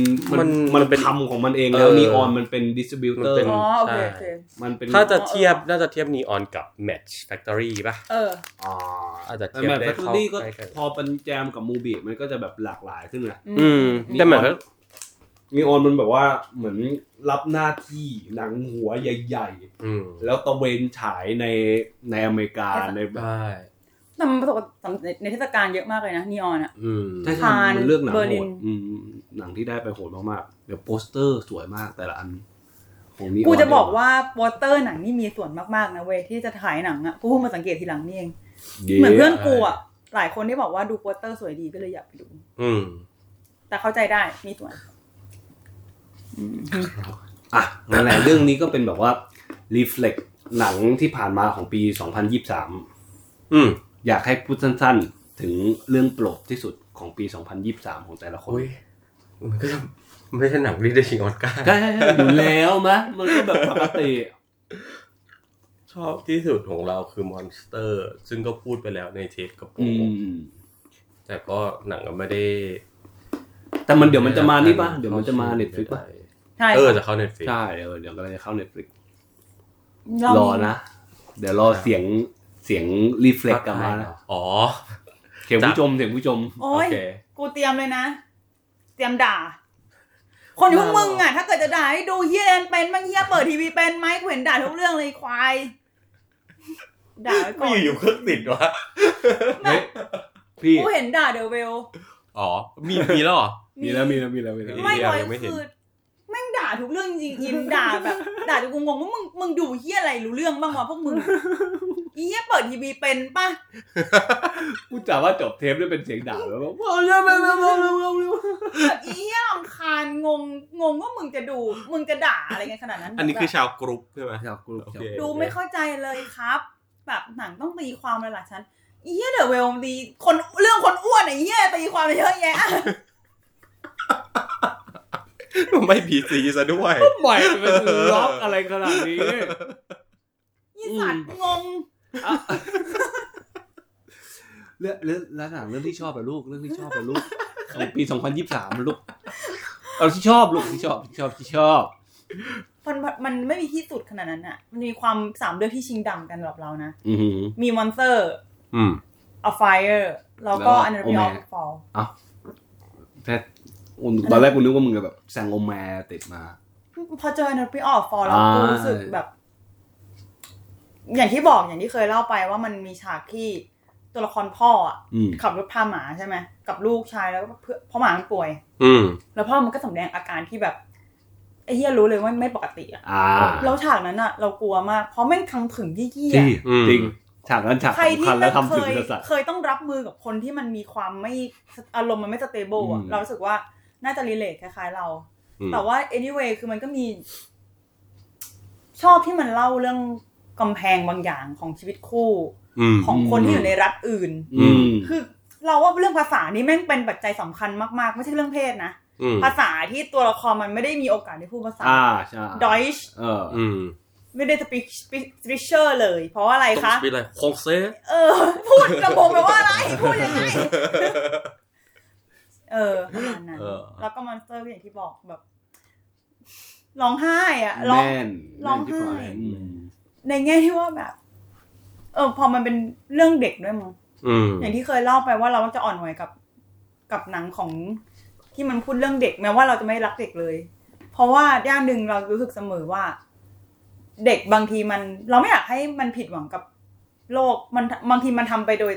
Speaker 2: มัน
Speaker 1: มัน
Speaker 2: มันเป็น
Speaker 1: ทำของมันเองแล้ว
Speaker 2: เออ
Speaker 1: นีออนมันเป็นดิสติบิวเตอร์
Speaker 2: มันเป็น
Speaker 3: อ๋อโอเค
Speaker 2: ใช่
Speaker 3: โอเค
Speaker 1: มันเป็น
Speaker 2: ถ้าจะเทียบน่าจะเทียบนีออนกับ Match Factory ป่ะ
Speaker 3: เออ
Speaker 1: อ๋อ
Speaker 2: อาจจะเทียบ
Speaker 1: แต่แบบ
Speaker 2: ได้
Speaker 1: แฟคทอ
Speaker 2: เข้า
Speaker 1: รี่ก็
Speaker 2: ใกล้กัน
Speaker 1: พอเป็นแจมกับมูบีมันก็จะแบบหลากหลายขึ้นนะ
Speaker 2: อืมแต่ Match
Speaker 1: นีออนมันแบบว่าเหมือนรับหน้าที่หนังหัวใหญ่
Speaker 2: อืม
Speaker 1: ๆ แล้วตะเวนฉายในในอเมริกาในแบบ
Speaker 2: ใช่
Speaker 3: แต่มันประสบความสำเร็จในเทศกาลเยอะมากเลยนะนีออนอ่ะ
Speaker 2: อืม
Speaker 1: ใช่
Speaker 3: คา
Speaker 1: ใช่
Speaker 3: น
Speaker 1: มันเลือกหนัง
Speaker 3: เบอร์ลิ
Speaker 1: โหด
Speaker 3: น
Speaker 1: อืมหนังที่ได้ไปโหดมากๆเดี๋ยวโปสเตอร์สวยมากแต่ละอันผมนี่
Speaker 3: กูจะบอกว่าโปสเตอร์หนังนี่มีส่วนมากๆนะเว้ยที่จะถ่ายหนังอ่ะกูเพิ่งมาสังเกตทีหลังนี่เอง เหมือนเพื่อนกูอ่ะหลายคนที่บอกว่าดูโปสเตอร์สวยดีก็เลยอยากไปดู
Speaker 2: อืม
Speaker 3: แต่เข้าใจได้มีส่วน
Speaker 1: อ่ะนั่นแหละเรื่องนี้ก็เป็นแบบว่ารีเฟล็กหนังที่ผ่านมาของปี 2023
Speaker 2: อืม
Speaker 1: อยากให้พูดสั้นๆ ถึงเรื่องโปรดที่สุดของปี 2023 ของแต่ละคน
Speaker 2: อุ้ยมันก็จะไม่ใช่หนังที่ได้ชิงออสการ์
Speaker 1: ใช่ๆอยู่แล้วมะมันก็แบบปกติ
Speaker 2: ชอบที่สุดของเราคือ Monster ซึ่งก็พูดไปแล้วในเทปกับโป
Speaker 1: อืม
Speaker 2: แต่ก็หนังก็ไม่ได้
Speaker 1: แต่มันเดี๋ยวมันจะมานี่ป่ะ เดี๋ยวมันจะมาเน็ตฟลิกป่ะ
Speaker 3: ใช่
Speaker 2: เออจะเข้า Netflix
Speaker 1: ใช่เออเดี๋ยวกำลังจะเข้าเน็ตฟลิก
Speaker 3: เรา
Speaker 1: รอนะ เดี๋ยวรอเสียงเสียงรีเฟล็กกลับมานะ
Speaker 2: อ๋อ
Speaker 1: เสียงผู้ชมเสียงผู้ชม
Speaker 3: โอ้ย
Speaker 2: โอเค
Speaker 3: กูเตรียมเลยนะ เตรียมด่า คนอย่างพวกมึงอ่ะ ถ้าเกิดจะด่าให้ดูเฮียเป็นมั้งเฮียเปิดทีวีเป็นไหมกูเห็นด่าทุกเรื่องเลยควายด่าไว้ก่
Speaker 2: ไม่
Speaker 3: อ
Speaker 2: อน ยู่อยู่ๆเครื่องติดวะ
Speaker 1: พี่
Speaker 3: กูเห็นด่าเดอะเวล
Speaker 2: อ๋อ มีมีแล้วเหรอ
Speaker 1: มีแล้วมีแล้วมีแล้วมีแล้ว
Speaker 2: เอ๊ะ
Speaker 3: ไม่
Speaker 2: ยัง
Speaker 3: ไว้
Speaker 2: ไม่เห็น
Speaker 3: คือแม่งด่าทุกเรื่องจริงๆอินด่าแบบด่าจนกูงงว่ามึงมึงดูเฮียอะไรรู้เรื่องบ้างวะพวกมึงอีเฮียเปิดทีวีเป็นป่ะ
Speaker 1: พูดจาว่าจบเทปด้วยเป็นเสียงด่าแล้วแบบว้าวเร็วเร็วเร็วเร็วเร็วเร็ว
Speaker 3: แบบอีเหี้ยรำคาญงงงงว่ามึงจะดู มึงจะด่าอะไรกันขนาดนั้น
Speaker 2: อันนี้คือชาวกรุ๊ปใช่ไหม
Speaker 1: ครับกู
Speaker 2: โอเค
Speaker 3: ดูไม่เข้าใจเลยครับ แบบหนังต้องตีความอะไรหลายชั้นอีเหี้ยเดอะเวลดีคนเรื่องคนอ้วนไอ้เหี้ยตีความไปเยอะแยะ
Speaker 2: ไม่ผีซีซะด้วย
Speaker 1: ใหม่เป็นล็อกอะไรขนาดนี้
Speaker 3: ยี่ สัตว์งง
Speaker 1: เรื่องเรื่องแล้วหนังเรื่องที่ชอบอะลูกเรื่องที่ชอบอะลูกของปี 2023ลูกเอาที่ชอบลูกที่ชอบที่ชอบที่ชอบ
Speaker 3: มันมันไม่มีที่สุดขนาดนั้นอะมันมีความสามเลือกที่ชิงดำกันสำหรับเรานะ
Speaker 1: อือหือ
Speaker 3: มี Monster
Speaker 2: อืม
Speaker 3: of Fire แล้วก็
Speaker 1: แล้วก็
Speaker 3: Anatomy of
Speaker 1: Omer
Speaker 3: Fall
Speaker 1: แต่ตอนแรกกูนึกว่ามึงจะแบบแซงโอแมร์ติดมา
Speaker 3: พอเจอ Anatomy of Fall แล้ว
Speaker 1: อ่า
Speaker 3: ก็รู้สึกแบบ อย่างที่บอกอย่างที่เคยเล่าไปว่ามันมีฉากที่ตัวละครพ่ออะ
Speaker 1: อืม
Speaker 3: ขับรถพาหมาใช่ไหมกับลูกชายแล้วก็เพื่อเพราะหมามันป่วย
Speaker 2: อืม
Speaker 3: แล้วพ่อมันก็สำแดงอาการที่แบบไอ้เฮียรู้เลยว่าไม่ปกติอะ
Speaker 1: อ่า
Speaker 3: แล้วฉากนั้นอะเรากลัวมาก เพราะแม่งคังผึ่งยี่ยี่
Speaker 1: จริง
Speaker 3: อะ
Speaker 2: อืม
Speaker 1: จริงฉากนั้นฉาก
Speaker 3: ใคร
Speaker 1: สำ
Speaker 3: ที่
Speaker 1: คัญ
Speaker 3: แบ
Speaker 1: แล้ว
Speaker 3: บ
Speaker 1: ทำ
Speaker 3: เค
Speaker 1: ถึง
Speaker 3: ย
Speaker 1: สัตว์
Speaker 3: เคยต้องรับมือกับคนที่มันมีความไม่อารมณ์มันไม่สเตเบิลอะ
Speaker 1: อืม
Speaker 3: เรารู้สึกว่าน่าจะรีเลทคล้ายๆเรา
Speaker 2: อืม
Speaker 3: แต่ว่า anyway คือมันก็มี ชอบที่มันเล่าเรื่องกำแพงบางอย่างของชีวิตคู่
Speaker 2: อืม
Speaker 3: ของคนที่อยู่ในรัฐอื่น
Speaker 1: อืม
Speaker 3: คือ เราว่าเรื่องภาษานี่แม่งเป็นปัจจัยสำคัญมากๆ ไม่ใช่เรื่องเพศนะ
Speaker 2: อืม
Speaker 3: ภาษาที่ตัวละครมันไม่ได้มีโอกาสได้พูดภาษา
Speaker 1: อ่าใช่
Speaker 3: ดอยช์
Speaker 1: เออ
Speaker 2: อืม
Speaker 3: ไม่ได้สปีสปิเชอร์เลย เพราะว่าอะไร
Speaker 2: ต้อง
Speaker 3: คะ
Speaker 2: สปีดอะไรโคงเซ
Speaker 3: เออ พูดกระโปรงแปลว่า
Speaker 5: [LAUGHS]
Speaker 3: อะไร พูดยังไง เออประมาณนั้น
Speaker 5: เออ
Speaker 3: แล้วก็มอนสเตอร์ก็อย่างที่บอกแบบร้องไห้อะร้อง
Speaker 1: แน่น
Speaker 3: ร้องไห้
Speaker 1: แน่นที่ฝ่ายอืม
Speaker 3: ในแง่ที่ว่าแบบ เออ พอมันเป็นเรื่องเด็กด้วยมั้ง
Speaker 2: อืม
Speaker 3: อย่างที่เคยเล่าไปว่าเรามักจะอ่อนไหวกับ กับหนังของที่มันพูดเรื่องเด็กแม้ว่าเราจะไม่รักเด็กเลย เพราะว่าด้านหนึ่งเรารู้สึกเสมอว่า เด็กบางทีมัน เราไม่อยากให้มันผิดหวังกับโลกมันบางทีมันทำไปโดย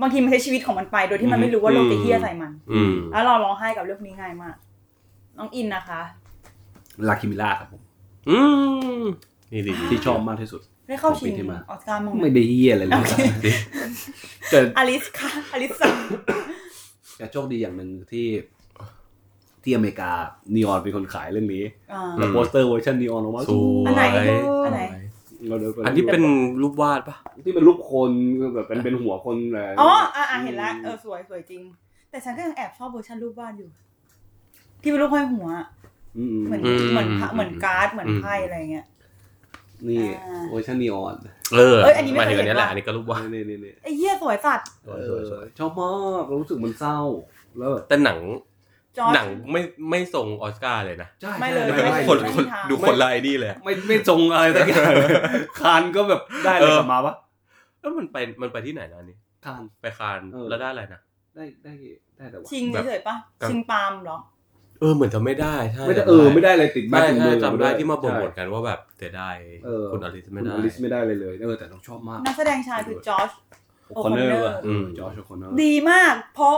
Speaker 3: บางทีมันใช้ชีวิตของมันไป โดยที่มันไม่รู้ว่าโลกจะเฮี้ยใส่มัน
Speaker 2: อืม
Speaker 3: แล้วเราร้องไห้กับเรื่องนี้ง่ายมาก น้องอินนะคะ
Speaker 1: ลาคิมิล่าครับผม
Speaker 2: อืม นี่ดี
Speaker 1: ที่ชอบมากที่สุด
Speaker 3: ได้เข้า
Speaker 1: ข
Speaker 3: ชิง
Speaker 1: องปีที่มา
Speaker 3: ออสการ์มั้างไหม
Speaker 1: ไม่ได้เฮียอะไรเลยแต่
Speaker 3: อลิสค่ะอลิสสัง
Speaker 1: แต่โชคดีอย่างหนึ่งที่ที่อเมริกานีออนเป็นคนขายเรื่องนี้
Speaker 3: อ่า
Speaker 1: แต่โปสเตอร์เวอร์ชันนีออนออกมา
Speaker 2: สวย
Speaker 3: อันไหนอันไหน
Speaker 1: เราเดิไป
Speaker 2: อันที่เป็นรูปวาดปะ
Speaker 1: ที่เป็นรูปคนแบบเป็นเป็นหัวคนอะไร
Speaker 3: อ๋ออ่ะอ่ะเห็นละเออสวยสวยจริง แต่ฉันก็ยังแอบชอบเวอร์ชันรูปวาดอยู่ ที่เป็นรูปห้อยหัว
Speaker 1: ม
Speaker 3: เหมือนเหมือนพระเหมือนการ์ดเหมือนไพ่อะไรเงี้ย
Speaker 1: นี่
Speaker 3: อ่า
Speaker 1: เวอร์ชันนีออน
Speaker 2: เออ
Speaker 3: เอ้ยอันนี้ไม่
Speaker 2: หมาย
Speaker 3: เค
Speaker 2: ถึ
Speaker 3: ย
Speaker 2: งอัน
Speaker 3: เห็น
Speaker 2: นี้แหละ
Speaker 3: ว่ะ
Speaker 2: อันนี้ก็รูปวาด
Speaker 1: นี่นี่นี่
Speaker 3: ไอ้เหี้ยสวยสัตว์
Speaker 1: เออชอบมากรู้สึกมันเศร้า แล้วแบบ
Speaker 2: แต่หนัง
Speaker 3: จอร์จ
Speaker 2: หนังไม่ไม่ส่งออสการ์เลยนะ
Speaker 1: ใช่
Speaker 3: ไม่เลย
Speaker 1: ใช่
Speaker 3: ไม่
Speaker 2: คน
Speaker 3: ไม่
Speaker 2: คน
Speaker 3: ทาง
Speaker 2: ดูคนละไอ้นี่เลยอะ
Speaker 1: ไม่ไม่ทรง [LAUGHS] อะไรสักอย่างคานก็แบบได้อะไร
Speaker 2: เออ
Speaker 1: กลับมาปะ
Speaker 2: แล้วมันไปมันไปที่ไหนนะอันนี้
Speaker 1: คาน
Speaker 2: ไปคาน
Speaker 1: เออ
Speaker 2: แล้วได้อะไรนะ
Speaker 1: ได้ได้ได้แต่ว่า
Speaker 3: ชิงเฉยๆปะ
Speaker 2: แบบ
Speaker 3: ชิงปาล์มเหรอ
Speaker 2: เออเหมือนจะไม่ได้ใช่
Speaker 1: ไม่ได้เออไม่ได้อะไรติดบ้า
Speaker 2: ใช่
Speaker 1: นติด
Speaker 2: ใช่
Speaker 1: เมือง
Speaker 2: จำได้ที่มาบ่นๆกันว่าแบบเสียดาย
Speaker 1: เออ
Speaker 2: คุณอลิสไม่
Speaker 1: คุณ
Speaker 2: ได้
Speaker 1: อลิสไม่ได้เลยเลยเออแต่น้องชอบมาก
Speaker 3: นักแสดงชายคือจอร์จ
Speaker 1: โอคอนเนอ
Speaker 3: O'Connor
Speaker 1: ร์อ่ะ
Speaker 2: อืม
Speaker 1: จอร์จโอคอนเนอร์
Speaker 3: ดีมาก เพราะ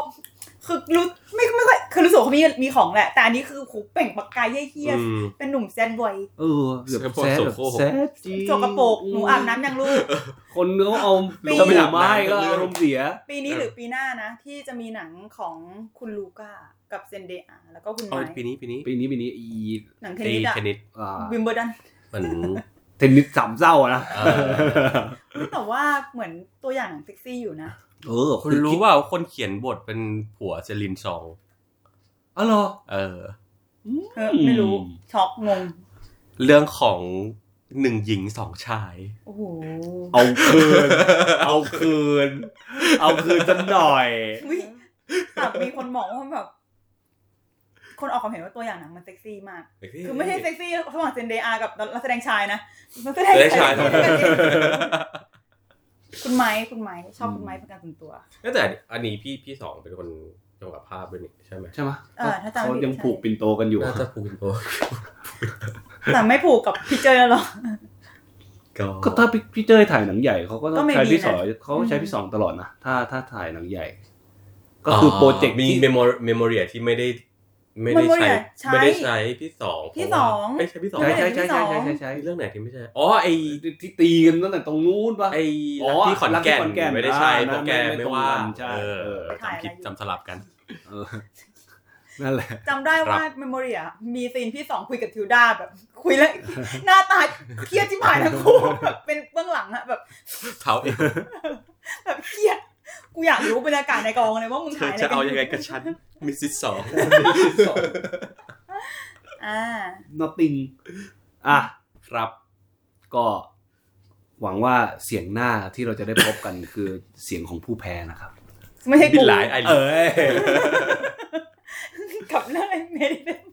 Speaker 3: คือรู้ไม่ไม่ค่อยคือรู้สึกว่าเขามีมีของแหละ แต่อันนี้คือขูเปล่งปากกายเหี้ย
Speaker 2: อืม
Speaker 3: ๆเป็นหนุ่มแซดบอย
Speaker 1: เออแบบ
Speaker 2: เสื้อ
Speaker 1: แซดแบ
Speaker 2: โซ
Speaker 1: บ
Speaker 2: โค่
Speaker 1: แซดจริง
Speaker 3: โจกระโปรกหนูอาบน้ำยังลูก
Speaker 1: คนเขาเอา
Speaker 3: ปี
Speaker 1: สบู่ไม้ก็อารมณ์เสีย
Speaker 3: ปีนี้หรือปีหน้านะ ที่จะมีหนังของคุณลูก้ากับเซนเดอาแล้วก็คุณ
Speaker 2: อ๋อ
Speaker 3: ไม้
Speaker 2: ปีนี้ปีนี้
Speaker 1: ปีนี้ปีนี้อี
Speaker 3: หนังเทน
Speaker 2: ไอ้
Speaker 3: นิสอะ
Speaker 2: เทนนิส
Speaker 1: อ่า
Speaker 3: วิมเบลดัน
Speaker 2: มัน
Speaker 1: เทนนิสสามเศร้าอะนะ
Speaker 2: เอ
Speaker 3: แต่ว่าเหมือนตัวอย่างหนังเซ็กซี่อยู่นะ
Speaker 1: เออ
Speaker 2: คุณรู้ว่าคนเขียนบทเป็นผัวเซลินซอง
Speaker 1: อ๋อเหรอ
Speaker 2: เออ
Speaker 3: เออไม่รู้ช็อกงง
Speaker 2: เรื่องของหนึ่งหญิงสองชาย
Speaker 3: โอ้โห
Speaker 1: เอาคืน เอาคืน [LAUGHS] เอาคืนสักหน่อย
Speaker 3: อุ๊ยแต่มีคนบอกว่าแบบ คนออกความเห็นว่าตัวอย่างหนังมันเซ็กซี่มาก คือไม่ใช่เซ็กซี่ระหว่างเซนเดอากับนักแสดงชายนะนักแสดง
Speaker 2: นักแสดงชาย
Speaker 3: คุณไม้คุณไม้ชอบคุณไม้เป็นการส่วนตัว
Speaker 2: ตั้งแต่อันนี้พี่พี่สองเป็นคนกำกับภาพด้วยนี่ใช่ไหม
Speaker 1: ใช่ไหม
Speaker 3: เออถ้าจำไม่ผิด
Speaker 1: เขายังผูกปินโตกันอยู่
Speaker 2: น่าจะภูมิโต
Speaker 3: แต่ไม่ผูกกับพี่เจอแล้วหรอ
Speaker 1: ก็ถ้าพี่พี่เจ้ยถ่ายหนังใหญ่เขาก็ต้
Speaker 3: ก็
Speaker 1: อง
Speaker 3: ไม่
Speaker 1: ใช้
Speaker 3: มี
Speaker 1: พี่สอง
Speaker 3: นะ
Speaker 1: เขาใช้พี่สองตลอดนะถ้าถ้าถ่ายหนังใหญ่ ก็คือโปรเจกต์
Speaker 2: มี
Speaker 1: ที่
Speaker 2: เมมเมโมเรียที่ไม่ได้ไม่ได้
Speaker 3: Memoria
Speaker 2: ใช้
Speaker 3: ใช้
Speaker 2: ไม่ได้ใช้พี่สอง
Speaker 3: พี่สอง
Speaker 2: ไม่ใช่พี่สอง
Speaker 1: ใช่
Speaker 3: ไม่ได้
Speaker 1: ใช่ใช่ใช่ใช่ใช่ใช่
Speaker 2: เรื่องไหนที่ไม่ใช่อ๋อไอ
Speaker 1: ที่ตีกันตั้งแต่ตรงนู้นปะ
Speaker 2: ไอ
Speaker 1: อ๋อ
Speaker 2: รักที่ขอนแก่
Speaker 1: รักที่ขอนแก่
Speaker 2: น
Speaker 1: น
Speaker 2: ไม่ได้ใช้
Speaker 1: อ่า
Speaker 2: เพราะแก
Speaker 1: ไม่
Speaker 2: ไม่
Speaker 1: ตรง
Speaker 2: ว่า
Speaker 1: กัน
Speaker 2: ง
Speaker 1: ใช่
Speaker 2: เออ
Speaker 1: เออ
Speaker 2: จำผิดจำสลับกัน
Speaker 1: เออนั่นแหละ
Speaker 3: จำได้ว่าเมมโมเรียมีซีนพี่สองคุยกับทิวดาแบบ คุยแล้ว [LAUGHS] หน้าตาเครียดที่ผ่านทั้งคู่ [LAUGHS] แบบเป็นเบื้องหลังอะแบบ
Speaker 2: เท้าเอง
Speaker 3: แบบเครียดกูอยากรู้บรรยากาศในกองเลยว่ามึง
Speaker 2: เธ
Speaker 3: ถ่า
Speaker 2: อยจะ
Speaker 3: อะไรกั
Speaker 2: เอา
Speaker 3: น
Speaker 2: ยังไงกับฉันมิสซิสสอง
Speaker 3: อ่า
Speaker 1: nothing อ่ะ
Speaker 2: ครับ
Speaker 1: ก็ หวังว่าเสียงหน้าที่เราจะได้พบกันคือเสียงของผู้แพ้นะครับ
Speaker 3: ไม่ใช่
Speaker 2: บิ
Speaker 3: กู
Speaker 2: นหลายไอริ
Speaker 4: เอ
Speaker 2: ส
Speaker 4: อ
Speaker 3: กลับหน้าไอ้เมดิเดน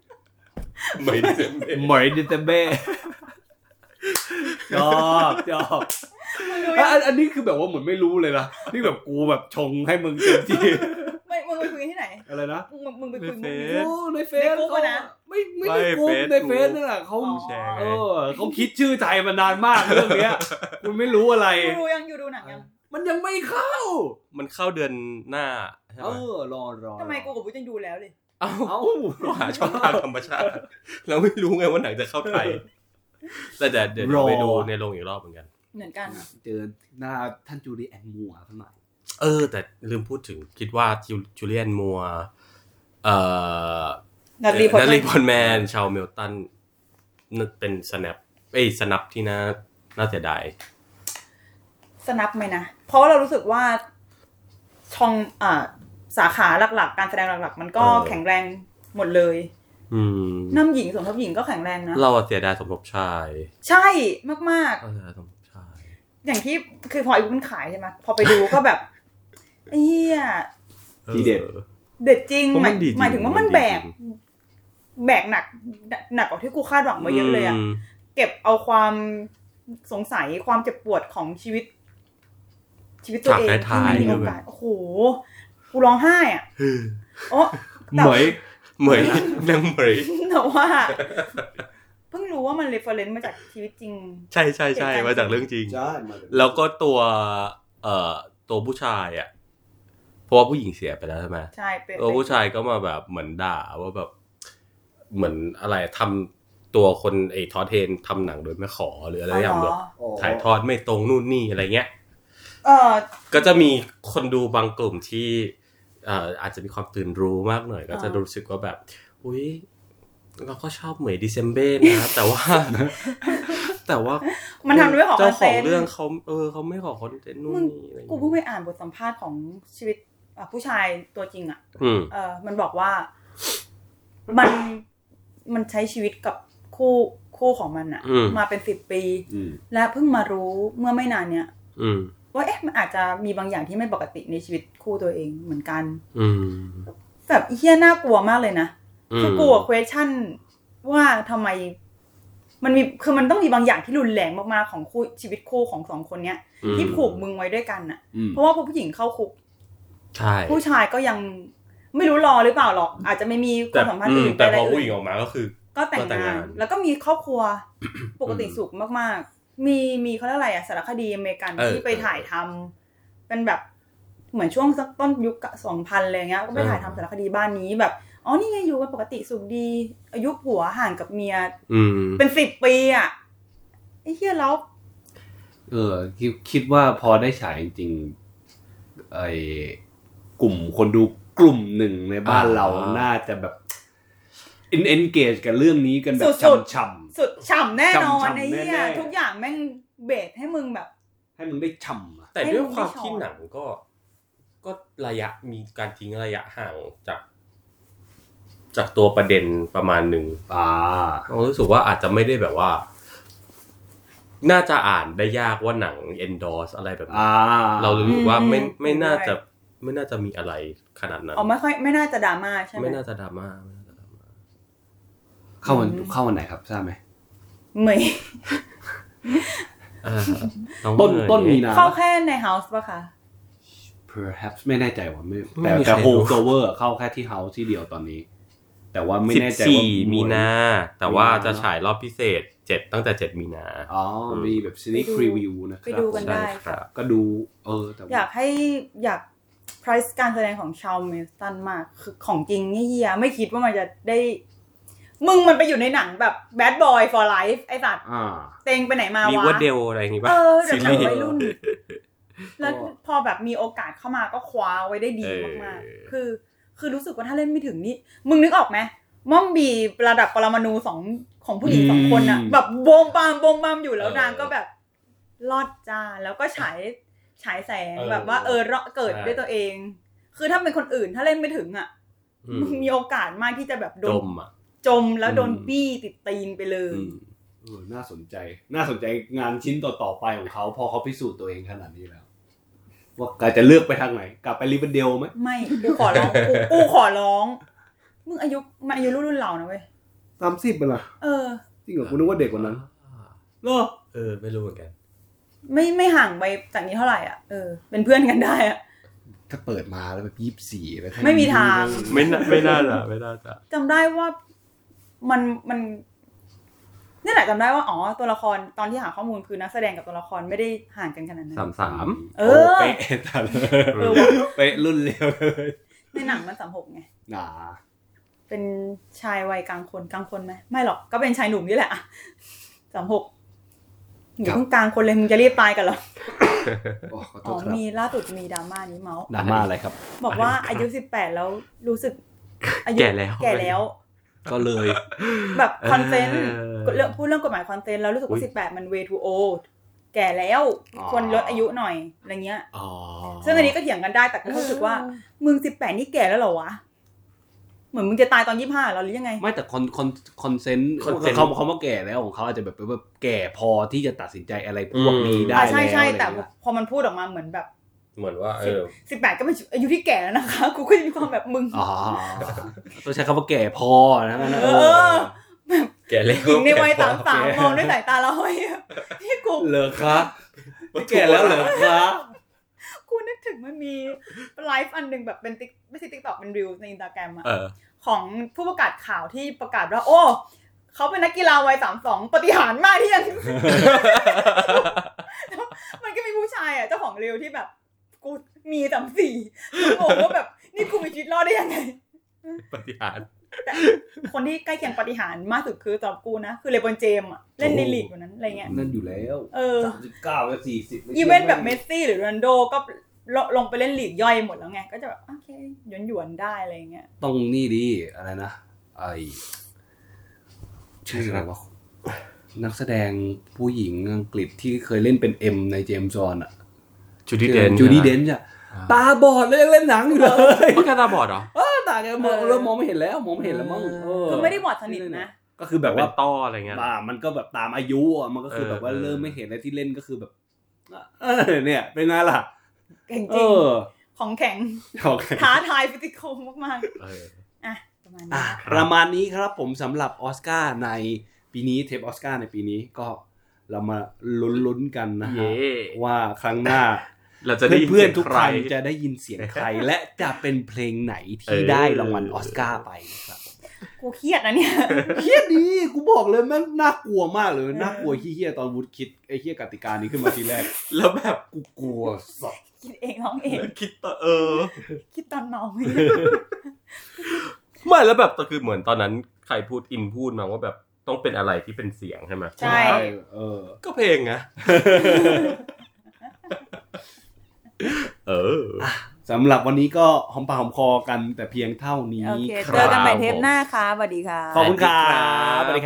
Speaker 2: ไม่ได้เต็มเต็ม
Speaker 1: หมอยดิเตเบ้
Speaker 4: ช
Speaker 1: [LAUGHS]
Speaker 4: อบชอ
Speaker 1: [LAUGHS]
Speaker 4: บ
Speaker 3: มันดู
Speaker 1: อ่ะอันอันนี้คือแบบว่าเหมือนไม่รู้เลยนะนี่แบบกูแบบชงให้มึงเต็มที่
Speaker 3: ไม่มึงไปคุยที่ไหน
Speaker 1: [LAUGHS] อะไรนะ
Speaker 3: มึงมึงไปคุยมึง
Speaker 1: โอ้ในเฟซ
Speaker 3: ในกรุ๊ปอะนะ
Speaker 1: ไม่ไม่ในกรุ๊ปในเฟซนั่นแหละเขา
Speaker 3: อ๋อ
Speaker 2: แชร์ไง
Speaker 1: เออเขาคิดชื่อใจมานานมากเรื่องเนี้ย [LAUGHS] คุณไม่รู้อะไร
Speaker 3: อยู่ดูยังอยู่ดูหนังยัง
Speaker 1: มันยังไม่เข้า
Speaker 2: มันเข้าเดือนหน้าใช่
Speaker 1: เอ
Speaker 2: ไหม
Speaker 1: อรอรอ
Speaker 3: ทำไมกูกับบุ๊ยังดูแล้วเลย
Speaker 2: เอ้า
Speaker 1: เอ้า
Speaker 2: เราหาช่องทางธรรมชาติ เราไม่รู้ไงว่าหนังจะเข้าไทยแต่แต่เดี๋ยวเราไปดูในโรงอีกรอบเหมือนกัน
Speaker 3: เหมือนกัน
Speaker 1: เจอหน้าท่านจูเลียแอนมัวร์ซะหน่อย
Speaker 2: เออ แต่ลืมพูดถึงคิดว่าจูจูเลียนมัวร์เอ่อ
Speaker 3: นัดรีพอร์ต
Speaker 2: นัทลีพอร์ตแมนชาวเมลตันเป็นสแนปเอ้ยสนับที่น่าน่าเสียดาย
Speaker 3: สนับไหมนะ เพราะว่าเรารู้สึกว่าช่องอ่าสาขาหลักๆ การแสดงหลักๆ มันก็แข็งแรงหมดเลย
Speaker 2: อืม
Speaker 3: น้ำหญิงสมทบหญิงก็แข็งแรงนะ
Speaker 2: เราอะเสียดายสมทบชาย
Speaker 3: ใช่มาก
Speaker 2: เราเสียดายสมทบชาย
Speaker 3: ๆ อย่างที่คือพอไอ้บุ๊มันขายใช่ไหมพอไปดูก็แบบเอีย
Speaker 2: ออ
Speaker 1: ทีเด็ด
Speaker 3: เด็ดจริง
Speaker 2: ผม
Speaker 3: ห
Speaker 2: มั
Speaker 3: มาย
Speaker 2: นดีจริง
Speaker 3: หมายถึงว่ามัน
Speaker 2: มันดี
Speaker 3: แบก
Speaker 2: จริง
Speaker 3: แบกหนักหนักกว่าที่กูคาดหวังไว้เยอะเลยอะ
Speaker 2: ม
Speaker 3: เก็บเอาความสงสัยความเจ็บปวดของชีวิต ชีวิตตัวเองที่มันมีโอกาสโอ้โหกูร้องไห้อ่ะโอ้แต่
Speaker 1: เหมย
Speaker 2: เห
Speaker 3: [LAUGHS]
Speaker 2: มยนางเหมย
Speaker 3: แต่ว่าเพิ่งรู้ว่ามันเรฟเฟอเรนซ์มาจากชีวิตจริง
Speaker 2: ใช่ใช่ใช่มาจากเรื่องจริง
Speaker 1: ใช่มา
Speaker 2: แล้วก็ตัวเอ่อตัวผู้ชายอ่ะ เพราะว่าผู้หญิงเสียไปแล้วใช่ไหม
Speaker 3: ใช่เป็น
Speaker 2: ตัวผู้ชายก็มาแบบเหมือนด่าว่าแบบ เหมือนอะไรทำตัวคนไอ้ทอเทนทำหนังโดยไม่ขอหรืออะไร
Speaker 3: อ๋อ
Speaker 2: อ
Speaker 3: เหร
Speaker 2: ย่างเงี้ย
Speaker 3: อ
Speaker 2: ถ่ายทอดไม่ตรงนู่นนี่อะไรเงี้ย
Speaker 3: เออ
Speaker 2: ก็จะมีคนดูบางกลุ่มที่เอ่ออาจจะมีความตื่นรู้มากหน่อย ก็จะ
Speaker 3: อ่ารู้
Speaker 2: รู้สึกว่าแบบ อุ้ยเราก็ชอบเหมยดิเซมเบ้นะ แต่ว่า [LAUGHS] แต่ว่า
Speaker 3: มันทำด้วยของ
Speaker 2: เจ้า
Speaker 3: ค
Speaker 2: ข
Speaker 3: น
Speaker 2: อง
Speaker 3: ต้น
Speaker 2: เรื่องเขาเออเขาไม่ขอคอนเทนต์นู่นนี่อะไรเงี้ย
Speaker 3: กูเพิ่งไปอ่านบทสัมภาษณ์ของชีวิตอ่ะผู้ชายตัวจริงอ่ะ
Speaker 2: อืม
Speaker 3: เออมันบอกว่า มันมันใช้ชีวิตกับคู่คู่ของมันอ่ะ
Speaker 2: อืม
Speaker 3: มาเป็นสิบปี
Speaker 1: อืม
Speaker 3: และเพิ่งมารู้เมื่อไม่นานเนี้ย
Speaker 2: อืม
Speaker 3: ว่าเอ๊ะมันอาจจะมีบางอย่างที่ไม่ปกติในชีวิตคู่ตัวเองเหมือนกัน
Speaker 2: อืม
Speaker 3: แบบเฮี้ยน่ากลัวมากเลยนะ
Speaker 2: อืม
Speaker 3: คือกลัว question ว่าทำไม มันมีคือมันต้องมีบางอย่างที่รุนแรงมากๆของคู่ชีวิตคู่ของสองคนเนี้ย ที่ผูกมึงไว้ด้วยกันอ่ะ
Speaker 1: อืม
Speaker 3: เพราะว่าพอผู้หญิงเข้าคุก
Speaker 2: ใช่
Speaker 3: ผู้ชายก็ยังไม่รู้รอหรือเปล่าหรอก อาจจะไม่มีค
Speaker 2: แต่
Speaker 3: วามสัมพันธ์
Speaker 2: อืม
Speaker 3: อื่น
Speaker 2: แต่
Speaker 3: ไปะไร
Speaker 2: พอ
Speaker 3: อื่น
Speaker 2: ผู้หญิงออกมาก็คือ
Speaker 3: ก็แต่ง
Speaker 2: ก็แต่
Speaker 3: งาง
Speaker 2: งาน น
Speaker 3: แล้วก็มีครอบครัวปกติสุขมากๆ มีมีเขาเรียกอะไรอะสารคดีอเมริกัน
Speaker 2: เออ
Speaker 3: ที่ไปถ่ายทำเป็นแบบเหมือนช่วงสักต้นยุคสองพันอะไรเงี้ยก็ไป
Speaker 2: เออ
Speaker 3: ถ่ายทำสารคดีบ้านนี้แบบอ๋อนี่ไงอยู่กันปกติสุขดี อายุผัวห่างกับเมีย
Speaker 2: อืม
Speaker 3: เป็นสิบปีอะไอ้เฮียแล้ว
Speaker 1: เออคิดคิดว่าพอได้ฉายจริงๆไอ้กลุ่มคนดูกลุ่มหนึ่งในบ้านเราน่าจะแบบ in- engage กับเรื่องนี้กันแบบช่ำ
Speaker 3: สุดฉ่ำแน่นอน
Speaker 1: ฉ่ำๆ
Speaker 3: ไอ้เฮี
Speaker 1: แน่
Speaker 3: ย
Speaker 1: ๆ
Speaker 3: ทุกอย่างแม่งเบสให้มึงแบบ
Speaker 1: ๆให้มึงได้ช่ำอะ
Speaker 2: แต่ด้วยความที่หนังก็ ก็ระยะมีการทิ้งระยะห่างจาก จากตัวประเด็นประมาณหนึ่ง
Speaker 1: อ่า
Speaker 2: เรารู้สึกว่าอาจจะไม่ได้แบบว่า น่าจะอ่านได้ยากว่าหนัง endorse อะไรแบบนี้
Speaker 1: อ่า
Speaker 2: เรารู้สึกว่าไม่
Speaker 3: อืม
Speaker 2: ไม่น่าจะไม่น่าจะมีอะไรขนาดนั้น
Speaker 3: อ๋อไม่ค่อยไม่น่าจะดราม่าใช่ไหม
Speaker 2: ไม่น่าจะดราม่าไม่น่าจะดราม่า
Speaker 1: เข้าวันเข้าวันไหนครับทราบไหม
Speaker 3: เหมย
Speaker 2: อ่าอง
Speaker 1: ต้น
Speaker 2: เอ๋ย
Speaker 1: ต้นมีนา
Speaker 3: เข้าแค่ใน house ปะคะ
Speaker 1: perhaps ไม่แน่ใจว่าไม่
Speaker 2: ไม่
Speaker 1: แต่
Speaker 2: มี
Speaker 1: แต่
Speaker 2: ใครรู้
Speaker 1: holdover เข้าแค่ที่ house ที่เดียวตอนนี้ แต่ว่าไม่
Speaker 2: สิบ
Speaker 1: แน่ใจว่า
Speaker 2: สี่
Speaker 1: ห
Speaker 2: มี
Speaker 1: วย
Speaker 2: นา แต่ว่า
Speaker 1: มีนา
Speaker 2: จะฉายรอบพิเศษเจ็ดตั้งแต่เจ็ดมีนา
Speaker 1: อ๋อ มีแบบซีรีส์พ
Speaker 3: ไปดู
Speaker 1: รีวิวนะค
Speaker 3: ไป
Speaker 1: รับ
Speaker 3: ดูกัน
Speaker 2: ได้ครับ
Speaker 1: ก็ดู เออ แต่ว่
Speaker 3: อยากให้อยาก price การแสดงของชาวเมลตันมาก คือของจริงเฮียๆไม่คิดว่ามันจะได้ มึงมันไปอยู่ในหนังแบบ bad boy for life ไอ้สัตว์
Speaker 1: อ่า
Speaker 3: เตงไปไหนมา
Speaker 2: มี
Speaker 3: วะ
Speaker 2: ว่าเดลอะไรอย่างงี้ป่ะ
Speaker 3: เออเดี๋
Speaker 2: ซีรี
Speaker 3: ยวหนัง
Speaker 2: ส์
Speaker 3: วัยรุ่น แล้ว
Speaker 1: ก็
Speaker 3: พอแบบมีโอกาสเข้ามาก็คว้าไว้ได้ดีมากๆ คือ คือรู้สึกว่าถ้าเล่นไม่ถึงนี่ มึงนึกออกไหมม่อมบีระดับปรมาณูสองของผู้หญิงสองคนอะ
Speaker 1: อืม
Speaker 3: แบบโบมบามโบมบามอยู่แล้วนางก็แบบ รอดจ้าแล้วก็ฉายฉายแสงแบบว่า เออรอดเกิดด้วยตัวเอง คือถ้าเป็นคนอื่นถ้าเล่นไม่ถึงอะ
Speaker 2: อืม
Speaker 3: มึงมีโอกาสมากที่จะแบบโด
Speaker 2: ด
Speaker 3: น
Speaker 2: มอ่ะ
Speaker 3: จมแล้วโดน
Speaker 1: อืม
Speaker 3: บี้ติดตีนไปเลย
Speaker 1: อืม เออน่าสนใจ น่าสนใจงานชิ้นต่อๆไปของเขาพอเขาพิสูจน์ตัวเองขนาดนี้แล้ว ว่ากายจะเลือกไปทางไหน กลับไปริเวนเดลไหม
Speaker 3: ไม่กูขอร้องกูกูขอร้องมึงอายุมันอายุรุ่นรุ่นเรานะเว้ย
Speaker 1: ตามสิบเป็นล่ะ
Speaker 3: เออ
Speaker 1: จริงเหรอคุณนึกว่าเด็กกว่านั้นเหรอ
Speaker 5: เออ ไม่รู้เหมือนกัน
Speaker 3: ไม่ไม่ห่างไปจากนี้เท่าไหร่อ่ะเออเป็นเพื่อนกันได้อ่ะ
Speaker 1: ถ้าเปิดมาแล้วแบบยี่สิบสี่แล้ว
Speaker 3: ไม่มีทาง
Speaker 2: ไม่น่าไม่น่าจะไม่น่าจะ
Speaker 3: จำได้ว่ามันมันนี่แหละจำได้ว่าอ๋อตัวละครตอนที่หาข้อมูลคือนักแสดงกับตัวละครไม่ได้ห่างกันขนาดนั้น
Speaker 2: สามสาม
Speaker 3: เออ
Speaker 1: โเป๊ะทัน
Speaker 3: เออว่ะ
Speaker 1: เป๊ะรุ่นเร็วเลย
Speaker 3: ในหนังมันสามหกไง
Speaker 1: หนา
Speaker 3: เป็นชายวัยกลางคนกลางคนไหมไม่หรอกก็เป็นชายหนุ่มนี่แหละสามหกอยู่าเพิ่งกลางคนเลยมึงจะรีบตายกันเหรอ
Speaker 1: โอ้ขอโท
Speaker 3: อ๋อ
Speaker 1: ษครับ
Speaker 3: มีล่าสุดมีดราม่านี้เมาส์
Speaker 1: ดราม่าอะไรครับ
Speaker 3: บอกว่าอายุสิบแปดแล้วรู้สึกอายุ
Speaker 2: แก่แล้ว
Speaker 3: แก่แล้ว
Speaker 1: ก็เลย
Speaker 3: แบบคอนเซนต์
Speaker 2: เออ
Speaker 3: เรื่องพูดเรื่องกฎหมายคอนเซนต์แล้วรู้สึกว่าสิบแปดมัน way too old แก่แล้วควรลดอายุหน่อยอะไรเงี้ย
Speaker 2: อ๋อ
Speaker 3: ซึ่งอันนี้ก็เถียงกันได้แต่ก็รู้สึกว่า มึงสิบแปดนี่แก่แล้วเหรอวะ เหมือนมึงจะตายตอนยี่ห้าหรือยังไง
Speaker 1: ไม่แต่คอนคอนคอนเซนต์เขาเขาว่าแก่แล้วของเขาอาจจะแบบแบบแก่พอที่จะตัดสินใจอะไรพวกนี้ได้
Speaker 3: อ่า
Speaker 1: แล้ว
Speaker 3: ใช่ใช่
Speaker 1: อะไรอย่าง
Speaker 3: แต่
Speaker 1: เงี้ย
Speaker 3: พอมันพูดออกมาเหมือนแบบ
Speaker 5: เหมือนว่า เออ
Speaker 3: สิบแปดก็เป็นอายุที่แก่แล้วนะคะ กูก็จะมีความแบบมึง
Speaker 1: อ๋อ [LAUGHS] ต้องใช้คำว่าแก่พอนะมันนะ
Speaker 3: เออ
Speaker 5: แก่แล้ว
Speaker 3: หญิงในวัย
Speaker 5: แก่
Speaker 3: สาม
Speaker 5: พอ
Speaker 3: สามมองด้วยสายตาเราเฮ้ยพี่กู
Speaker 1: เหรอคะไม่แก่แล้วเหรอคะ
Speaker 3: กูนึกถึงมันมีไลฟ์อันหนึ่งแบบเป็นติ๊กไม่ใช่ติ๊กต็อกเป็นรีวในอินสตาแกรมอะ
Speaker 2: เออ
Speaker 3: ของผู้ประกาศข่าวที่ประกาศว่า โอ้ เขาเป็นนักกีฬาวัยสามสองปฏิหารย์มากที่ยัง [LAUGHS] มันก็มีผู้ชายอ่ะเจ้าของเร็วที่แบบ กูมีสามสี่งงว่าแบบ นี่กูมีชีวิตรอดได้ยังไง
Speaker 2: ปฏิหารย์
Speaker 3: แต่คนที่ใกล้เคียงปฏิหารย์มากสุดคือสำหรับกูนะ คือเลบอนเจมส์อ่ะ เล่นในลีกกว่านั้นอะไรเงี้ย
Speaker 1: นั่นอยู่แล้ว
Speaker 3: เออ
Speaker 1: สามสิบเก้าแล้วสี่สิบ
Speaker 3: อีเวนต์แบบเมสซี่หรือโรนัลโดก็ลลงไปเล่นลีกย่อยหมดแล้วไง ก็จะแบบโอเคหยวนหยวนๆได้อะไรเงี้ย
Speaker 1: ต้องนี่ดีอะไรนะไอชื่ออะไรวะนักแสดงผู้หญิงอังกฤษที่เคยเล่นเป็นเอ็มในเจมส์จอนอะ
Speaker 2: จูดี้เดน
Speaker 1: จูดี้เดนจ้ะตาบอดเลยยังเล่นหนังอยู่เลย
Speaker 2: พี่กาตาบอดเหรอ
Speaker 1: ตาแกมองเริ่มมองไม่เห็นแล้วมองไม่เห็นแล้วมั้งเออ
Speaker 3: คือไม่ได้บอดสนิทนะ
Speaker 1: ก็คือแบ
Speaker 2: แบบ บ
Speaker 1: ว่า
Speaker 2: ว่าต้ออะไรเงี้ย
Speaker 1: อ่ามันก็แบบตามอายุอ่ะมันก็คือแบบว่า
Speaker 2: เออ
Speaker 1: เริ่มไม่เห็นแล้วที่เล่นก็คือแบบ [LAUGHS] เออเนี่ย เป็นไงล่ะ
Speaker 3: เก่ง
Speaker 1: เอ
Speaker 3: จริง
Speaker 1: อ
Speaker 3: ของแข็
Speaker 1: [LAUGHS]
Speaker 3: ง
Speaker 1: โอเค
Speaker 3: ท้าทายฟิสิกอลมาก
Speaker 2: เออ
Speaker 3: ๆ อ่ะ ประมาณ
Speaker 1: อ่ะ
Speaker 3: นี้
Speaker 1: ประมาณนี้ครับผมสำหรับออสการ์ในปีนี้เทปออสการ์ในปีนี้ก็เรามาลุ้นๆกันนะ
Speaker 2: เย้
Speaker 1: ฮะว่าครั้งหน้า
Speaker 2: เราจะได้ยิ
Speaker 1: เพื่อนๆทุ
Speaker 2: สียง
Speaker 1: กคน
Speaker 2: ใร
Speaker 1: จะได้ยินเสียงใคร และจะเป็นเพลงไหน
Speaker 2: เอ
Speaker 1: ที่
Speaker 2: อ
Speaker 1: ได้รางวัลออสการ์ไป
Speaker 2: [LAUGHS]
Speaker 1: นะครับ
Speaker 3: กูเครียดนะเนี่ย [LAUGHS]
Speaker 1: เฮี้ยดีกูบอกเลยแม่งน่ากลัวมากเลยน่ากลัวเฮี้ยๆตอนวุฒิคิดไอ้เฮี้ยกติกานี้ขึ้นมาทีแรก
Speaker 2: แล้วแบบ
Speaker 1: กูกลัวสัส
Speaker 3: คิดเองร้องเอง
Speaker 2: คิดต่อเออ
Speaker 3: คิดตอนเมา
Speaker 1: [LAUGHS]
Speaker 2: ไม่แล้วแบบก็คือเหมือนตอนนั้นใครพูดอินพูดมาว่าแบบต้องเป็นอะไรที่เป็นเสียงใช่ไหม
Speaker 3: ใช่
Speaker 1: เออ
Speaker 2: ก็เพลง
Speaker 3: [LAUGHS]
Speaker 2: นะเออ
Speaker 1: สำหรับวันนี้ก็หอมปากหอมคอกันแต่เพียงเท่านี้
Speaker 3: โอเค
Speaker 1: ค
Speaker 3: เจ
Speaker 1: รั
Speaker 3: อบ กันใหม่เทปหน้าค่ะสวัสดีค่ะ
Speaker 1: ขอบคุณครับ
Speaker 2: สวั
Speaker 1: สวัส
Speaker 2: สดีครับ
Speaker 1: ดีครับ